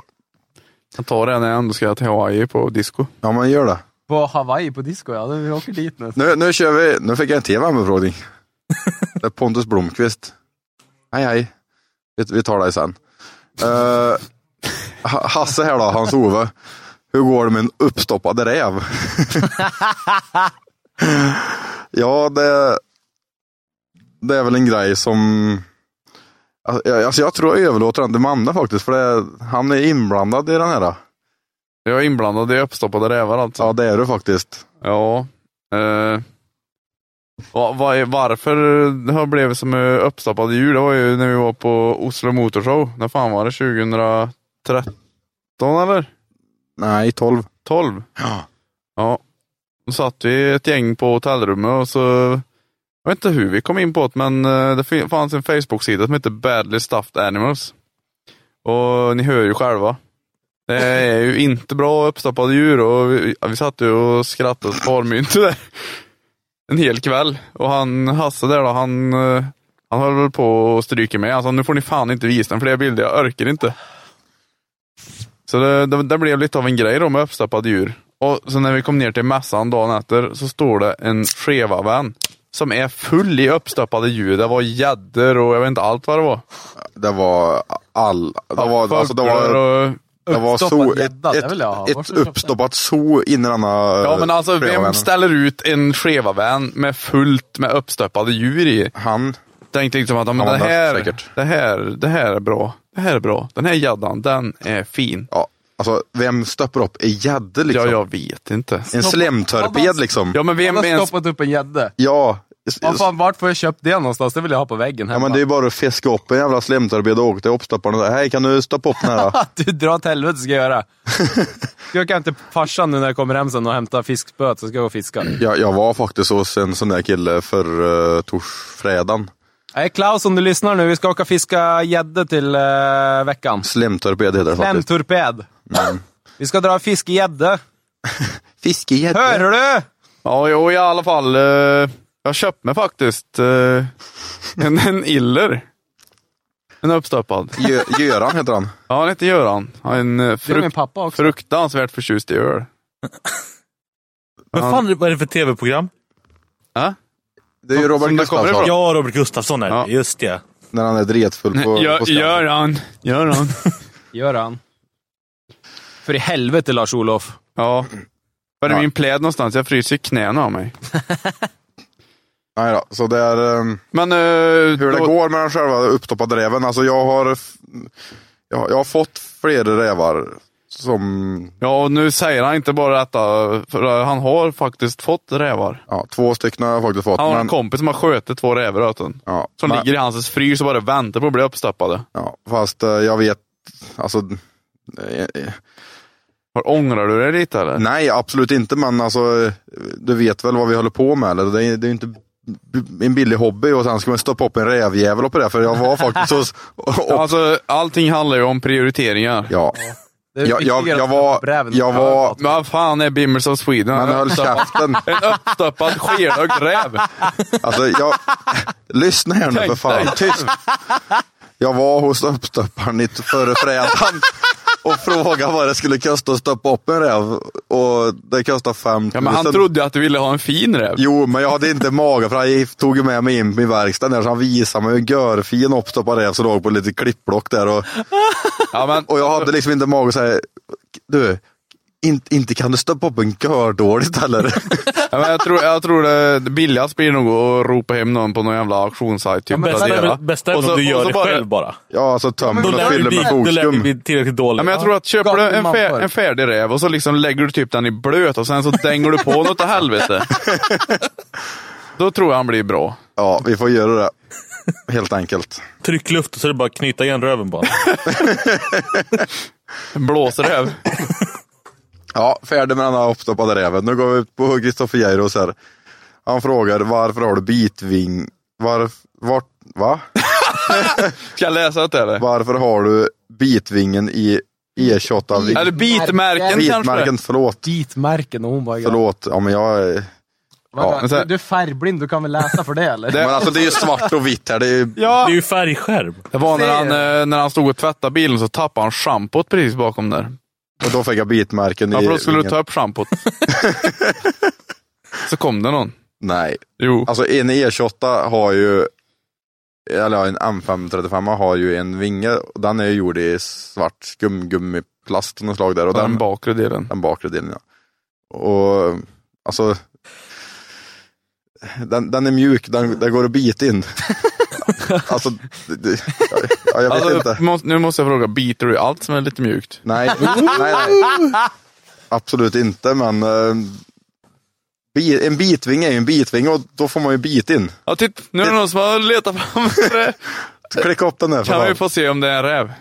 Speaker 6: Jag tar det när jag ändå ska till Hawaii på disco.
Speaker 4: Ja, men gör det.
Speaker 5: På Hawaii på disco ja, vi åker dit nu.
Speaker 4: Nu, nu kör vi. Nu fick jag en till värmeförfrågning. Det är Pontus Blomqvist. Hej hej. Vi, vi tar dig sen. Eh, Ha- Hasse här då, Hans-Ove. Hur går det med en uppstoppad räv? ja, det, det är väl en grej som... Alltså jag tror jag överlåter den till Manne faktiskt, för det, han är inblandad i den här.
Speaker 6: Jag är inblandad i uppstoppade rävar alltså.
Speaker 4: Ja, det är du faktiskt.
Speaker 6: Ja. Eh, va- va- varför det har blivit som eh, uppstoppade djur, det var ju när vi var på Oslo Motorshow. När fan var det? 2013 eller?
Speaker 4: Nej, 12.
Speaker 6: 12?
Speaker 4: Ja.
Speaker 6: Ja. Då satt vi ett gäng på hotellrummet och så, jag vet inte hur vi kom in på det, men eh, det fin- fanns en Facebook-sida som hette Badly Stuffed Animals. Och ni hör ju själva. Det är ju inte bra uppstoppade djur och vi, vi satt ju och skrattade sparmynt där. En hel kväll. Och han Hasse där då, han, eh, han höll väl på och stryka med. Alltså nu får ni fan inte visa den fler bilder, jag orkar inte. Så det, det, det blev lite av en grej då med uppstoppade djur. Och så när vi kom ner till mässan dagen efter så står det en skevavan som är full i uppstoppade djur. Det var gäddor och jag vet inte allt vad det var.
Speaker 4: Det var all... Det var, alltså, det var,
Speaker 6: Fåglar och-
Speaker 4: det var
Speaker 6: Uppstoppad
Speaker 4: zoo, ett,
Speaker 6: gädda, det vill jag ha. Varför
Speaker 4: ett, ett
Speaker 6: köpte jag den?
Speaker 4: uppstoppat zoo in i denna...
Speaker 6: Ja men alltså vem
Speaker 4: fredagen.
Speaker 6: ställer ut en skevavan med fullt med uppstoppade djur i?
Speaker 4: Han.
Speaker 6: Tänkte liksom att ja, men
Speaker 4: Ja,
Speaker 6: det,
Speaker 4: det
Speaker 6: här,
Speaker 4: säkert.
Speaker 6: det, här, det här är bra. Det här är bra. Den här gäddan, den är fin.
Speaker 4: Ja, alltså vem stoppar upp en gädda liksom?
Speaker 6: Ja, jag vet inte.
Speaker 4: En slemtorped liksom.
Speaker 6: Ja men vem
Speaker 5: Han har
Speaker 6: ens...
Speaker 5: stoppat upp en gädda.
Speaker 4: Ja.
Speaker 5: Vad fan, vart får jag köpt det någonstans? Det vill jag ha på väggen
Speaker 4: Ja
Speaker 5: hemma.
Speaker 4: men det är bara att fiska upp en jävla slemtorped och åka till uppstopparen och säga hej kan du stoppa upp den här då?
Speaker 5: Du drar åt helvete ska jag göra. Ska jag kan till farsan nu när jag kommer hem sen och hämtar fiskspöet så ska jag gå och fiska.
Speaker 4: jag, jag var faktiskt hos en sån där kille för uh, torsfredagen.
Speaker 5: Nej, Klaus om du lyssnar nu, vi ska åka fiska gädda till eh, veckan.
Speaker 4: Slemtorped heter det faktiskt.
Speaker 5: Slemtorped. Vi ska dra fiskegädda.
Speaker 4: Fiskegädda?
Speaker 5: Hör du?
Speaker 6: Ja, jo, i alla fall. eh, jag köpte mig faktiskt eh, en, en iller. En uppstoppad.
Speaker 4: Gö, Göran heter han.
Speaker 6: Ja, han heter Göran. Han är en eh,
Speaker 5: Det är min
Speaker 6: frukt,
Speaker 5: pappa också.
Speaker 6: fruktansvärt förtjust i öl.
Speaker 7: Men
Speaker 6: Ja.
Speaker 7: fan, vad är det för tv-program?
Speaker 6: Ja?
Speaker 4: Det är ju Robert
Speaker 6: Som det kommer
Speaker 4: Gustafsson.
Speaker 6: ifrån.
Speaker 7: Ja, Robert Gustafsson är det.
Speaker 6: Ja.
Speaker 7: Just det.
Speaker 4: När han är dretfull på,
Speaker 6: Gö-
Speaker 4: på Skansen.
Speaker 6: Göran. Göran.
Speaker 5: Gör han. För i helvete Lars-Olof.
Speaker 6: Ja. Var är
Speaker 4: Ja.
Speaker 6: min pläd någonstans? Jag fryser i knäna av mig.
Speaker 4: Nej då, så det är... ehm,
Speaker 6: Men eh,
Speaker 4: Hur det
Speaker 6: då-
Speaker 4: går med den själva uppstoppade räven. Alltså jag har, jag, jag har fått fler rävar som,
Speaker 6: Ja, och nu säger han inte bara detta, för eh, han har faktiskt fått rävar.
Speaker 4: ja, två stycken har jag faktiskt fått.
Speaker 6: Han har en
Speaker 4: Men,
Speaker 6: kompis som har skjutit två rävar åt honom.
Speaker 4: ja,
Speaker 6: Som
Speaker 4: men,
Speaker 6: ligger i hans frys och bara väntar på att bli uppstoppade.
Speaker 4: ja, fast eh, jag vet, alltså, eh, eh,
Speaker 6: Har- Ångrar du dig lite eller?
Speaker 4: nej absolut inte men alltså, eh, du vet väl vad vi håller på med eller? Det är, det är inte b- en billig hobby och sen ska man stoppa upp en rävjävel och på det för jag var faktiskt hos,
Speaker 6: Ja, Alltså, allting handlar ju om prioriteringar.
Speaker 4: ja.
Speaker 5: Det är
Speaker 4: Jag, jag,
Speaker 5: viktigare
Speaker 4: jag
Speaker 5: att köpa
Speaker 4: var,
Speaker 5: bräven.
Speaker 4: jag var,
Speaker 6: Men vad fan är Bimmers of Sweden?
Speaker 4: men
Speaker 6: En
Speaker 4: höll
Speaker 6: uppstoppad-
Speaker 4: käften.
Speaker 6: En uppstoppad skelögd räv.
Speaker 4: Alltså, jag... Lyssna här nu för
Speaker 6: Tänk
Speaker 4: fan.
Speaker 6: dig.
Speaker 4: Tyst. Jag var hos uppstopparen i- förra fredagen och frågade vad det skulle kosta att stoppa upp en räv. Och det kostade 5 000.
Speaker 6: Ja, men han trodde ju att du ville ha en fin räv.
Speaker 4: Jo, men jag hade inte mage för han gick- tog ju med mig in i verkstaden där, så han visade mig hur görfin uppstoppad räv som låg på lite klippblock där. Och,
Speaker 6: Ja, men,
Speaker 4: och jag hade liksom inte mage att säga, du, in, inte kan du stoppa upp en gördåligt heller.
Speaker 6: ja, men jag, tror, jag tror det, det billigast blir nog att ropa hem någon på någon jävla auktionssajt. Typ,
Speaker 7: Bästa är
Speaker 6: Tradera.
Speaker 7: väl- bästa är
Speaker 6: Och
Speaker 7: väl
Speaker 6: så-
Speaker 7: om du
Speaker 6: och
Speaker 7: gör
Speaker 6: så
Speaker 7: det
Speaker 6: bara-
Speaker 7: själv bara.
Speaker 4: Ja, alltså tömmer
Speaker 7: Då
Speaker 4: och
Speaker 7: lär du
Speaker 4: fyller
Speaker 7: bli,
Speaker 4: med
Speaker 7: då lär du
Speaker 4: fotskum.
Speaker 7: bli tillräckligt
Speaker 6: Ja,
Speaker 7: dålig.
Speaker 6: men jag tror att köper du en,
Speaker 5: Gapig
Speaker 6: fär,
Speaker 5: maffar.
Speaker 6: en färdig räv och så liksom lägger du typ den i blöt och sen så dänger du på något åt helvete. Då tror jag han blir bra.
Speaker 4: Ja, vi får göra det. Helt enkelt.
Speaker 7: Tryck luft och så är det bara att knyta igen röven bara.
Speaker 6: En blåsräv.
Speaker 4: Ja, färdig med den här uppstoppade räven. Nu går vi ut på Kristoffer Geiros här. Han frågar varför har du bitving... Varf... Vart... Va?
Speaker 6: Ska jag läsa åt det eller?
Speaker 4: Varför har du bitvingen i E28? ving-
Speaker 6: Eller bitmärken, kanske?
Speaker 4: Bitmärken, förlåt.
Speaker 5: Ditmärken och hon bara... Ja.
Speaker 4: Förlåt. Ja, men jag... är-
Speaker 5: Vadå?
Speaker 6: Ja, men så här-
Speaker 5: du är färgblind, du kan väl läsa för det eller?
Speaker 4: Men alltså det är ju svart och vitt här. Det är ju...
Speaker 7: Det är
Speaker 6: Ja.
Speaker 7: ju färgskärm.
Speaker 6: Det var när han, eh, när han stod och tvättade bilen så tappade han schampot precis bakom där.
Speaker 4: Och då fick jag bitmärken
Speaker 6: Ja,
Speaker 4: i
Speaker 6: för då skulle du
Speaker 4: vingen.
Speaker 6: ta upp schampot. så kom det någon.
Speaker 4: Nej.
Speaker 6: Jo.
Speaker 4: E Alltså en E28 har ju eller ja, en M535 har ju en vinge, och den är ju gjord i svart skumgummiplast av något slag där. Och
Speaker 6: Ja, den bakre delen.
Speaker 4: Den bakre delen ja. Och alltså, den, den är mjuk, den, den går att bita in. alltså, det, det, ja, jag vet
Speaker 6: Alltså,
Speaker 4: inte.
Speaker 6: måste- nu måste jag fråga, biter du i allt som är lite mjukt?
Speaker 4: Nej, nej, nej. Absolut inte, men eh, bi- en bitvinge är ju en bitvinge och då får man ju bit in.
Speaker 6: Ja, titt, nu är det någon som har letat fram det.
Speaker 4: Klicka upp den där. för
Speaker 6: Kan vi
Speaker 4: fan.
Speaker 6: få se om det är en räv?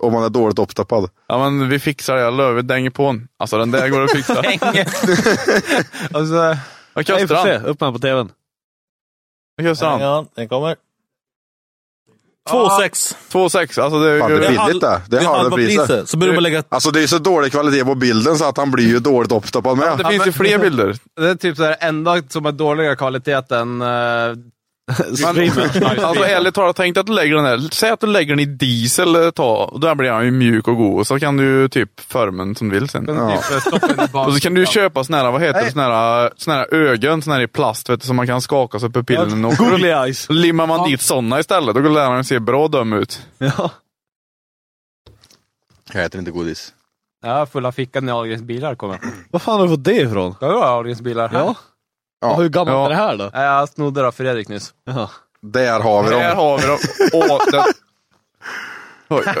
Speaker 4: Om man är dåligt upptappad.
Speaker 6: Ja men vi fixar det, jag lovar. Vi dänger på den. Alltså den där går att fixa.
Speaker 8: Alltså,
Speaker 6: Vad kostar
Speaker 8: nej, vi får
Speaker 6: han?
Speaker 8: se. Upp med på tvn.
Speaker 6: Vad kostar han?
Speaker 12: Ja, den kommer.
Speaker 6: 2,6. 2,6. Alltså det är
Speaker 4: Fan, det är billigt det. Det är halva priset.
Speaker 6: Så börjar man lägga...
Speaker 4: Alltså det är ju så dålig kvalitet på bilden så att han blir ju dåligt upptappad med.
Speaker 5: Det är typ så här enda som är dåliga kvaliteten. Uh,
Speaker 6: alltså ärligt talat, tänk dig att du lägger den här. Säg att du lägger den i diesel ett tag. och Då blir han ju mjuk och god. Så kan du ju typ forma den som du vill sen. Ja.
Speaker 5: Typ, eh,
Speaker 6: Och så kan du ju köpa såna här, vad heter det, såna här, såna här ögon, såna här i plast vet du, som man kan skaka så pupillen och
Speaker 8: Googly eyes.
Speaker 6: Så limmar man dit såna istället. Då lär den se bra dum ut.
Speaker 8: Ja.
Speaker 4: Jag äter inte godis.
Speaker 5: Ja, fulla fickan i Ahlgrens bilar kommer
Speaker 8: Vad fan har du fått det ifrån?
Speaker 5: Ja, det var Ahlgrens bilar här.
Speaker 8: Ja. Ja, hur gammalt är det här då?
Speaker 5: Ja, Jag snodde det av Fredrik nyss.
Speaker 4: Där har vi dem.
Speaker 6: Där har vi dem. Åh, den... Oj, oj.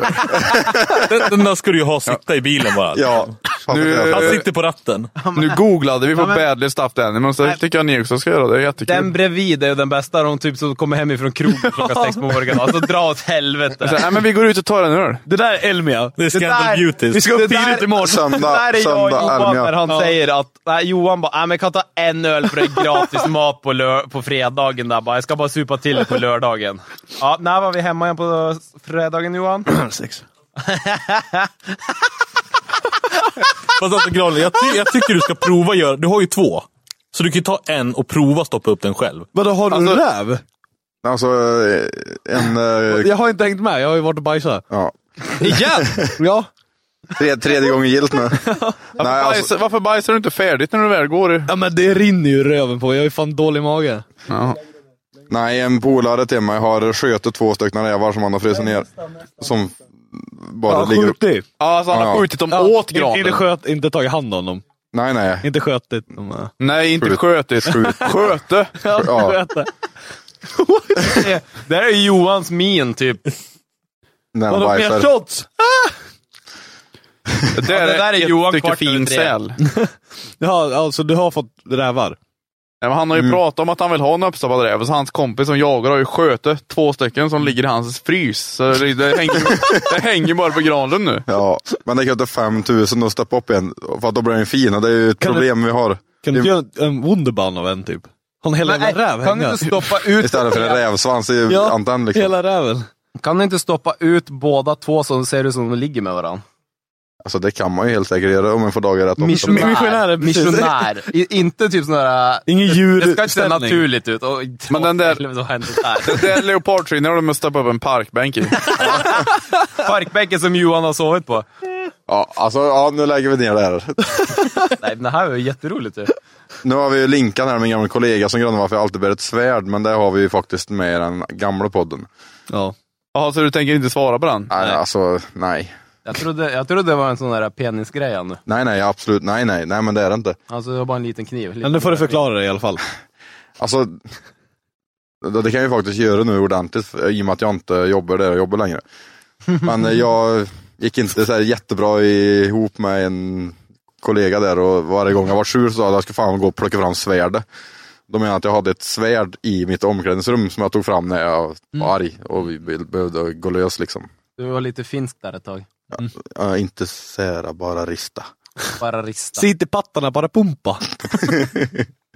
Speaker 12: Den, den där ska du ju ha sitta i bilen bara.
Speaker 4: Ja.
Speaker 6: Nu-
Speaker 12: Han
Speaker 7: Alltså-
Speaker 12: sitter på ratten.
Speaker 6: Nu googlade vi på
Speaker 5: Ja, men-
Speaker 6: Badly Stuffed Animals, det tycker jag ni också ska göra. Det är jättekul.
Speaker 5: Den bredvid är den bästa, de typ som kommer hemifrån krogen klockan sex på morgonen. Alltså dra åt helvete.
Speaker 6: Så, nej, men vi går ut och tar en öl.
Speaker 8: Det där är Elmia.
Speaker 12: Det är
Speaker 5: Det
Speaker 12: Scandal
Speaker 5: där-
Speaker 12: Beauties.
Speaker 8: Vi ska upp
Speaker 5: det där-
Speaker 8: tidigt imorgon.
Speaker 4: Söndag-
Speaker 5: det där är jag och
Speaker 4: söndag,
Speaker 5: Johan
Speaker 4: Elmia.
Speaker 5: när han säger att nej, Johan bara, "Nej, men jag kan ta en öl för det är gratis mat på, lö- på fredagen. Där. Bara, jag ska bara supa till det på lördagen. Ja, när var vi hemma igen på fredagen Johan?
Speaker 8: Sex.
Speaker 12: Fast alltså Granlund, jag, ty- jag tycker du ska prova göra... Du har ju två. Så du kan ju ta en och prova stoppa upp den själv.
Speaker 8: Vadå, har du
Speaker 4: Alltså-
Speaker 8: räv?
Speaker 4: Alltså eh, en... eh,
Speaker 8: Jag har inte hängt med, jag har ju varit och bajsat.
Speaker 4: Ja.
Speaker 8: Igen? ja.
Speaker 4: Tre, tredje gången gillt nu. Nej,
Speaker 6: Bajs,
Speaker 4: alltså,
Speaker 6: Varför bajsar du inte färdigt när du väl går?
Speaker 8: Ja men det rinner ju ur röven på, jag har ju fan dålig mage.
Speaker 4: nej, en polare till mig har skjutit två stycken rävar som han har frusit ner. Som bara
Speaker 8: Ja,
Speaker 4: ligger upp.
Speaker 8: skjutit.
Speaker 6: Ja, alltså, han har
Speaker 4: Ja.
Speaker 6: skjutit dem åt
Speaker 8: Inte, inte,
Speaker 6: granen.
Speaker 8: sköt, inte tagit hand om dem.
Speaker 4: Nej, nej.
Speaker 8: Inte skötit dem. eh.
Speaker 6: Nej, inte
Speaker 4: Skjut.
Speaker 6: skjutit.
Speaker 4: Skjut.
Speaker 6: Sköte.
Speaker 4: Ja,
Speaker 8: Sköt det.
Speaker 5: Det- Det här är ju Johans min typ.
Speaker 4: när han
Speaker 8: Vadå, mer
Speaker 4: bajsar.
Speaker 8: shots?
Speaker 6: Det där,
Speaker 5: det där är
Speaker 6: är
Speaker 5: Johan
Speaker 6: Johan
Speaker 5: kvart över
Speaker 6: fin
Speaker 5: tre.
Speaker 6: säl.
Speaker 8: Ja, alltså du har fått rävar?
Speaker 6: Ja, men han har
Speaker 4: Mm.
Speaker 6: ju pratat om att han vill ha en uppstoppad räv, så hans kompis som jagar har ju sköte två stycken som ligger i hans frys. Så det, det, hänger, det hänger bara på Granlund nu.
Speaker 4: Ja, men det kostar 5000 att steppa upp igen. För att då blir den fin och det är ju ett
Speaker 8: Kan du-
Speaker 4: problem vi har.
Speaker 8: Kan du inte göra en- en Wunderbaum av en typ? Han hela
Speaker 5: Nej,
Speaker 8: jävla räv
Speaker 5: kan du
Speaker 8: hänga.
Speaker 5: inte stoppa ut
Speaker 4: Istället för en rävsvans i
Speaker 8: Ja,
Speaker 4: antenn liksom.
Speaker 8: Hela räven.
Speaker 5: Kan du inte stoppa ut båda två så ser du som de ligger med varandra?
Speaker 4: Alltså det kan man ju helt säkert göra om man får dagar rätt. också.
Speaker 8: Missionär, precis.
Speaker 5: Missionär. I, inte typ sådana där...
Speaker 8: Ingen djur-
Speaker 5: Det ska inte se
Speaker 8: ställning.
Speaker 5: naturligt ut. Och,
Speaker 6: Men den där-
Speaker 5: Vad hände där?
Speaker 6: Det är leopardskinnor de måste stoppa upp en parkbänk i.
Speaker 5: Parkbänken som Johan har sovit på.
Speaker 4: Ja, alltså ja, nu lägger vi ner det här.
Speaker 5: Nej, men det här var ju jätteroligt ju.
Speaker 4: Nu har vi ju Linkan här, min gamla kollega som grundar varför jag alltid bär ett svärd, men det har vi ju faktiskt med i den gamla podden.
Speaker 8: Ja.
Speaker 6: Jaha, så du tänker inte svara på den?
Speaker 4: Nej, alltså nej.
Speaker 5: Jag trodde, jag trodde det var en sån där penisgrej Anne.
Speaker 4: Nej, nej, absolut. Nej, nej, nej, men det är det inte.
Speaker 5: Alltså det var bara en liten kniv.
Speaker 8: Men nu får du förklara det i alla fall.
Speaker 4: Alltså, det, det kan jag ju faktiskt göra nu ordentligt för- i och med att jag inte jobbar där jag jobbar längre. Men eh, jag gick inte så här jättebra ihop med en kollega där och varje gång jag var sur så sa jag att jag ska fan gå och plocka fram svärdet. Då menar jag att jag hade ett svärd i mitt omklädningsrum som jag tog fram när jag var arg och vi be- behövde gå lös liksom.
Speaker 5: Du var lite finsk där ett tag.
Speaker 4: Ja, inte sära, bara rista.
Speaker 5: Bara rista.
Speaker 8: Sitt i pattarna, bara pumpa.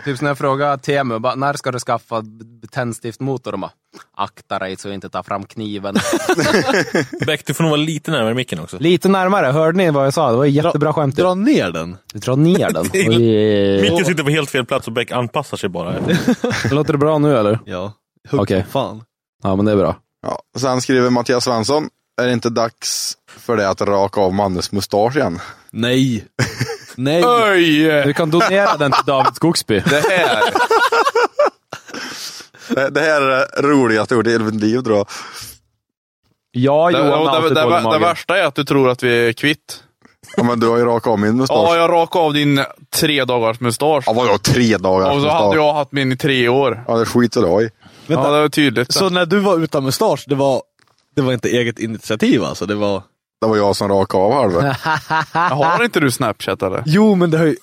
Speaker 5: Typ när jag frågade Temu, bara, när ska du skaffa tändstiftmotor? De bara, akta dig så du inte tar fram kniven.
Speaker 12: Beck, du får nog vara lite närmare micken också.
Speaker 5: lite närmare, hörde ni vad jag sa? Det var jättebra skämt.
Speaker 8: Dra ner den.
Speaker 5: Du drar ner den.
Speaker 12: Till-
Speaker 5: Oj.
Speaker 12: Micken sitter på helt fel plats och Beck anpassar sig bara.
Speaker 5: Låter det bra nu eller?
Speaker 8: Ja. Hugg
Speaker 5: Okej.
Speaker 8: fan.
Speaker 5: Ja, men det är bra.
Speaker 4: Ja. Sen skriver Mattias Svensson, är det inte dags för det att raka av Mannes mustasch igen?
Speaker 8: Nej. Nej.
Speaker 6: Oj!
Speaker 5: Du kan donera den till David Skogsby.
Speaker 6: Det här.
Speaker 4: Det, det här är det roligaste jag gjort i hela mitt liv tror jag.
Speaker 5: Ja,
Speaker 4: Johan har
Speaker 6: det,
Speaker 4: alltid
Speaker 6: det,
Speaker 4: dålig
Speaker 6: det, det
Speaker 4: mage.
Speaker 6: värsta är att du tror att vi är kvitt.
Speaker 4: Ja, men du har ju rakat av min mustasch.
Speaker 6: Ja, jag rakade av din tre dagars mustasch.
Speaker 4: Ja, vadå tre dagars
Speaker 6: Och så
Speaker 4: mustasch?
Speaker 6: hade jag haft min i tre år.
Speaker 4: Ja, det skiter jag i.
Speaker 6: Ja, det var tydligt.
Speaker 8: Så när du var utan mustasch, det var, det var inte eget initiativ alltså? Det var...
Speaker 4: Det var jag som rakade av halva.
Speaker 6: Har inte du Snapchat eller?
Speaker 8: Jo, men det har ju...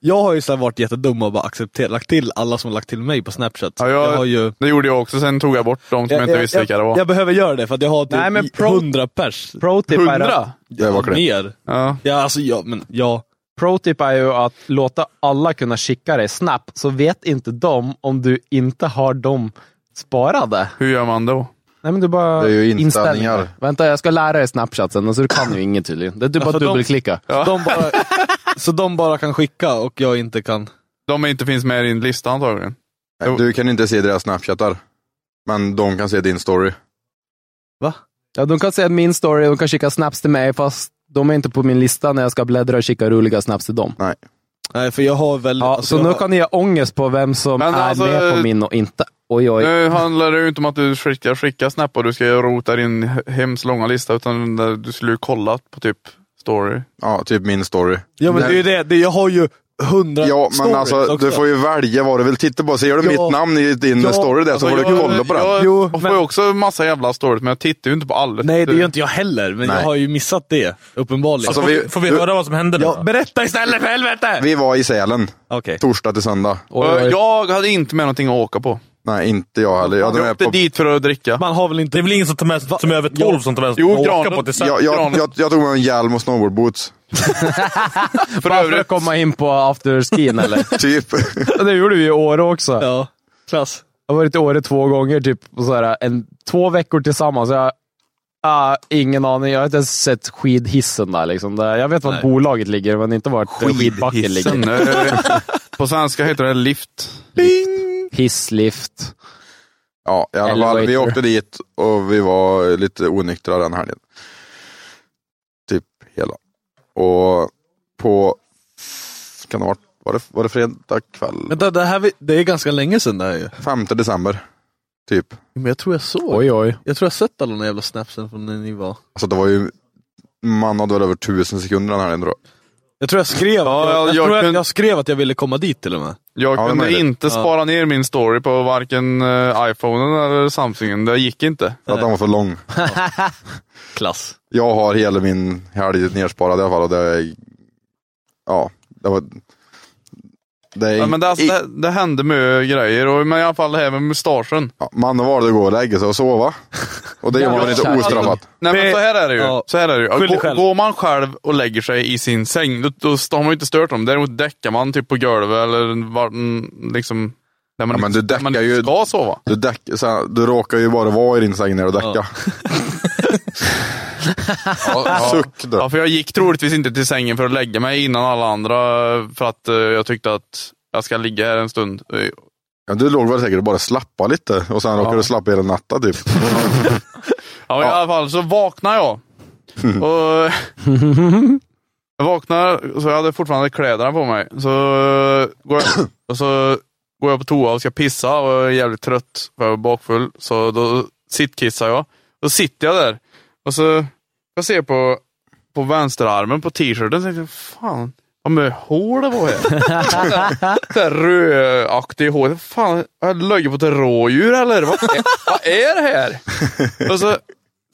Speaker 8: Jag har ju så här varit jättedum och bara accepterat, lagt till alla som har lagt till mig på Snapchat.
Speaker 6: Ja, jag, Det gjorde jag också, sen tog jag bort de som
Speaker 8: Jag-
Speaker 6: jag, inte
Speaker 8: jag-
Speaker 6: visste vilka det
Speaker 8: jag,
Speaker 6: var.
Speaker 8: jag behöver göra det för att jag har typ
Speaker 6: Nej, men
Speaker 8: i-
Speaker 6: pro-
Speaker 8: 100 pers.
Speaker 5: Protip är att-
Speaker 4: Det var klart.
Speaker 8: Mer.
Speaker 6: Ja.
Speaker 8: ja, alltså ja, men ja.
Speaker 5: Protip är ju att låta alla kunna skicka dig snabbt, så vet inte de om du inte har dem sparade.
Speaker 6: Hur gör man då?
Speaker 5: Nej, men du bara
Speaker 4: Det är ju inställningar.
Speaker 5: Vänta, jag ska lära dig Snapchat sen. Alltså, du kan ju inget tydligen. Det är du bara
Speaker 8: Alltså, de-
Speaker 5: dubbelklicka.
Speaker 6: Ja.
Speaker 8: De bara, så de bara kan skicka och jag inte kan.
Speaker 6: De inte finns med i din lista antagligen.
Speaker 4: Du kan inte se deras snapchattar. Men de kan se din story.
Speaker 5: Ja, de kan se min story, de kan skicka snaps till mig, fast de är inte på min lista när jag ska bläddra och skicka roliga snaps till dem.
Speaker 4: Nej.
Speaker 8: Nej, för jag har väl...
Speaker 5: Ja,
Speaker 8: alltså,
Speaker 5: så nu
Speaker 8: jag,
Speaker 5: kan ni ha ångest på vem som
Speaker 6: Men
Speaker 5: är
Speaker 6: alltså,
Speaker 5: med på
Speaker 6: eh,
Speaker 5: min och inte. Oj, oj.
Speaker 6: Nu handlar det ju inte om att du skickar, skickar snap och du ska rota din hemskt långa lista, utan du skulle ju kolla på typ story.
Speaker 4: Ja, typ min story.
Speaker 8: ja, men det är ju det. det jag har ju 100
Speaker 4: Ja, men
Speaker 8: stories
Speaker 4: alltså
Speaker 8: också.
Speaker 4: du får ju välja vad du vill titta på. Ser du
Speaker 8: Ja.
Speaker 4: mitt namn i din
Speaker 8: Ja,
Speaker 4: story där så
Speaker 8: alltså,
Speaker 4: får du
Speaker 8: jag-
Speaker 4: kolla på den.
Speaker 6: Jag
Speaker 8: Jo,
Speaker 6: får
Speaker 8: men-
Speaker 6: ju också massa jävla stories, men jag tittar ju inte på alla.
Speaker 8: Nej, det gör inte jag heller, men
Speaker 4: Nej.
Speaker 8: jag har ju missat det. Uppenbarligen.
Speaker 4: Alltså,
Speaker 7: Får
Speaker 4: vi-
Speaker 7: vi, får vi
Speaker 4: du-
Speaker 7: höra vad som hände nu
Speaker 8: ja,
Speaker 7: då?
Speaker 8: berätta istället för helvete!
Speaker 4: Vi var i Sälen,
Speaker 8: Okej.
Speaker 4: torsdag till söndag.
Speaker 5: oj, oj.
Speaker 6: Jag hade inte med någonting att åka på.
Speaker 4: Nej, inte jag heller. Jag hade
Speaker 6: Jag
Speaker 4: med
Speaker 6: åkte
Speaker 4: på
Speaker 6: dit för att dricka.
Speaker 8: Man har väl inte...
Speaker 7: Det är väl ingen som, tar med, som är över 12 som tar med sig
Speaker 6: Jo,
Speaker 7: att åka
Speaker 6: granen.
Speaker 7: på till
Speaker 4: jag, jag, jag, jag tog med en hjälm och snowboardboots.
Speaker 5: Bara
Speaker 6: För
Speaker 5: för att
Speaker 6: övrigt,
Speaker 5: komma in på afterskin eller?
Speaker 4: Typ.
Speaker 5: det gjorde vi i Åre också.
Speaker 8: Ja, klass.
Speaker 5: Jag har varit i Åre två gånger, typ på så här, en, två veckor tillsammans. Jag har ingen aning. Jag har inte ens sett skidhissen där. Liksom. Där- Jag vet var bolaget ligger, men inte var skidbacken ligger.
Speaker 6: hissen. eh, på svenska heter det lift.
Speaker 5: Hisslift.
Speaker 4: Ja, i alla fall. Vi
Speaker 5: Elevator.
Speaker 4: åkte dit och vi var lite onyktra den helgen. Typ hela. Och på... Kan det ha varit... Var det, var det fredag kväll?
Speaker 8: Vänta, det, här, vi- det är ganska länge sedan det här ju.
Speaker 4: 5 december. Typ.
Speaker 8: Men jag tror jag såg.
Speaker 5: Oj, oj.
Speaker 8: Jag tror jag sett alla de jävla snapsen från när ni var...
Speaker 4: Alltså det var ju... Man hade väl över tusen sekunder den helgen tror jag.
Speaker 8: Jag tror jag skrev, att, jag, jag,
Speaker 6: jag-
Speaker 8: tror jag,
Speaker 6: jag kun-
Speaker 8: jag skrev att jag ville komma dit till och med.
Speaker 6: Jag
Speaker 4: Ja, det är
Speaker 6: kunde
Speaker 4: möjligt.
Speaker 6: inte spara ner min story på varken eh, iPhonen eller Samsungen. Det gick inte.
Speaker 4: För att den var för lång.
Speaker 8: Klass.
Speaker 4: Jag har hela min helg nersparad i alla fall och det är... Ja, det var... Det är...
Speaker 6: Ja, men det, alltså, det, det hände mycket grejer, och, men i alla fall det här med mustaschen.
Speaker 4: Ja, man valde att gå och lägga sig och sova. Och det gör man väl inte ostraffat.
Speaker 6: Nej men
Speaker 8: Det-
Speaker 6: så här är det ju.
Speaker 8: ja.
Speaker 6: Så här är det ju.
Speaker 8: Skyll dig
Speaker 6: Gå,
Speaker 8: själv.
Speaker 6: går man själv och lägger sig i sin säng, då, då har man ju inte stört dem. Däremot däckar man typ på golvet eller var, mm, liksom... Där man,
Speaker 4: Ja, men
Speaker 6: inte-
Speaker 4: du
Speaker 6: där man
Speaker 4: däckar
Speaker 6: inte
Speaker 4: ju-
Speaker 6: ska sova.
Speaker 4: Du, däck, så här, du råkar ju bara vara i din säng när du däckar. Ja. Suck du.
Speaker 6: Ja, för jag gick troligtvis inte till sängen för att lägga mig innan alla andra för att eh, jag tyckte att jag ska ligga här en stund. Eh,
Speaker 4: Ja, du låg väl säkert och bara slappa lite och sen råkade du slappa hela natten typ.
Speaker 6: Ja, i alla fall så vaknar jag. Och jag vaknar, så jag hade fortfarande kläderna på mig. Så går jag, och så går jag på toa och ska pissa och jag är jävligt trött för jag är bakfull. Så då sittkissar jag. Då sitter jag där och så jag ser på, på vänsterarmen på t-shirten och tänkte, jag, fan vad mycket hår det var här. Så här Rödaktig hår. Fan, har jag löjt på ett rådjur eller? Vad är, vad är det här? Och så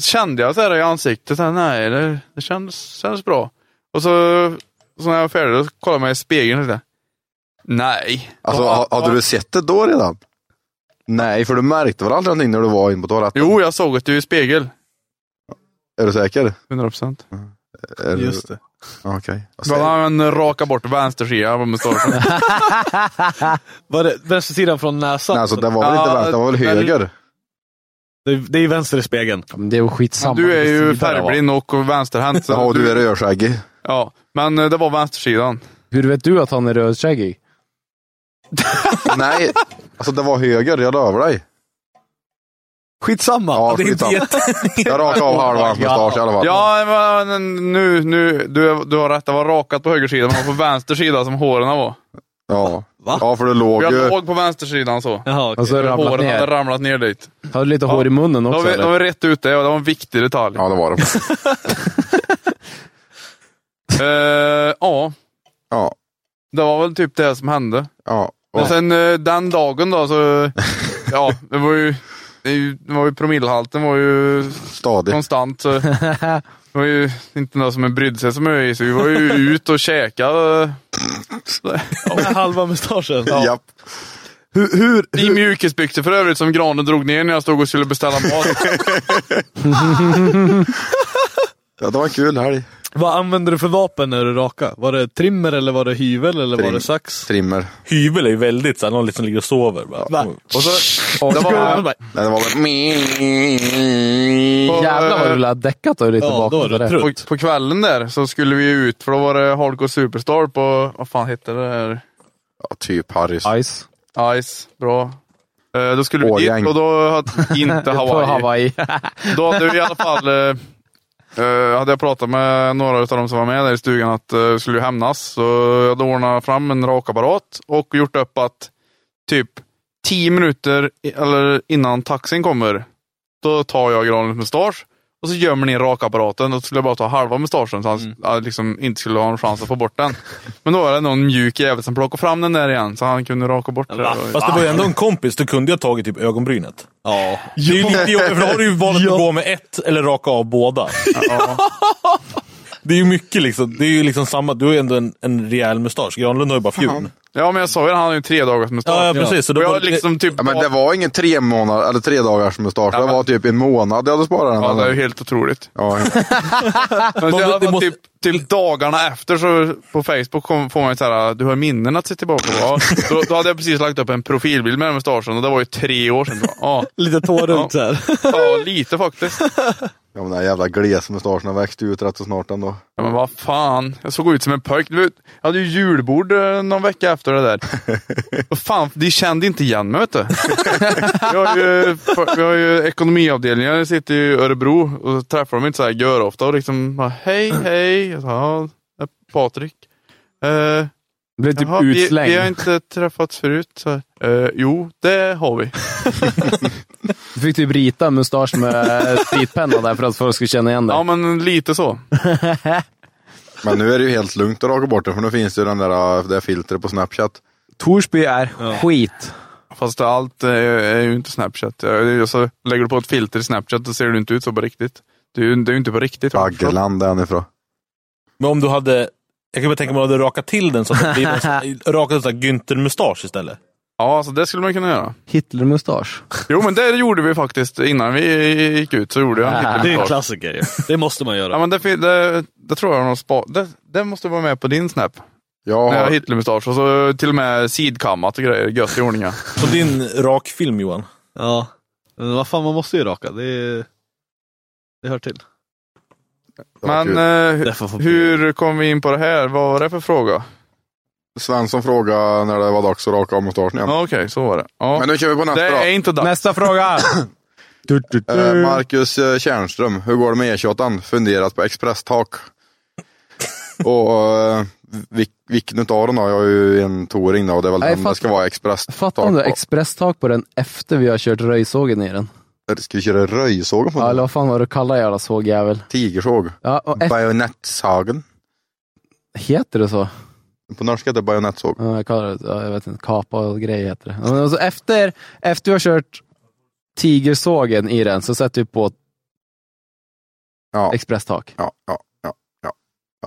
Speaker 6: kände jag så här i ansiktet, så här, nej det, det kändes, kändes bra. Och så, så när jag var färdig, då kollade jag mig i spegeln och tänkte, nej.
Speaker 4: Alltså,
Speaker 6: Och-
Speaker 4: ha- hade du sett det då redan? Nej, för du märkte väl aldrig någonting när du var inne på toaletten?
Speaker 6: Jo, jag såg att du är i spegel.
Speaker 4: Är du säker?
Speaker 6: 100 procent.
Speaker 4: Är du-
Speaker 8: Just det.
Speaker 4: Okej. Jag säger-
Speaker 6: Han raka bort vänstersidan på mustaschen.
Speaker 8: Var det vänster sidan från näsan?
Speaker 4: Nej, alltså, det var väl inte
Speaker 6: Ja,
Speaker 4: vänster, det var väl
Speaker 6: men-
Speaker 4: höger?
Speaker 8: det, det är vänster i spegeln.
Speaker 5: Ja, men Det är ju skitsamma.
Speaker 6: Du är ju
Speaker 5: Vilken sida det var.
Speaker 6: färgblind och vänsterhänt. så
Speaker 4: Ja, och du är rödskäggig.
Speaker 6: Ja, men eh, det var vänstersidan.
Speaker 5: Hur vet du att han är rödskäggig?
Speaker 4: Nej, alltså det var höger, jag lovar dig.
Speaker 8: Skitsamma!
Speaker 4: Ja,
Speaker 8: det är
Speaker 4: skitsamma.
Speaker 8: inte jätte...
Speaker 4: Jag rakade av halva hans mustasch i alla fall.
Speaker 6: Ja, men nu, nu, du, du har rätt. Det var rakat på högersidan, men på vänster sida som håren var.
Speaker 4: Ja. Va? Ja, för det låg
Speaker 6: Vi har
Speaker 4: ju...
Speaker 6: låg på vänstersidan så.
Speaker 4: Jaha, okej.
Speaker 6: Och
Speaker 8: Alltså-
Speaker 6: så
Speaker 4: Det ramlat
Speaker 6: Håret
Speaker 4: ner.
Speaker 6: hade ramlat ner dit.
Speaker 5: Har du lite hår i munnen också?
Speaker 6: De har,
Speaker 5: eller?
Speaker 6: de har rätt ut det och det var en viktig detalj.
Speaker 4: Ja, det var det.
Speaker 6: Eh, ja.
Speaker 4: ja.
Speaker 6: Det var väl typ det som hände.
Speaker 4: Ja.
Speaker 6: Och sen eh, den dagen då så, ja, det var ju, det är ju- det var ju promillhalten var ju
Speaker 4: Stadig.
Speaker 6: konstant. Så, det var ju inte någon som brydde sig så mycket, så vi var ju ut och eh, käkade.
Speaker 8: Med halva mustaschen.
Speaker 6: Ja.
Speaker 4: Japp. Hur, hur,
Speaker 6: I mjukisbyxor för övrigt som granen drog ner när jag stod och skulle beställa mat.
Speaker 4: ja, det var en kul helg.
Speaker 8: Vad använde du för vapen när du raka? Var det trimmer eller var det hyvel eller var
Speaker 4: Trim-
Speaker 8: det sax?
Speaker 4: Trimmer.
Speaker 12: Hyvel är ju väldigt såhär, någon liksom ligger och sover. Bara.
Speaker 6: Och så, det var,
Speaker 4: Nej, det var väl...
Speaker 5: Jävlar vad du lär ha däckat och är lite bakom på det.
Speaker 6: eh, på, på kvällen där så skulle vi ut för då var det Hardcore Superstar på, vad fan hette det där?
Speaker 4: Ja, typ Harrys.
Speaker 5: Ice.
Speaker 6: Ice, bra. Eh, Då skulle vi
Speaker 4: Årgäng.
Speaker 6: dit och då hade inte Hawaii.
Speaker 5: På Hawaii.
Speaker 6: Då hade vi i alla fall, eh, eh, hade jag pratat med några av dem som var med där i stugan att eh, vi skulle ju hämnas. Så jag hade ordnat fram en rakapparat och gjort upp att typ 10 minuter i- eller innan taxin kommer, då tar jag granens mustasch och så gömmer ni rakapparaten. Då skulle jag bara ta halva mustaschen så han
Speaker 12: Mm.
Speaker 6: eh, liksom inte skulle ha en chans att få bort den. Men då var det någon mjuk jävel som plockade fram den där igen så han kunde raka bort det.
Speaker 12: Fast det var ju ändå en kompis, då kunde jag tagit typ ögonbrynet.
Speaker 8: Ja.
Speaker 12: Det är ju lite jobbigt, för då har du ju valet att gå med ett eller raka av båda. Det är ju mycket liksom. Det är ju liksom samma. Du har ju ändå en, en rejäl mustasch. Granlund har ju bara fjun.
Speaker 6: Ja men jag sa ju det, han har ju en tre dagars mustasch.
Speaker 12: Ja, ja, precis. Så då
Speaker 6: Och jag
Speaker 12: var det-
Speaker 6: liksom typ...
Speaker 4: Ja, men det var ingen tre månader, eller tre dagars mustasch. Det var typ en månad jag hade sparat den.
Speaker 6: Ja, det är ju helt otroligt.
Speaker 4: Ja,
Speaker 6: Men
Speaker 12: Man-
Speaker 6: i alla
Speaker 12: det
Speaker 6: fall
Speaker 12: måste-
Speaker 6: typ, typ dagarna efter så på Facebook kom, får man ju såhär, du har minnen att se tillbaka på. Ja, då, då hade jag precis lagt upp en profilbild med den mustaschen och det var ju tre år sedan. Ja,
Speaker 8: Lite tår runt så här.
Speaker 6: ja lite faktiskt.
Speaker 4: Ja, men den här jävla glesmustaschen växte ut rätt så snart ändå.
Speaker 6: Ja, men vad fan, jag såg ut som en pojk. Du vet, Jag hade ju julbord eh, någon vecka efter det där. Vad fan, de kände inte igen mig vet du. Vi har ju, vi har ju ekonomiavdelningen, jag sitter i Örebro och så träffar de inte så här gör ofta och liksom bara, hej hej. Jag sa, ja, jag är Patrik. Eh,
Speaker 5: Blev typ
Speaker 6: Jaha, vi,
Speaker 5: utslängd.
Speaker 6: vi har inte träffats förut. Så, här. eh, jo, det har vi.
Speaker 5: Du fick typ rita en mustasch med spritpenna där för att folk skulle känna igen dig.
Speaker 6: Ja, men lite så.
Speaker 4: Men nu är det ju helt lugnt att raka bort den för nu finns det ju den där, äh, det där filtret på Snapchat.
Speaker 5: Torsby är skit.
Speaker 6: Fast allt eh, är ju inte Snapchat. Jag- jag sa, lägger du på ett filter i Snapchat då ser du inte ut så på riktigt. Det är ju det är ju inte på riktigt. va?
Speaker 4: Baggeland är han ifrån.
Speaker 12: Men om du hade... Jag kan bara tänka mig om du hade rakat till den så att det blir en sån- rakat en sån här Günther-mustasch istället.
Speaker 6: Ja, alltså, det skulle man kunna göra.
Speaker 5: Hitlermustasch.
Speaker 6: Jo, men det gjorde vi faktiskt innan vi gick ut. Så gjorde jag en liten
Speaker 8: Det är en
Speaker 6: mustasch.
Speaker 8: klassiker ju. Det måste man
Speaker 6: Ja,
Speaker 8: göra.
Speaker 6: men det, fin- det, det tror jag har någon spa. Det, det måste vara med på din Snap.
Speaker 4: Jag
Speaker 6: När jag
Speaker 4: har,
Speaker 6: har Hitlermustasch och så till och med sidkammat och grejer. Gött i ordning. ja.
Speaker 12: På din rakfilm Johan.
Speaker 8: Ja. Men vad fan, man måste ju raka. Det, är- det hör till.
Speaker 4: var
Speaker 6: Men
Speaker 4: kul.
Speaker 6: eh, hu-
Speaker 8: Det får få bli.
Speaker 6: hur kom vi in på det här? Vad var det för fråga?
Speaker 4: Svensson frågade när det var dags att raka av mustaschen igen.
Speaker 6: Ja, Okej, så var det. Ja.
Speaker 4: Men nu kör vi på nästa
Speaker 6: det
Speaker 4: då.
Speaker 6: är inte Mm. dags.
Speaker 5: Nästa fråga! Du, du, du.
Speaker 4: Eh, Marcus eh, Tjärnström, hur går det med E28? Funderat på expresstak. och eh, vil- vilken utav dem då? Jag har ju en touring då och det är väl
Speaker 5: Nej,
Speaker 4: den det
Speaker 5: fatt-
Speaker 4: ska vara expresstak
Speaker 5: Fattar om
Speaker 4: på.
Speaker 5: du expresstak på den efter vi har kört röjsågen i den.
Speaker 4: Ska vi köra röjsågen på
Speaker 5: Ja, eller
Speaker 4: den?
Speaker 5: vad fan var det du kallade jävla sågjävel?
Speaker 4: Tigersåg.
Speaker 5: Ja, och efter,
Speaker 4: Bajonettsagen.
Speaker 5: heter det så?
Speaker 4: På norska heter det bajonettsåg.
Speaker 5: Ja, jag kallar det, ja, jag vet inte, kapa och grej heter det. Ja, men alltså efter, efter vi har kört tigersågen i den så sätter vi på
Speaker 4: Ja,
Speaker 5: expresstak.
Speaker 4: ja, ja. ja.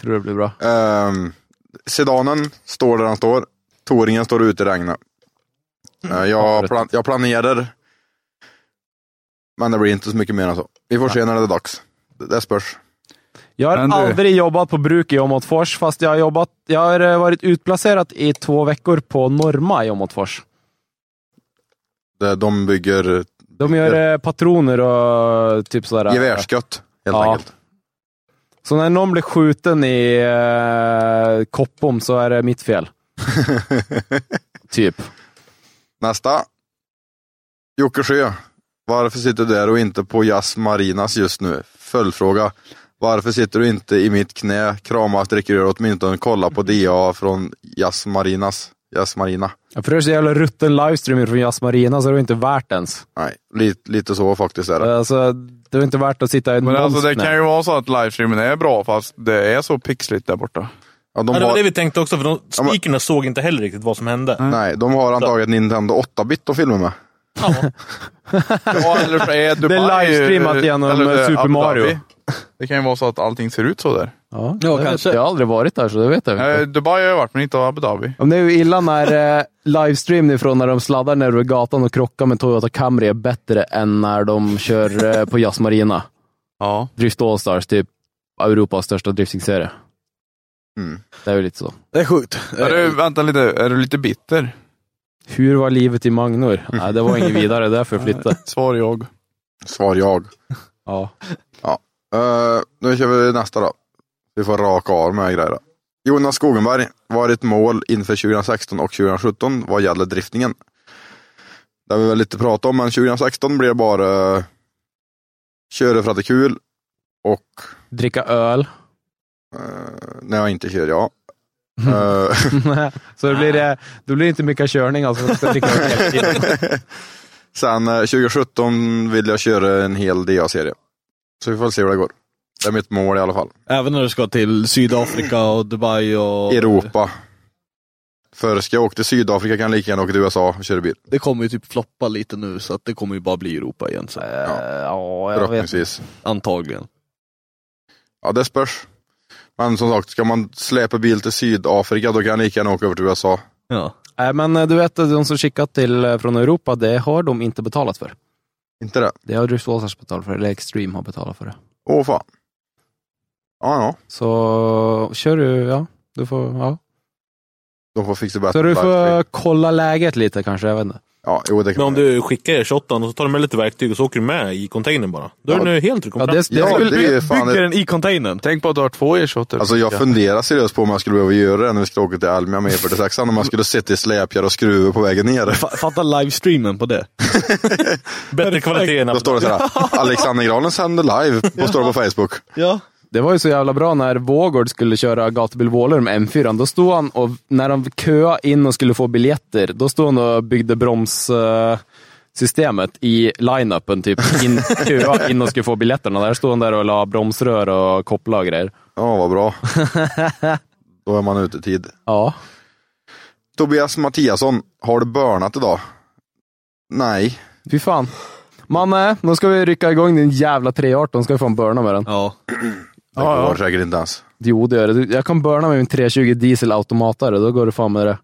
Speaker 5: Tror det blir bra.
Speaker 4: Ehm, sedanen står där han står. Touringen står ute i regnet. Eh, jag, plan- jag planerar. Men det blir inte så mycket mer än så. Vi får se när det är dags. Det, det spörs.
Speaker 5: Jag har
Speaker 6: Men du-
Speaker 5: aldrig jobbat på bruk i Åmotfors, fast jag har, jobbat, jag har eh, varit utplacerad i två veckor på Norma i Åmotfors.
Speaker 4: Det, de bygger
Speaker 5: De gör eh, patroner och typ sådär.
Speaker 4: gevärsskott helt
Speaker 5: Ja.
Speaker 4: enkelt.
Speaker 5: Så när någon blir skjuten i eh, Koppom så är det mitt fel. typ.
Speaker 4: Nästa. Jocke Sjö. Varför sitter du där och inte på Jazz Marinas just nu? Följdfråga. Varför sitter du inte i mitt knä, kramas, dricker öl och åtminstone kolla på DA från Jas Marinas? Jas Marina.
Speaker 5: Ja, för det är så jävla rutten livestream från Jazz Marina så det är inte värt ens.
Speaker 4: Nej, lite, lite så faktiskt är det.
Speaker 5: Alltså, det är inte värt att sitta i
Speaker 6: Men
Speaker 5: någons
Speaker 6: alltså det
Speaker 5: knä.
Speaker 6: kan ju vara så att livestreamen är bra fast det är så pixligt där borta.
Speaker 4: Ja,
Speaker 12: ja, det var det vi tänkte också, för de, speakerna såg inte heller riktigt vad som hände.
Speaker 4: Nej, de har antagligen Nintendo 8-bit att filma med.
Speaker 6: Ja, eller så är Dubai,
Speaker 5: Det är livestreamat genom,
Speaker 6: eller det är
Speaker 5: Super
Speaker 6: Abu
Speaker 5: Mario.
Speaker 6: Dhabi. Det kan ju vara så att allting ser ut så där.
Speaker 5: Ja, det vet Jag Jag har aldrig varit där så det vet jag inte.
Speaker 6: Eh, Dubai har jag varit men inte Abu Dhabi.
Speaker 5: Om det är ju illa när eh, livestreamen ifrån när de sladdar ner över gatan och krockar med Toyota Camry är bättre än när de kör eh, på Jazz Marina.
Speaker 6: Ja.
Speaker 5: Drift Allstars, typ Europas största driftingserie.
Speaker 4: Mm.
Speaker 5: Det är ju lite så.
Speaker 3: Det är sjukt.
Speaker 8: Eh,
Speaker 6: Är du, vänta lite, är du lite bitter?
Speaker 5: Hur var livet i Magnor? Nej, det var inget vidare, därför jag flyttade.
Speaker 6: Svar jag.
Speaker 4: Svar jag.
Speaker 5: Ja.
Speaker 4: ja. Eh, nu kör vi nästa då. Vi får raka av med grejer då. Jonas Skogenberg, vad är ditt mål inför 2016 och 2017 vad gäller driftningen? Det har vi väl lite pratat om, men 2016 blir det bara eh, köra för att det är kul och... eh,
Speaker 5: Dricka öl.
Speaker 4: när jag inte kör, ja. Eh,
Speaker 5: så det blir det, då blir det inte mycket körning alltså. för att jag ska dricka öl hela tiden.
Speaker 4: Sen eh, 2017 vill jag köra en hel DA-serie. Så vi får väl se hur det går. Det är mitt mål i alla fall.
Speaker 8: Även när du ska till Sydafrika och Dubai och...
Speaker 4: Europa. För ska jag åka till Sydafrika kan jag lika gärna åka till USA och köra bil.
Speaker 8: Det kommer ju typ floppa lite nu så att det kommer ju bara bli Europa igen sen.
Speaker 5: Eh, Ja,
Speaker 4: Förhoppningsvis.
Speaker 8: Antagligen.
Speaker 4: Ja, det spörs. Men som sagt, ska man släpa bil till Sydafrika då kan jag lika gärna åka över till USA.
Speaker 8: Ja.
Speaker 5: Nej, men eh, du vet, de som skickat till eh, från Europa, det har de inte betalat för.
Speaker 4: Inte det?
Speaker 5: Det har Drift Allstars betalat för, eller Extreme har betalat för det.
Speaker 4: Åh fan. Ja, ja.
Speaker 5: Så kör du, ja. Du får, ja.
Speaker 4: De får fixa bättre
Speaker 5: Så du
Speaker 4: verktyg.
Speaker 5: får kolla läget lite kanske, jag vet inte.
Speaker 4: Ja, jo, det
Speaker 12: Men om du skickar er 28 och så tar du med lite verktyg och så åker du med i containern bara. Då är
Speaker 4: Ja.
Speaker 12: du nu helt
Speaker 4: Ja, det- det- Ja, det är ju fan Bygger ett-
Speaker 12: i containern.
Speaker 6: Tänk på att du har två ersättare.
Speaker 4: Alltså jag funderar seriöst på om jag skulle behöva göra det när vi skulle åka till Almia med E46 om man skulle sitta i släpkärra och skruva på vägen ner.
Speaker 8: Fa- Fatta livestreamen på det.
Speaker 12: Bättre kvalitet än
Speaker 4: Då står det såhär, Alexander Granlund sänder live, och står det på Facebook.
Speaker 8: Ja.
Speaker 5: Det var ju så jävla bra när Vågård skulle köra gatubil Våler med M4. Då stod han och, när han köade in och skulle få biljetter, då stod han och byggde bromssystemet i line-upen. Typ in, köa in och skulle få biljetterna. Där stod han där och la bromsrör och kopplade och grejer.
Speaker 4: Ja, vad bra. Då är man ute i tid.
Speaker 5: Ja.
Speaker 4: Tobias Mattiasson, har du börnat idag? Nej.
Speaker 5: Fy fan. Manne, nu ska vi rycka igång din jävla 318. Ska vi fan börna med den.
Speaker 8: Ja.
Speaker 4: Det
Speaker 5: Ja, ja.
Speaker 4: går säkert inte ens.
Speaker 5: Jo, det gör det. Du- Jag kan börna med min 320 dieselautomatare. Då går det fan med det.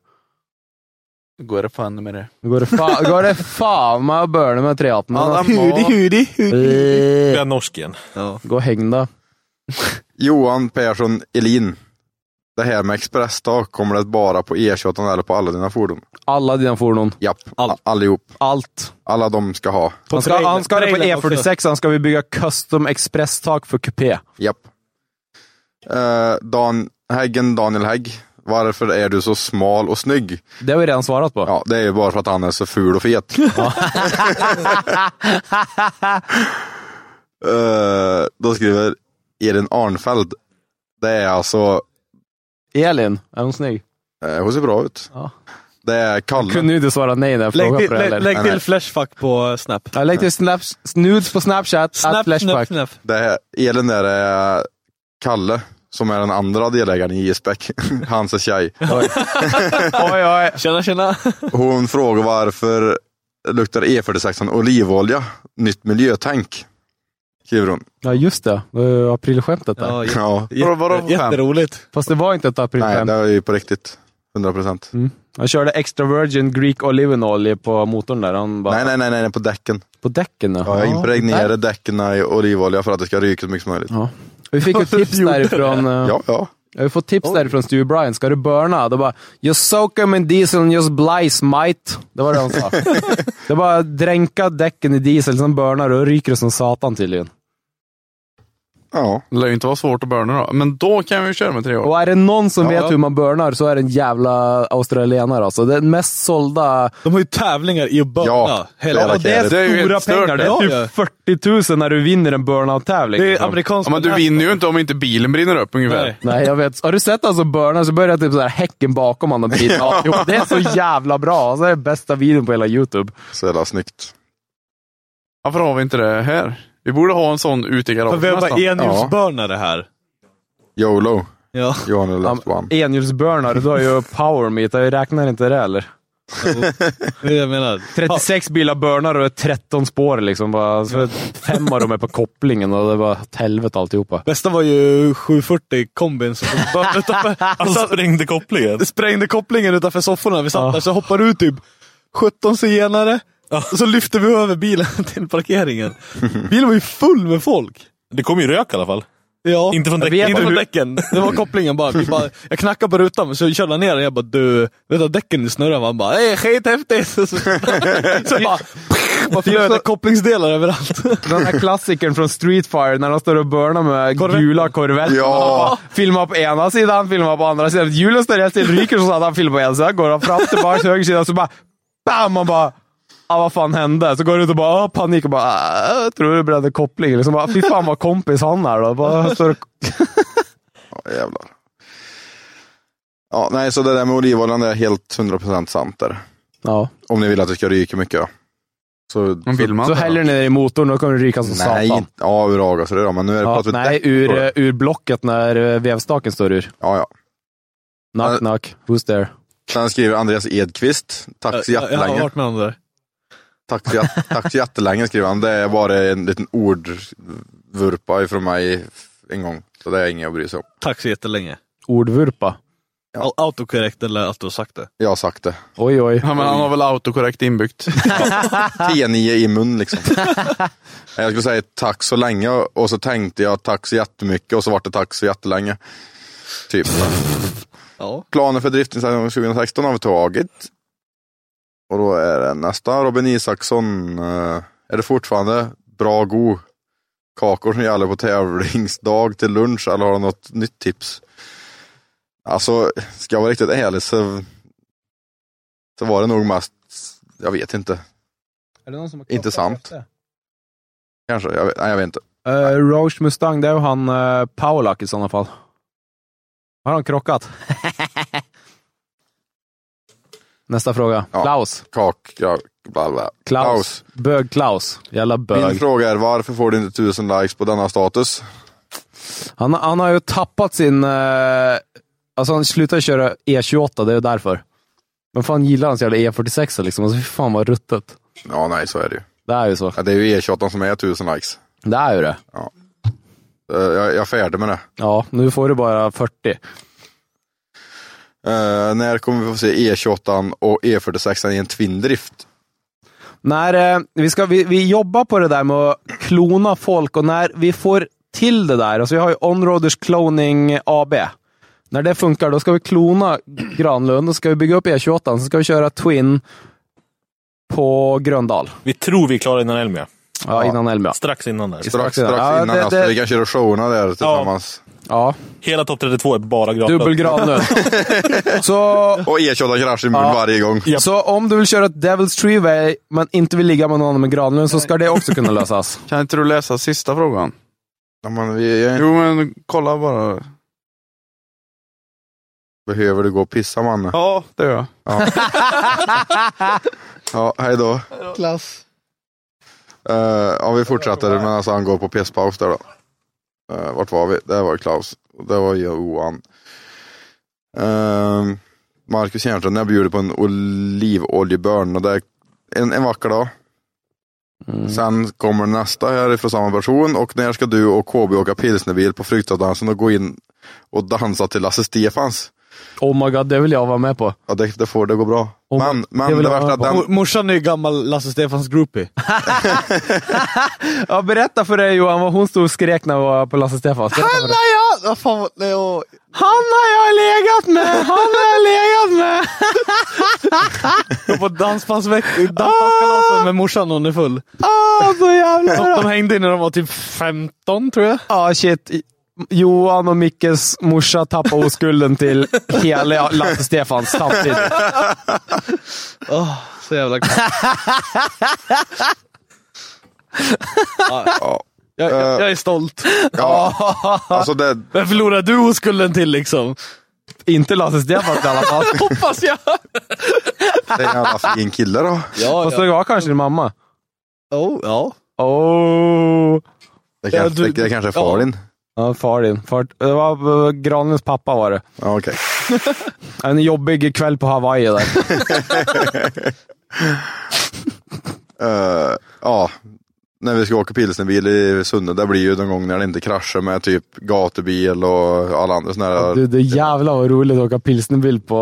Speaker 6: Går det fan med det.
Speaker 5: Då går det fan, går det fan med att börna med 318.
Speaker 6: Alla må-
Speaker 8: hudi,
Speaker 12: Vi
Speaker 5: Eh,
Speaker 12: har norsk igen.
Speaker 5: Gå och häng då.
Speaker 4: Johan Persson Elin, det här med expresstak, kommer det bara på E28 eller på alla dina fordon?
Speaker 5: Alla dina fordon.
Speaker 4: Japp, All. allihop.
Speaker 5: Allt.
Speaker 4: Alla de ska ha.
Speaker 5: Han ska, han ska ha det på E46, han ska vi bygga custom express-tak för kupé.
Speaker 4: Japp. Eh, Dan Häggen, Daniel Hägg, varför är du så smal och snygg?
Speaker 5: Det har vi redan svarat på.
Speaker 4: Ja, det är ju bara för att han är så ful och fet. Eh, då skriver Elin Arnfeld. Det är alltså,
Speaker 5: Elin, är hon snygg?
Speaker 4: eh, hon ser bra ut.
Speaker 5: Ja.
Speaker 4: Det är Kalle.
Speaker 5: Kunde ju inte svara nej när jag
Speaker 8: Lägg
Speaker 5: frågade
Speaker 8: till,
Speaker 5: på det
Speaker 8: lä,
Speaker 5: heller.
Speaker 8: lägg till flashfuck på eh, Snap.
Speaker 5: Ja, lägg till snaps, snudes på Snapchat,
Speaker 8: Snap,
Speaker 5: at flashback.
Speaker 8: snap, snap.
Speaker 4: Det är, Elin där är Kalle, som är den andra delägaren i ISBäck. Hans är tjej.
Speaker 5: Oj, oj.
Speaker 8: Tjena tjena.
Speaker 4: Hon frågar varför luktar E46 olivolja? Nytt miljötänk. Skriver hon.
Speaker 5: Ja, just det. Det var ju aprilskämtet där.
Speaker 8: Ja, jätte,
Speaker 4: Ja.
Speaker 6: Vadå- vadå för fan?
Speaker 8: jätteroligt.
Speaker 5: Fast det var inte ett
Speaker 4: Nej,
Speaker 5: aprilskämt.
Speaker 4: det är ju på riktigt. 100 procent.
Speaker 5: Han körde extra virgin Greek olive oil på motorn där. Han bara,
Speaker 4: Nej, nej, nej, nej, på däcken.
Speaker 5: På däcken
Speaker 4: Ja, jag impregnerade däcken i olivolja för att det ska ryka så mycket som möjligt.
Speaker 5: Ja. Vi fick ju tips därifrån. eh,
Speaker 4: Ja, ja.
Speaker 5: Jag har fått tips därifrån Stu Bryan. Ska du burna? Då bara, you soak them in diesel and just blize might. Det var det han sa. det var dränka däcken i diesel, sen burnar du och ryker det som satan tydligen.
Speaker 4: Ja. Det lär ju inte vara svårt att burna då. Men då kan vi ju köra med tre år.
Speaker 5: Och är det någon som
Speaker 4: Ja,
Speaker 5: vet
Speaker 4: ja.
Speaker 5: hur man burnar så är det en jävla australienare alltså. Den mest sålda...
Speaker 3: De har ju tävlingar i att burna.
Speaker 5: Ja,
Speaker 3: Hela
Speaker 5: det är
Speaker 3: tiden. Det är ju
Speaker 5: stora
Speaker 3: helt stört
Speaker 5: pengar. Det
Speaker 3: det.
Speaker 5: är
Speaker 3: Ja.
Speaker 5: typ 40 000 när du vinner en burnout-tävling.
Speaker 3: Det är
Speaker 5: liksom.
Speaker 3: amerikansk
Speaker 4: Ja, men du vinner ju inte om inte bilen brinner upp ungefär.
Speaker 5: Nej. Nej, jag vet. Har du sett han som burnar så börjar typ så här häcken bakom honom brinna.
Speaker 4: Ja.
Speaker 5: Jo, Det är så jävla bra. Alltså, det är bästa videon på hela YouTube.
Speaker 4: Så jävla snyggt. Varför har vi inte det här? Vi borde ha en sån ute i
Speaker 3: För
Speaker 4: garaget
Speaker 3: vi har bara
Speaker 4: Ja.
Speaker 3: enhjulsburnare här.
Speaker 4: YOLO.
Speaker 3: Ja.
Speaker 4: You only left one.
Speaker 5: Enhjulsburnare, du har ju power meter. Jag räknar inte det eller?
Speaker 3: jag menar.
Speaker 5: 36 bilar burnar och 13 spår liksom. Bara, så fem av dem är på kopplingen och det var ett helvete alltihopa.
Speaker 3: Bästa var ju 740 kombin som börnade utanför.
Speaker 7: Alltså sprängde kopplingen.
Speaker 3: Det sprängde kopplingen utanför sofforna. Vi satt där så hoppar ut typ 17 zigenare. Och så lyfter vi över bilen till parkeringen. Bilen var ju full med folk.
Speaker 7: Det kom ju rök i alla fall.
Speaker 3: Ja.
Speaker 7: Inte från
Speaker 3: Jag
Speaker 7: däcken.
Speaker 3: vet
Speaker 7: Inte från
Speaker 3: hur-
Speaker 7: däcken.
Speaker 3: Det var kopplingen bara. Vi bara jag knackade på rutan, men så körde han ner den. Jag bara du, vet du däcken snurrar? Man bara ey skithäftigt! Så, så, så bara, bara flödade kopplingsdelar överallt.
Speaker 5: Den här klassikern från Street Fighter när de står och burnar med gula korvetter.
Speaker 3: Ja.
Speaker 5: Filmar på ena sidan, filmar på andra sidan. Hjulen står helt still, ryker så att han filmar på ena sidan. Går han fram, tillbaka, till höger sida så bara BAM! Man bara Ah, vad fan hände? Så går du ut och bara ah, panik och bara ah, jag tror du brände kopplingen. Liksom bara, Fy fan vad kompis han är då. Bara, står och...
Speaker 4: Ja, jävlar. Ja, nej, så det där med olivoljan är helt 100% sant där.
Speaker 5: Ja.
Speaker 4: Om ni vill att det ska ryka mycket. ja. Så, så,
Speaker 5: så häller ni ner i motorn och kommer det ryka som
Speaker 4: Nej,
Speaker 5: Alltså, satan.
Speaker 4: inte- ja ur avgasrör då, men nu är Alltså, det
Speaker 5: Ja,
Speaker 4: pratar vi
Speaker 5: nej,
Speaker 4: däck
Speaker 5: ur,
Speaker 4: då.
Speaker 5: eh, ur blocket när eh, vevstaken står ur.
Speaker 4: Ja, ja.
Speaker 5: Knock, knock. Who's there?
Speaker 4: Sen skriver Andreas Edqvist, tack så
Speaker 3: Jag- jag har
Speaker 4: jättelänge.
Speaker 3: varit med om det där.
Speaker 4: Tack så, jät- tack så jättelänge skriver han. Det var en liten ordvurpa ifrån mig en gång. Så det är inget att bry sig om.
Speaker 3: Tack så jättelänge.
Speaker 5: Ordvurpa.
Speaker 3: Ja. Autokorrekt eller att du har sagt det.
Speaker 4: Jag har sagt det.
Speaker 5: Oj, oj.
Speaker 4: Ja, men han har väl autokorrekt inbyggt. T9 i mun liksom. Jag skulle säga tack så länge och så tänkte jag tack så jättemycket och så vart det tack så jättelänge. Typ. Planer för driftinställningen 2016 har vi tagit. Och då är det nästa Robin Isaksson. eh, Är det fortfarande bra god kakor som gäller på tävlingsdag till lunch eller har du något nytt tips? Alltså, ska jag vara riktigt ärlig så så var det nog mest, jag vet inte,
Speaker 5: Är det någon som har
Speaker 4: intressant. Kanske, jag vet, nej, jag vet inte.
Speaker 5: Uh, Roche Mustang, det är ju han uh, Paulak i sådana fall. Har han krockat? Nästa fråga. Klaus.
Speaker 4: Kak, ja, bla bla.
Speaker 5: Klaus. Bög Klaus. Jävla bög.
Speaker 4: Min fråga är varför får du inte tusen likes på denna status?
Speaker 5: Han, han har ju tappat sin... eh, alltså han slutade köra E28, det är ju därför. Men fan gillar han så jävla E46 liksom? Alltså fy fan vad ruttet.
Speaker 4: Ja, nej så är det ju.
Speaker 5: Det är ju så.
Speaker 4: Ja, det är ju E28 som är tusen likes.
Speaker 5: Det är ju det.
Speaker 4: Ja. Eh, Jag, jag är färdig med det.
Speaker 5: Ja, nu får du bara 40.
Speaker 4: Eh, när kommer vi få se E28 och E46 i en twindrift?
Speaker 5: När, eh, vi, ska, vi, vi jobbar på det där med att klona folk och när vi får till det där, alltså vi har ju Onroaders Cloning AB. När det funkar, då ska vi klona Granlund, då ska vi bygga upp E28, så ska vi köra Twin på Gröndal.
Speaker 7: Vi tror vi är klara innan Elmia.
Speaker 5: Ja, innan Elmia.
Speaker 7: Strax innan där.
Speaker 4: Strax, strax innan, alltså, vi kan köra showerna där tillsammans.
Speaker 5: Ja.
Speaker 7: Hela topp 32 är bara Granlund.
Speaker 5: Dubbel Granlund. så
Speaker 4: Och E28 kraschar i mun
Speaker 5: Ja.
Speaker 4: varje gång.
Speaker 5: Så om du vill köra ett Devil's Treeway men inte vill ligga med någon med Granlund så ska det också kunna lösas.
Speaker 4: Kan inte du läsa sista frågan? Ja, men vi, jag... Jo, men kolla bara. Behöver du gå och pissa mannen?
Speaker 5: Ja,
Speaker 4: det gör jag. Ja, ja hej då.
Speaker 13: Klass.
Speaker 4: Eh, ja, vi fortsätter, men alltså han går på pisspaus där då. Eh, vart var vi? Där var Klaus. Och Där var Johan. Uh, Marcus Hjärnström, jag bjuder på en olivoljebörn. Och det är en, en vacker dag.
Speaker 5: Mm.
Speaker 4: Sen kommer nästa här ifrån samma person. Och när ska du och KB åka pilsnerbil på Fryktadansen och gå in och dansa till Lasse Stefans?
Speaker 5: Oh my god, det vill jag vara med på.
Speaker 4: Ja, det, det får det gå bra. men men det, värsta, den,
Speaker 3: Mor- Morsan är ju gammal Lasse Stefans groupie.
Speaker 5: Ja, berätta för dig Johan vad hon stod och skrek när vi var på Lasse Stefans. Berätta för dig.
Speaker 3: ja!
Speaker 8: vad fan var det? Och...
Speaker 5: Han har jag legat med! Han har jag legat med!
Speaker 3: Och på dansbandsveck- dansbandskalasen med morsan när hon är full.
Speaker 5: Åh, så jävla
Speaker 3: De, de
Speaker 5: bra!
Speaker 3: hängde när de var typ 15 tror jag.
Speaker 5: Ja, shit. Johan och Mickes morsa tappade oskulden till hela Lasse Stefans samtidigt.
Speaker 3: Åh, så jävla kallt.
Speaker 4: Ja.
Speaker 3: Jag, jag, jag är stolt.
Speaker 4: Ja. Alltså det,
Speaker 3: Vem förlorar du oskulden till liksom?
Speaker 5: Inte Lasse Stefan i alla fall.
Speaker 3: Hoppas jag!
Speaker 4: det är en jävla fin kille då.
Speaker 3: Ja,
Speaker 5: Fast det var kanske din mamma.
Speaker 3: Oh, ja.
Speaker 5: Oh.
Speaker 4: Det
Speaker 3: Ja,
Speaker 4: kanske,
Speaker 3: du-
Speaker 4: det, det kanske är far din.
Speaker 5: Ja, far din. Far, det var eh, Granlunds pappa var det.
Speaker 4: Ja, okej.
Speaker 5: En jobbig kväll på Hawaii där.
Speaker 4: Eh, ja, när vi ska åka pilsnerbil i Sunne, det blir ju någon gång när det inte kraschar med typ gatubil och alla andra sådana där.
Speaker 5: Du, det är jävla vad roligt att åka pilsnerbil på...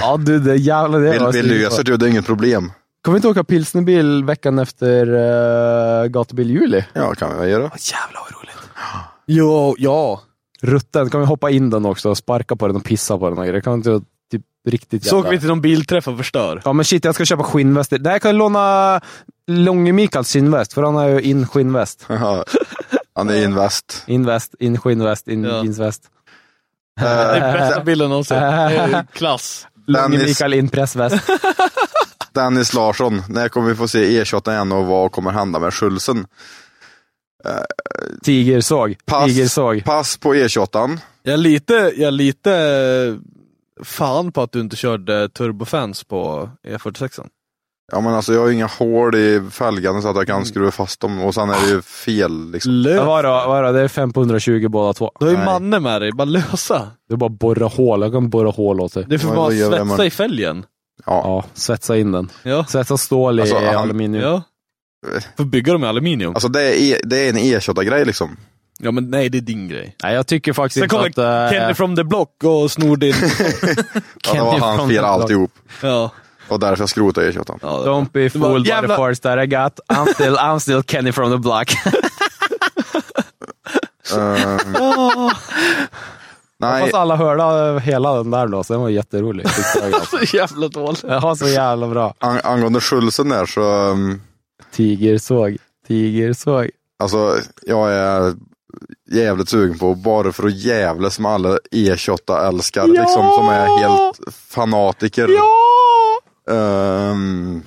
Speaker 5: Ja du, det är jävla det var
Speaker 4: vi, vi löser det, det är inget problem.
Speaker 5: Kommer vi inte åka pilsnerbil veckan efter uh, gatubil juli?
Speaker 4: Ja, kan vi väl göra.
Speaker 5: Jävlar vad roligt. Jo, ja. Rutten, kan vi hoppa in den också och sparka på den och pissa på den? och grejer? Det kan inte vara typ riktigt
Speaker 3: Så åker
Speaker 5: jävla...
Speaker 3: vi till någon bilträff och förstör.
Speaker 5: Ja men shit, jag ska köpa skinnväst. Nej, jag kan låna Långe Mikaels skinnväst, för han har ju in skinnväst.
Speaker 4: Han är invest.
Speaker 5: Inväst, in skinnväst, in
Speaker 3: Ja.
Speaker 5: jeansväst.
Speaker 3: Det är
Speaker 4: Eh,
Speaker 3: bästa bilden någonsin.
Speaker 5: Eh.
Speaker 3: Det är Klass.
Speaker 5: Långe
Speaker 4: Dennis-
Speaker 5: Mikael in pressväst.
Speaker 4: Dennis Larsson, när kommer vi få se E28 igen och vad kommer hända med Schulzen?
Speaker 5: Tigersåg.
Speaker 4: Pass.
Speaker 5: Tigersåg.
Speaker 4: Pass på E E28.
Speaker 3: Jag är lite, jag är lite eh, fan på att du inte körde turbofans på E46.
Speaker 4: Ja men alltså jag har ju inga hål i fälgarna så att jag
Speaker 5: Mm.
Speaker 4: kan skruva fast dem och sen är det ju fel liksom.
Speaker 5: Ja,
Speaker 3: Lös.
Speaker 5: vadå, vadå, det är 520 båda två.
Speaker 3: Du har ju
Speaker 4: Nej.
Speaker 3: mannen med dig, bara lösa.
Speaker 5: Det är bara att borra hål. Jag kan borra hål åt dig.
Speaker 3: Du får
Speaker 4: Vad-
Speaker 3: bara
Speaker 4: vad gör vi,
Speaker 3: svetsa
Speaker 4: man?
Speaker 3: i fälgen.
Speaker 4: Ja.
Speaker 5: Ja, svetsa in den.
Speaker 3: Ja.
Speaker 5: Svetsa stål i
Speaker 4: Alltså, han-
Speaker 5: aluminium.
Speaker 3: Ja. Får bygga dem i aluminium.
Speaker 4: Alltså det är, E- det är en E28-grej liksom.
Speaker 3: Ja men nej, det är din grej.
Speaker 5: Nej, jag tycker faktiskt
Speaker 3: Sen
Speaker 5: inte att...
Speaker 3: kommer
Speaker 5: eh,
Speaker 3: Kenny from the block och snor din...
Speaker 4: Ja, det var
Speaker 5: Kenny
Speaker 4: hans
Speaker 5: från
Speaker 4: fel
Speaker 5: Block.
Speaker 4: alltihop.
Speaker 3: ja.
Speaker 4: Och därför jag E skrotade E28.
Speaker 3: ja det-
Speaker 5: Don't be
Speaker 3: Det var
Speaker 5: fooled by the
Speaker 3: jävla-
Speaker 5: force that I got. I'm still, I'm still Kenny from the block.
Speaker 4: Ehm, nej,
Speaker 5: Hoppas alla hörde hela den där då, så den var alltså. jätterolig.
Speaker 3: Så jävla dåligt.
Speaker 5: Ja, så jävla bra.
Speaker 4: an- angående Schulzen där så, ehm,
Speaker 5: Tigersåg. Tigersåg.
Speaker 4: alltså jag är jävligt sugen på, bara för att jävlas med alla E28-älskare liksom, som är helt fanatiker. Ehm,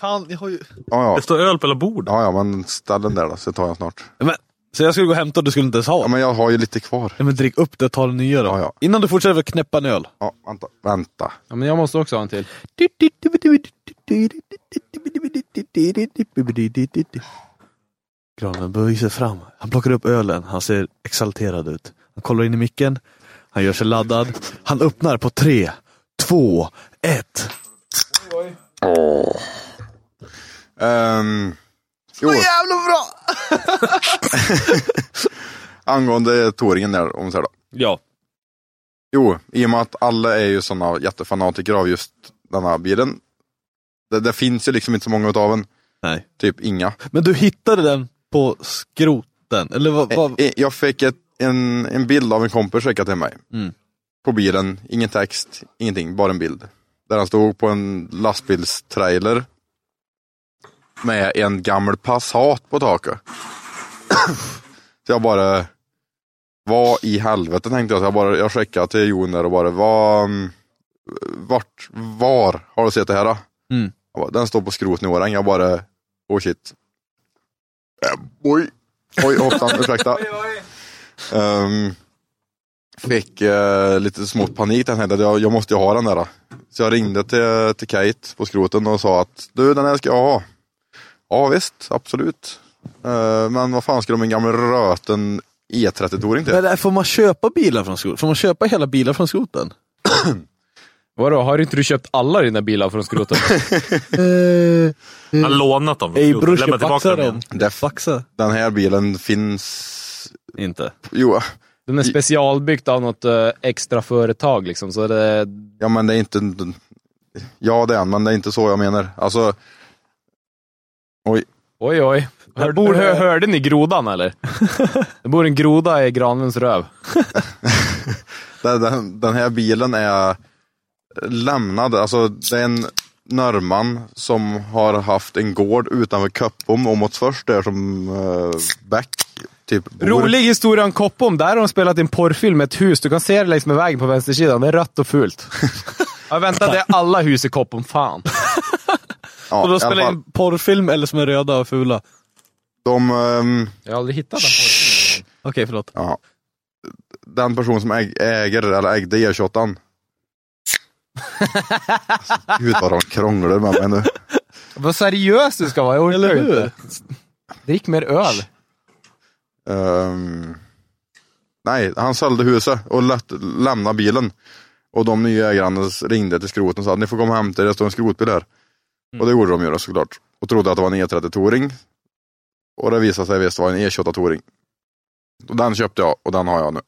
Speaker 3: Fan, jag har ju...
Speaker 4: ja, ja.
Speaker 7: Det står öl på hela bordet.
Speaker 4: ja, ja, men ställ den där då, så tar jag snart.
Speaker 3: Men, så jag skulle gå och hämta och du skulle inte ens ha?
Speaker 4: Ja, men jag har ju lite kvar.
Speaker 3: Nej, men drick upp det och ta den nya då.
Speaker 4: Ja, ja.
Speaker 3: Innan du fortsätter att knäppa en öl.
Speaker 4: Ja, vänta. vänta.
Speaker 5: Ja, men jag måste också ha en till.
Speaker 3: Granen böjer sig fram. Han plockar upp ölen. Han ser exalterad ut. Han kollar in i micken. Han gör sig laddad. Han öppnar på tre, två, ett.
Speaker 4: Um, jo. Så jävla bra! Angående touringen där, om så här då.
Speaker 3: Ja.
Speaker 4: Jo, i och med att alla är ju sådana jättefanatiker av just den här bilen. Det, det finns ju liksom inte så många utav en.
Speaker 3: Nej.
Speaker 4: Typ inga.
Speaker 3: Men du hittade den på skroten? Eller vad? vad?
Speaker 4: Eh, eh, Jag fick ett, en, en bild av en kompis skickad till mig.
Speaker 3: Mm.
Speaker 4: På bilen, ingen text, ingenting, bara en bild. Där han stod på en lastbilstrailer. Med en gammal Passat på taket. Så jag bara, vad i helvete tänkte jag. Så jag, bara, jag skickade till Jon där och bara, vad, mm, vart, var har du sett det här? Då?
Speaker 3: Mm.
Speaker 4: Jag bara, Den står på skrotnivån. Jag bara, oh shit. Eh, Oj, oj hoppsan, ursäkta. Ehm, fick eh, lite smått panik. Jag tänkte att jag, jag måste ju ha den där. då. Så jag ringde till, till Kate på skroten och sa att du den här ska jag ha. Ja visst, absolut. Eh, men vad fan ska de med en gammal röten E30-touring till?
Speaker 3: Men där får man köpa bilar från skroten? Får man köpa hela bilar från skroten?
Speaker 5: Vadå, har inte du köpt alla dina bilar från skroten?
Speaker 7: Han har lånat dem.
Speaker 3: Ej
Speaker 7: Lämnat
Speaker 3: brorsan,
Speaker 7: tillbaka
Speaker 3: faxa
Speaker 7: igen.
Speaker 3: dem.
Speaker 4: Def-
Speaker 3: Faxa.
Speaker 4: Den här bilen finns...
Speaker 3: Inte.
Speaker 4: Jo,
Speaker 5: Den är specialbyggd av något eh, extra företag liksom, så det...
Speaker 4: ja men det är inte... Ja det är en, men det är inte så jag menar. Alltså... Oj,
Speaker 5: Oj, oj. Hör, bor, hör, hörde ni grodan eller? Det bor en groda i granens röv.
Speaker 4: Den- Den, den här bilen är lämnad. Alltså, det är en norrman som har haft en gård utanför Köppom och mot först där som eh, Beck typ bor.
Speaker 5: Rolig historia om Koppom. Där har de spelat in porrfilm med ett hus. Du kan se det längs med vägen på vänstersidan. Det är rött och fult. Jag väntar, det är alla hus i Koppom. Fan.
Speaker 4: Ja,
Speaker 3: och
Speaker 4: i alla
Speaker 3: då spelar
Speaker 4: fall.
Speaker 3: in porrfilm eller som är röda och fula.
Speaker 4: De, ehm,
Speaker 5: Jag har aldrig hittat en porrfilm.
Speaker 3: Okej, förlåt.
Speaker 4: ja, den person som äg, äger, eller ägde E28. Alltså, Gud vad de krånglar med mig nu.
Speaker 5: Vad seriös du ska vara. Jag orkar
Speaker 4: Eller hur?
Speaker 5: inte. Drick mer öl.
Speaker 4: Ehm, nej, han sålde huset och lät, lämnade bilen. Och de nya ägarna ringde till skroten och sa att ni får komma och hämta er, det står en skrotbil här.
Speaker 3: Mm.
Speaker 4: Och det gjorde de ju då såklart. Och trodde att det var en E30 Touring. Och det visade sig visst vara en E28 Touring. Och den köpte jag och den har jag nu.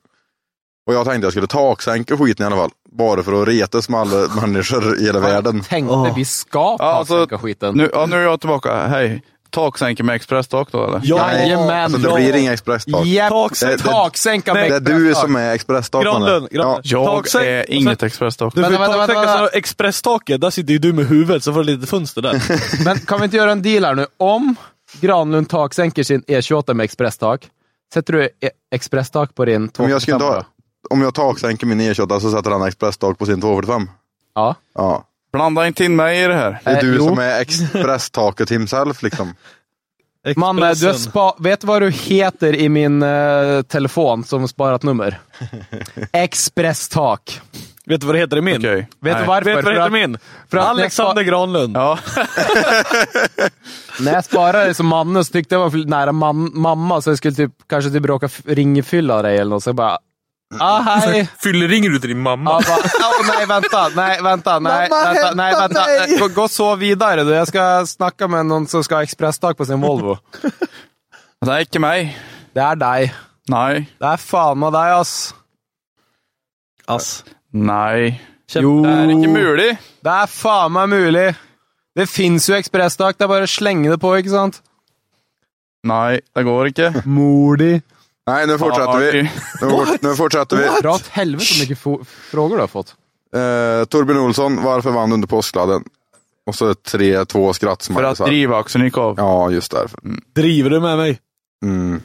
Speaker 4: Och jag tänkte jag skulle taksänka skiten i alla fall. Bara för att retas med alla människor i hela världen.
Speaker 5: Tänkte vi ska taksänka skiten.
Speaker 6: alltså, Nu, ja, nu är jag tillbaka. Hej. Taksänke med expresstak då eller?
Speaker 5: Ja, Jajamän.
Speaker 4: Alltså, det
Speaker 5: Ja.
Speaker 4: blir inga expresstak.
Speaker 5: Japp.
Speaker 4: Det- det-
Speaker 5: Taksänka med
Speaker 4: Det är du
Speaker 5: expresstak.
Speaker 4: som är expresstak.
Speaker 3: Granlund, Granlund.
Speaker 6: Jag
Speaker 3: Taksänk-
Speaker 5: Alltså,
Speaker 6: är inget expresstak.
Speaker 3: Du får
Speaker 5: Vänta, vänta,
Speaker 3: ju tänka
Speaker 5: vänta.
Speaker 3: så här, expresstaket, där sitter ju du med huvudet så får du lite fönster där.
Speaker 5: Men kan vi inte göra en deal här nu? Om Granlund taksänker sin E28 med expresstak, sätter du e- expresstak på din
Speaker 4: Men jag skulle inte
Speaker 5: 245?
Speaker 4: ha, om jag taksänker min E28 så sätter han expresstak på sin 245.
Speaker 5: Ja.
Speaker 4: Ja.
Speaker 6: Blanda inte in mig i det här.
Speaker 4: Det är
Speaker 5: Eh,
Speaker 4: du
Speaker 5: jo.
Speaker 4: som är expresstaket himself liksom.
Speaker 5: Manne, du har
Speaker 3: Expressen.
Speaker 5: spa- vet du vad du heter i min eh, telefon som sparat nummer? Expresstak.
Speaker 3: Vet du vad det heter i min?
Speaker 6: Okej.
Speaker 5: Vet
Speaker 6: Nej.
Speaker 5: du varför?
Speaker 3: Vet du vad det
Speaker 5: För
Speaker 3: heter i
Speaker 5: att-
Speaker 3: min?
Speaker 5: för att
Speaker 3: Alexander Granlund.
Speaker 6: Ja.
Speaker 5: När jag sparade det som Manne så tyckte jag var för nära mam- mamma, så jag skulle typ, kanske typ råka f- ringfylla dig eller något, så jag bara... Ah, hej!
Speaker 12: Fyller ringer du till din mamma?
Speaker 5: Ja, bara, "Åh, nej, vänta, nej, vänta, nej,
Speaker 8: Mamma,
Speaker 5: vänta, nej,
Speaker 8: hämta
Speaker 5: vänta.
Speaker 8: mig!"
Speaker 5: Eh, Gå, gå så vidare du. Jag ska snacka med någon som ska ha expresstak på sin Volvo.
Speaker 6: Det är inte mig.
Speaker 5: Det är dig.
Speaker 6: Nej.
Speaker 5: Det är fan med dig ass.
Speaker 3: Ass.
Speaker 6: Nej.
Speaker 5: Jo.
Speaker 6: Det är inte möjligt.
Speaker 5: Det är fan med möjligt. Det finns ju expresstak, det är bara att slänga det på, inte sant?
Speaker 6: Nej, det går inte.
Speaker 5: Mordi.
Speaker 4: Nej, nu fortsätter vi.
Speaker 6: Artig.
Speaker 4: Nu, fort, nu fortsätter vi.
Speaker 5: Dra åt helvete så mycket fo- frågor du har fått.
Speaker 4: Eh, Torbjörn Olsson, varför vann du under påskladden? Och så tre, två
Speaker 6: För att
Speaker 4: skrattsmajsar.
Speaker 6: drivaxeln gick av.
Speaker 4: Ja, just därför.
Speaker 3: Driver du med mig?
Speaker 4: Mm,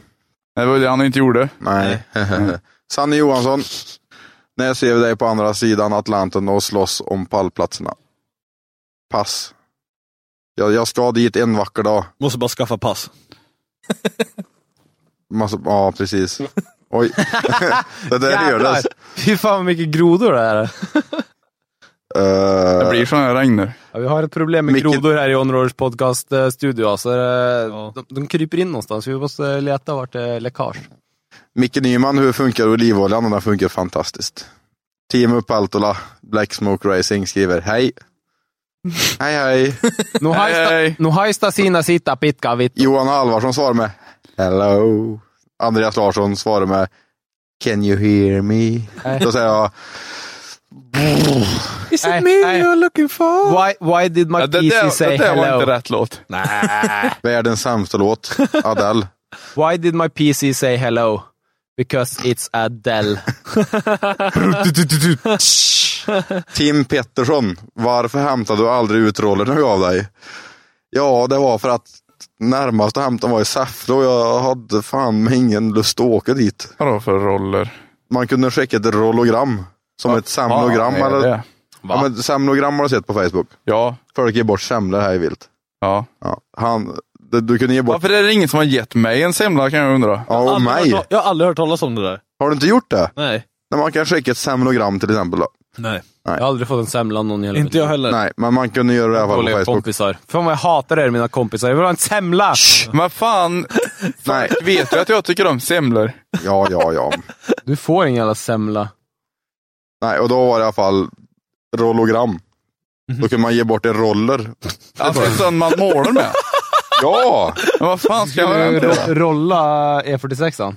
Speaker 6: Det var ju det han inte gjorde.
Speaker 4: nej. Mm. Sanne Johansson, när ser vi dig på andra sidan Atlanten och slåss om pallplatserna? Pass. Jag, jag ska dit en vacker dag.
Speaker 3: Måste bara skaffa pass.
Speaker 4: Massa, ja, precis. Oj. det där
Speaker 5: Jävlar.
Speaker 4: hördes.
Speaker 5: Fy fan vad mycket grodor det är.
Speaker 4: Eh,
Speaker 6: Det blir sådana här regn nu.
Speaker 5: Ja, vi har ett problem med
Speaker 4: Micke-
Speaker 5: grodor här i Onroaders podcast eh, studio. Alltså, eh, de, de kryper in någonstans. Vi måste leta vart det är läckage.
Speaker 4: Micke Nyman, hur funkar olivoljan? Den här funkar fantastiskt. Team upp Altola, Black Smoke Racing skriver hej. Hej hej.
Speaker 5: Nu
Speaker 6: Hej.
Speaker 5: haista, nu haista sina sitta pitka vitt.
Speaker 4: Johan Alvarsson svarar med hello. Andreas Larsson svarar med can you hear me? Då säger jag
Speaker 5: Is it me you're looking for? Why, why did my
Speaker 6: Ja, det,
Speaker 5: PC
Speaker 6: där,
Speaker 5: say
Speaker 6: det där var
Speaker 5: hello?
Speaker 6: inte rätt låt.
Speaker 4: världens sämsta låt, Adele.
Speaker 5: Why did my PC say hello? Because it's Adele.
Speaker 4: Tim Pettersson, varför hämtade du aldrig ut rollerna jag gav dig? Ja, det var för att närmaste hämtaren var i Säffle och jag hade fan mig ingen lust att åka dit.
Speaker 6: Vadå för roller?
Speaker 4: Man kunde skicka ett rollogram. Som ett semnogram.
Speaker 6: Fan, är
Speaker 4: eller?
Speaker 6: det?
Speaker 4: Ja, men semnogram har du sett på Facebook.
Speaker 6: Ja.
Speaker 4: Folk ger bort semlor här i vilt.
Speaker 6: ja.
Speaker 4: Ja. Han, det- du kunde ge bort...
Speaker 6: Varför är det ingen som har gett mig en semla kan jag undra.
Speaker 4: Ja, och
Speaker 3: Aldrig hört
Speaker 4: mig.
Speaker 3: ta- Jag har aldrig hört talas om det där.
Speaker 4: Har du inte gjort det?
Speaker 3: Nej.
Speaker 4: Nej, man kan skicka ett semnogram till exempel. Då.
Speaker 3: Nej.
Speaker 5: Jag har aldrig fått en semla av någon i hela mitt
Speaker 3: Inte jag
Speaker 5: liv.
Speaker 6: Äh.
Speaker 3: heller.
Speaker 4: Nej, men man kunde göra det i alla fall på
Speaker 5: Dåliga
Speaker 4: Facebook.
Speaker 5: kompisar. Fan vad jag hatar er mina kompisar. Jag vill ha en semla!
Speaker 6: Men fan,
Speaker 4: Nej,
Speaker 6: vet du att jag tycker om semlor?
Speaker 4: ja, ja, ja.
Speaker 5: Du får ingen jävla semla.
Speaker 4: Nej, och då var det i alla fall rollogram.
Speaker 5: Mhm.
Speaker 4: Då kunde man ge bort en roller.
Speaker 6: Alltså en sån man målar med.
Speaker 4: Ja!
Speaker 6: Men vad fan ska jag
Speaker 5: Ro-
Speaker 6: göra?
Speaker 5: rolla E46an.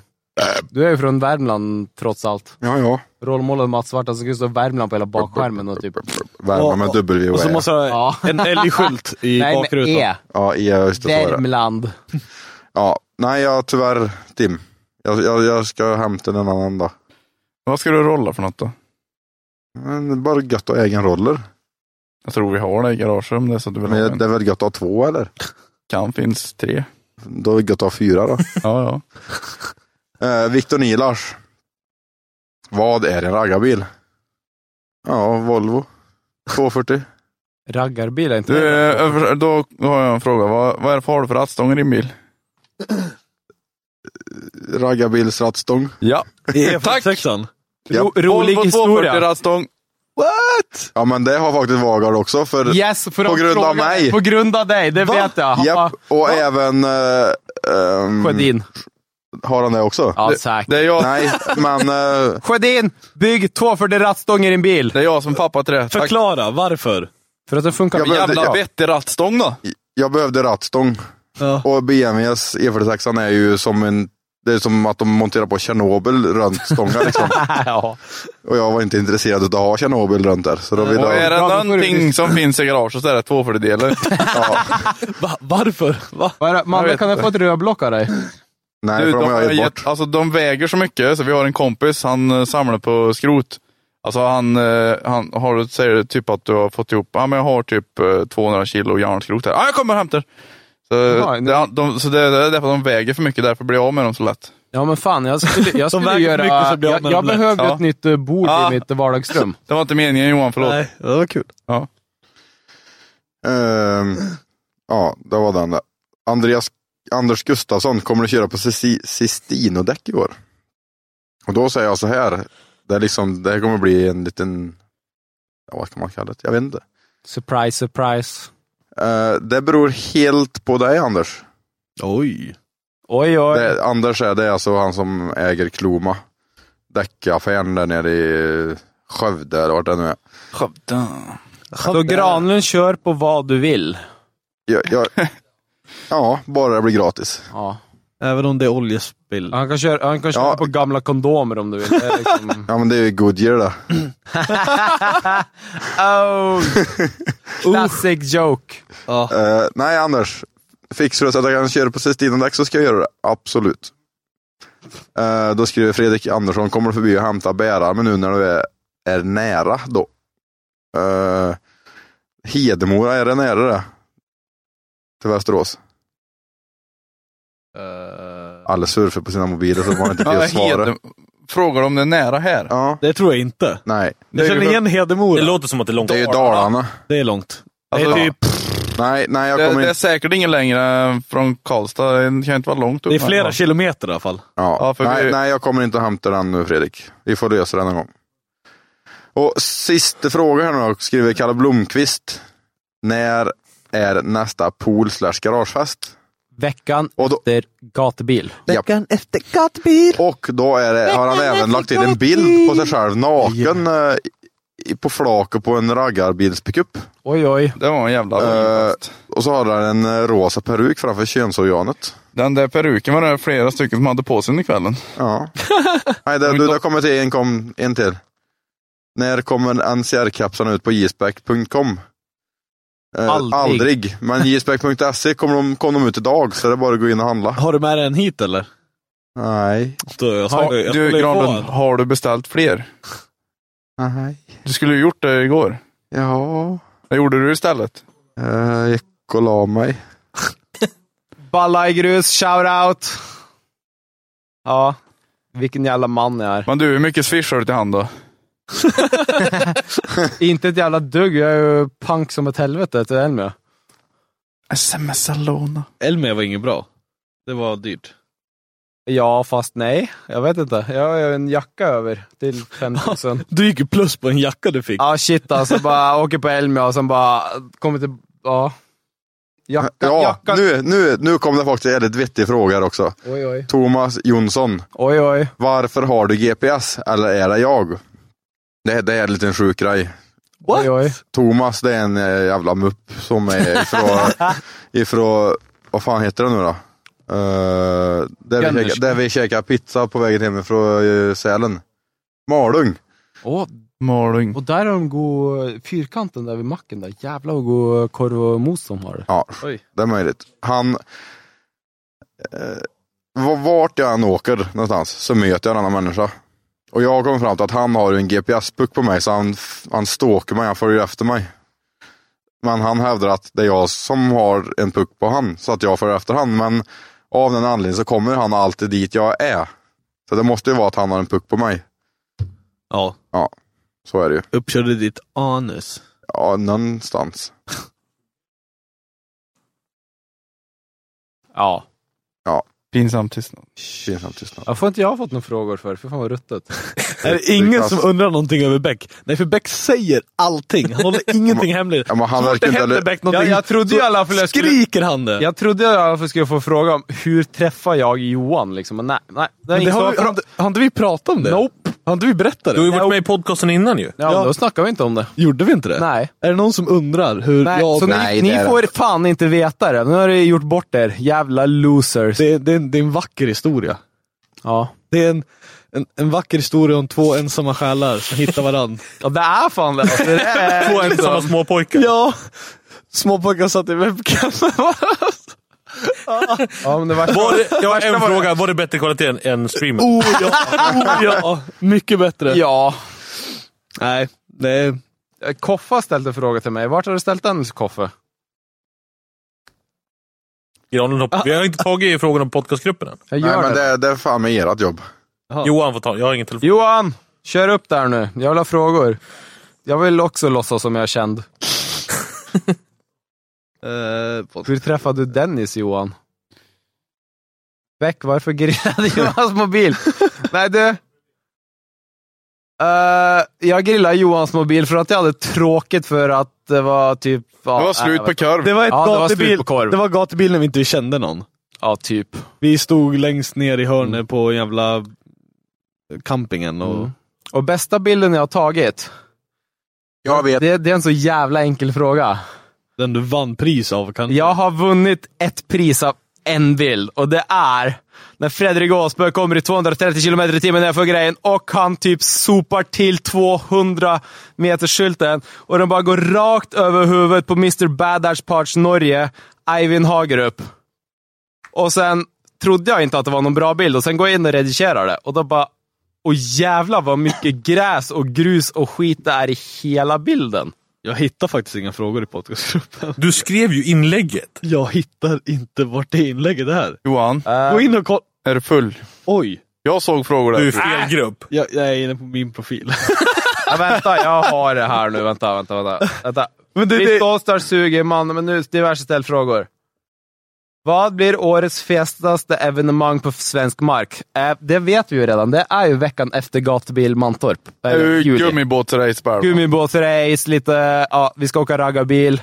Speaker 5: Du är ju från Värmland trots allt.
Speaker 4: Ja, ja.
Speaker 5: Rollmålet Mats Svart, alltså skulle stå Värmland på hela bakskärmen och typ...
Speaker 4: Värma med W
Speaker 5: och så måste jag ha en älgskylt i Nej, men bakrutan. E.
Speaker 4: Ja, E, just det. så är det.
Speaker 5: Värmland.
Speaker 4: Ja, nej, jag, tyvärr Tim. Jag, jag, jag ska hämta den en annan dag.
Speaker 6: Vad ska du rolla för något då?
Speaker 4: Men det är bara gött att ha egen roller.
Speaker 6: Jag tror vi har det i garaget om det är så att du vill ha
Speaker 4: Men
Speaker 6: en.
Speaker 4: det är väl gött att ha två eller?
Speaker 6: Kan finns tre.
Speaker 4: Då är det gött att ha fyra då.
Speaker 6: Ja,
Speaker 4: Eh, Viktor Nilars. Vad är en raggarbil? Ja, Volvo. 240.
Speaker 5: Raggarbil är inte
Speaker 6: Du, eh, över- då då har jag en fråga. Vad, vad är det för har du för rattstång i din bil?
Speaker 4: Raggarbilsrattstång.
Speaker 6: Ja.
Speaker 3: E
Speaker 4: Tack!
Speaker 5: Ro- rolig
Speaker 6: Volvo
Speaker 5: historia.
Speaker 6: 240 rattstång.
Speaker 4: What? Ja men det har faktiskt Vagard också för,
Speaker 5: Yes, för
Speaker 4: på
Speaker 5: de
Speaker 4: grund av
Speaker 5: frågade-
Speaker 4: mig.
Speaker 5: På grund av dig, det vet jag. Han bara,
Speaker 4: Japp, och även... eh, ehm,
Speaker 5: Sjödin.
Speaker 4: Har han det också?
Speaker 5: Ja,
Speaker 4: Det-
Speaker 5: säkert.
Speaker 6: Det är jag.
Speaker 4: Nej, men... eh,
Speaker 5: Sjödin, bygg 240 rattstång i din bil.
Speaker 6: Det är jag som pappa till det. Tack.
Speaker 3: Förklara, varför?
Speaker 5: För att den funkar
Speaker 4: Jag
Speaker 6: En
Speaker 4: behövde,
Speaker 6: jävla
Speaker 4: jag,
Speaker 6: vettig rattstång då.
Speaker 4: jag behövde rattstång. Och BMWs E46 E är ju som en... Det är som att de monterar på Tjernobyl runt stångar liksom.
Speaker 5: ja.
Speaker 4: Och jag var inte intresserad av att ha Tjernobyl runt där. Så då ville
Speaker 6: Och är
Speaker 4: jag...
Speaker 6: det
Speaker 5: Bra, då får du
Speaker 6: någonting
Speaker 5: lyssna.
Speaker 6: som finns i garaget så är det 240-delar.
Speaker 3: Va, varför? Va?
Speaker 5: Vad är det? Mamma,
Speaker 6: vet
Speaker 5: kan jag få ett rödblock av dig?
Speaker 4: Nej,
Speaker 6: Du,
Speaker 4: för de har jag gett bort.
Speaker 6: alltså, de väger så mycket, så vi har en kompis, han eh, samlar på skrot. Alltså han, eh, han har, säger typ att du har fått ihop, ja men jag har typ eh, 200 kilo järnskrot här. Ja, jag kommer och hämtar! Så,
Speaker 5: Jaha,
Speaker 6: det, de, så det, det är därför att de väger för mycket, därför blir jag av med dem så lätt.
Speaker 5: Ja men fan, jag skulle, jag skulle
Speaker 3: väger
Speaker 5: göra...
Speaker 3: mycket så blir jag av
Speaker 5: Jag,
Speaker 3: med
Speaker 5: jag
Speaker 3: dem lätt.
Speaker 5: behövde
Speaker 6: Ja.
Speaker 5: ett nytt eh, bord
Speaker 6: Ja.
Speaker 5: i mitt
Speaker 4: Mm.
Speaker 5: vardagsrum.
Speaker 6: Det var inte meningen Johan, förlåt.
Speaker 3: Nej, det var kul.
Speaker 6: Ja.
Speaker 4: Ehm, ja, det var den där. Andreas, Anders Gustafsson kommer att köra på Sisti- Sistino-däck i år. Och då säger jag så här. Det, är liksom, det här kommer bli en liten, ja, vad kan man kalla det? Jag vet inte.
Speaker 5: Surprise, surprise.
Speaker 4: Eh, det beror helt på dig Anders.
Speaker 3: Oj.
Speaker 5: Oj, oj.
Speaker 4: Det, Anders är det är alltså han som äger Kloma. Däckaffären där nere i Skövde eller vart det nu är.
Speaker 6: Skövde.
Speaker 5: Så Granlund kör på vad du vill.
Speaker 4: Jag, jag, ja, bara det blir gratis.
Speaker 5: Ja.
Speaker 3: Även om det är oljespill.
Speaker 5: Han kan köra, han kan köra
Speaker 4: Ja.
Speaker 5: på gamla kondomer om du vill. Det är liksom...
Speaker 4: Ja men det är ju Goodyear det.
Speaker 5: oh. Classic joke.
Speaker 4: Eh, nej Anders, fixar du så att jag kan köra på Sistinadäck så ska jag göra det. Absolut. Eh, då skriver Fredrik Andersson, kommer du förbi och hämta bärarmen nu när du är, är nära då? Eh, Hedemora, är det nära det? Till Västerås?
Speaker 3: Eh,
Speaker 4: Alla surfar på sina mobiler så man inte
Speaker 6: Ja,
Speaker 4: kan svara.
Speaker 6: Hedem- Frågar om det är nära här?
Speaker 4: Ja,
Speaker 3: Det tror jag inte.
Speaker 4: nej.
Speaker 3: Jag känner igen
Speaker 12: Det
Speaker 3: Hedemora.
Speaker 12: låter som att det är långt
Speaker 4: Det är ju
Speaker 12: kvar.
Speaker 4: Dalarna.
Speaker 3: Det är långt.
Speaker 6: Alltså,
Speaker 3: det är typ,
Speaker 4: Nej, nej jag
Speaker 6: det,
Speaker 4: kommer
Speaker 6: det är
Speaker 4: inte.
Speaker 6: säkert ingen längre än från Karlstad, det kan inte vara långt upp.
Speaker 3: det är flera
Speaker 6: härifrån.
Speaker 3: kilometer i alla fall.
Speaker 4: Ja.
Speaker 6: Ja, för
Speaker 4: Nej,
Speaker 6: vi-
Speaker 4: nej, jag kommer inte hämta den nu Fredrik. Vi får lösa den en gång. Och sista fråga här nu då, skriver Kalle Blomqvist. När är nästa pool slash garagefest?
Speaker 5: Veckan
Speaker 4: Och då-
Speaker 5: efter gatubil.
Speaker 4: Veckan efter gatbil. Och då är det, har han även lagt till en bild på sig själv naken eh, i- på flaket på en raggarbilspickup.
Speaker 5: Oj, oj.
Speaker 6: Det var en jävla
Speaker 4: Eh, och så har han en eh, rosa peruk framför könsorganet.
Speaker 6: Den där peruken var det flera stycken som hade på sig under kvällen.
Speaker 4: Ja. Nej, det, du, det har kommit en, kom, en till. När kommer NCR-kapseln ut på jspec.com? Eh,
Speaker 5: Aldrig.
Speaker 4: aldrig. Men jspec.se kom de, kom de ut idag, så det är bara att gå in och handla.
Speaker 3: Har du med dig en hit eller?
Speaker 4: Nej.
Speaker 3: Då, jag
Speaker 6: Har,
Speaker 3: skulle- jag
Speaker 6: du,
Speaker 3: skulle ju få
Speaker 6: Granlund,
Speaker 3: en.
Speaker 6: har du beställt fler?
Speaker 4: Nej.
Speaker 6: Du skulle ju gjort det igår.
Speaker 4: Ja.
Speaker 6: Vad gjorde du istället?
Speaker 4: Eh, jag gick och la mig.
Speaker 5: Balla i grus, shout out. Ja, vilken jävla man jag är.
Speaker 6: Men du, hur mycket swish har du till hand då?
Speaker 5: Inte ett jävla dugg, jag är ju punk som ett helvete till Elmia.
Speaker 6: Sms-låna.
Speaker 3: Elmia var inget bra. Det var dyrt.
Speaker 5: Ja, fast nej. Jag vet inte. Jag har ju en jacka över till 5000.
Speaker 3: Du gick ju plus på en jacka du fick.
Speaker 5: Ja, shit alltså. Bara åker på Elmia och sen bara kommer till... Ja. Jacka,
Speaker 4: Ja,
Speaker 5: jacka.
Speaker 4: nu, nu, nu kom det faktiskt en väldigt vettig fråga här också.
Speaker 5: Oj, oj.
Speaker 4: Thomas Jonsson,
Speaker 5: Oj, oj.
Speaker 4: varför har du GPS? Eller är det jag? Det, det är en liten sjuk grej.
Speaker 5: Oj, oj.
Speaker 4: Thomas, det är en eh, jävla mupp som är ifrån, ifrån vad fan heter det nu då? Eh, där, vi
Speaker 6: Ganders-
Speaker 4: käkade, där vi käkade pizza på vägen hemifrån uh, Sälen. Malung.
Speaker 5: Åh,
Speaker 6: Malung.
Speaker 5: Och där har de god, fyrkanten där vid macken där, jävlar vad god korv och mos de har.
Speaker 4: Ja, det är möjligt. Han... Eh, v- vart jag än åker någonstans så möter jag en annan människa. Och jag har kommit fram till att han har ju en GPS-puck på mig så han, f- han stalkar mig, han följer efter mig. Men han hävdar att det är jag som har en puck på han, så att jag följer efter han. Men av den anledningen så kommer han alltid dit jag är. Så det måste ju vara att han har en puck på mig.
Speaker 3: Ja.
Speaker 4: Ja, så är det ju.
Speaker 3: Uppkörde ditt anus.
Speaker 4: Ja, någonstans.
Speaker 5: Ja.
Speaker 4: Ja.
Speaker 6: Pinsam tystnad.
Speaker 4: Pinsam tystnad.
Speaker 5: Jag får inte jag har fått några frågor för, för fan vad ruttet.
Speaker 3: Är det ingen som undrar någonting över Beck? Nej, för Beck säger allting. Han håller ingenting hemligt.
Speaker 4: Ja, men han
Speaker 3: Så fort
Speaker 4: verkar
Speaker 3: det
Speaker 4: inte
Speaker 3: händer
Speaker 4: heller-
Speaker 3: Beck någonting
Speaker 5: Jag- jag trodde
Speaker 3: så
Speaker 5: ju i alla fall jag skulle-
Speaker 3: skriker han det.
Speaker 5: Jag trodde i alla fall skulle jag få fråga om hur träffar jag Johan liksom, men nej. nej det
Speaker 3: Men
Speaker 5: är
Speaker 3: det
Speaker 5: ingen
Speaker 3: har,
Speaker 5: som
Speaker 3: vi, har,
Speaker 5: har
Speaker 3: inte- har inte vi pratat om det?
Speaker 5: Nope.
Speaker 3: Har inte vi berättat det?
Speaker 5: Du har ju varit med
Speaker 3: i podcasten innan ju.
Speaker 5: Ja, men då snackar vi inte om det.
Speaker 3: Gjorde vi inte det?
Speaker 5: Nej.
Speaker 3: Är det någon som undrar hur
Speaker 5: Nej,
Speaker 3: jag...
Speaker 5: så ni, ni får fan inte veta det. Nu har ni gjort bort er. Jävla losers.
Speaker 3: Det, det, är en- det är en vacker historia.
Speaker 5: Ja.
Speaker 3: Det är en, en, en vacker historia om två ensamma själar som hittar varandra.
Speaker 5: ja, det är fan det. Alltså, det är
Speaker 3: Två ensamma
Speaker 5: småpojkar.
Speaker 3: Ja. Småpojkar satt i webcam.
Speaker 5: Ja, men det var...
Speaker 12: Var det, jag har en fråga. Var det bättre kvalitet än, än streamen?
Speaker 3: Oh ja, oh ja. Mycket bättre.
Speaker 5: Ja.
Speaker 3: Nej, det...
Speaker 5: Koffa ställde en fråga till mig. Vart har du ställt den, Koffe?
Speaker 12: Granen hoppar. Vi har inte tagit i frågan om podcastgruppen än.
Speaker 5: Jag
Speaker 4: Nej, men det, det är fan med ert jobb.
Speaker 12: Johan får ta Jag har ingen telefon.
Speaker 5: Johan! Kör upp där nu. Jag vill ha frågor. Jag vill också låtsas som jag är känd.
Speaker 6: Eh,
Speaker 5: Hur träffade du Dennis, Johan? Beck, varför grillade Johans mobil? Nej du. Eh, jag grillade Johans mobil för att jag hade tråkigt för att det var typ... ja,
Speaker 6: Det var
Speaker 5: nej,
Speaker 6: slut
Speaker 5: jag vet
Speaker 6: på
Speaker 5: inte.
Speaker 6: korv.
Speaker 3: Det var, ett
Speaker 5: ja, det var
Speaker 3: gatubil,
Speaker 5: slut på korv.
Speaker 3: det var gatubil när vi inte kände någon.
Speaker 5: Ja, typ.
Speaker 3: Vi stod längst ner i hörnet
Speaker 5: Mm.
Speaker 3: på jävla campingen. Och...
Speaker 5: Och bästa bilden jag har tagit.
Speaker 4: Jag vet.
Speaker 5: Det, det är en så jävla enkel fråga.
Speaker 3: Den du vann pris av kanske?
Speaker 5: Jag har vunnit ett pris av en bild och det är när Fredrik Åsberg kommer i 230 km i timmen nerför grejen och han typ sopar till 200 meter skylten och den bara går rakt över huvudet på Mr. Badass Parts Norge, Eivind Hagerup. Och sen trodde jag inte att det var någon bra bild och sen går jag in och redigerar det och då bara och jävla vad mycket gräs och grus och skit det är i hela bilden.
Speaker 3: Jag hittar faktiskt inga frågor i podcastgruppen.
Speaker 12: Du skrev ju inlägget.
Speaker 3: Jag hittar inte vart det inlägget är.
Speaker 6: Johan,
Speaker 3: Gå in och kolla.
Speaker 6: är du full?
Speaker 3: Oj!
Speaker 6: Jag såg frågor där.
Speaker 12: Du är fel grupp.
Speaker 3: Jag, jag är inne på min profil.
Speaker 5: Ja, vänta, jag har det här nu. Vänta, vänta, vänta. vänta.
Speaker 3: Men det-
Speaker 5: Visst
Speaker 3: det-
Speaker 5: Allstar suger man, men nu diverse ställfrågor. Vad blir årets festaste evenemang på svensk mark? Eh, det vet vi ju redan. Det är ju veckan efter gatubil Mantorp.
Speaker 3: Eh,
Speaker 6: Det är
Speaker 5: Eller
Speaker 6: ju
Speaker 5: juli.
Speaker 6: Gummibåtsrace bara.
Speaker 5: Gummibåtsrace, lite... Ja, vi ska åka raggarbil.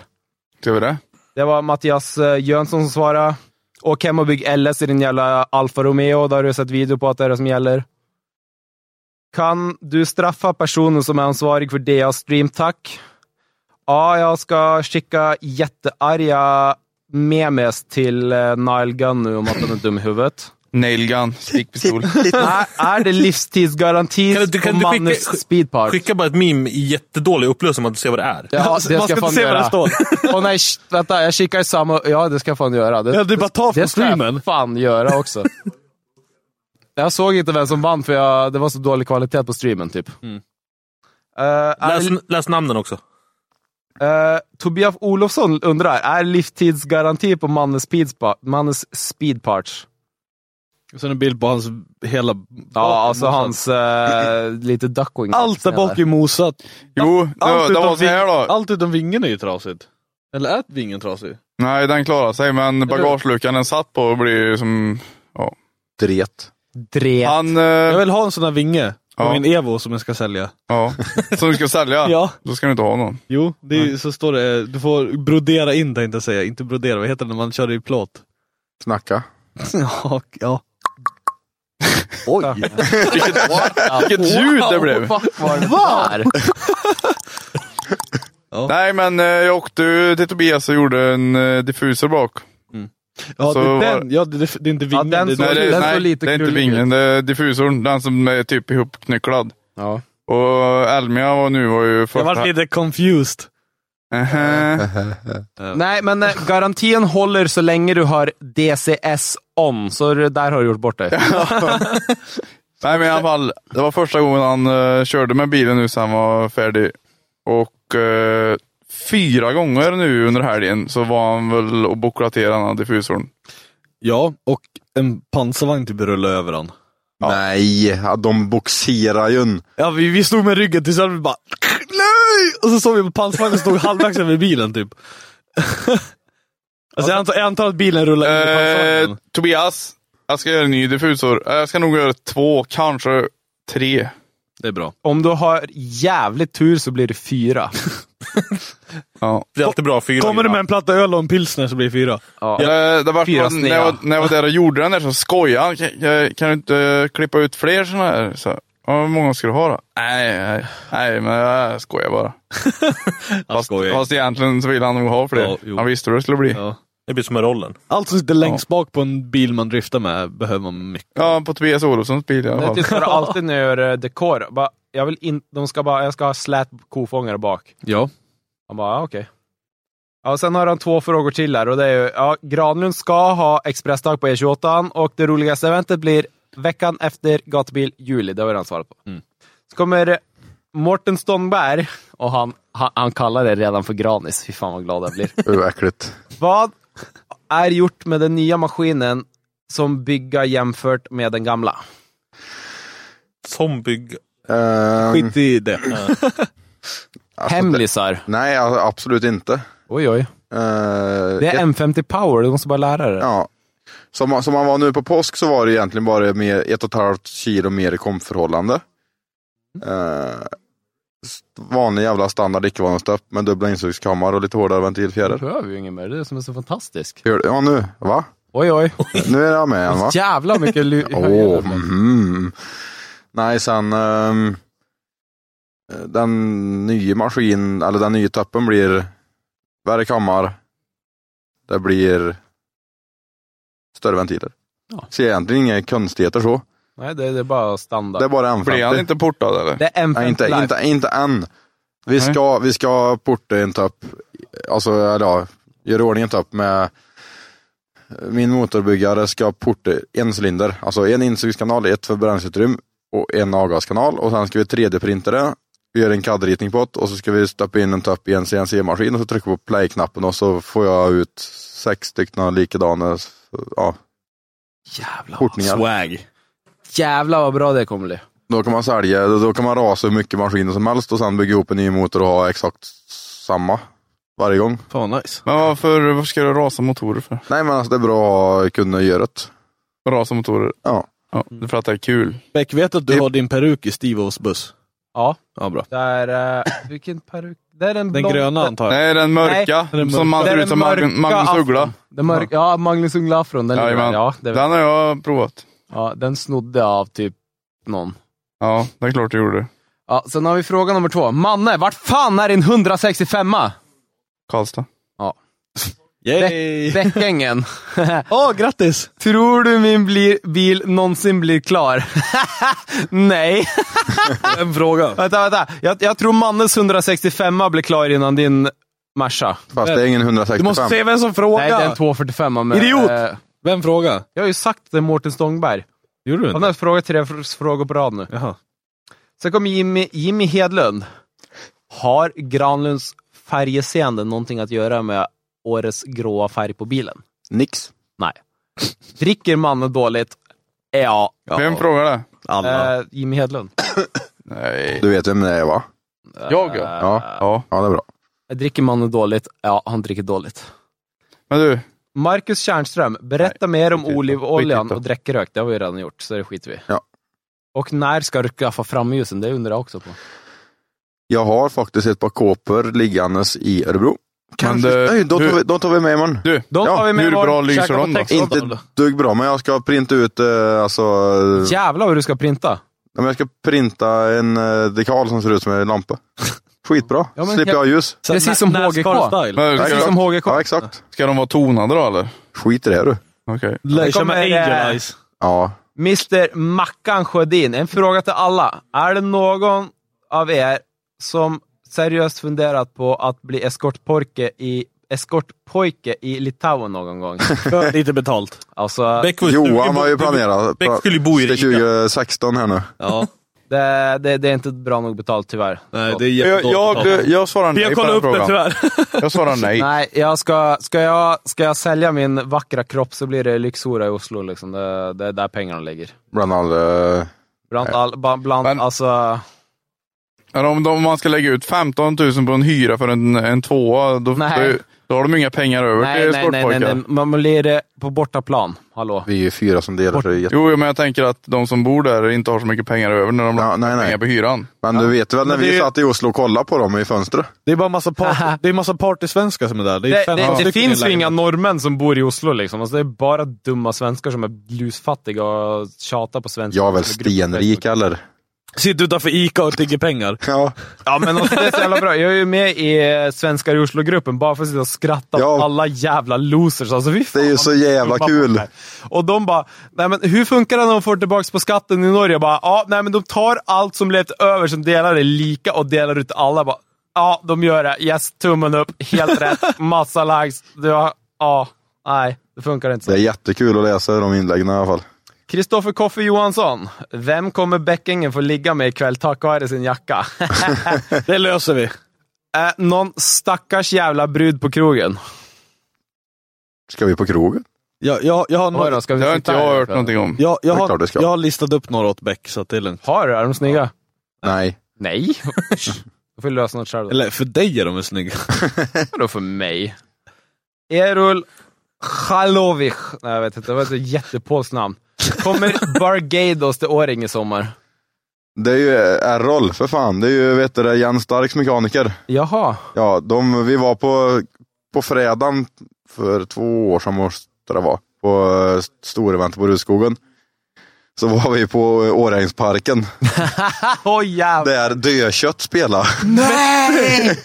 Speaker 6: Ska vi det?
Speaker 5: Det var Mattias eh, Jönsson som svarade. Åk hem och bygg LS i din jävla Alfa Romeo. Där har du sett video på att det är det som gäller. Kan du straffa personen som är ansvarig för DA Stream, tack? Ja, jag ska skicka jättearga memes till eh, Nile Gunn nu om att han är dum i huvudet.
Speaker 6: Nailgun, stickpistol.
Speaker 5: är, är det livstidsgaranti
Speaker 12: Kan du-
Speaker 5: på
Speaker 12: kan du skicka-
Speaker 5: Mannes speedpark?
Speaker 12: Skicka bara ett meme i jättedålig upplösning så man inte ser vad det är.
Speaker 5: Ja, det
Speaker 3: Man
Speaker 5: ska
Speaker 3: ska
Speaker 5: jag fan
Speaker 3: inte se vad det
Speaker 5: göra.
Speaker 3: står.
Speaker 5: Åh nej, sh- vänta, jag kikar i samma... Ja, det ska jag fan göra. Det,
Speaker 3: Ja, det är bara att ta från
Speaker 5: det ska
Speaker 3: streamen.
Speaker 5: jag fan göra också. jag såg inte vem som vann för jag, det var så dålig kvalitet på streamen typ.
Speaker 3: Mm.
Speaker 5: Eh, är,
Speaker 12: Läs, läs namnen också.
Speaker 5: eh, Tobias Olofsson undrar, är livstidsgaranti på Mannes, speedspa, Mannes speedparts?
Speaker 3: Och sen en bild på hans hela...
Speaker 5: Ja, alltså hans eh, lite duckwing.
Speaker 3: Allt där bak är mosat.
Speaker 6: Jo, det,
Speaker 3: Allt
Speaker 6: var- det
Speaker 3: utom
Speaker 6: var så här
Speaker 3: ving-
Speaker 6: då.
Speaker 3: Allt utom vingen är ju trasigt. Eller är vingen trasig?
Speaker 6: Nej, den klarade sig, men bagageluckan den satt på blir ju som... Ja.
Speaker 4: Dret.
Speaker 5: Dret.
Speaker 6: Han...
Speaker 3: Jag
Speaker 6: Eh,
Speaker 3: vill ha en sån här vinge på
Speaker 6: Ja.
Speaker 3: min Evo som jag ska sälja.
Speaker 6: ja. Som du ska sälja?
Speaker 3: Ja.
Speaker 6: Då ska du inte ha någon.
Speaker 3: Jo, det är, så står det. Du får brodera in tänkte jag säga. Inte brodera, vad heter det när man kör i plåt?
Speaker 4: Snacka.
Speaker 3: Ja, ja.
Speaker 6: Vilket ljud det blev!
Speaker 5: Var?
Speaker 6: Nej, men eh, jag åkte ju till Tobias och gjorde en eh, diffuser bak.
Speaker 3: Ja,
Speaker 6: Så
Speaker 3: det är
Speaker 6: var-
Speaker 3: den. Ja, det, det, det är inte vingen.
Speaker 6: den
Speaker 3: det,
Speaker 6: nej, det,
Speaker 3: den
Speaker 6: nej,
Speaker 3: får lite
Speaker 6: det är inte
Speaker 3: knullig ut.
Speaker 6: vingen, det är diffusorn. Den som är typ ihopknycklad.
Speaker 4: Ja.
Speaker 6: Och Elmia var nu var ju
Speaker 3: Jag vart lite confused.
Speaker 5: Nej, men eh, garantin håller så länge du har DCS on, så det där har du gjort bort dig.
Speaker 6: Nej men i alla fall, det var första gången han eh, körde med bilen nu sen han var färdig. Och eh, fyra gånger nu under helgen så var han väl och bocklade till den här diffusorn.
Speaker 3: Ja, och en pansarvagn typ rullade över han.
Speaker 4: Nej, ja, de boxerar ju en.
Speaker 3: Ja, vi, vi stod med ryggen till varandra och bara nej! Och så såg vi på pansarvagnen som stod halvvägs över bilen typ. alltså jag antar, jag antar att bilen rullade in i
Speaker 6: Eh,
Speaker 3: pansarvagnen.
Speaker 6: Tobias, jag ska göra en ny diffusor. Eh, Jag ska nog göra två, kanske tre.
Speaker 3: Det är bra.
Speaker 5: Om du har jävligt tur så blir det fyra.
Speaker 6: Ja.
Speaker 12: Det är alltid bra fyra.
Speaker 3: Kommer du med en platta öl och en pilsner så blir det fyra.
Speaker 6: Eh, det var,
Speaker 3: Fyra
Speaker 6: när, jag, var- när jag var där och gjorde den där så skojade han. Kan, jag- kan du inte eh, klippa ut fler sådana här? Så, ja, hur många ska du ha då? Nej, nej, nej men jag skojar bara. fast, fast egentligen så ville han nog ha fler. han visste hur det skulle bli.
Speaker 3: Ja.
Speaker 12: Det blir som med rollen.
Speaker 3: Allt som sitter längst bak på en bil man driftar med behöver man mycket.
Speaker 6: på Tobias Olofssons bil i alla
Speaker 5: Det
Speaker 6: fall.
Speaker 5: ska du alltid när jag gör eh, dekor. Bara, jag, vill in, de ska bara, jag ska ha slät kofångare bak.
Speaker 3: Ja.
Speaker 5: Han bara, ja, okej. Ja, och sen har han två frågor till här och det är ju, ja, Granlund ska ha expressdag på E28 och det roligaste eventet blir veckan efter gatubil juli. Det har vi redan svarat på. Så kommer Mårten Stångberg och han, han, han kallar det redan för granis. Fy fan vad glad jag blir.
Speaker 4: Det var äckligt.
Speaker 5: Vad är gjort med den nya maskinen som bygga jämfört med den gamla?
Speaker 12: Som bygga?
Speaker 4: Ehm,
Speaker 5: Skit i
Speaker 12: Mm.
Speaker 5: det.
Speaker 4: alltså,
Speaker 5: Hemlisar?
Speaker 4: det- Nej, alltså, absolut inte.
Speaker 5: Oj, oj. Det är M50 Power, du måste bara lära dig.
Speaker 4: Ja. Som, som man var nu på påsk så var det egentligen bara mer, ett och ett halvt kilo mer i kompförhållande. Eh, s- vanlig jävla standard icke-vanostöp med dubbla insugskammar och lite hårdare
Speaker 5: Det
Speaker 4: ventilfjäder.
Speaker 5: behöver ju ingen mer, det är det som är så fantastiskt.
Speaker 4: Hör du? Ja nu, va?
Speaker 5: Oj, oj.
Speaker 4: Nu är jag med igen va?
Speaker 5: Jävla mycket lu-
Speaker 4: Åh, mhm. Nej, sen ehm, den nya maskin, eller den nya tappen blir värre kammar. Det blir större ventiler.
Speaker 5: Ja.
Speaker 4: Så egentligen inga konstigheter så.
Speaker 5: Nej, det, det är bara standard.
Speaker 4: Det är bara M50.
Speaker 6: Blev han inte portad eller?
Speaker 5: Det är M50
Speaker 4: Nej, inte,
Speaker 5: Live.
Speaker 4: inte, inte än. Vi
Speaker 6: Nej.
Speaker 4: ska, vi ska porta en tapp, alltså eller ja, göra i ordning en tapp med min motorbyggare ska porta en cylinder, alltså en insugskanal, ett förbränningsutrymme och en avgaskanal och sen ska vi 3D-printa det. Vi gör en CAD-ritning på det och så ska vi stoppa in en tapp i en CNC-maskin och så trycka på play-knappen och så får jag ut sex stycken likadana ja,
Speaker 5: Jävlar.
Speaker 4: portningar.
Speaker 5: Swag. Jävlar vad bra det kommer bli.
Speaker 4: Då kan man sälja, då kan man rasa hur mycket maskiner som helst och sen bygga ihop en ny motor och ha exakt samma varje gång.
Speaker 3: Fan vad nice.
Speaker 6: Men varför, varför ska du rasa motorer för?
Speaker 4: Nej men alltså det är bra att kunna göra det.
Speaker 6: Rasa motorer?
Speaker 4: Ja.
Speaker 6: ja det är för att det är kul.
Speaker 3: Beck, vet att du har din peruk i Steve-Os buss?
Speaker 5: Ja,
Speaker 3: Ja, bra.
Speaker 5: där... eh, vilken peruk? Det är den,
Speaker 3: Den
Speaker 5: blonda-
Speaker 3: gröna antar jag.
Speaker 6: Nej, den mörka.
Speaker 3: Den är mörk.
Speaker 6: Som man
Speaker 5: Det är
Speaker 6: ser ut
Speaker 5: den
Speaker 6: som Mag-
Speaker 5: mörka
Speaker 6: Magnus
Speaker 5: afton.
Speaker 6: Uggla.
Speaker 5: Den mörka, ja, Magnus Uggla-afron. Den, ligger där.
Speaker 6: Jajamän.
Speaker 5: ja, det-
Speaker 6: Den har jag provat.
Speaker 5: ja, den snodde jag av typ någon.
Speaker 6: Ja, det är klart du gjorde.
Speaker 5: Ja, sen har vi fråga nummer två. Manne, vart fan är din 165a?
Speaker 6: Karlstad.
Speaker 3: Yay!
Speaker 5: Bäckängen.
Speaker 3: Åh, grattis!
Speaker 5: Tror du min blir, bil någonsin blir klar? Nej.
Speaker 3: En fråga.
Speaker 5: vänta, vänta. Jag, jag tror Mannes 165a blir klar innan din Merca.
Speaker 4: Fast det är ingen 165.
Speaker 3: Du måste se vem som
Speaker 5: Nej, det är
Speaker 3: frågar!
Speaker 5: en 245 men,
Speaker 3: Idiot!
Speaker 5: eh,
Speaker 3: Vem frågar?
Speaker 5: jag har ju sagt det är Mårten Stångberg.
Speaker 3: Gjorde du
Speaker 5: Han
Speaker 3: inte?
Speaker 5: har frågat tre fr- frågor på rad nu.
Speaker 3: Jaha.
Speaker 5: Sen kommer Jimmy, Jimmy Hedlund. Har Granlunds färgseende någonting att göra med årets gråa färg på bilen?
Speaker 4: Nix.
Speaker 5: Nej. Dricker mannen dåligt? Ja.
Speaker 6: Vem frågar det?
Speaker 3: Alla.
Speaker 5: Eh, Jimmy Hedlund.
Speaker 6: Nej.
Speaker 4: Du vet vem det är va?
Speaker 6: Jag ja.
Speaker 5: Äh.
Speaker 4: Ja.
Speaker 6: ja.
Speaker 4: Ja det är bra.
Speaker 5: Dricker mannen dåligt? Ja, han dricker dåligt.
Speaker 6: Men du,
Speaker 5: Marcus Tjärnström, berätta mer om
Speaker 6: skit i det. Skit i
Speaker 5: olivoljan
Speaker 6: det.
Speaker 5: och dräckrök. Det har vi redan gjort, så det skiter vi i.
Speaker 4: Ja.
Speaker 5: Och när ska du skaffa framljusen? Det undrar jag också på.
Speaker 4: Jag har faktiskt ett par kåpor liggandes i Örebro. Kanske,
Speaker 6: det-
Speaker 4: nej, de, tar
Speaker 6: hur-
Speaker 4: vi, de tar vi med imorgon.
Speaker 6: du.
Speaker 5: De
Speaker 4: Ja,
Speaker 5: tar vi med
Speaker 6: hur
Speaker 5: imorgon.
Speaker 6: bra lyser
Speaker 5: Käka på
Speaker 6: de då?
Speaker 5: Texas.
Speaker 4: Inte dugg bra, men jag ska printa ut, eh, alltså, eh,
Speaker 5: Jävlar vad du ska printa.
Speaker 4: men jag ska printa en eh, dekal som ser ut som en lampa. Skitbra,
Speaker 5: Ja, men
Speaker 4: slipper
Speaker 5: helt-
Speaker 4: jag ljus.
Speaker 5: Precis som HGK.
Speaker 3: Nascar-style.
Speaker 6: Men,
Speaker 4: Ja,
Speaker 6: ska,
Speaker 4: exakt.
Speaker 5: som HGK.
Speaker 4: Ja exakt.
Speaker 6: ska de vara tonade då eller?
Speaker 4: Skit i det du.
Speaker 6: Okej.
Speaker 5: Det kommer, eh,
Speaker 4: Ja.
Speaker 5: Mr Mackan Sjödin, en fråga till alla. Är det någon av er som seriöst funderat på att bli eskortpojke i eskortpojke i Litauen någon gång?
Speaker 4: Lite
Speaker 5: betalt. Alltså,
Speaker 4: Johan har ju planerat.
Speaker 5: Bäck skulle ju bo i
Speaker 4: Det är
Speaker 5: Riga.
Speaker 4: 2016 här nu.
Speaker 5: Ja. Det, det, det är inte bra nog betalt tyvärr. Nej,
Speaker 4: det är jättedåligt Jag- jag- betalt. jag svarar nej Jag på den kollade upp det, frågan. tyvärr. Jag svarar nej.
Speaker 5: nej jag ska, ska, jag, ska jag sälja min vackra kropp så blir det lyxhora i Oslo. Liksom. Det, det är där pengarna ligger.
Speaker 4: Bland all... eh,
Speaker 5: Bland, all, ba- bland alltså...
Speaker 6: Men om, de- om man ska lägga ut 15 000 på en hyra för en, en tvåa, då,
Speaker 5: Nej.
Speaker 6: då, då har de inga pengar över
Speaker 5: Nej,
Speaker 6: till
Speaker 5: nej, nej, nej,
Speaker 6: sportpojkar.
Speaker 5: nej. Man blir eh, på bortaplan. Hallå.
Speaker 4: Vi är ju fyra som delar så det är jätte...
Speaker 6: Jo, jo, men jag tänker att de som bor där inte har så mycket pengar över när de lägger pengar på hyran.
Speaker 4: Men du vet väl när
Speaker 6: Men det
Speaker 4: vi
Speaker 6: är-
Speaker 4: satt i Oslo och kollade på dem i fönstret?
Speaker 3: Det är bara massa, part- det är massa partysvenskar som är där. Det, är
Speaker 5: Det,
Speaker 3: fem
Speaker 5: det, det
Speaker 3: stycken i
Speaker 5: finns ju
Speaker 3: lägenheten.
Speaker 5: inga norrmän som bor i Oslo liksom. Alltså, det är bara dumma svenskar som är lusfattiga och tjatar på svenska.
Speaker 4: Jag är väl stenrik eller?
Speaker 3: Sitter utanför ICA och tigger pengar.
Speaker 4: Ja.
Speaker 5: Ja, men alltså, det är så jävla bra. Jag är ju med i eh, Svenskar i Oslo-gruppen bara för att sitta och skratta åt alla jävla losers. Alltså, vi
Speaker 4: Det är ju så jävla kul.
Speaker 5: Och de bara, nej men hur funkar det när de får tillbaka på skatten i Norge? Jag bara, ja, nej men de tar allt som levt över, som delar det lika och delar ut till alla. Jag bara, ja, de gör det. Yes, tummen upp. Helt rätt. Massa likes. Du har, ja, nej, det funkar inte så.
Speaker 4: Det är jättekul att läsa de inläggen i alla fall.
Speaker 5: Kristoffer Koffe Johansson. Vem kommer Bäckängen få ligga med ikväll tack vare sin jacka?
Speaker 3: det löser vi.
Speaker 5: Eh, någon stackars jävla brud på krogen.
Speaker 4: Ska vi på krogen?
Speaker 3: Jag, jag, jag har,
Speaker 5: Oj då, ska vi Det har sitta inte jag här hört ikväll? någonting om.
Speaker 3: Jag, jag,
Speaker 5: Det är klart det
Speaker 3: har,
Speaker 5: ska.
Speaker 3: jag har listat upp några åt Beck, så att det är lugnt.
Speaker 5: Har du? Är de snygga?
Speaker 4: Nej.
Speaker 5: Nej. Då får du lösa något själv. då.
Speaker 3: Eller för dig är de väl snygga?
Speaker 5: Vadå för mig? Erul Chalovich. Nej, jag vet inte. Det var ett jättepolskt namn. Kommer Bargados till Åring i sommar?
Speaker 4: Det är ju Errol, för fan. Det är ju vet du, det, Jens Starks mekaniker.
Speaker 5: Jaha.
Speaker 4: Ja, de, vi var på, på fredagen för två år sedan, måste det vara, på eh, storeventet på Rudskogen. Så var vi på eh, Årängsparken,
Speaker 5: Åh jävlar!
Speaker 4: där Dökött spelade.
Speaker 5: Nej!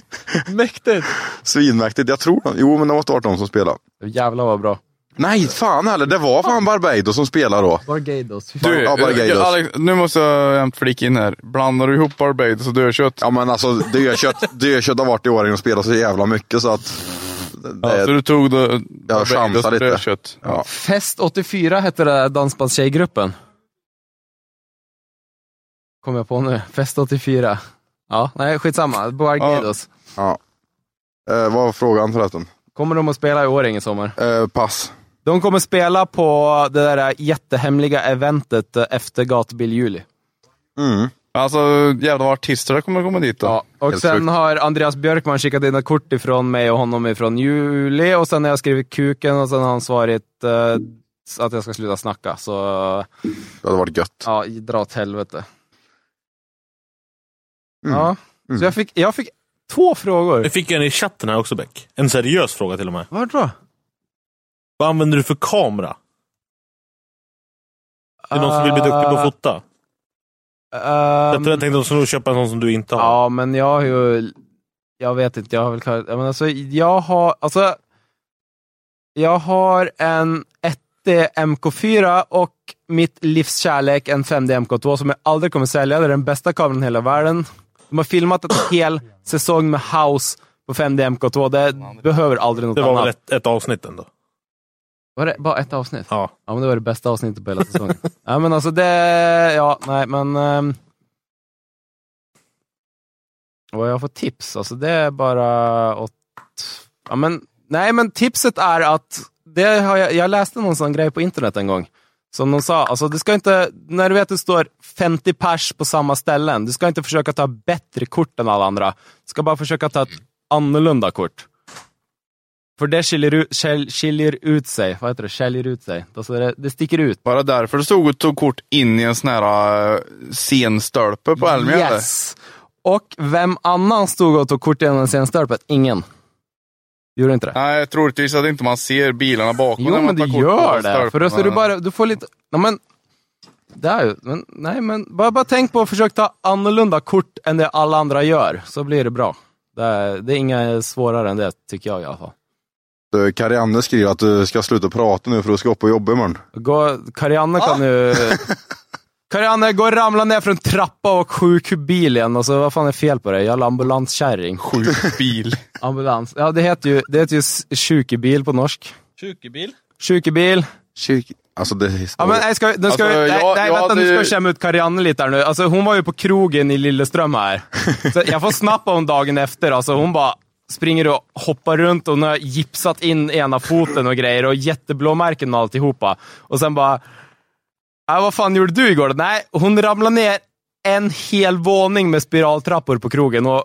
Speaker 5: Mäktigt!
Speaker 4: Svinmäktigt. Jag tror de, jo men det måste varit de som spelade.
Speaker 5: Jävlar vad bra.
Speaker 4: Nej, fan heller. Det var fan Barbados som spelade då.
Speaker 5: Bargados.
Speaker 6: Du,
Speaker 4: Ja, Barbados.
Speaker 6: eh, Alex, nu måste jag jämt flika in här. Blandar du ihop Barbados och dödkött?
Speaker 4: Ja men alltså Dökött, Dökött har varit i Årjäng och spelat så jävla mycket så att...
Speaker 6: Ja, så du tog då,
Speaker 4: Jag chansar lite.
Speaker 6: Dödkött.
Speaker 4: Ja.
Speaker 5: Fest 84 hette det där dansbandstjejgruppen. Kommer jag på nu. Fest 84. Ja, nej skitsamma. Bargados.
Speaker 4: Ja. Eh, vad var frågan förresten?
Speaker 5: Kommer de att spela i Åring i sommar?
Speaker 4: Eh, pass.
Speaker 5: De kommer spela på det där jättehemliga eventet eh, efter Gatubil Juli.
Speaker 4: Mm.
Speaker 6: Alltså jävlar vad artister det kommer komma dit då. Ja,
Speaker 5: Och sen har Andreas Björkman skickat in ett kort ifrån mig och honom ifrån Juli och sen har jag skrivit kuken och sen har han svarat eh, att jag ska sluta snacka. Så
Speaker 4: Det hade varit gött.
Speaker 5: ja, dra åt helvete.
Speaker 4: Mm.
Speaker 5: Ja. Så jag fick, jag fick två frågor.
Speaker 12: Jag fick en i chatten här också Beck. En seriös fråga till och med.
Speaker 5: Vart då?
Speaker 12: Vad använder du för kamera? Är det någon som vill bli duktig
Speaker 5: Ah,
Speaker 12: på att fota?
Speaker 5: eh,
Speaker 12: jag tror jag tänkte att de skulle köpa en sån som du inte har.
Speaker 5: ehm, Ja, men jag har ju... Jag vet inte, jag har väl kallat... Men alltså, jag har... Alltså, jag har en 1D MK4 och mitt livs kärlek, en 5D MK2 som jag aldrig kommer sälja. Det är den bästa kameran i hela världen. De har filmat en hel säsong med House på 5D MK2. Det behöver aldrig något
Speaker 12: det var
Speaker 5: annat.
Speaker 12: väl ett, ett avsnitt ändå?
Speaker 5: Var det bara ett avsnitt?
Speaker 12: Ja.
Speaker 5: Ja, men det var det bästa avsnittet på hela säsongen. ja, men alltså det... Ja, nej, men... ehm, vad jag får tips, alltså det är bara åt... Ja, men, nej, men tipset är att... Det har jag, jag läste någon sån grej på internet en gång. Som de sa, alltså du ska inte, när du vet att det står 50 pers på samma ställen, du ska inte försöka ta bättre kort än alla andra. Du ska bara försöka ta ett annorlunda kort. För det skiljer, ut- skäl- skiljer ut sig. Vad heter det? Skäljer ut sig. Alltså det, det sticker ut.
Speaker 6: Bara därför stod och tog kort in i en sån här eh, scenstolpe på Elmia. eller?
Speaker 5: Yes! Och vem annan stod och tog kort genom den senaste stolpet? Ingen. Gjorde inte det?
Speaker 6: Nej, troligtvis att inte man ser bilarna bakom.
Speaker 5: Jo,
Speaker 6: när man
Speaker 5: men det
Speaker 6: tar kort på
Speaker 5: gör det.
Speaker 6: stolpen.
Speaker 5: För då ser du bara, du får lite... Nej, men, det är ju, men, nej, men bara, bara tänk på att försöka ta annorlunda kort än det alla andra gör, så blir det bra. Det är, det är inga svårare än det, tycker jag i alla fall.
Speaker 4: Du, Mm. Eh, Karianne skriver att du ska sluta prata nu för du ska upp och jobba imorgon.
Speaker 5: Gå, Karianne
Speaker 6: Ah.
Speaker 5: kan nu... Karianne, gå och ramla ner från en trappa och sju bil igen. Alltså, vad fan är fel på dig? Jag är ambulanskärring. Sjuk bil. Ambulans. Ja, det heter ju, det heter ju s- sjukbil på norsk.
Speaker 3: Sjukebil?
Speaker 5: Sjukbil.
Speaker 4: Sjuk... Alltså det
Speaker 5: Ja, men jag ska, nu ska,
Speaker 6: Alltså,
Speaker 5: nej,
Speaker 6: jag-
Speaker 5: nej,
Speaker 6: jag
Speaker 5: vänta,
Speaker 6: hade
Speaker 5: nu ska
Speaker 6: ju-
Speaker 5: jag skämma ut Karianne lite här nu. Alltså, hon var ju på krogen i Lilleström här. Så jag får snappa hon dagen efter. Alltså, hon bara springer och hoppar runt och hon har gipsat in ena foten och grejer och jätteblåmärken och alltihopa. Och sen bara... Äh, vad fan gjorde du igår? då?" Nej, hon ramlade ner en hel våning med spiraltrappor på krogen och...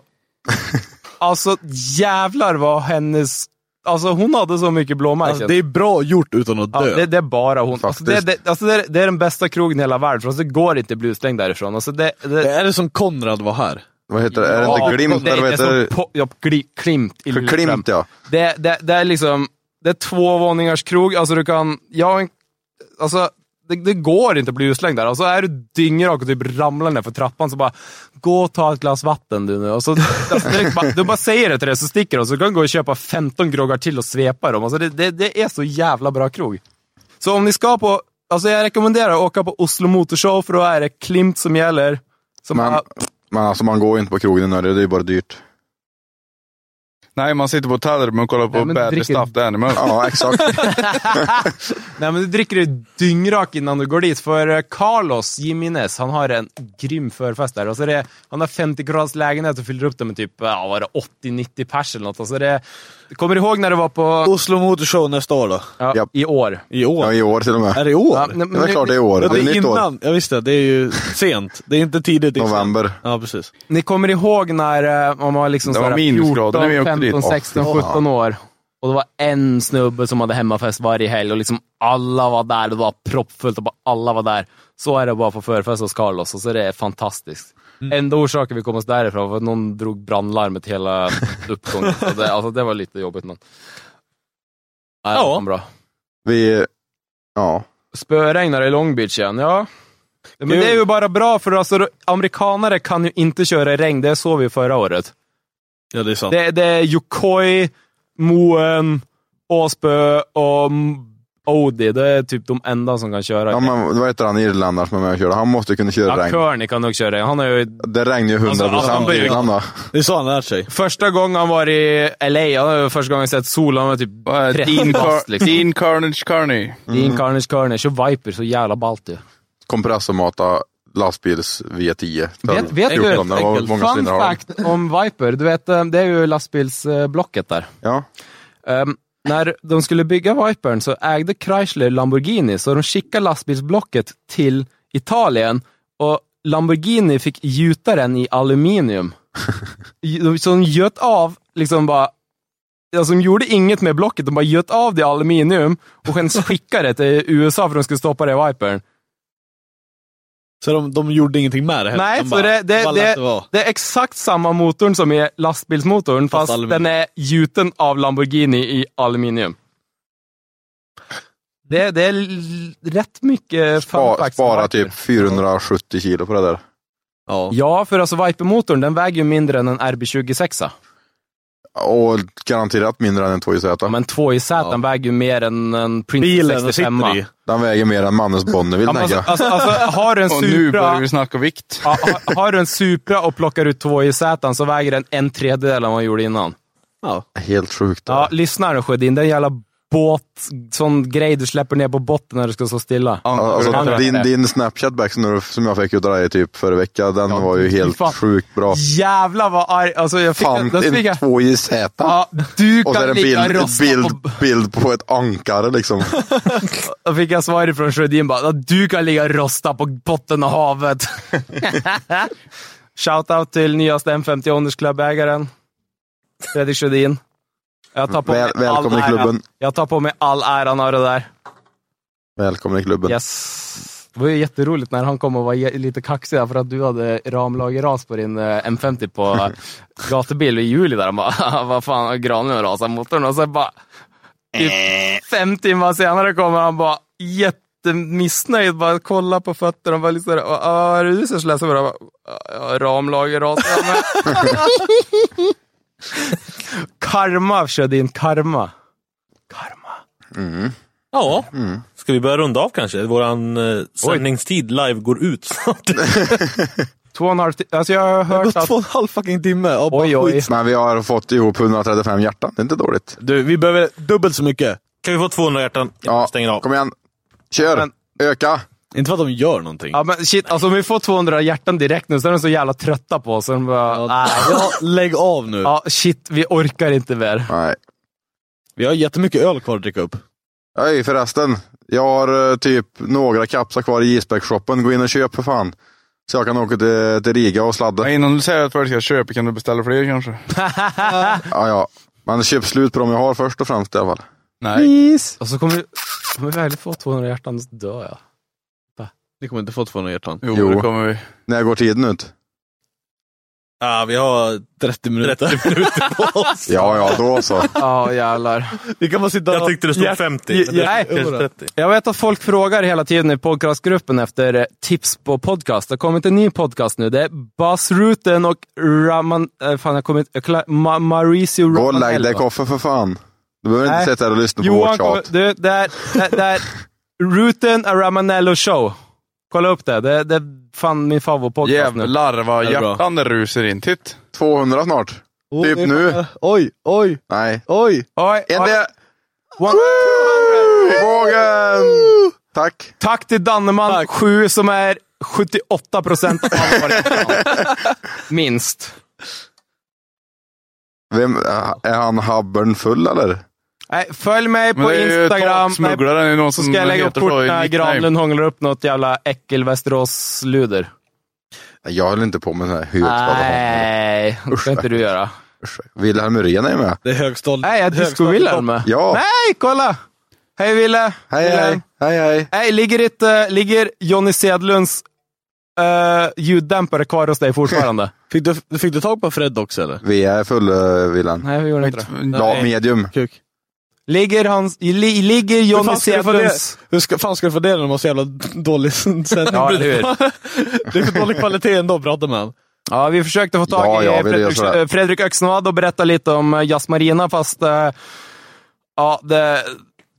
Speaker 5: Alltså jävlar vad hennes... Alltså hon hade så mycket blåmärken.
Speaker 3: Alltså, det är bra gjort utan att
Speaker 5: Ja,
Speaker 3: dö.
Speaker 5: det, det är bara hon. Alltså, det,
Speaker 3: Faktiskt.
Speaker 5: det, alltså, det, är, det är den bästa krogen i hela världen, för alltså, det går inte bluslängd därifrån. Alltså, det, det...
Speaker 3: Är det som Konrad var här?
Speaker 4: Vad heter
Speaker 5: det?
Speaker 4: Är det inte Glimt, eller vad
Speaker 5: det?
Speaker 4: heter
Speaker 5: är
Speaker 4: det?
Speaker 5: som Po- ja, gli, klimt i
Speaker 4: För
Speaker 5: Lilleström.
Speaker 4: Klimt, ja.
Speaker 5: Det, det, det är liksom, det är två våningars krog. Alltså du kan, ja, alltså det, det går inte att bli utslängd där. Alltså är du dyngrak och typ ramlar ner för trappan så bara, gå och ta ett glas vatten du nu. Och så, alltså, direkt bara, du bara säger det till det så sticker de. Så kan du gå och köpa 15 groggar till och svepa dem. Alltså det, det, det är så jävla bra krog. Så om ni ska på, alltså jag rekommenderar att åka på Oslo Motorshow för då är det Klimt som gäller. Som
Speaker 4: Men,
Speaker 5: bara-
Speaker 4: men alltså man går ju inte på krogen i Norge, det är ju bara dyrt.
Speaker 6: Nej, man sitter på hotellrummet och kollar på
Speaker 5: Nej, men
Speaker 6: Bad
Speaker 5: dricker-
Speaker 6: Stuffed Animal.
Speaker 4: Ja, exakt.
Speaker 5: Nej, men du dricker dig dyngrak innan du går dit, för eh, Carlos Jiménez, han har en grym förfest där. Och så är det, han har 50 kronors lägenhet och fyller upp det med typ ja, vad är det 80-90 pers eller något. Och så är det, kommer du ihåg när det var på...
Speaker 3: Oslo Motorshow nästa år då?
Speaker 5: Ja, I år.
Speaker 3: I år?
Speaker 4: Ja, i år till och med.
Speaker 3: Är det i år?
Speaker 5: Ja, nej, men
Speaker 4: Det är klart det är i år.
Speaker 3: Ja,
Speaker 4: Det är nytt år.
Speaker 3: innan. Ja, visst det. Det är ju sent. Det är inte tidigt. det
Speaker 5: liksom.
Speaker 3: är sent.
Speaker 4: November.
Speaker 3: Ja, precis.
Speaker 5: Ni kommer ihåg när eh, man var liksom
Speaker 3: Det
Speaker 5: så
Speaker 3: var
Speaker 5: här
Speaker 3: minusgrader när vi
Speaker 5: 14,
Speaker 3: åkte dit.
Speaker 5: 15,
Speaker 3: Åh,
Speaker 5: 16,
Speaker 3: fy fan.
Speaker 5: 17 år. Och det var en snubbe som hade hemmafest varje helg och liksom alla var där. Det var proppfullt och bara alla var där. Så är det bara på förfest hos Carlos och så är det fantastiskt. Enda orsaken vi kom oss därifrån var att någon drog brandlarmet hela uppgången. Så det, alltså, det var lite jobbigt men... Nej, det var bra.
Speaker 4: Vi, ja.
Speaker 5: Spöregnar i Long Beach igen, ja. Men det är ju bara bra för alltså, amerikanare kan ju inte köra i regn, det såg vi förra året.
Speaker 3: Ja, det är sant.
Speaker 5: Det, det är Yokoi, Moen, Åsbö och M- Odi. Det är typ de enda som kan köra.
Speaker 4: ja men, vad heter han irländaren som är med och körde? Han måste ju kunna köra
Speaker 5: ja,
Speaker 4: regn.
Speaker 5: Kearney kan nog köra. Han har ju...
Speaker 4: Det regnar ju 100%
Speaker 5: Alltså, alltså, han
Speaker 4: procent
Speaker 5: blir ju-
Speaker 4: innan då.
Speaker 3: Det är så han lärt sig.
Speaker 5: Första gången han var i LA, han har ju första gången sett solen, han var typ 30
Speaker 6: Dean,
Speaker 5: bast
Speaker 6: Car-
Speaker 5: liksom.
Speaker 6: Dean Carnage Carney.
Speaker 4: Mm.
Speaker 5: Dean Carnage Kearney. Kör Viper, så jävla ballt du.
Speaker 4: Kompressormata lastbils V10.
Speaker 5: Vet, vet du,
Speaker 4: 14, det var många
Speaker 5: fun
Speaker 4: cylindrar.
Speaker 5: fact om Viper, du vet, eh, det är ju lastbilsblocket där.
Speaker 4: Ja.
Speaker 5: Ehm, när de skulle bygga Vipern så ägde Chrysler Lamborghini, så de skickade lastbilsblocket till Italien och Lamborghini fick gjuta den i aluminium. De- så de göt av, liksom bara, alltså de gjorde inget med blocket, de bara göt av det i aluminium och sen skickade det till USA för att de skulle stoppa det i Vipern.
Speaker 3: Så de, de gjorde ingenting med det heller?
Speaker 5: Nej,
Speaker 3: De
Speaker 5: så
Speaker 3: bara,
Speaker 5: det, det,
Speaker 3: "Vad lätt
Speaker 5: det,
Speaker 3: var."
Speaker 5: det är exakt samma motorn som är lastbilsmotorn, fast,
Speaker 3: aluminium.
Speaker 5: den är gjuten av Lamborghini i aluminium. Det, det är l- rätt mycket fun
Speaker 4: Spa,
Speaker 5: facts om
Speaker 4: spara
Speaker 5: Viper.
Speaker 4: typ 470 kilo på det där.
Speaker 5: Ja, för alltså Viper-motorn, den väger ju mindre än en RB26.
Speaker 4: Och garanterat mindre än en 2JZ.
Speaker 5: Men 2JZ väger ju mer än en Princess
Speaker 4: Bilen den
Speaker 5: 65.
Speaker 4: sitter i. Den väger mer än Mannes Bonneville
Speaker 5: Ja, men
Speaker 4: tänker jag.
Speaker 5: alltså, alltså, alltså, har du en
Speaker 6: Och
Speaker 5: Supra...
Speaker 6: nu börjar vi snacka vikt.
Speaker 5: Ja, har, har du en Supra och plockar ut 2JZ så väger den en tredjedel av vad den gjorde innan.
Speaker 3: Ja.
Speaker 4: Helt sjukt.
Speaker 5: Ja, lyssna nu Sjödin. Det är en jävla båt, sån grej du släpper ner på botten när du ska stå stilla.
Speaker 4: Alltså, din, din Snapchat-back som, du- som jag fick ut av dig typ förra veckan, den var ju helt
Speaker 5: fan.
Speaker 4: sjukt bra.
Speaker 5: Jävlar vad arg. Alltså jag fick...
Speaker 4: Fan,
Speaker 5: då fick
Speaker 4: en
Speaker 5: jag,
Speaker 4: 2JZ.
Speaker 5: ja, du
Speaker 4: Och så är
Speaker 5: kan
Speaker 4: det en
Speaker 5: ligga
Speaker 4: bild,
Speaker 5: rosta på...
Speaker 4: bild, bild på ett ankare liksom.
Speaker 5: Då fick jag svar ifrån Sjödin bara, "Ja, du kan ligga och rosta på botten av havet. Shoutout till nyaste M50 Åldersklubbägaren. Fredrik Sjödin. Jag tar på
Speaker 4: Väl-
Speaker 5: mig all
Speaker 4: välkommen i
Speaker 5: ära.
Speaker 4: klubben.
Speaker 5: Jag tar på mig all äran av det där.
Speaker 4: Välkommen i klubben.
Speaker 5: Yes. Det var ju jätteroligt när han kom och var ge- lite kaxig där för att du hade ramlagerras på din eh, M50 på eh, gatubil i juli. Där. Han bara, "Ah, vad fan, har granen rasat motorn? Och sen bara, typ fem timmar senare kommer han bara jättemissnöjd, bara kolla på fötterna och bara liksom, "Vad- vad är det du som slösar på det? Jag bara, "Ja, Ramlagerras. Ja, men- karma, körde in karma.
Speaker 7: Ja. Ska vi börja runda av kanske? Våran eh, sändningstid live går ut snart.
Speaker 5: Två och en halv ti- Alltså jag har hört att... Två
Speaker 3: och en halv fucking timme
Speaker 5: Oj, oj.
Speaker 4: Men vi har fått ihop 135 hjärtan. Det är inte dåligt.
Speaker 3: Du, vi behöver dubbelt så mycket.
Speaker 7: Kan vi få 200 hjärtan?
Speaker 4: Ja, stänger av. Kom igen. Kör! Öka!
Speaker 3: Inte för att de gör någonting.
Speaker 5: Ja, men shit, alltså om vi får 200 hjärtan direkt nu så är de så jävla trötta på oss. Så de bara, nej.
Speaker 3: Ja, lägg av nu.
Speaker 5: Ja, shit, vi orkar inte mer.
Speaker 4: Nej.
Speaker 3: Vi har jättemycket öl kvar att dricka upp.
Speaker 4: Oj, förresten. Jag har eh, typ några kapsar kvar i Isbäck-shoppen. Gå in och köp för fan. Så jag kan åka till, till Riga och sladda.
Speaker 6: Ja, innan du säger att folk ska köpa kan du beställa fler kanske?
Speaker 4: Ja, ja. Men köp slut på dem jag har först och främst i alla fall.
Speaker 5: Please. Och så kommer vi, kommer vi verkligen få 200 hjärtan så dör jag.
Speaker 3: Ni kommer inte få 200 hjärtan.
Speaker 6: Jo,
Speaker 4: Jo.
Speaker 6: det kommer vi.
Speaker 4: När går tiden ut?
Speaker 7: Ja, vi har
Speaker 3: 30 minuter.
Speaker 7: 30 minuter på oss.
Speaker 5: Alltså.
Speaker 4: Ja, ja, då så.
Speaker 5: Ja, jävlar.
Speaker 3: Vi kan bara sitta
Speaker 7: Jag tyckte det stod
Speaker 3: Hjärt-
Speaker 7: 50.
Speaker 3: hjärt-
Speaker 7: men det
Speaker 5: nej.
Speaker 7: kanske 30.
Speaker 5: Jag vet att folk frågar hela tiden i podcastgruppen efter eh, tips på podcast. Det har kommit en ny podcast nu. Det är Buzzruten och Raman... eh, Fan, jag kommer inte... jag kla- Ma- Mauricio
Speaker 4: Gå och
Speaker 5: Raman
Speaker 4: lägg dig i koffer för fan. Du behöver
Speaker 5: Nej.
Speaker 4: inte sitta där och lyssna på
Speaker 5: Johan
Speaker 4: vårt
Speaker 5: kommer...
Speaker 4: tjat.
Speaker 5: Du, det är... Det, det är Ruten A Ramanello Show. Kolla upp det. Det, det är fan min favoritpodcast nu.
Speaker 6: Jävlar vad
Speaker 3: Det är bra.
Speaker 6: hjärtan det rusar in. Titt!
Speaker 4: 200 snart. Typ nu.
Speaker 8: Oj, oj,
Speaker 4: Nej.
Speaker 8: oj!
Speaker 5: Oj,
Speaker 4: Är
Speaker 5: oj.
Speaker 4: det...
Speaker 5: One-
Speaker 4: Vågen! Tack.
Speaker 5: Tack till Danneman 7 som är 78 procent av alla våra hjärtan. Minst.
Speaker 4: Vem, eh, är han Habbern full eller?
Speaker 5: Nej, följ mig
Speaker 6: Men
Speaker 5: på
Speaker 6: det är ju
Speaker 5: Instagram.
Speaker 6: taksmugglaren, det är någon
Speaker 5: Så
Speaker 6: som
Speaker 5: ska jag lägga upp
Speaker 6: heter så
Speaker 5: kort
Speaker 6: i
Speaker 5: när
Speaker 6: nickname.
Speaker 5: Granlund hånglar upp något jävla äckel-Västerås-luder.
Speaker 4: Nej, Jag höll inte på med sån här hyresförhållanden.
Speaker 5: Nej, det ska inte du göra.
Speaker 4: Wilhelm Uren är med.
Speaker 3: Det är högstånd.
Speaker 5: Nej, jag disco-Wilhelm.
Speaker 4: Ja.
Speaker 5: Nej, kolla! Hej Wille!
Speaker 4: Hej,
Speaker 5: Wille.
Speaker 4: hej. Hej, hej.
Speaker 5: Hej, ligger, inte, ligger Jonny Sedlunds eh, ljuddämpare kvar hos dig fortfarande?
Speaker 3: Fick du, fick du tag på Fred också eller?
Speaker 4: Vi är fulla, Wilhelm.
Speaker 5: Nej, vi gjorde inte det.
Speaker 4: Ja,
Speaker 5: eh,
Speaker 4: medium.
Speaker 3: Kuk.
Speaker 5: Ligger, hans, li, ligger
Speaker 3: Hur
Speaker 5: Jonny
Speaker 3: fan ska du få
Speaker 5: Sedlunds...
Speaker 3: det- Hur ska, fan ska du få det när de har så jävla dålig sändning?
Speaker 5: Ja, det är
Speaker 3: det är för dålig kvalitet ändå att prata med honom.
Speaker 5: Ja, vi försökte få tag
Speaker 4: Ja,
Speaker 5: i
Speaker 4: ja, vi
Speaker 5: Fredrik,
Speaker 4: löser det.
Speaker 5: eh, Fredrik Öxnevad och berätta lite om eh, Jas Marina, fast eh, ja, det,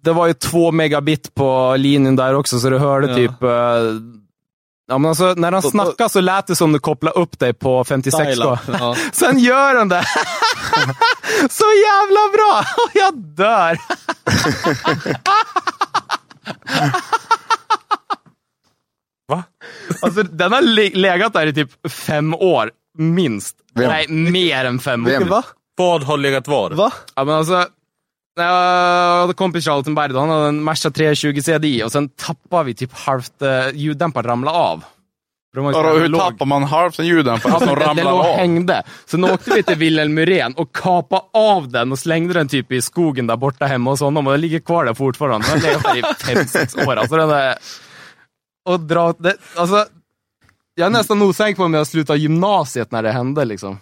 Speaker 5: det var ju två megabit på linjen där också, så du hörde
Speaker 3: Ja.
Speaker 5: typ... eh, ja, men alltså, när han
Speaker 3: då-
Speaker 5: snackade så lät det som du kopplade upp dig på 56K.
Speaker 3: Dial-up. Ja.
Speaker 5: Sen gör han det! så jävla bra! Jag dör!
Speaker 7: Va?
Speaker 5: Alltså, den har le- legat där i typ fem år, minst.
Speaker 4: Vem?
Speaker 5: Nej, mer än fem år.
Speaker 4: Vem?
Speaker 7: Vad har legat var?
Speaker 5: Ja, men alltså, när jag hade kompis Charlton Berg, då, han hade en Merca 320 CDI och sen tappade vi typ halvt eh, ljuddämparen ramlade av. För de var ju så
Speaker 6: Ja, då,
Speaker 5: jävla
Speaker 6: hur
Speaker 5: låg.
Speaker 6: tappar man halvt en ljuddämpare
Speaker 5: Ja,
Speaker 6: som
Speaker 5: men den- den
Speaker 6: ramlar
Speaker 5: Alltså, låg och
Speaker 6: av?
Speaker 5: hängde. Sen åkte vi till Wilhelm Muren och kapade av den och slängde den typ i skogen där borta hemma hos honom och den ligger kvar där fortfarande. Den har legat där i fem sex år. Alltså den där... Och dra... Det, alltså, jag är nästan osäker på om jag slutade gymnasiet när det hände liksom.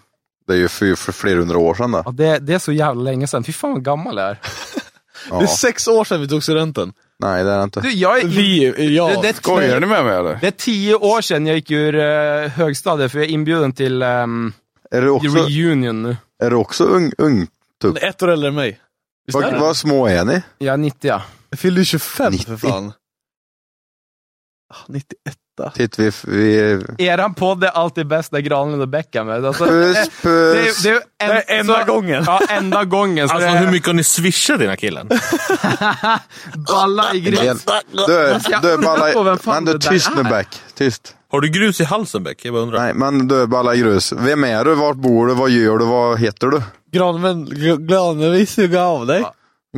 Speaker 4: Det är ju för, för flera hundra år sedan det.
Speaker 5: Ja, det, det är så jävla länge sedan. Fy fan vad gammal jag är.
Speaker 3: Det är
Speaker 4: Ja.
Speaker 3: sex år sedan vi tog studenten.
Speaker 4: Nej, det är det inte.
Speaker 5: Du, jag är
Speaker 3: Vi, jag.
Speaker 5: Det, det, är
Speaker 6: Skojar
Speaker 5: tio-
Speaker 6: ni med mig eller?
Speaker 5: det är tio år sedan jag gick ur eh, högstadiet, för jag är inbjuden till ehm,
Speaker 4: Är du också,
Speaker 5: reunion nu.
Speaker 4: är du också ung? ung?
Speaker 3: Ett år äldre än mig. Visst är
Speaker 4: Vad,
Speaker 3: det?
Speaker 4: vad små är ni?
Speaker 5: Jag är 90 ja.
Speaker 3: Jag fyllde ju 25 för
Speaker 4: 90.
Speaker 3: fan. Ah, 91.
Speaker 4: Titt, vi... vi
Speaker 5: Eran podd är alltid bäst när Granlund och Beckham är alltså,
Speaker 4: puss,
Speaker 5: det, är-
Speaker 4: puss.
Speaker 5: det är en,
Speaker 3: Det är enda
Speaker 5: så-
Speaker 3: gången.
Speaker 5: Ja, enda gången. Så
Speaker 7: Alltså
Speaker 5: det är-
Speaker 7: hur mycket har ni swishat den här killen?
Speaker 5: Balla i gris.
Speaker 4: Du,
Speaker 5: Jag
Speaker 4: du,
Speaker 5: undrar på
Speaker 4: balla,
Speaker 5: vem fan
Speaker 4: men du,
Speaker 5: det där
Speaker 4: tyst nu
Speaker 5: är.
Speaker 4: Beck. Tyst.
Speaker 7: Har du grus i halsen Beck? Jag bara undrar.
Speaker 4: Nej, men du, balla grus. Vem är du? Vart bor du? Vad gör du? Vad heter du?
Speaker 3: Granven, Granvin suga av dig.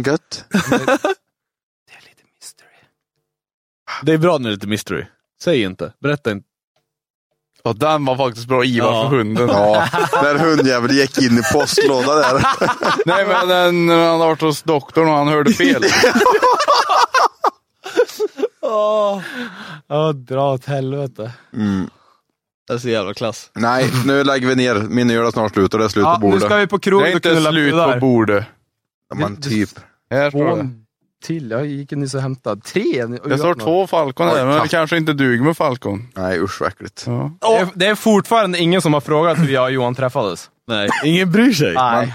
Speaker 4: Gött.
Speaker 5: Det är lite mystery.
Speaker 3: Det är bra när det är lite mystery. Säg inte. Berätta inte.
Speaker 6: Ja, den var faktiskt bra Ivar
Speaker 3: Ja.
Speaker 6: för hunden.
Speaker 4: Ja, där hundjäveln gick in i postlådan där.
Speaker 6: Nej, men den, han hade varit hos doktorn och han hörde fel.
Speaker 5: Ja, dra åt helvete.
Speaker 4: Mm.
Speaker 3: Det är så jävla klass.
Speaker 4: Nej, nu lägger vi ner. Min öl är snart slut och det är slut
Speaker 5: Ja,
Speaker 4: på
Speaker 5: nu
Speaker 4: bordet.
Speaker 5: ska vi på
Speaker 6: Det
Speaker 5: krog
Speaker 6: är
Speaker 5: och
Speaker 6: inte
Speaker 5: knulla
Speaker 6: slut på
Speaker 5: brudar.
Speaker 6: bordet.
Speaker 4: Ja, men typ.
Speaker 6: Här står det.
Speaker 5: Två till. Jag gick nyss och hämtade tre.
Speaker 6: Det står två Falcon
Speaker 4: Oj,
Speaker 6: där, men
Speaker 4: tack.
Speaker 6: det kanske inte duger med Falcon.
Speaker 4: Nej, usch vad äckligt.
Speaker 6: Ja.
Speaker 5: Det är, det är fortfarande ingen som har frågat hur jag och Johan träffades.
Speaker 3: Nej, ingen bryr sig.
Speaker 5: Nej.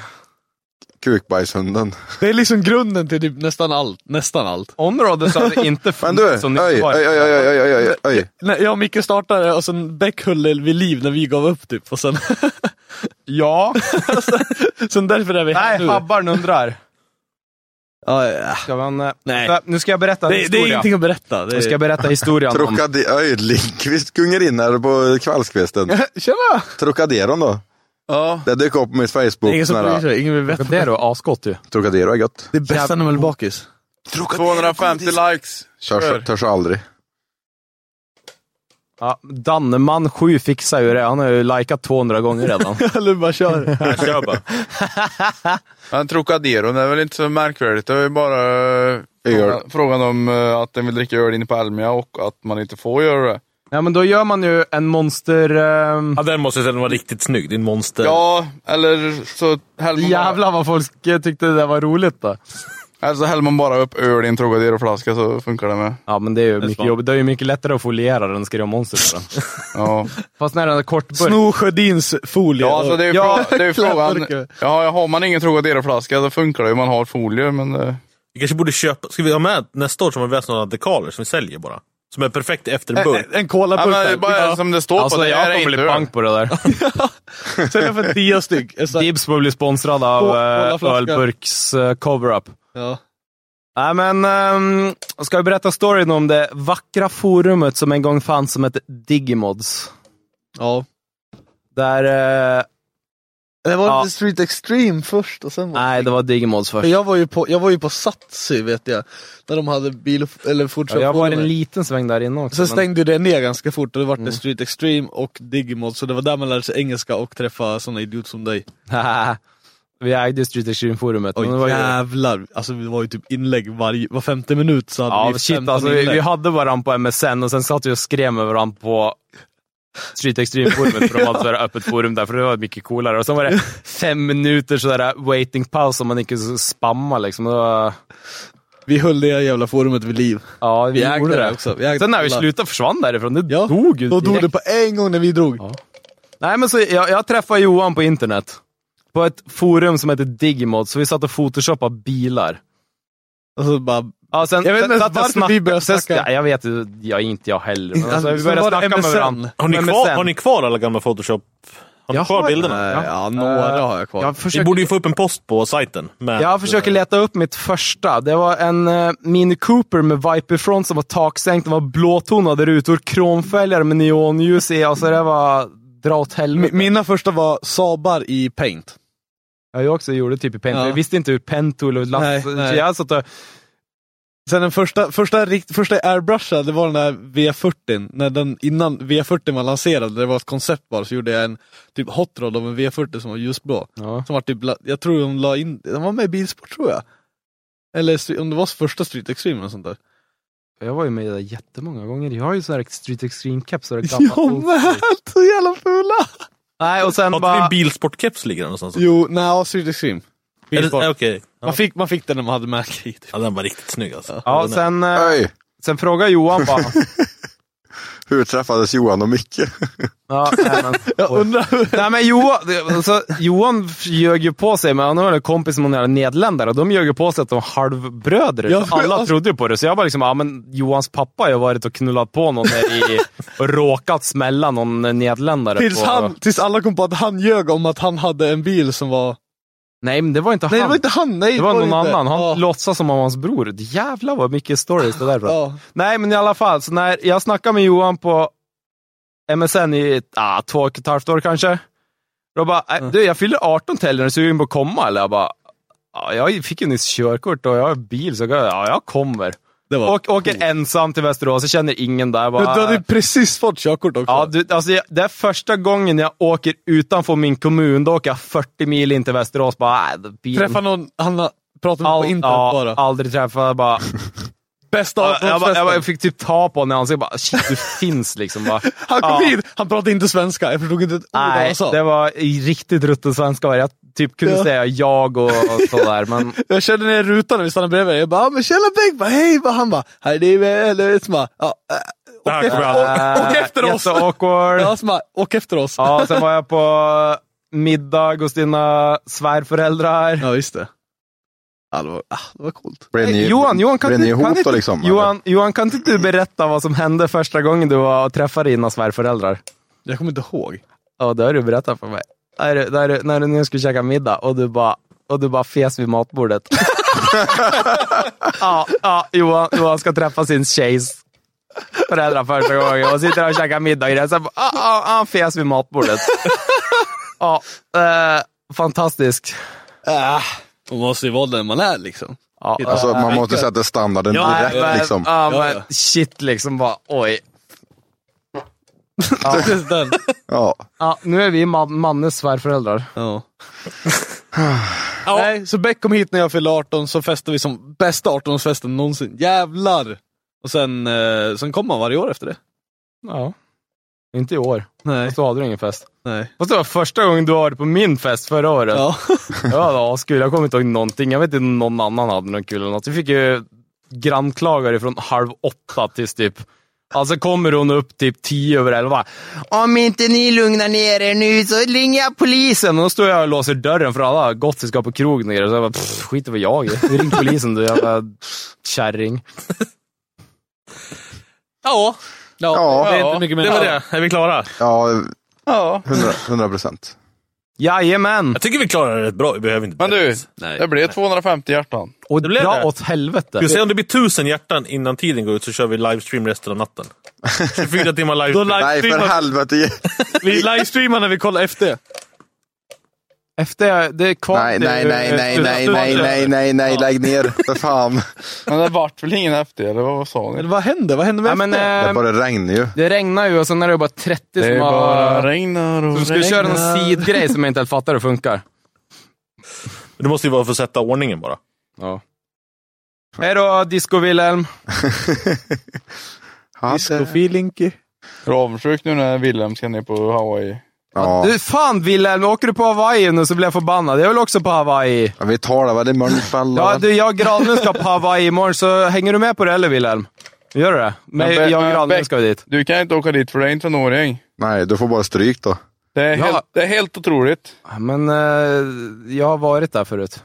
Speaker 4: Kukbajshunden.
Speaker 3: Det är liksom grunden till typ nästan allt. Nästan allt.
Speaker 5: Onroaders hade inte
Speaker 4: Men du, oj, oj, oj, oj, oj, oj, oj, oj.
Speaker 3: Nej, jag och Micke startade och sen Beck höll det vid liv när vi gav upp typ. Och sen...
Speaker 5: ja.
Speaker 3: sen därför är vi här
Speaker 5: Nej,
Speaker 3: nu.
Speaker 5: Habbarn undrar. Ska man, eh, så, nu ska jag berätta en
Speaker 3: Det- det är
Speaker 5: historia.
Speaker 3: ingenting att berätta. Det är-
Speaker 5: Nu ska jag berätta historien om...
Speaker 4: Trocadero, oj, Lindqvist gungar in här på kvällskvisten.
Speaker 3: Tjena!
Speaker 4: Trocaderon då.
Speaker 3: Ja.
Speaker 4: Det dök upp på mitt Facebook.
Speaker 3: Ingen som
Speaker 4: sån här-
Speaker 3: bryr sig, ingen vill veta.
Speaker 5: Trocadero, asgott ju.
Speaker 4: Trocadero är gött.
Speaker 3: Det är bästa när man är bakis.
Speaker 6: 250 likes.
Speaker 4: Törs, törs aldrig.
Speaker 5: Ja, Danneman7 fixar ju det. Han har ju likat 200 gånger redan.
Speaker 3: Eller bara kör.
Speaker 6: Jag kör bara. Men Trocadero, det är väl inte så märkvärdigt. Det är ju bara eh, frågan, frågan om eh, att den vill dricka öl inne på Elmia och att man inte får göra det.
Speaker 5: Ja, men då gör man ju en monster... ehm,
Speaker 12: Ja, den måste jag säga, den var riktigt snygg. Din monster.
Speaker 6: Ja, eller så häller man, bara,
Speaker 5: Jävlar vad folk eh, tyckte det där var roligt då.
Speaker 6: eller så häller man bara upp öl i en Trocadero-flaska så funkar det med.
Speaker 5: Ja, men det är ju mycket
Speaker 12: smart.
Speaker 5: jobb. Det är ju mycket lättare att foliera den än skriva monster på den.
Speaker 6: Ja,
Speaker 5: Fast när den är kortburk.
Speaker 3: Sno Sjödins folie.
Speaker 6: ja alltså det är ju
Speaker 3: Ja,
Speaker 6: frå- det är ju frågan.
Speaker 3: klädburkar.
Speaker 6: Ja, har man ingen Trocadero-flaska då funkar det ju. Man har folie, men eh, det...
Speaker 12: Vi kanske borde köpa... Ska vi ha med nästa år som har vi har sådana dekaler som vi säljer bara? Som är perfekt efter en burk.
Speaker 3: En- En
Speaker 6: Ja, men
Speaker 3: colaburk.
Speaker 6: det är
Speaker 3: där.
Speaker 6: bara
Speaker 3: Ja.
Speaker 6: som det står på
Speaker 5: Alltså,
Speaker 6: det.
Speaker 5: jag
Speaker 6: här är
Speaker 5: kommer bli
Speaker 6: inte öl.
Speaker 5: pank på det där.
Speaker 3: Sälja för tio styck. Alltså,
Speaker 5: Dibs får bli sponsrad av
Speaker 3: Få- hålla
Speaker 5: eh,
Speaker 3: flaskan.
Speaker 5: ölburks eh, cover-up.
Speaker 3: ja.
Speaker 5: Nej, men ehm, ska vi berätta storyn om det vackra forumet som en gång fanns som hette Digimods?
Speaker 3: ja.
Speaker 5: Där... eh,
Speaker 8: Det var
Speaker 5: Ja.
Speaker 8: inte Street Extreme först och sen var
Speaker 5: nej, det var Digimods först.
Speaker 8: För jag var ju på, jag var ju på Satsi vet jag, när de hade bil och, eller
Speaker 5: Ja, jag var
Speaker 8: fortfarande.
Speaker 5: en liten Mm. sväng där inne också.
Speaker 3: Sen
Speaker 5: men-
Speaker 3: stängde ju det ner ganska fort och det vart det Street Extreme och Digimod, så det var där man lärde sig engelska och träffa såna idioter som dig.
Speaker 5: vi ägde Street Extreme-forumet.
Speaker 3: Oj
Speaker 5: men det var ju-
Speaker 3: jävlar, alltså det var ju typ inlägg varje, var femte minut så hade
Speaker 5: Ja,
Speaker 3: vi
Speaker 5: shit
Speaker 3: 15
Speaker 5: alltså. Vi,
Speaker 3: inlägg.
Speaker 5: vi hade varandra på MSN och sen satt vi och skrev med varandra på Street Extreme-forumet för de hade sådär öppet forum där, för det var mycket coolare. Och sen var det fem minuter sådär waiting paus om man inte skulle spamma liksom. Det var,
Speaker 3: vi höll det jävla forumet vid liv.
Speaker 5: ja, vi,
Speaker 3: Vi ägde
Speaker 5: gjorde
Speaker 3: det
Speaker 5: det.
Speaker 3: också. Vi ägde
Speaker 5: Sen när vi
Speaker 3: alla.
Speaker 5: slutade försvann därifrån. Det
Speaker 3: Ja,
Speaker 5: dog ju
Speaker 3: Då dog
Speaker 5: direkt.
Speaker 3: det på en gång när vi drog.
Speaker 5: Oh, Ja. Nej, men så jag, jag träffade Johan på internet. På ett forum som heter Digimod, så vi satt och photoshoppade bilar.
Speaker 3: Och så bara,
Speaker 5: Ja, sen,
Speaker 3: Jag vet inte ens
Speaker 5: satt och
Speaker 3: varför
Speaker 5: snack-
Speaker 3: vi började
Speaker 5: sen-
Speaker 3: snacka.
Speaker 5: Ja, jag vet ju- jag, inte jag heller. Men alltså, vi
Speaker 3: Sen
Speaker 5: började
Speaker 3: var det
Speaker 5: snacka med
Speaker 3: MSN.
Speaker 5: varandra.
Speaker 12: Har ni,
Speaker 5: Men
Speaker 12: kvar,
Speaker 5: MSN.
Speaker 12: har ni kvar alla gamla Photoshop? Har ni
Speaker 5: Jag
Speaker 12: kvar
Speaker 5: har-
Speaker 12: bilderna?
Speaker 3: nej, ja, några har jag kvar.
Speaker 5: Jag
Speaker 12: Vi
Speaker 5: försöker,
Speaker 12: borde ju få upp en post på sajten. Med
Speaker 5: jag försöker leta upp mitt första. Det var en eh, Mini Cooper med Viper Front som var taksänkt. Den var blåtonade rutor, kromfälgar med neonljus i. Alltså det var dra åt
Speaker 3: Mi-
Speaker 5: helvete.
Speaker 3: Mina första var Sabar i Paint.
Speaker 5: Ja, jag också gjorde typ i Pent.
Speaker 3: Ja.
Speaker 5: Jag visste inte hur Pentool och last...
Speaker 3: Nej, nej.
Speaker 5: Jag satt och,
Speaker 3: Sen den första, första, rikt- första airbrushad, det var den där V40. När den, innan V40 var lanserad, det var ett koncept bara, så gjorde jag en typ hot rod av en V40 som var ljusblå.
Speaker 5: ja.
Speaker 3: Som var typ, la- jag tror de la in, den var med i Bilsport tror jag. Eller stre- om det var första Street Extreme eller sånt där.
Speaker 5: Jag var ju med där jättemånga gånger. Jag har ju sådana här Street Extreme-caps.
Speaker 3: Jag med! Så jävla fula!
Speaker 5: Nej, och sen
Speaker 12: Har inte vi en
Speaker 5: bara...
Speaker 12: bilsportkeps liggande någonstans?
Speaker 3: Jo, nej, ja, Street Extreme.
Speaker 12: Är det-
Speaker 3: Bilsport.
Speaker 12: eh, Okej.
Speaker 3: Man, fick, man fick den när man hade märke i. Typ.
Speaker 12: Ja, den var riktigt snygg alltså.
Speaker 5: Ja,
Speaker 12: Den är-
Speaker 5: sen, eh,
Speaker 4: Oj,
Speaker 5: sen frågade Johan bara...
Speaker 4: hur träffades Johan och Micke?
Speaker 5: Ja, nej, men,
Speaker 3: Jag undrar hur...
Speaker 5: nej, men Johan, alltså, Johan ljög ju på sig, men han har en kompis som är några nederländare och de ljög ju på sig att de var halvbröder.
Speaker 3: Ja, alltså-
Speaker 5: så alla
Speaker 3: men-
Speaker 5: trodde ju på det, så jag bara liksom, ja men Johans pappa har ju varit och knullat på någon där i, och råkat smälla någon nederländare.
Speaker 3: Tills,
Speaker 5: på,
Speaker 3: han, tills alla kom på att han ljög om att han hade en bil som var...
Speaker 5: Nej, men det var inte han.
Speaker 3: Nej det var inte han! Nej,
Speaker 5: Det var någon
Speaker 3: inte.
Speaker 5: annan. Han
Speaker 3: Ja.
Speaker 5: låtsas som han var hans bror. Jävlar vad mycket stories det där var.
Speaker 3: Ja.
Speaker 5: Nej, men i alla fall. Så när jag snackade med Johan på MSN i ah, två och ett halvt år kanske. Då bara, "Äh,
Speaker 3: Mm.
Speaker 5: du jag fyller 18 till helgen, är du sugen på att komma eller? Jag bara, "Ja, jag fick ju nyss körkort och jag har bil så jag, ja, jag kommer.
Speaker 3: Det var
Speaker 5: Och åker ensam till Västerås, jag känner ingen där. Jag
Speaker 3: Du,
Speaker 5: Bara,
Speaker 3: du hade precis fått körkort också.
Speaker 5: Ja, du, alltså, jag- det är första gången jag åker utanför min kommun, då åker jag 40 mil in till Västerås. Bara, äh, bilen.
Speaker 3: Träffa någon, han har- pratar med
Speaker 5: All-
Speaker 3: på internet
Speaker 5: ja,
Speaker 3: bara.
Speaker 5: aldrig träffat. Bara,
Speaker 3: Bästa
Speaker 5: jag, jag, bara, jag, bara, jag
Speaker 3: avståndsfesten.
Speaker 5: fick typ ta på honom i ansiktet. Bara, shit, du finns liksom. Bara,
Speaker 3: Han kom
Speaker 5: ja.
Speaker 3: hit, han pratade inte svenska, jag förstod inte ett ord vad
Speaker 5: Nej,
Speaker 3: han sa.
Speaker 5: det var i riktigt rutten svenska. Jag typ kunde
Speaker 3: Ja.
Speaker 5: säga jag och, och sådär. Men
Speaker 3: Jag kände ner rutan när vi stannade bredvid, jag bara "Ah, men “Tjena Bengt!” bara, “Hej!” bara, Han bara “Hej, det är väl...” Så bara, ja, äh,
Speaker 12: Det här kommer jag
Speaker 5: eh,
Speaker 3: och, och efter oss!
Speaker 5: jätte awkward.
Speaker 3: Ja, så bara, “Åk efter oss!”
Speaker 5: Ja, sen var jag på middag hos dina svärföräldrar.
Speaker 3: Ja, just det. Ja, det var, ah, det var coolt.
Speaker 4: Blev ni-
Speaker 5: Nej, Eh, Johan, Johan, kan
Speaker 4: blev
Speaker 5: inte,
Speaker 4: ni ihop
Speaker 5: kan inte,
Speaker 4: då liksom,
Speaker 5: Johan, Johan, kan inte du berätta vad som hände första gången du var och träffade dina svärföräldrar?
Speaker 3: Jag kommer inte ihåg.
Speaker 5: Ja, det har du berättat för mig. När, du- när, du- när du nu skulle käka middag och du bara, och du bara fes vid matbordet. ja, ja, Johan, Johan ska träffa sin tjejs föräldrar första gången och sitter och käkar middag i det. Sen bara, ah, ah, ah, han fes vid matbordet. ja, eh, fantastisk.
Speaker 3: Man måste ju vara den man är liksom.
Speaker 5: Ah. Ja,
Speaker 4: Alltså, man måste sätta standarden direkt
Speaker 5: men,
Speaker 4: liksom.
Speaker 5: Ja, men shit liksom bara, oj. Ja.
Speaker 4: Ja.
Speaker 5: Ja, nu är vi man, Mannes svärföräldrar.
Speaker 3: Ja. Nej, så Beck kom hit när jag fyllde 18, så festade vi som bästa 18-årsfesten någonsin. Jävlar! Och sen, eh, sen kom man varje år efter det.
Speaker 5: Ja. Inte i år.
Speaker 3: Nej.
Speaker 5: Fast då hade du ingen fest.
Speaker 3: Nej.
Speaker 5: Fast det var första gången du var på min fest förra året. Ja. ja, det var askul. Jag kommer inte ihåg någonting. Jag vet inte om någon annan hade något kul eller något. Vi fick ju grannklagare från halv åtta tills typ Alltså kommer hon upp typ tio över elva. Om inte ni lugnar ner er nu så ringer jag polisen. Och då står jag och låser dörren för alla gottis ska på krogen och grejer. Så jag bara, "Pff, skit i vad jag är. Ring polisen du jävla kärring.
Speaker 7: Ja.
Speaker 3: Ja,
Speaker 4: Ja.
Speaker 7: det är inte mycket mer.
Speaker 4: Det var det.
Speaker 7: Är vi klara?
Speaker 4: Ja,
Speaker 7: Ja.
Speaker 4: 100 procent.
Speaker 5: Jajamän!
Speaker 7: Jag tycker vi klarar det rätt bra. Vi behöver inte...
Speaker 6: Men du,
Speaker 7: Nej.
Speaker 6: det blev 250 hjärtan.
Speaker 5: Och
Speaker 7: Det blev
Speaker 5: dra
Speaker 7: det.
Speaker 5: åt helvete.
Speaker 7: Du säger om det blir tusen hjärtan innan tiden går ut så kör vi livestream resten av natten. 24 timmar livestream.
Speaker 4: Nej, för helvete.
Speaker 3: Vi livestreamar när vi kollar efter.
Speaker 5: Efter det är kvar
Speaker 4: Nej, nej, nej, nej, nej, nej, nej, nej, nej, lägg ner. För fan.
Speaker 6: Men det vart väl ingen efter, eller vad sa ni?
Speaker 3: Eller vad hände? Vad hände med
Speaker 5: Ja, men,
Speaker 3: efter?
Speaker 4: Det
Speaker 5: eh,
Speaker 4: bara regnar ju.
Speaker 5: det regnar ju och sen är det bara 30
Speaker 6: Det
Speaker 5: som
Speaker 6: är
Speaker 5: har...
Speaker 6: bara regnar och
Speaker 5: Som skulle
Speaker 6: regnar.
Speaker 5: köra någon sidgrej som jag inte helt fattar hur funkar.
Speaker 7: Det måste ju vara för att sätta ordningen bara.
Speaker 5: Ja. Hej då, Disco Wilhelm.
Speaker 3: Disco-feelinky.
Speaker 6: Är du avundsjuk nu när Wilhelm ska ner på Hawaii?
Speaker 4: Ja.
Speaker 5: Du, fan Wilhelm, åker du på Hawaii nu så blir jag förbannad. Jag vill också på Hawaii.
Speaker 4: Ja, vi tar det väl imorgon ikväll. då,
Speaker 5: Ja,
Speaker 4: va?
Speaker 5: du, jag och Granlund ska på Hawaii imorgon, så hänger du med på det eller Wilhelm? Gör du det? Men
Speaker 6: Be-
Speaker 5: jag och
Speaker 6: men
Speaker 5: Granlund
Speaker 6: Beck-
Speaker 5: ska dit.
Speaker 6: Du kan inte åka dit för du är inte en åring.
Speaker 4: Nej, du får bara stryk då.
Speaker 6: Det är,
Speaker 5: Ja.
Speaker 6: helt, det är helt otroligt.
Speaker 5: Ja, Men eh, jag har varit där förut.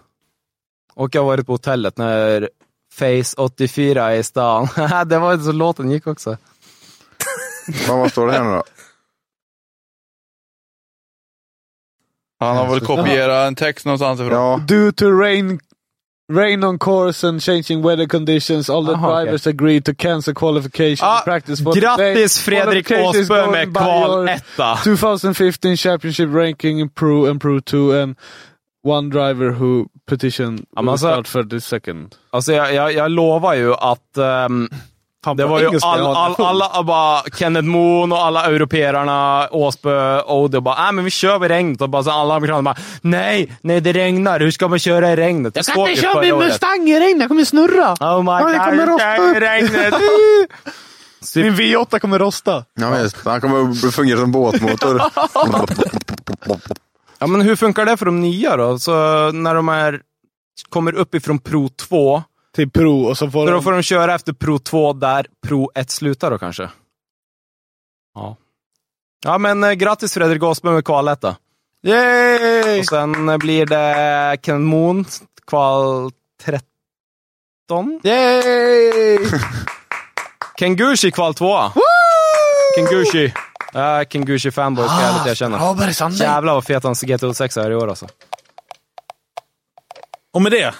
Speaker 5: Och jag har varit på hotellet när Face 84 är i stan. det var så låten gick också.
Speaker 4: Men vad står det här nu då?
Speaker 6: Han har väl kopierat en text någonstans ifrån.
Speaker 4: Ja,
Speaker 3: Due to rain, rain on course and changing weather conditions, all the
Speaker 5: Aha, okej.
Speaker 3: drivers agreed to cancel qualification
Speaker 5: Ah,
Speaker 3: and practice for today.
Speaker 5: Grattis Fredrik
Speaker 3: Qualification is
Speaker 5: Åsberg
Speaker 3: going
Speaker 5: med
Speaker 3: by
Speaker 5: kval
Speaker 3: your
Speaker 5: 1.
Speaker 3: 2015 championship ranking in Pro and Pro 2 and one driver who petitioned
Speaker 5: Ja, men
Speaker 3: will
Speaker 5: alltså-
Speaker 3: start for the second.
Speaker 5: Alltså jag, jag, jag lovar ju att ehm, det var ju
Speaker 3: engelska
Speaker 5: all,
Speaker 3: jag
Speaker 5: all,
Speaker 3: hade.
Speaker 5: alla, bara Kenneth Moon och alla europeerna, Åsbö och det bara, nej men vi kör vid regnet. Och bara, så alla amerikaner bara, nej, nej det regnar. Hur ska man köra i regnet? Jag kan inte köra min Mustang i regnet. Jag kommer snurra. Oh my god,
Speaker 3: kommer
Speaker 5: jag
Speaker 3: rosta
Speaker 5: kör i
Speaker 3: upp.
Speaker 5: regnet.
Speaker 3: Min V8 kommer rosta!
Speaker 4: ja men just, han kommer att fungera som båtmotor.
Speaker 5: Ja, men hur funkar det för de nya då? Så när de är, kommer uppifrån Pro 2,
Speaker 3: Till Pro och så får
Speaker 5: så
Speaker 3: de...
Speaker 5: då får de köra efter Pro 2 där Pro 1 slutar då kanske? Ja. Ja, men eh, grattis Fredrik Åsberg med kvalet då.
Speaker 3: Yay!
Speaker 5: Och sen eh, blir det Ken Moon, kval 13.
Speaker 3: Yay!
Speaker 5: Ken Gushi, kval 2. Ken Gushi. Ja, Ken Gushi fanboy ska jag ärligt erkänna.
Speaker 3: Strawberry Sunday!
Speaker 5: Jävlar vad fet hans GT86 är i år alltså.
Speaker 7: Och med det.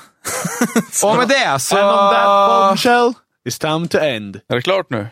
Speaker 5: Och med det så...
Speaker 3: And on that bombshell, it's time to end.
Speaker 6: Är det klart nu?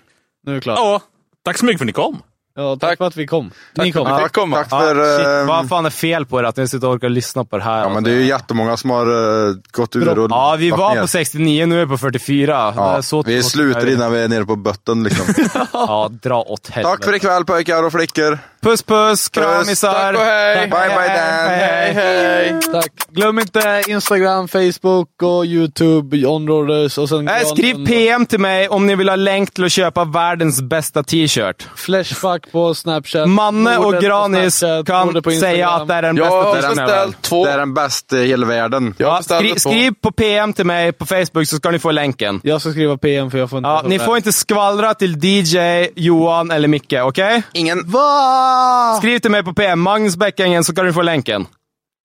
Speaker 3: Nu är det klart.
Speaker 7: Ja. Tack så mycket för att ni kom.
Speaker 3: Ja, tack,
Speaker 6: Tack.
Speaker 3: för att vi kom. Ni kom.
Speaker 6: Tack,
Speaker 4: Tack
Speaker 5: Ja,
Speaker 4: för...
Speaker 5: shit,
Speaker 4: eh,
Speaker 5: vad fan är fel på er att ni sitter och orkar lyssna på det här?
Speaker 4: Ja, men det är ju jättemånga som har eh, gått ur och
Speaker 5: ja vi
Speaker 4: lagt
Speaker 5: var
Speaker 4: ner.
Speaker 5: på 69, nu är vi på 44. Det är
Speaker 4: Ja,
Speaker 5: så
Speaker 4: vi
Speaker 5: tråkigt.
Speaker 4: slutar innan vi är nere på botten liksom.
Speaker 5: Ja, dra åt helvete.
Speaker 4: Tack för ikväll pojkar och flickor.
Speaker 5: Puss puss, kramisar!
Speaker 6: Tack och hej!
Speaker 4: Bye bye Dan!
Speaker 6: Hej, hej!
Speaker 3: Tack. Glöm inte Instagram, Facebook och YouTube, onroaders och sen...
Speaker 5: Nej, skriv PM till mig om ni vill ha länk till att köpa världens bästa t-shirt.
Speaker 3: Flashback på Snapchat.
Speaker 5: Manne och
Speaker 3: Morden på
Speaker 5: Granis
Speaker 3: Snapchat, morden
Speaker 5: kan
Speaker 3: på
Speaker 5: säga
Speaker 3: Instagram.
Speaker 5: att det är den
Speaker 6: Jag
Speaker 5: bästa
Speaker 6: har
Speaker 5: t-shirten i världen.
Speaker 6: beställt två.
Speaker 4: Det är den bästa i hela världen.
Speaker 6: Jag har
Speaker 5: Ja,
Speaker 6: beställt
Speaker 5: skri,
Speaker 6: två.
Speaker 5: skriv på PM till mig på Facebook så ska ni få länken.
Speaker 3: Jag ska skriva PM för jag får inte...
Speaker 5: Ja, ni får inte skvallra till DJ, Johan eller Micke, okej?
Speaker 4: Ingen...
Speaker 5: Bye! Skriv till mig på PM, Magnus Bäckängen, så kan du få länken.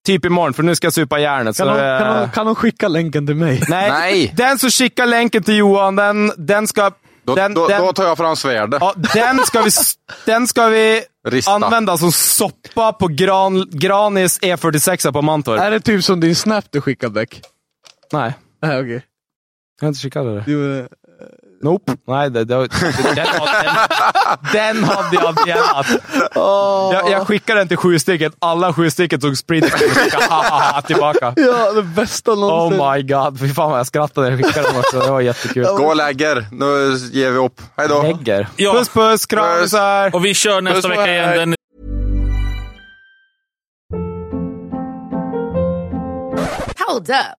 Speaker 5: Typ imorgon, för nu ska jag supa järnet.
Speaker 3: Kan
Speaker 5: så
Speaker 3: de,
Speaker 5: det-
Speaker 3: kan, de, kan de skicka länken till mig?
Speaker 5: Nej. Den som skickar länken till Johan, den, den ska... den,
Speaker 4: då-
Speaker 5: den,
Speaker 4: då tar jag fram svärdet.
Speaker 5: Ja, den ska vi, s- den ska vi
Speaker 4: Rista.
Speaker 5: använda som soppa på gran, Granis E46 på Mantorp.
Speaker 3: Är det typ som din snap du skickade Beck?
Speaker 5: Nej.
Speaker 3: Nej, okej.
Speaker 5: Jag har inte skickat det.
Speaker 3: Jo,
Speaker 5: Nope. Nej, det, det, den, den, den hade jag velat. Jag, jag skickade den till sju stycken. Alla sju stycken tog spridit och skickade ha, ha, ha, tillbaka.
Speaker 3: Ja, det bästa någonsin.
Speaker 5: Oh my god. Fy fan vad jag skrattade när jag skickade den också. Det var jättekul.
Speaker 4: Gå och lägger. Nu ger vi upp. Hej då.
Speaker 5: Lägger.
Speaker 12: Ja.
Speaker 5: Puss puss, kramisar!
Speaker 12: Och vi kör nästa
Speaker 4: Puss,
Speaker 12: vecka igen.
Speaker 4: hej.
Speaker 12: Den
Speaker 2: Hold up.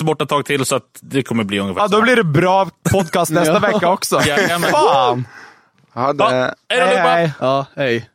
Speaker 12: är borta ett tag till så att det kommer bli ungefär
Speaker 5: Ja, då blir det bra podcast nästa vecka också.
Speaker 12: Jajamän.
Speaker 5: Fan!
Speaker 4: Ja, det...
Speaker 12: Hej då, allihopa.
Speaker 5: Hej, hej.
Speaker 3: Ja, hej.